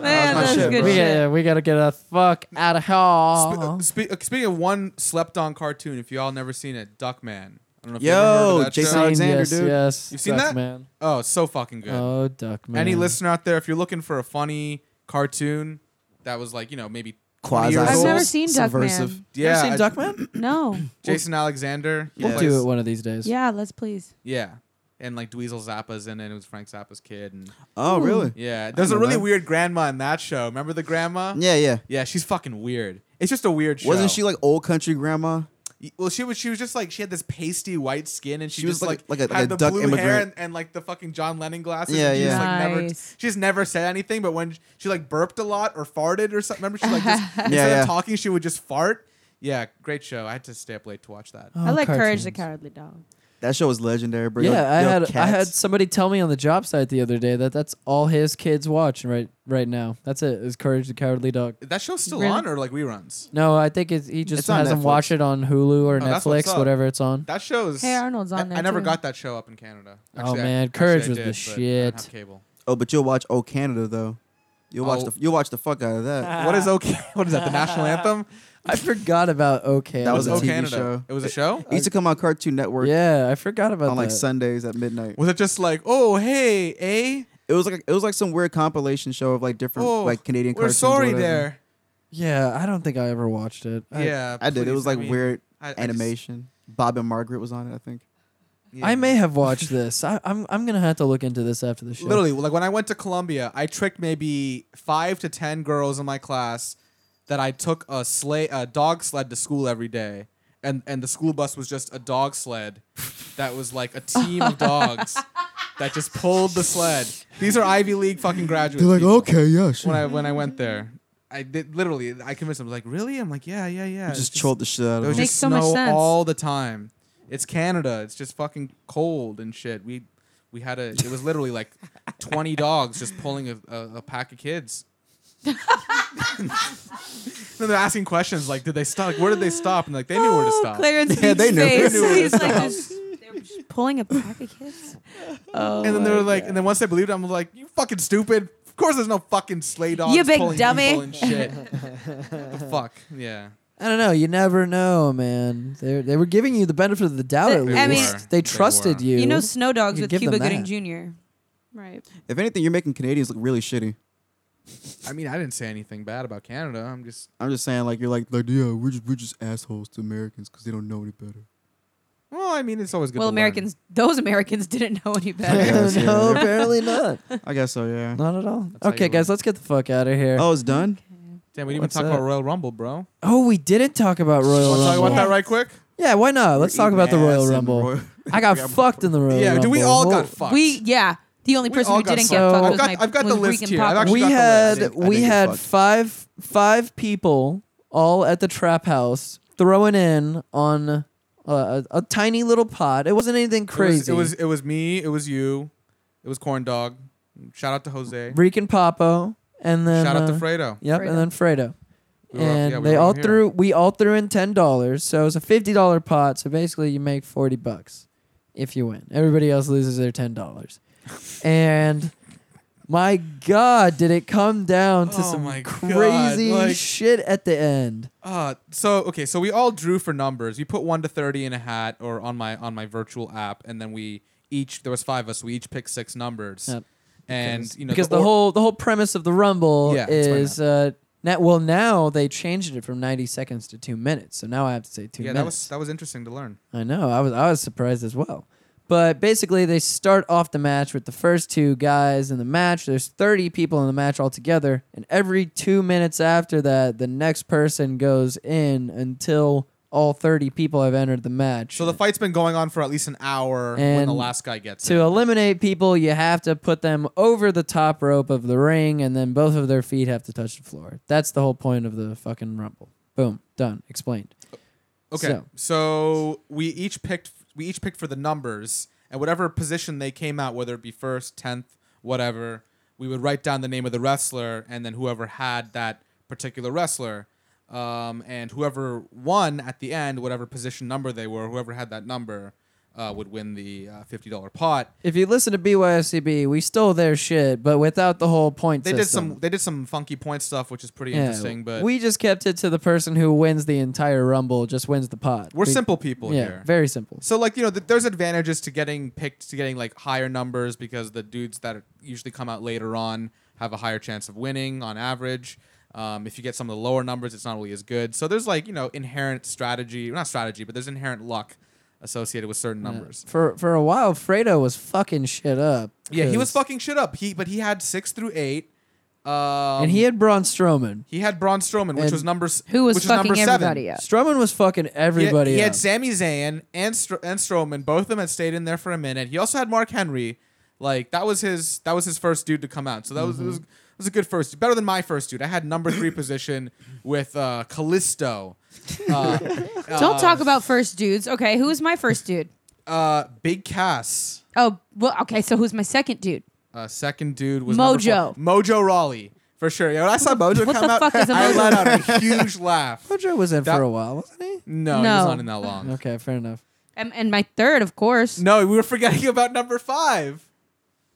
[SPEAKER 4] Man,
[SPEAKER 3] my
[SPEAKER 4] that's
[SPEAKER 3] shit,
[SPEAKER 4] good
[SPEAKER 3] bro.
[SPEAKER 1] we,
[SPEAKER 4] shit.
[SPEAKER 1] uh, we gotta get the fuck out of
[SPEAKER 2] Spe- uh,
[SPEAKER 3] Uh-huh.
[SPEAKER 1] here.
[SPEAKER 2] spe- uh, speaking of one slept-on cartoon, if you all never seen it, Duckman. I don't know if you
[SPEAKER 3] Yo,
[SPEAKER 2] ever heard of that
[SPEAKER 3] Jason
[SPEAKER 2] show.
[SPEAKER 3] Alexander,
[SPEAKER 1] yes,
[SPEAKER 3] dude.
[SPEAKER 1] yes.
[SPEAKER 2] You've seen that?
[SPEAKER 1] Duckman.
[SPEAKER 2] Oh, it's so fucking good.
[SPEAKER 1] Oh, Duckman.
[SPEAKER 2] Any listener out there, if you're looking for a funny cartoon that was like, you know, maybe 20
[SPEAKER 3] Quasi.
[SPEAKER 2] years
[SPEAKER 4] I've
[SPEAKER 2] old,
[SPEAKER 4] never seen
[SPEAKER 3] subversive.
[SPEAKER 4] Duckman.
[SPEAKER 2] yeah, I-
[SPEAKER 1] Duckman?
[SPEAKER 4] No.
[SPEAKER 2] Jason Alexander. he
[SPEAKER 1] We'll
[SPEAKER 2] plays-
[SPEAKER 1] do it one of these days.
[SPEAKER 4] Yeah, let's please.
[SPEAKER 2] Yeah. And like Dweezil Zappa's in it. It was Frank Zappa's kid. And
[SPEAKER 3] Oh, really?
[SPEAKER 2] yeah, there's a
[SPEAKER 3] know
[SPEAKER 2] really
[SPEAKER 3] that.
[SPEAKER 2] weird grandma in that show. Remember the grandma?
[SPEAKER 3] Yeah, yeah.
[SPEAKER 2] Yeah, she's fucking weird. It's just a weird show.
[SPEAKER 3] Wasn't she like old country grandma?
[SPEAKER 2] Well, she was. She was just like she had this pasty white skin, and she,
[SPEAKER 3] She was
[SPEAKER 2] just
[SPEAKER 3] like
[SPEAKER 2] like
[SPEAKER 3] a- like a- like
[SPEAKER 2] had
[SPEAKER 3] a
[SPEAKER 2] the
[SPEAKER 3] duck
[SPEAKER 2] blue hair
[SPEAKER 3] immigrant.
[SPEAKER 2] and, and like the fucking John Lennon glasses.
[SPEAKER 3] Yeah,
[SPEAKER 2] and she Just,
[SPEAKER 3] yeah.
[SPEAKER 2] like, never,
[SPEAKER 4] Nice.
[SPEAKER 2] she just never said anything, but when she like burped a lot or farted or something, remember she like just instead
[SPEAKER 3] yeah.
[SPEAKER 2] of talking, she would just fart. Yeah, great show. I had to stay up late to watch that.
[SPEAKER 1] Oh,
[SPEAKER 4] I like Courage the
[SPEAKER 1] cartoons.
[SPEAKER 4] Cowardly Dog.
[SPEAKER 3] That show was legendary, bro.
[SPEAKER 1] Yeah,
[SPEAKER 3] Yo-
[SPEAKER 1] I
[SPEAKER 3] yo,
[SPEAKER 1] had I
[SPEAKER 3] cats.
[SPEAKER 1] had somebody tell me on the job site the other day that that's all his kids watch right right now. That's it. Is Courage the Cowardly Dog?
[SPEAKER 2] That show's still
[SPEAKER 4] Really?
[SPEAKER 2] on or like reruns?
[SPEAKER 1] No, I think it's, he just
[SPEAKER 3] It's on
[SPEAKER 1] has them
[SPEAKER 3] Netflix.
[SPEAKER 1] watch it on Hulu or
[SPEAKER 2] Oh, that's what's
[SPEAKER 1] Netflix,
[SPEAKER 2] up.
[SPEAKER 1] whatever it's on.
[SPEAKER 2] That show is.
[SPEAKER 4] Hey Arnold's
[SPEAKER 2] I,
[SPEAKER 4] on there.
[SPEAKER 2] I never
[SPEAKER 4] too.
[SPEAKER 2] got that show up in Canada.
[SPEAKER 1] Oh,
[SPEAKER 2] I-
[SPEAKER 1] man,
[SPEAKER 2] actually,
[SPEAKER 1] Courage was
[SPEAKER 2] I
[SPEAKER 1] the
[SPEAKER 2] did, but I didn't
[SPEAKER 1] shit.
[SPEAKER 2] have cable.
[SPEAKER 3] Oh, but you'll watch Oh Canada though. You'll watch
[SPEAKER 2] Oh.
[SPEAKER 3] the you'll watch the fuck out of that.
[SPEAKER 2] What is okay? What is that? The national anthem?
[SPEAKER 1] I forgot about OK.
[SPEAKER 3] That
[SPEAKER 2] It
[SPEAKER 3] was a
[SPEAKER 2] O
[SPEAKER 3] TV
[SPEAKER 2] Canada.
[SPEAKER 3] show.
[SPEAKER 2] It was a show.
[SPEAKER 3] It used to come on Cartoon Network
[SPEAKER 1] yeah, I forgot about
[SPEAKER 3] on
[SPEAKER 1] that.
[SPEAKER 3] like Sundays at midnight.
[SPEAKER 2] Was it just like, oh hey, eh?
[SPEAKER 3] It was like it was like some weird compilation show of like different
[SPEAKER 2] Oh,
[SPEAKER 3] like Canadian
[SPEAKER 2] We're
[SPEAKER 3] cartoons. or
[SPEAKER 2] sorry
[SPEAKER 3] whatever.
[SPEAKER 2] there.
[SPEAKER 1] yeah, I don't think I ever watched it. I-
[SPEAKER 2] yeah,
[SPEAKER 3] I did. It
[SPEAKER 2] please,
[SPEAKER 3] was like
[SPEAKER 2] I mean,
[SPEAKER 3] weird
[SPEAKER 2] I- I just-
[SPEAKER 3] animation. Bob and Margaret was on it, I think.
[SPEAKER 2] yeah.
[SPEAKER 1] I may have watched this. I, I'm I'm gonna have to look into this after the show.
[SPEAKER 2] literally like when I went to Columbia, I tricked maybe five to ten girls in my class that I took a sleigh, a dog sled to school every day, and and the school bus was just a dog sled that was like a team of dogs that just pulled the sled. These are Ivy League fucking graduates. people.
[SPEAKER 3] yeah,
[SPEAKER 2] When I when I went there, I did literally. I convinced them. Like, really? I'm like, yeah, yeah, yeah. It's
[SPEAKER 3] just trolled the shit out
[SPEAKER 2] There was
[SPEAKER 3] of them.
[SPEAKER 4] Makes
[SPEAKER 2] just
[SPEAKER 4] so
[SPEAKER 2] snow
[SPEAKER 4] much sense.
[SPEAKER 2] all the time. It's Canada. It's just fucking cold and shit. We we had a. It was literally like twenty dogs just pulling a, a, a pack of kids. then they're asking questions like, "Did they stop? Like, where did they stop?" And like, they knew where to
[SPEAKER 4] Oh,
[SPEAKER 2] stop.
[SPEAKER 4] Clarence
[SPEAKER 3] Yeah, they
[SPEAKER 4] Beach's
[SPEAKER 3] knew. They
[SPEAKER 4] face.
[SPEAKER 2] knew where to
[SPEAKER 4] He's like
[SPEAKER 2] stop.
[SPEAKER 4] just, they were just pulling a pack of kids. Oh,
[SPEAKER 2] and then they were
[SPEAKER 4] my
[SPEAKER 2] like,
[SPEAKER 4] God.
[SPEAKER 2] and then once they believed, it, I'm like, "You fucking stupid." Of course, there's no fucking sleigh dogs.
[SPEAKER 4] You big
[SPEAKER 2] pulling
[SPEAKER 4] dummy.
[SPEAKER 2] people and shit. What the fuck. Yeah.
[SPEAKER 1] I don't know. You never know, man. They they were giving you the benefit of the doubt
[SPEAKER 4] They-
[SPEAKER 1] at
[SPEAKER 4] I mean-
[SPEAKER 1] least. they
[SPEAKER 2] They
[SPEAKER 1] trusted
[SPEAKER 2] were.
[SPEAKER 1] you.
[SPEAKER 4] you know, Snow Dogs
[SPEAKER 1] You
[SPEAKER 4] with
[SPEAKER 1] give
[SPEAKER 4] Cuba
[SPEAKER 1] them
[SPEAKER 4] Gooding
[SPEAKER 1] that.
[SPEAKER 4] Jr. Right.
[SPEAKER 3] If anything, you're making Canadians look really shitty.
[SPEAKER 2] I mean, I didn't say anything bad about Canada. I'm just
[SPEAKER 3] I'm just saying, like you're like, like yeah, we're just we're just assholes to Americans because they don't know any better.
[SPEAKER 2] well. I mean, it's always good. to
[SPEAKER 4] well,
[SPEAKER 2] learn.
[SPEAKER 4] Americans, those Americans didn't know any better.
[SPEAKER 3] Yes, yeah.
[SPEAKER 1] no, apparently not.
[SPEAKER 3] I guess so, yeah.
[SPEAKER 1] Not at all.
[SPEAKER 2] how
[SPEAKER 1] okay,
[SPEAKER 2] you
[SPEAKER 1] guys,
[SPEAKER 2] learn.
[SPEAKER 1] let's get the fuck out of here. Oh,
[SPEAKER 3] Oh, it's done.
[SPEAKER 2] Damn, we didn't
[SPEAKER 1] What's
[SPEAKER 2] even talk
[SPEAKER 1] up?
[SPEAKER 2] about Royal Rumble, bro.
[SPEAKER 1] Oh, we didn't talk about Royal
[SPEAKER 2] Want to
[SPEAKER 1] Rumble.
[SPEAKER 2] talk about that right quick?
[SPEAKER 1] Yeah, why not? Let's
[SPEAKER 3] We're
[SPEAKER 1] talk about the
[SPEAKER 3] eating
[SPEAKER 1] Royal
[SPEAKER 3] ass in
[SPEAKER 1] Rumble.
[SPEAKER 3] Royal-
[SPEAKER 1] I got fucked in the Royal
[SPEAKER 2] Yeah,
[SPEAKER 1] Rumble.
[SPEAKER 2] dude, we all got
[SPEAKER 1] Whoa.
[SPEAKER 2] fucked.
[SPEAKER 4] we, yeah. The only
[SPEAKER 2] We
[SPEAKER 4] person
[SPEAKER 2] all
[SPEAKER 4] who
[SPEAKER 2] got
[SPEAKER 4] didn't
[SPEAKER 1] so-
[SPEAKER 4] get fucked
[SPEAKER 1] I've
[SPEAKER 4] was
[SPEAKER 2] got-
[SPEAKER 4] my
[SPEAKER 2] I've got
[SPEAKER 4] was
[SPEAKER 2] the list
[SPEAKER 4] Regan
[SPEAKER 2] here. I've
[SPEAKER 4] Papa.
[SPEAKER 2] actually
[SPEAKER 1] we
[SPEAKER 2] got the
[SPEAKER 1] had
[SPEAKER 2] list.
[SPEAKER 3] I
[SPEAKER 1] we
[SPEAKER 3] did get
[SPEAKER 1] had
[SPEAKER 3] fucked.
[SPEAKER 1] five five people all at the trap house throwing in on a, a, a tiny little pot. It wasn't anything crazy.
[SPEAKER 2] It was, it was it was me. It was you. It was Corn Dog. Shout out to Jose.
[SPEAKER 1] Reek and Papo, and then
[SPEAKER 2] Shout out to
[SPEAKER 1] uh,
[SPEAKER 2] Fredo.
[SPEAKER 1] Yep,
[SPEAKER 4] Fredo.
[SPEAKER 1] and then Fredo.
[SPEAKER 2] We were up-
[SPEAKER 1] and
[SPEAKER 2] yeah, we
[SPEAKER 1] they
[SPEAKER 2] were
[SPEAKER 1] all
[SPEAKER 2] over here.
[SPEAKER 1] threw we all threw in ten dollars. So it's a fifty dollar pot. So basically you make forty bucks if you win. Everybody else loses their ten dollars. and My God, did it come down to
[SPEAKER 2] Oh my
[SPEAKER 1] some
[SPEAKER 2] God,
[SPEAKER 1] crazy
[SPEAKER 2] like-
[SPEAKER 1] shit at the end?
[SPEAKER 2] Uh, so okay, so we all drew for numbers. You put one to thirty in a hat or on my on my virtual app, and then we each there was five of us. We each picked six numbers,
[SPEAKER 1] Yep.
[SPEAKER 2] and
[SPEAKER 1] because,
[SPEAKER 2] you know
[SPEAKER 1] because the, whole the whole premise of the rumble
[SPEAKER 2] Yeah, it's right
[SPEAKER 1] is uh, now, well now they changed it from ninety seconds to two minutes, so now I have to say two
[SPEAKER 2] yeah that was
[SPEAKER 1] minutes.
[SPEAKER 2] that was interesting to learn.
[SPEAKER 1] I know I was I was surprised as well, but basically they start off the match with the first two guys in the match. There's thirty people in the match altogether, and every two minutes after that, the next person goes in until all thirty people have entered the match.
[SPEAKER 2] So the fight's been going on for at least an hour when the last guy gets
[SPEAKER 1] to
[SPEAKER 2] it.
[SPEAKER 1] eliminate people, you have to put them over the top rope of the ring, and then both of their feet have to touch the floor. That's the whole point of the fucking rumble. Boom, done, explained.
[SPEAKER 2] Okay, so.
[SPEAKER 1] So-
[SPEAKER 2] we each picked we each picked for the numbers, and whatever position they came out, whether it be first, tenth, whatever, we would write down the name of the wrestler, and then whoever had that particular wrestler, um, and whoever won at the end, whatever position number they were, whoever had that number, uh, would win the uh, fifty dollar pot.
[SPEAKER 1] If you listen to BYSCB, we stole their shit, but without the whole point
[SPEAKER 2] They
[SPEAKER 1] system.
[SPEAKER 2] did some they did some funky point stuff, which is pretty
[SPEAKER 1] Yeah,
[SPEAKER 2] interesting, but
[SPEAKER 1] we just kept it to the person who wins the entire rumble, just wins the pot.
[SPEAKER 2] We're
[SPEAKER 1] We-
[SPEAKER 2] simple people
[SPEAKER 1] yeah,
[SPEAKER 2] here.
[SPEAKER 1] very simple.
[SPEAKER 2] So like you know, th- there's advantages to getting picked to getting like higher numbers because the dudes that are- usually come out later on have a higher chance of winning on average. Um, if you get some of the lower numbers, it's not really as good. So there's like you know inherent strategy, not strategy, but there's inherent luck associated with certain numbers.
[SPEAKER 1] For for a while, Fredo was fucking shit up.
[SPEAKER 2] Yeah, he was
[SPEAKER 1] 'cause-
[SPEAKER 2] fucking shit up. He but he had six through eight. Um,
[SPEAKER 1] and he had Braun Strowman.
[SPEAKER 2] he had Braun Strowman, which
[SPEAKER 1] and-
[SPEAKER 2] was number s-
[SPEAKER 1] Who was
[SPEAKER 2] which was number
[SPEAKER 1] fucking
[SPEAKER 2] seven.
[SPEAKER 1] everybody Strowman was fucking everybody.
[SPEAKER 2] He, he
[SPEAKER 1] up.
[SPEAKER 2] had Sami Zayn and Str- and Strowman. Both of them had stayed in there for a minute. He also had Mark Henry. Like that was his that was his first dude to come out. So that was, it was it was a good first, better than my first dude. I had number three position with uh, Callisto. Uh,
[SPEAKER 4] Don't
[SPEAKER 2] uh,
[SPEAKER 4] talk about first dudes. Okay, who was my first dude?
[SPEAKER 2] uh, Big Cass.
[SPEAKER 4] Oh, well, okay, so who's my second dude?
[SPEAKER 2] Uh, second dude was number
[SPEAKER 4] Mojo.
[SPEAKER 2] four. Mojo Raleigh for sure. Yeah, when I saw Mojo
[SPEAKER 4] what
[SPEAKER 2] come
[SPEAKER 4] the
[SPEAKER 2] out,
[SPEAKER 4] fuck is a
[SPEAKER 2] I
[SPEAKER 4] Mojo?
[SPEAKER 2] let out a huge laugh.
[SPEAKER 1] Mojo was in
[SPEAKER 2] That- Mm.
[SPEAKER 1] for a while, wasn't he?
[SPEAKER 2] No, he was
[SPEAKER 4] No.
[SPEAKER 2] not in that long.
[SPEAKER 1] Okay, fair enough.
[SPEAKER 4] And, and my third, of course,
[SPEAKER 2] No, we were forgetting about number five.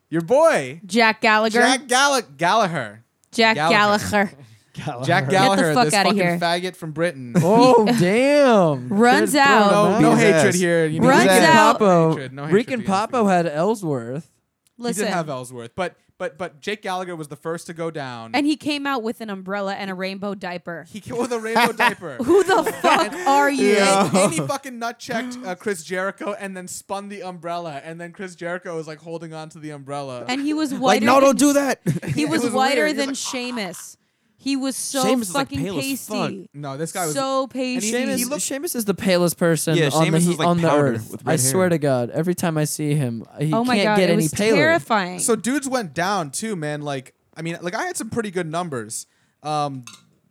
[SPEAKER 2] Your boy.
[SPEAKER 4] Jack Gallagher.
[SPEAKER 2] Jack Gall- Gallagher.
[SPEAKER 4] Jack
[SPEAKER 2] Gallagher.
[SPEAKER 4] Gallagher.
[SPEAKER 2] Jack
[SPEAKER 4] Get the
[SPEAKER 2] Gallagher,
[SPEAKER 4] fuck
[SPEAKER 2] this
[SPEAKER 4] outta
[SPEAKER 2] fucking
[SPEAKER 4] here.
[SPEAKER 2] faggot from Britain.
[SPEAKER 1] Oh damn!
[SPEAKER 4] Runs
[SPEAKER 1] Good
[SPEAKER 4] out.
[SPEAKER 1] throw,
[SPEAKER 2] No,
[SPEAKER 1] man.
[SPEAKER 2] no hatred here. You know,
[SPEAKER 4] Runs
[SPEAKER 2] Rick
[SPEAKER 1] Rick
[SPEAKER 2] and
[SPEAKER 1] and
[SPEAKER 4] out.
[SPEAKER 1] Popo.
[SPEAKER 2] Hatred, no hatred
[SPEAKER 1] Rick and
[SPEAKER 2] against
[SPEAKER 1] Popo had Ellsworth.
[SPEAKER 2] He
[SPEAKER 4] Listen,
[SPEAKER 2] did have Ellsworth, but but but Jake Gallagher was the first to go down.
[SPEAKER 4] and he came out with an umbrella and a rainbow diaper.
[SPEAKER 2] he came with a rainbow diaper.
[SPEAKER 4] Who the fuck are you?
[SPEAKER 2] And, and he fucking nut checked uh, Chris Jericho and then spun the umbrella, and then Chris Jericho was like holding on to the umbrella.
[SPEAKER 4] And he was
[SPEAKER 3] Like,
[SPEAKER 4] whiter.
[SPEAKER 3] no,
[SPEAKER 4] than-
[SPEAKER 3] don't do that.
[SPEAKER 4] He was,
[SPEAKER 2] was
[SPEAKER 4] whiter
[SPEAKER 2] weird. He was
[SPEAKER 4] than
[SPEAKER 2] like, "Ah."
[SPEAKER 4] Sheamus. He was so
[SPEAKER 3] Sheamus is, like,
[SPEAKER 4] fucking
[SPEAKER 3] pale as
[SPEAKER 4] pasty.
[SPEAKER 3] fuck.
[SPEAKER 2] no, this guy was
[SPEAKER 4] so pasty.
[SPEAKER 2] he-
[SPEAKER 1] Seamus,
[SPEAKER 2] he looked-
[SPEAKER 1] Seamus is the palest person
[SPEAKER 3] Yeah,
[SPEAKER 1] on, the,
[SPEAKER 3] Seamus
[SPEAKER 1] he-
[SPEAKER 3] is like
[SPEAKER 1] on the
[SPEAKER 3] powder
[SPEAKER 1] earth.
[SPEAKER 3] with
[SPEAKER 1] I
[SPEAKER 3] red
[SPEAKER 1] swear
[SPEAKER 3] hair.
[SPEAKER 1] to God, every time I see him, he
[SPEAKER 4] oh my
[SPEAKER 1] can't
[SPEAKER 4] god,
[SPEAKER 1] get
[SPEAKER 4] it
[SPEAKER 1] any
[SPEAKER 4] was
[SPEAKER 1] paler.
[SPEAKER 4] terrifying.
[SPEAKER 2] So dudes went down too, man. Like I mean, like I had some pretty good numbers. Um,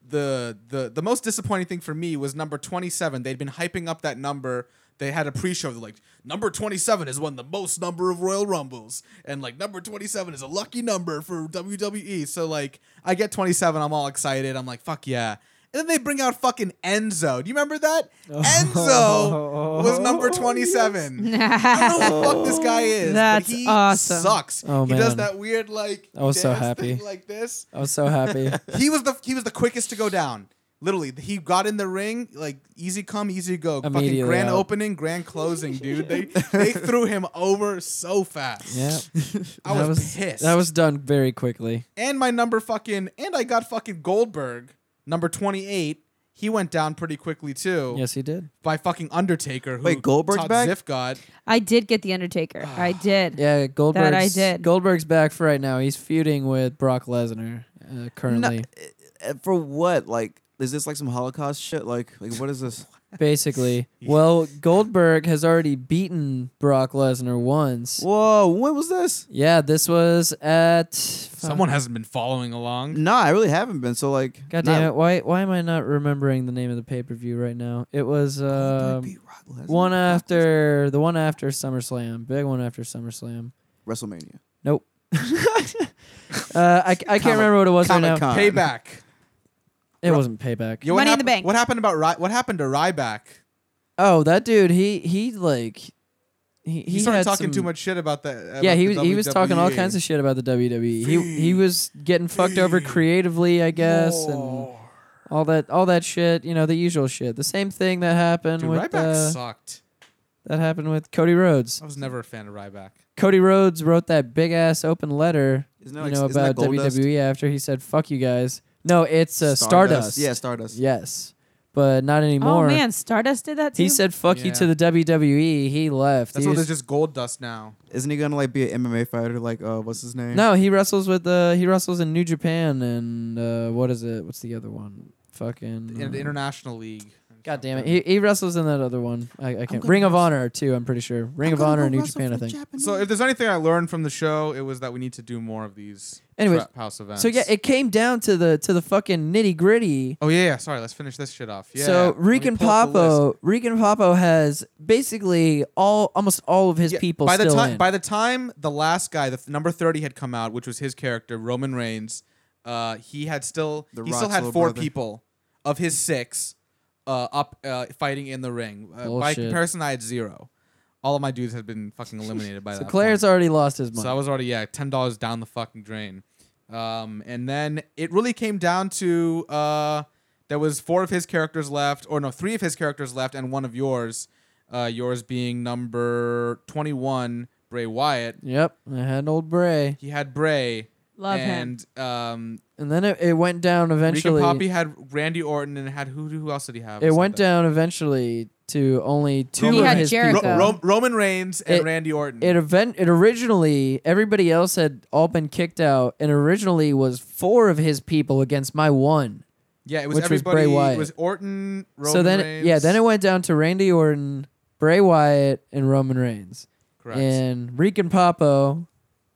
[SPEAKER 2] the the the most disappointing thing for me was number twenty seven. They'd been hyping up that number. They had a pre-show they're like number twenty seven has won the most number of Royal Rumbles, and like number twenty seven is a lucky number for WWE. So like I get twenty seven, I'm all excited. I'm like fuck yeah. And then they bring out fucking Enzo. Do you remember that?
[SPEAKER 4] Oh.
[SPEAKER 2] Enzo was number 27. I don't know who the fuck this guy is.
[SPEAKER 4] That's
[SPEAKER 2] but he
[SPEAKER 4] awesome.
[SPEAKER 2] Sucks.
[SPEAKER 1] Oh,
[SPEAKER 2] he does
[SPEAKER 1] man.
[SPEAKER 2] that weird like.
[SPEAKER 1] I was so
[SPEAKER 2] dance
[SPEAKER 1] happy.
[SPEAKER 2] thing Like this.
[SPEAKER 1] I was so happy.
[SPEAKER 2] He was the he was the quickest to go down. Literally, he got in the ring like easy come, easy go. Fucking
[SPEAKER 1] Immediately
[SPEAKER 2] grand
[SPEAKER 1] out.
[SPEAKER 2] opening, grand closing, dude. They they threw him over so fast.
[SPEAKER 1] yeah,
[SPEAKER 2] I
[SPEAKER 1] that
[SPEAKER 2] was,
[SPEAKER 1] was
[SPEAKER 2] pissed.
[SPEAKER 1] that was done very quickly.
[SPEAKER 2] and my number fucking and I got fucking Goldberg number twenty eight. He went down pretty quickly too.
[SPEAKER 1] Yes, he did.
[SPEAKER 2] By fucking Undertaker. Who
[SPEAKER 3] Wait, Goldberg's
[SPEAKER 2] Todd
[SPEAKER 3] back?
[SPEAKER 2] Ziff got.
[SPEAKER 4] I did get the Undertaker. I did.
[SPEAKER 1] Yeah, Goldberg's
[SPEAKER 4] did.
[SPEAKER 1] Goldberg's back for right now. He's feuding with Brock Lesnar uh, currently.
[SPEAKER 3] Uh, For what? Like, is this like some Holocaust shit? Like, like what is this?
[SPEAKER 1] basically. Well, Goldberg has already beaten Brock Lesnar once.
[SPEAKER 3] Whoa, when was this?
[SPEAKER 1] Yeah, this was at
[SPEAKER 2] Someone hasn't been following along.
[SPEAKER 3] Nah, I really haven't been. So like,
[SPEAKER 1] God
[SPEAKER 3] not-
[SPEAKER 1] damn it! Why why am I not remembering the name of the pay per view right now? It was
[SPEAKER 2] Oh,
[SPEAKER 3] Goldberg
[SPEAKER 1] um,
[SPEAKER 3] beat Brock Lesnar.
[SPEAKER 1] one after the one after SummerSlam, big one after SummerSlam.
[SPEAKER 3] WrestleMania.
[SPEAKER 1] Nope. uh, I, I can't remember what it was right now.
[SPEAKER 3] Comic-Con.
[SPEAKER 2] Payback.
[SPEAKER 1] It wasn't payback.
[SPEAKER 2] Yo, what
[SPEAKER 4] Money in the
[SPEAKER 2] hap-
[SPEAKER 4] Bank.
[SPEAKER 2] What happened about Ry- what happened to Ryback?
[SPEAKER 1] Oh, that dude, he he like he,
[SPEAKER 2] He, started
[SPEAKER 1] had
[SPEAKER 2] talking
[SPEAKER 1] some-
[SPEAKER 2] too much shit about that.
[SPEAKER 1] yeah, he was he
[SPEAKER 2] E.
[SPEAKER 1] was talking all kinds of shit about the WWE. He he was getting fucked over creatively, I guess, and all that all that shit. You know, the usual shit. The same thing that happened
[SPEAKER 2] Dude,
[SPEAKER 1] with
[SPEAKER 2] Ryback
[SPEAKER 1] uh,
[SPEAKER 2] sucked.
[SPEAKER 1] that happened with Cody Rhodes.
[SPEAKER 2] I was never a fan of Ryback.
[SPEAKER 1] Cody Rhodes wrote that big ass open letter,
[SPEAKER 3] Isn't that
[SPEAKER 1] you
[SPEAKER 3] like-
[SPEAKER 1] know,
[SPEAKER 3] isn't that
[SPEAKER 1] about
[SPEAKER 3] Goldust?
[SPEAKER 1] WWE after he said "fuck you guys." No, it's uh,
[SPEAKER 3] Stardust.
[SPEAKER 1] Stardust.
[SPEAKER 3] Yeah, Stardust.
[SPEAKER 1] Yes, but not anymore.
[SPEAKER 4] Oh man, Stardust did that too.
[SPEAKER 1] he said "fuck you"
[SPEAKER 2] Yeah.
[SPEAKER 1] to the WWE. He left.
[SPEAKER 2] That's
[SPEAKER 1] He
[SPEAKER 2] why
[SPEAKER 1] was-
[SPEAKER 2] there's just gold dust now.
[SPEAKER 3] Isn't he gonna like be an MMA fighter? Like, uh, what's his name?
[SPEAKER 1] No, he wrestles with uh he wrestles in New Japan and uh what is it? What's the other one? Fucking
[SPEAKER 2] In
[SPEAKER 1] uh,
[SPEAKER 2] the International League.
[SPEAKER 1] God damn it. He, he wrestles in that other one. I, I can't. Ring of Honor too, I'm pretty sure. Ring of Honor and New Japan, I think.
[SPEAKER 2] So if there's anything I learned from the show, it was that we need to do more of these
[SPEAKER 1] Anyways,
[SPEAKER 2] trap house events.
[SPEAKER 1] So yeah, it came down to the to the fucking nitty-gritty.
[SPEAKER 2] oh yeah, yeah. Sorry, let's finish this shit off. Yeah.
[SPEAKER 1] So
[SPEAKER 2] Let me
[SPEAKER 1] Rican
[SPEAKER 2] pull up the list.
[SPEAKER 1] Popo, Rican Popo has basically all almost all of his
[SPEAKER 2] Yeah,
[SPEAKER 1] people
[SPEAKER 2] by the
[SPEAKER 1] still
[SPEAKER 2] time
[SPEAKER 1] in.
[SPEAKER 2] by the time the last guy, the th- number thirty, had come out, which was his character Roman Reigns, uh, he had still
[SPEAKER 3] The
[SPEAKER 2] he still
[SPEAKER 3] Rock's
[SPEAKER 2] had
[SPEAKER 3] little
[SPEAKER 2] four
[SPEAKER 3] brother.
[SPEAKER 2] people of his six uh, up uh, fighting in the ring. Uh, by
[SPEAKER 1] Bullshit.
[SPEAKER 2] comparison, I had zero. All of my dudes had been fucking eliminated by
[SPEAKER 1] so
[SPEAKER 2] that.
[SPEAKER 1] Claire's
[SPEAKER 2] point.
[SPEAKER 1] already lost his money.
[SPEAKER 2] So I was already yeah ten dollars down the fucking drain, um, and then it really came down to uh, there was four of his characters left, or no, three of his characters left, and one of yours, uh, yours being number twenty one, Bray Wyatt.
[SPEAKER 1] yep, I had old Bray.
[SPEAKER 2] He had Bray.
[SPEAKER 4] Love him.
[SPEAKER 2] and, um,
[SPEAKER 1] And then it, it went down eventually.
[SPEAKER 2] Rika Poppy had Randy Orton, and had who? Who else did he have?
[SPEAKER 1] It went down eventually to only two
[SPEAKER 4] He
[SPEAKER 1] of
[SPEAKER 4] had
[SPEAKER 1] his
[SPEAKER 4] Jericho.
[SPEAKER 1] people.
[SPEAKER 4] Ro-
[SPEAKER 2] Ro- Roman Reigns and
[SPEAKER 1] It-
[SPEAKER 2] Randy Orton.
[SPEAKER 1] it event it originally everybody else had all been kicked out and originally was four of his people against my one.
[SPEAKER 2] yeah, it was
[SPEAKER 1] which was Bray
[SPEAKER 2] everybody.
[SPEAKER 1] Wyatt.
[SPEAKER 2] It was Orton. Roman
[SPEAKER 1] so then
[SPEAKER 2] Reigns.
[SPEAKER 1] yeah, then it went down to Randy Orton, Bray Wyatt, and Roman Reigns.
[SPEAKER 2] Correct.
[SPEAKER 1] And Reek and Popo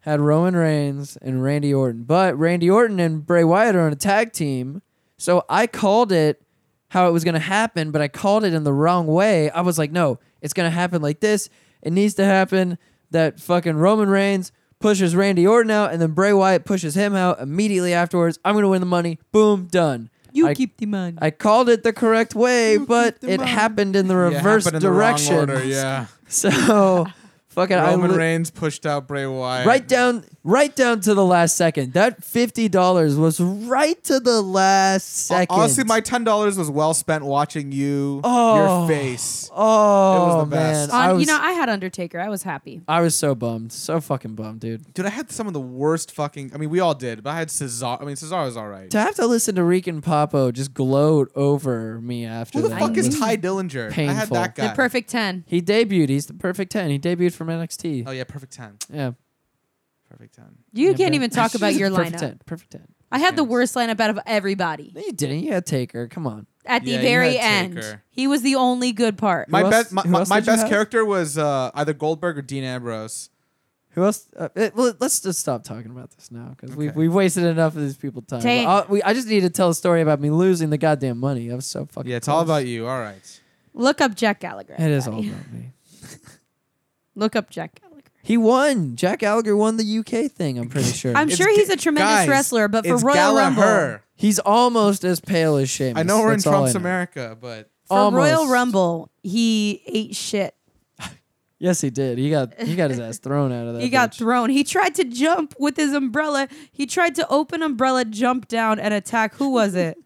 [SPEAKER 1] had Roman Reigns and Randy Orton. But Randy Orton and Bray Wyatt are on a tag team. So I called it how it was going to happen, but I called it in the wrong way. I was like, no, it's going to happen like this. It needs to happen that fucking Roman Reigns pushes Randy Orton out and then Bray Wyatt pushes him out immediately afterwards. I'm going to win the money. Boom, done.
[SPEAKER 4] you
[SPEAKER 1] I-
[SPEAKER 4] keep the money.
[SPEAKER 1] I called it the correct way, but it happened in the
[SPEAKER 2] Yeah,
[SPEAKER 1] reverse
[SPEAKER 2] happened in the wrong
[SPEAKER 1] direction.
[SPEAKER 2] order, yeah.
[SPEAKER 1] So, fucking
[SPEAKER 2] Roman
[SPEAKER 1] I li-
[SPEAKER 2] Reigns pushed out Bray Wyatt.
[SPEAKER 1] right down, right down to the last second. That fifty dollars was right to the last
[SPEAKER 2] Hon-
[SPEAKER 1] second.
[SPEAKER 2] Honestly, my ten dollars was well spent watching you,
[SPEAKER 1] Oh.
[SPEAKER 2] your face.
[SPEAKER 1] oh
[SPEAKER 2] It was the best.
[SPEAKER 1] man, I was,
[SPEAKER 4] On- Um, you know, I had Undertaker. I was happy.
[SPEAKER 1] I was so bummed, so fucking bummed, dude.
[SPEAKER 2] Dude, I had some of the worst fucking. I mean, we all did, but I had Cesaro. I mean, Cesaro's all right.
[SPEAKER 1] To have to listen to Reek and Popo just gloat over me after
[SPEAKER 2] Who the
[SPEAKER 1] that.
[SPEAKER 2] fuck
[SPEAKER 1] was-
[SPEAKER 2] is Ty Dillinger? I had
[SPEAKER 1] painful.
[SPEAKER 2] that guy.
[SPEAKER 4] The perfect ten.
[SPEAKER 1] He debuted. He's the perfect ten. He debuted from NXT.
[SPEAKER 2] Oh yeah, perfect ten.
[SPEAKER 1] Yeah,
[SPEAKER 2] Perfect ten.
[SPEAKER 4] You
[SPEAKER 1] Yeah,
[SPEAKER 4] can't
[SPEAKER 1] man.
[SPEAKER 4] even talk about your
[SPEAKER 1] perfect
[SPEAKER 4] lineup.
[SPEAKER 1] 10, perfect ten.
[SPEAKER 4] I had the worst lineup out of everybody.
[SPEAKER 1] No, you didn't. You had Taker. Come on.
[SPEAKER 4] At the
[SPEAKER 2] Yeah, you
[SPEAKER 4] very
[SPEAKER 2] had
[SPEAKER 4] end,
[SPEAKER 2] Taker.
[SPEAKER 4] he was the only good part.
[SPEAKER 2] My
[SPEAKER 1] else-
[SPEAKER 2] best, my,
[SPEAKER 1] who
[SPEAKER 2] my,
[SPEAKER 1] else
[SPEAKER 2] my
[SPEAKER 1] did you
[SPEAKER 2] best
[SPEAKER 1] have?
[SPEAKER 2] character was uh, either Goldberg or Dean Ambrose.
[SPEAKER 1] Who else? Uh, eh, well, let's just stop talking about this now because we've,
[SPEAKER 2] Okay.
[SPEAKER 1] we've wasted enough of these people's time.
[SPEAKER 4] Dang.
[SPEAKER 1] I'll- we- I just need to tell a story about me losing the goddamn money. I was so fucking.
[SPEAKER 2] Yeah, it's all
[SPEAKER 1] close.
[SPEAKER 2] about you. All right.
[SPEAKER 4] Look up Jack Gallagher.
[SPEAKER 1] It is all
[SPEAKER 4] everybody.
[SPEAKER 1] about me.
[SPEAKER 4] Look up Jack Gallagher.
[SPEAKER 1] He won. Jack Gallagher won the UK thing. I'm pretty sure.
[SPEAKER 4] I'm
[SPEAKER 2] It's
[SPEAKER 4] sure
[SPEAKER 2] Ga-
[SPEAKER 4] he's a tremendous
[SPEAKER 2] guys,
[SPEAKER 4] wrestler, but for
[SPEAKER 2] it's
[SPEAKER 4] Royal Rumble,
[SPEAKER 2] Gallagher.
[SPEAKER 1] He's almost as pale as Sheamus.
[SPEAKER 2] I know we're in
[SPEAKER 1] That's all I
[SPEAKER 2] Trump's
[SPEAKER 1] know.
[SPEAKER 2] America, but
[SPEAKER 4] for Royal
[SPEAKER 1] Almost.
[SPEAKER 4] Rumble, he ate shit.
[SPEAKER 1] Yes, he did. He got he got his ass thrown out of that.
[SPEAKER 4] He got
[SPEAKER 1] bitch.
[SPEAKER 4] thrown. He tried to jump with his umbrella. He tried to open umbrella, jump down, and attack. Who was it?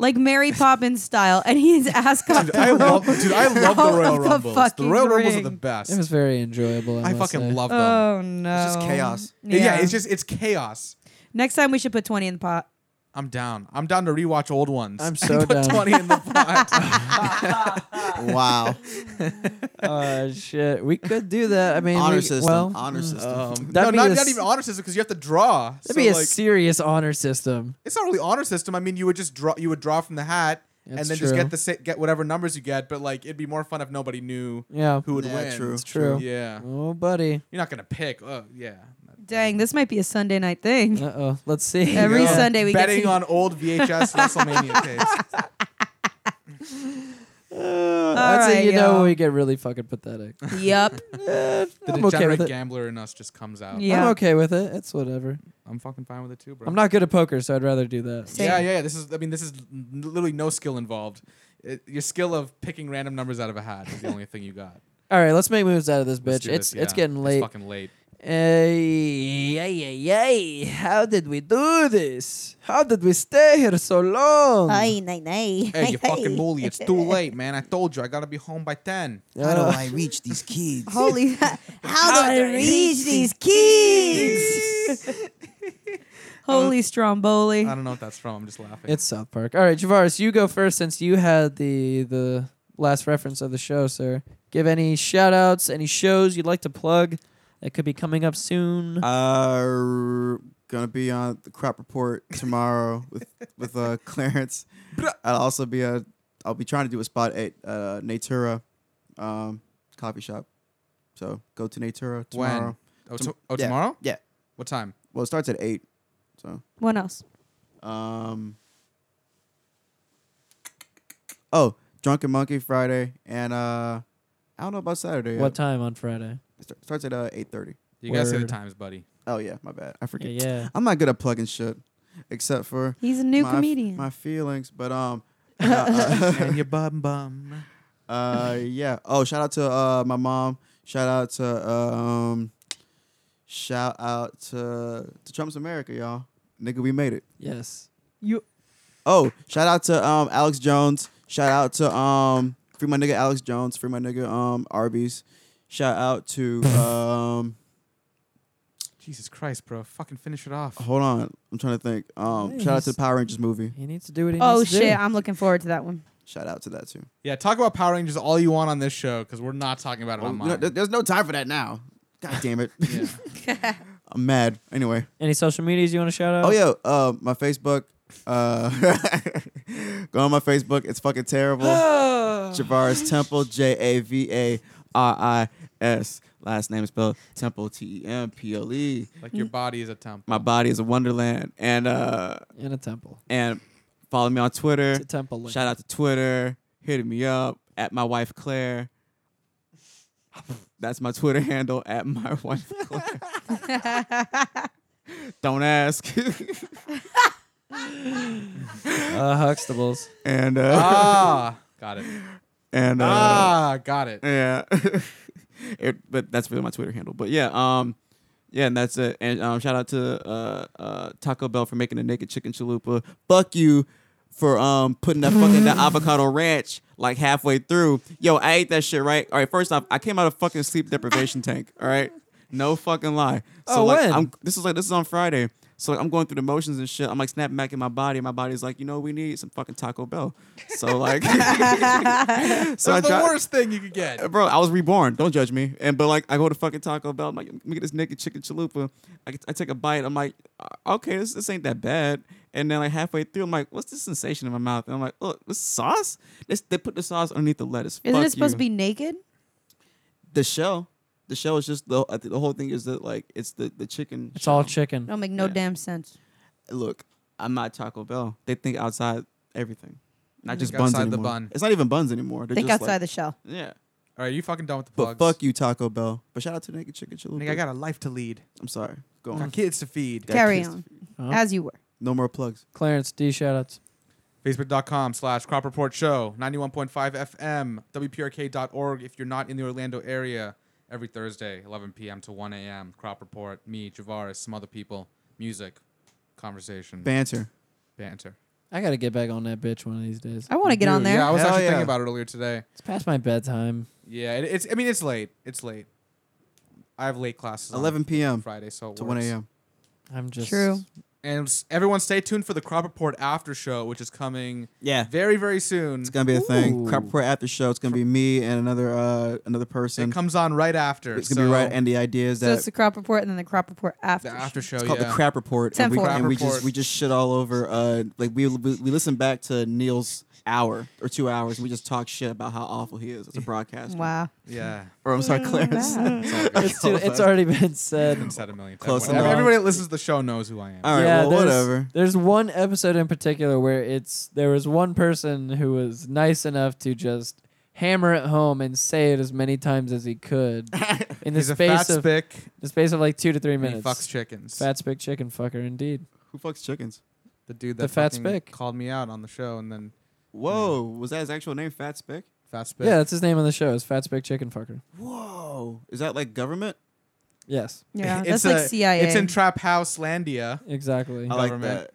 [SPEAKER 4] like Mary Poppins style, and his ass got
[SPEAKER 2] dude, I
[SPEAKER 4] thrown.
[SPEAKER 2] love, dude, I love
[SPEAKER 4] Out
[SPEAKER 2] the
[SPEAKER 4] of
[SPEAKER 2] Royal
[SPEAKER 4] the
[SPEAKER 2] Rumbles. The,
[SPEAKER 4] fucking
[SPEAKER 2] Royal Rumbles are the
[SPEAKER 4] ring.
[SPEAKER 2] best.
[SPEAKER 1] It was very enjoyable. I,
[SPEAKER 2] I
[SPEAKER 1] must
[SPEAKER 2] fucking
[SPEAKER 1] say.
[SPEAKER 2] love them.
[SPEAKER 4] Oh no!
[SPEAKER 3] just chaos.
[SPEAKER 2] yeah. it's just it's chaos.
[SPEAKER 4] next time we should put twenty in the pot.
[SPEAKER 2] I'm down. I'm down to rewatch old ones.
[SPEAKER 1] I'm
[SPEAKER 2] and
[SPEAKER 1] so
[SPEAKER 2] put
[SPEAKER 1] down.
[SPEAKER 2] Twenty in the pot.
[SPEAKER 3] Wow.
[SPEAKER 1] Oh shit, we could do that. I mean,
[SPEAKER 3] honor
[SPEAKER 1] we-
[SPEAKER 3] system.
[SPEAKER 1] Well, mm.
[SPEAKER 3] honor system.
[SPEAKER 2] no,
[SPEAKER 1] that'd be
[SPEAKER 2] not,
[SPEAKER 1] a
[SPEAKER 2] not
[SPEAKER 1] s-
[SPEAKER 2] even honor system because you have to draw.
[SPEAKER 1] that'd
[SPEAKER 2] So,
[SPEAKER 1] be a
[SPEAKER 2] like,
[SPEAKER 1] serious honor system.
[SPEAKER 2] it's not really honor system. I mean, you would just draw. You would draw from the hat. and
[SPEAKER 1] That's
[SPEAKER 2] then just
[SPEAKER 1] true.
[SPEAKER 2] get the sa- get whatever numbers you get, but like it'd be more fun if nobody knew
[SPEAKER 1] Yeah.
[SPEAKER 2] who would
[SPEAKER 3] Yeah,
[SPEAKER 2] win.
[SPEAKER 3] true. It's
[SPEAKER 1] true.
[SPEAKER 2] Yeah,
[SPEAKER 1] Oh, buddy.
[SPEAKER 2] you're not gonna pick. Oh, yeah.
[SPEAKER 4] Dang, this might be a Sunday night thing.
[SPEAKER 1] Uh oh. Let's see.
[SPEAKER 4] Every
[SPEAKER 1] Yeah.
[SPEAKER 4] Sunday we
[SPEAKER 2] betting
[SPEAKER 4] get to,
[SPEAKER 2] on old VHS WrestleMania tapes.
[SPEAKER 1] That's
[SPEAKER 4] right,
[SPEAKER 1] it. Uh, You know
[SPEAKER 4] y'all.
[SPEAKER 1] when we get really fucking pathetic.
[SPEAKER 4] Yep.
[SPEAKER 2] The
[SPEAKER 1] I'm okay
[SPEAKER 2] degenerate
[SPEAKER 1] with it.
[SPEAKER 2] gambler in us just comes out.
[SPEAKER 4] Yeah.
[SPEAKER 1] I'm okay with it. It's whatever.
[SPEAKER 2] I'm fucking fine with it too, bro.
[SPEAKER 1] I'm not good at poker, so I'd rather do that.
[SPEAKER 4] Same.
[SPEAKER 2] Yeah, yeah, yeah. This is. I mean, this is n- literally no skill involved. It, your skill of picking random numbers out of a hat is the only thing you got.
[SPEAKER 1] All right, let's make moves out of this
[SPEAKER 11] Let's
[SPEAKER 1] bitch.
[SPEAKER 11] do
[SPEAKER 1] It's
[SPEAKER 11] this,
[SPEAKER 1] it's
[SPEAKER 11] yeah.
[SPEAKER 1] getting
[SPEAKER 11] It's
[SPEAKER 1] late.
[SPEAKER 11] fucking late.
[SPEAKER 1] Ay, ay, ay, ay. How did we do this? How did we stay here so long?
[SPEAKER 10] Ay, nay, nay.
[SPEAKER 2] Hey, you fucking mooly, it's too late, man. I told you I gotta be home by 10.
[SPEAKER 1] How do I
[SPEAKER 2] reach these kids?
[SPEAKER 10] Holy, how do I reach these kids?
[SPEAKER 4] Holy Stromboli.
[SPEAKER 2] I don't know what that's from. I'm just laughing.
[SPEAKER 1] It's South Park. All right, Javaris, you go first since you had the the last reference of the show, sir. Give any shout outs, any shows you'd like to plug that could be coming up soon.
[SPEAKER 3] Uh, gonna be on the crop report tomorrow with with uh, Clarence. I'll also be a. I'll be trying to do a spot at uh, Natura, um, coffee shop. So go to Natura
[SPEAKER 2] When?
[SPEAKER 3] tomorrow.
[SPEAKER 2] Oh,
[SPEAKER 3] Tom-
[SPEAKER 2] to- oh,
[SPEAKER 3] yeah,
[SPEAKER 2] tomorrow?
[SPEAKER 3] Yeah.
[SPEAKER 2] What time?
[SPEAKER 3] Well, it starts at eight. So.
[SPEAKER 4] What else?
[SPEAKER 3] Um. Oh, Drunken Monkey Friday, and uh, I don't know about Saturday. yet.
[SPEAKER 1] What time on Friday?
[SPEAKER 3] It sta- starts at uh, eight thirty.
[SPEAKER 2] You gotta say the times, buddy.
[SPEAKER 3] Oh yeah, my bad. I forget.
[SPEAKER 1] Yeah, yeah.
[SPEAKER 3] I'm not good at plugging shit, except for
[SPEAKER 4] He's a new
[SPEAKER 3] my,
[SPEAKER 4] comedian.
[SPEAKER 3] My feelings, but um, uh,
[SPEAKER 2] and your bum bum.
[SPEAKER 3] uh, yeah. Oh, shout out to uh my mom. Shout out to uh, um, shout out to to Trump's America, y'all. Nigga, we made it.
[SPEAKER 1] Yes. You
[SPEAKER 3] Oh, shout out to um Alex Jones. Shout out to um free my nigga Alex Jones. Free my nigga um Arby's. Shout out to um
[SPEAKER 2] Jesus Christ, bro. Fucking finish it off.
[SPEAKER 3] hold on, I'm trying to think. Um shout out to the Power Rangers movie.
[SPEAKER 1] He needs to do what he
[SPEAKER 4] Oh
[SPEAKER 1] needs to do.
[SPEAKER 4] shit, I'm looking forward to that one.
[SPEAKER 3] Shout out to that too.
[SPEAKER 2] Yeah, talk about Power Rangers all you want on this show because we're not talking about it
[SPEAKER 1] Oh,
[SPEAKER 3] Well,
[SPEAKER 2] on
[SPEAKER 3] Oh, you
[SPEAKER 2] mine.
[SPEAKER 3] know, there- there's no time for that now. God damn it. I'm mad. Anyway.
[SPEAKER 1] Any social medias you want to shout out?
[SPEAKER 3] Oh yeah, uh, my Facebook. Uh, go on my Facebook. It's fucking terrible. Javaris Temple, J A V A R I S. Last name is spelled Temple, T E M P L E.
[SPEAKER 2] like your body is a temple.
[SPEAKER 3] My body is a wonderland, and uh,
[SPEAKER 1] In a temple.
[SPEAKER 3] and follow me on Twitter.
[SPEAKER 1] It's a temple link.
[SPEAKER 3] Shout out to Twitter. Hit me up at my wife Claire. That's my Twitter handle at my wife Claire. Don't ask.
[SPEAKER 1] Uh, Huxtables.
[SPEAKER 3] and uh,
[SPEAKER 2] ah, got it.
[SPEAKER 3] and uh,
[SPEAKER 2] ah, got it.
[SPEAKER 3] yeah. It- but that's really my Twitter handle. But yeah, um, yeah, and that's it. And um, shout out to uh, uh, Taco Bell for making the naked chicken chalupa. Fuck you for um putting that fucking that avocado ranch like halfway through. Yo, I ate that shit right. All right, first off, I came out of fucking sleep deprivation tank. All right, no fucking lie. So
[SPEAKER 1] Oh,
[SPEAKER 3] like,
[SPEAKER 1] when?
[SPEAKER 3] I'm this is like this is on Friday. So like, I'm going through the motions and shit. I'm like snapping back in my body. and My body's like, you know, we need some fucking Taco Bell. So like, so
[SPEAKER 2] So
[SPEAKER 3] I
[SPEAKER 2] That's the
[SPEAKER 3] dro-
[SPEAKER 2] worst thing you could get.
[SPEAKER 3] uh, bro, I was reborn. Don't judge me. And but like, I go to fucking Taco Bell. I'm like, let me get this naked chicken chalupa. I, get- I take a bite. I'm like, uh, okay, this, this ain't that bad. And then like halfway through, I'm like, what's this sensation in my mouth? And I'm like, oh, this sauce. This, they put the sauce underneath the lettuce.
[SPEAKER 4] Isn't
[SPEAKER 3] Fuck
[SPEAKER 4] it supposed
[SPEAKER 3] you.
[SPEAKER 4] to be naked?
[SPEAKER 3] the shell? The shell is just the I think the whole thing is that like it's the the chicken.
[SPEAKER 1] It's all
[SPEAKER 3] shell.
[SPEAKER 1] chicken.
[SPEAKER 4] Don't make no damn sense.
[SPEAKER 3] Look, I'm not Taco Bell. They think outside everything, not
[SPEAKER 2] Think
[SPEAKER 3] just buns
[SPEAKER 2] outside the
[SPEAKER 3] anymore.
[SPEAKER 2] bun.
[SPEAKER 3] It's not even buns anymore. They're
[SPEAKER 4] Think
[SPEAKER 3] just
[SPEAKER 4] outside
[SPEAKER 3] like-
[SPEAKER 4] the shell.
[SPEAKER 3] yeah.
[SPEAKER 2] All right, you fucking done with the plugs.
[SPEAKER 3] But fuck you, Taco Bell. But shout out to Naked Chicken Chalupa.
[SPEAKER 2] Nigga, I got a life to lead.
[SPEAKER 3] I'm sorry. Go
[SPEAKER 2] Got
[SPEAKER 3] on.
[SPEAKER 2] kids to feed.
[SPEAKER 3] That
[SPEAKER 4] Carry
[SPEAKER 3] kid's-
[SPEAKER 4] on.
[SPEAKER 1] Huh?
[SPEAKER 4] As you were.
[SPEAKER 3] No more plugs.
[SPEAKER 1] Clarence D shout outs.
[SPEAKER 2] Facebook.com slash crop report show, 91.5 FM, WPRK.org if you're not in the Orlando area every Thursday, 11 p.m. to 1 a.m. Crop report, me, Javaris, some other people, music, conversation,
[SPEAKER 3] Banter.
[SPEAKER 2] banter.
[SPEAKER 1] I gotta get back on that bitch one of these days.
[SPEAKER 4] I want to get on
[SPEAKER 2] Dude,
[SPEAKER 4] there.
[SPEAKER 2] Yeah, I was
[SPEAKER 3] Hell
[SPEAKER 2] actually
[SPEAKER 3] yeah.
[SPEAKER 2] thinking about it earlier today.
[SPEAKER 1] It's past my bedtime.
[SPEAKER 2] Yeah, it, it's, I mean, it's late. It's late. I have late classes. on
[SPEAKER 3] 11 p.m.
[SPEAKER 2] Friday, so it
[SPEAKER 3] to 1
[SPEAKER 2] works.
[SPEAKER 3] a.m.
[SPEAKER 1] I'm just
[SPEAKER 4] True.
[SPEAKER 2] And s- everyone stay tuned for the crop report after show, which is coming
[SPEAKER 3] Yeah.
[SPEAKER 2] very, very soon.
[SPEAKER 3] It's gonna be a thing.
[SPEAKER 1] Ooh.
[SPEAKER 3] Crap report after show. It's gonna be me and another uh another person.
[SPEAKER 2] It comes on right after.
[SPEAKER 3] it's gonna be
[SPEAKER 2] so
[SPEAKER 3] right. And the idea is
[SPEAKER 4] So
[SPEAKER 3] that
[SPEAKER 4] it's the crop report and then the crop report after.
[SPEAKER 2] the after show.
[SPEAKER 3] it's called
[SPEAKER 2] Oh, yeah.
[SPEAKER 3] the crap report. and we,
[SPEAKER 4] 10-4.
[SPEAKER 3] and we just
[SPEAKER 2] Crap
[SPEAKER 3] we just shit all over. Uh, like we we, we listen back to Neil's hour or two hours, and we just talk shit about how awful he is as a broadcaster.
[SPEAKER 4] Wow.
[SPEAKER 2] Yeah.
[SPEAKER 3] Or I'm sorry, Clarence.
[SPEAKER 1] it's, too, it's already been said.
[SPEAKER 2] Been said a million times.
[SPEAKER 3] Close
[SPEAKER 2] Whatever.
[SPEAKER 3] enough. Um,
[SPEAKER 2] Everybody that listens to the show knows who I am.
[SPEAKER 3] all right. well,
[SPEAKER 1] there's,
[SPEAKER 3] whatever.
[SPEAKER 1] There's one episode in particular where it's there was one person who was nice enough to just hammer it home and say it as many times as he could in the
[SPEAKER 2] He's a fat
[SPEAKER 1] space of
[SPEAKER 2] spick.
[SPEAKER 1] the space of like two to three
[SPEAKER 2] and He
[SPEAKER 1] minutes.
[SPEAKER 2] fucks chickens.
[SPEAKER 1] Fat spick chicken fucker, indeed.
[SPEAKER 3] Who fucks chickens?
[SPEAKER 2] the dude that
[SPEAKER 1] the fat
[SPEAKER 2] fucking
[SPEAKER 1] spick.
[SPEAKER 2] called me out on the show, and then
[SPEAKER 3] Whoa, was that his actual name? Fat Spick.
[SPEAKER 2] Fat Spit.
[SPEAKER 12] Yeah, that's his name on the show. Is Fat Spick Chicken Fucker.
[SPEAKER 3] Whoa. Is that like government?
[SPEAKER 12] Yes.
[SPEAKER 4] Yeah,
[SPEAKER 2] It's
[SPEAKER 4] that's like
[SPEAKER 2] a-
[SPEAKER 4] CIA.
[SPEAKER 2] It's in Trap House Landia.
[SPEAKER 12] Exactly.
[SPEAKER 2] Oh.
[SPEAKER 3] I like
[SPEAKER 2] Government.
[SPEAKER 3] that.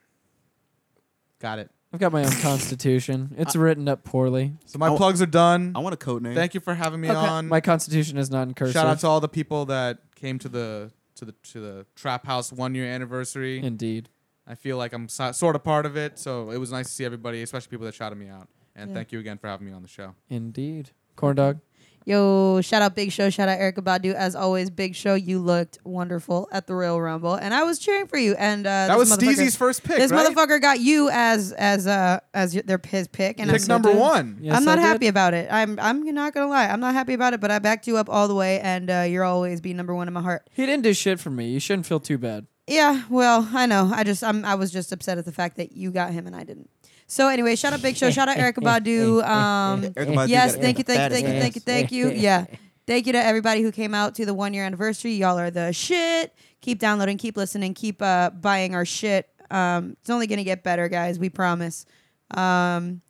[SPEAKER 2] Got it.
[SPEAKER 12] I've got my own constitution. It's written up poorly.
[SPEAKER 2] So my
[SPEAKER 3] I-
[SPEAKER 2] plugs are done.
[SPEAKER 3] I want a code name.
[SPEAKER 2] Thank you for having me
[SPEAKER 12] Okay.
[SPEAKER 2] on.
[SPEAKER 12] My constitution is not in cursive.
[SPEAKER 2] Shout out to all the people that came to the to the to the Trap House one year anniversary.
[SPEAKER 12] Indeed.
[SPEAKER 2] I feel like I'm so, sort of part of it, so it was nice to see everybody, especially people that shouted me out. And
[SPEAKER 12] Yeah.
[SPEAKER 2] thank you again for having me on the show.
[SPEAKER 12] Indeed. Corn dog.
[SPEAKER 4] Yo, shout out Big Show, shout out Erica Badu. As always, Big Show, you looked wonderful at the Royal Rumble, and I was cheering for you. And uh,
[SPEAKER 2] That
[SPEAKER 4] this
[SPEAKER 2] was
[SPEAKER 4] motherfucker-
[SPEAKER 2] Steezy's first pick,
[SPEAKER 4] This
[SPEAKER 2] right?
[SPEAKER 4] motherfucker got you as as uh as your, their his pick, and
[SPEAKER 2] Pick
[SPEAKER 4] I'm,
[SPEAKER 2] number one.
[SPEAKER 12] Yes,
[SPEAKER 4] I'm not
[SPEAKER 12] I did.
[SPEAKER 4] happy about it. I'm I'm not gonna lie, I'm not happy about it. But I backed you up all the way, and uh, you're always be number one in my heart.
[SPEAKER 12] He didn't do shit for me. You shouldn't feel too bad.
[SPEAKER 4] Yeah, well, I know. I just I'm, I was just upset at the fact that you got him and I didn't. So anyway, shout out Big Show, shout out Erica Badu. Um,
[SPEAKER 3] Erica Badu
[SPEAKER 4] yes,
[SPEAKER 3] got
[SPEAKER 4] thank you,
[SPEAKER 3] the
[SPEAKER 4] thank you,
[SPEAKER 3] fattest
[SPEAKER 4] thank you, thank you, thank you. Yeah, thank you to everybody who came out to the one year anniversary. Y'all are the shit. Keep downloading, keep listening, keep uh, buying our shit. Um, it's only gonna get better, guys. We promise. Um,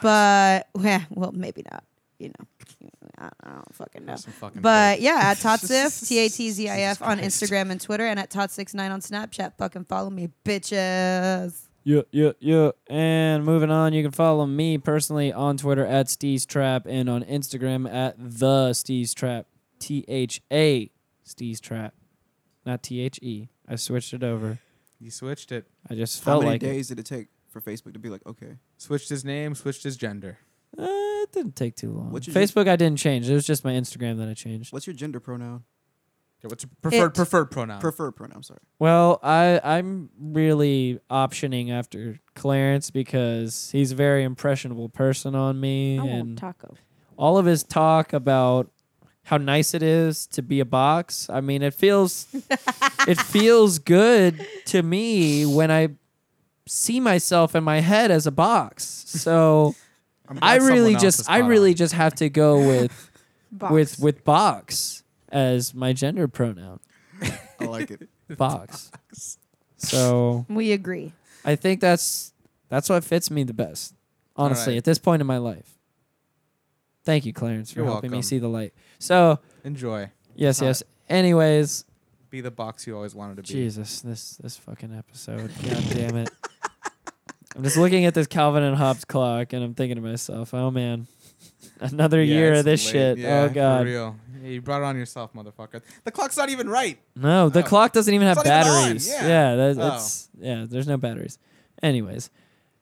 [SPEAKER 4] but yeah, well, maybe not. You know, I I don't fucking know.
[SPEAKER 2] Some fucking
[SPEAKER 4] But yeah, at Totsif, T A T Z I F on Instagram and Twitter, and at Tot69 on Snapchat. Fucking follow me, bitches.
[SPEAKER 1] Yeah, yeah, yeah. And moving on, you can follow me personally on Twitter at Steez Trap and on Instagram at the Steez Trap. T H A Steez Trap. Not T H E. I switched it over.
[SPEAKER 2] You switched it.
[SPEAKER 1] I just
[SPEAKER 3] How
[SPEAKER 1] felt
[SPEAKER 3] many
[SPEAKER 1] like it.
[SPEAKER 3] days did it take for Facebook to be like, okay?
[SPEAKER 2] Switched his name, switched his gender.
[SPEAKER 1] Uh, it didn't take too long.
[SPEAKER 3] What you just-
[SPEAKER 1] Facebook I didn't change. It was just my Instagram that I changed.
[SPEAKER 3] What's your gender pronoun?
[SPEAKER 2] Okay, what's your preferred
[SPEAKER 4] It.
[SPEAKER 2] preferred pronoun?
[SPEAKER 1] Uh.
[SPEAKER 3] Preferred pronoun, sorry.
[SPEAKER 1] Well, I I'm really optioning after Clarence because he's a very impressionable person on me and
[SPEAKER 4] taco.
[SPEAKER 1] all of his talk about how nice it is to be a box. I mean, it feels it feels good to me when I see myself in my head as a box. So
[SPEAKER 2] I'm glad
[SPEAKER 1] I
[SPEAKER 2] someone
[SPEAKER 1] really
[SPEAKER 2] else is
[SPEAKER 1] just I
[SPEAKER 2] caught on.
[SPEAKER 1] really just have to go with with with box as my gender pronoun.
[SPEAKER 3] I like it.
[SPEAKER 1] Box. So
[SPEAKER 4] We agree.
[SPEAKER 1] I think that's that's what fits me the best. Honestly,
[SPEAKER 2] right.
[SPEAKER 1] at this point in my life. Thank you, Clarence, for
[SPEAKER 2] You're
[SPEAKER 1] helping me
[SPEAKER 2] welcome.
[SPEAKER 1] see the light. So
[SPEAKER 2] enjoy.
[SPEAKER 1] Yes,
[SPEAKER 2] All right.
[SPEAKER 1] yes. Anyways,
[SPEAKER 2] Be the box you always wanted to be.
[SPEAKER 1] Jesus, this this fucking episode. God damn it. I'm just looking at this Calvin and Hobbes clock and I'm thinking to myself, oh man, another
[SPEAKER 2] Yeah,
[SPEAKER 1] year
[SPEAKER 2] it's
[SPEAKER 1] of this
[SPEAKER 2] late.
[SPEAKER 1] shit.
[SPEAKER 2] Yeah,
[SPEAKER 1] oh
[SPEAKER 2] For
[SPEAKER 1] god.
[SPEAKER 2] real. Yeah, you brought it on yourself, motherfucker. The clock's not even right.
[SPEAKER 1] No, the
[SPEAKER 2] Oh.
[SPEAKER 1] clock doesn't even
[SPEAKER 2] It's
[SPEAKER 1] have
[SPEAKER 2] not even on,
[SPEAKER 1] batteries.
[SPEAKER 2] yeah.
[SPEAKER 1] yeah, that,
[SPEAKER 2] Oh.
[SPEAKER 1] that's yeah, there's no batteries. Anyways,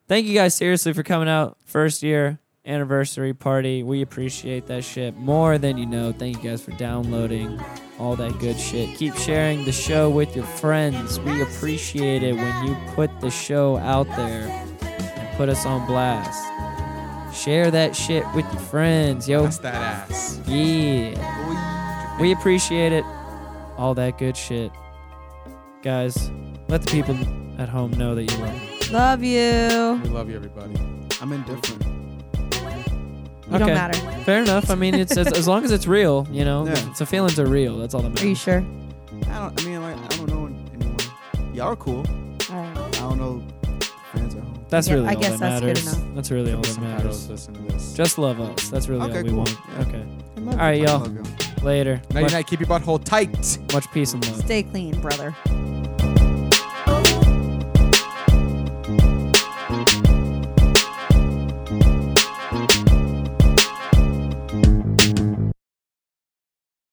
[SPEAKER 1] thank you guys seriously for coming out. First year anniversary party. We appreciate that shit more than you know. Thank you guys for downloading all that good shit. Keep sharing the show with your friends. We appreciate it when you put the show out there and put us on blast. Share that shit with your friends, yo.
[SPEAKER 2] That's that ass.
[SPEAKER 1] Yeah. We appreciate it. All that good shit. Guys, let the people at home know that you love them.
[SPEAKER 4] Love you.
[SPEAKER 2] We love you, everybody.
[SPEAKER 3] I'm indifferent.
[SPEAKER 4] You don't matter.
[SPEAKER 1] Fair enough. I mean, it's as, as long as it's real, you know.
[SPEAKER 3] Yeah.
[SPEAKER 1] So feelings are real. That's all that
[SPEAKER 4] Are you
[SPEAKER 1] matters.
[SPEAKER 4] sure?
[SPEAKER 3] I don't. I mean, like, I don't know anyone. Y'all are cool.
[SPEAKER 4] All right.
[SPEAKER 3] I don't know fans at home.
[SPEAKER 1] That's
[SPEAKER 4] Yeah,
[SPEAKER 1] really
[SPEAKER 4] I
[SPEAKER 1] all
[SPEAKER 4] guess
[SPEAKER 1] that
[SPEAKER 4] that's good
[SPEAKER 1] matters.
[SPEAKER 4] enough.
[SPEAKER 1] That's really all that
[SPEAKER 2] Some
[SPEAKER 1] matters.
[SPEAKER 2] pedos listen to this.
[SPEAKER 1] Just love us. That's really
[SPEAKER 3] Okay,
[SPEAKER 1] all we
[SPEAKER 3] cool.
[SPEAKER 1] want.
[SPEAKER 3] Yeah.
[SPEAKER 1] Okay.
[SPEAKER 4] I love
[SPEAKER 1] All right,
[SPEAKER 4] you.
[SPEAKER 1] y'all. Later.
[SPEAKER 2] Night,
[SPEAKER 1] Much,
[SPEAKER 2] night. Keep your butthole tight.
[SPEAKER 1] much peace and love.
[SPEAKER 4] Stay clean, brother.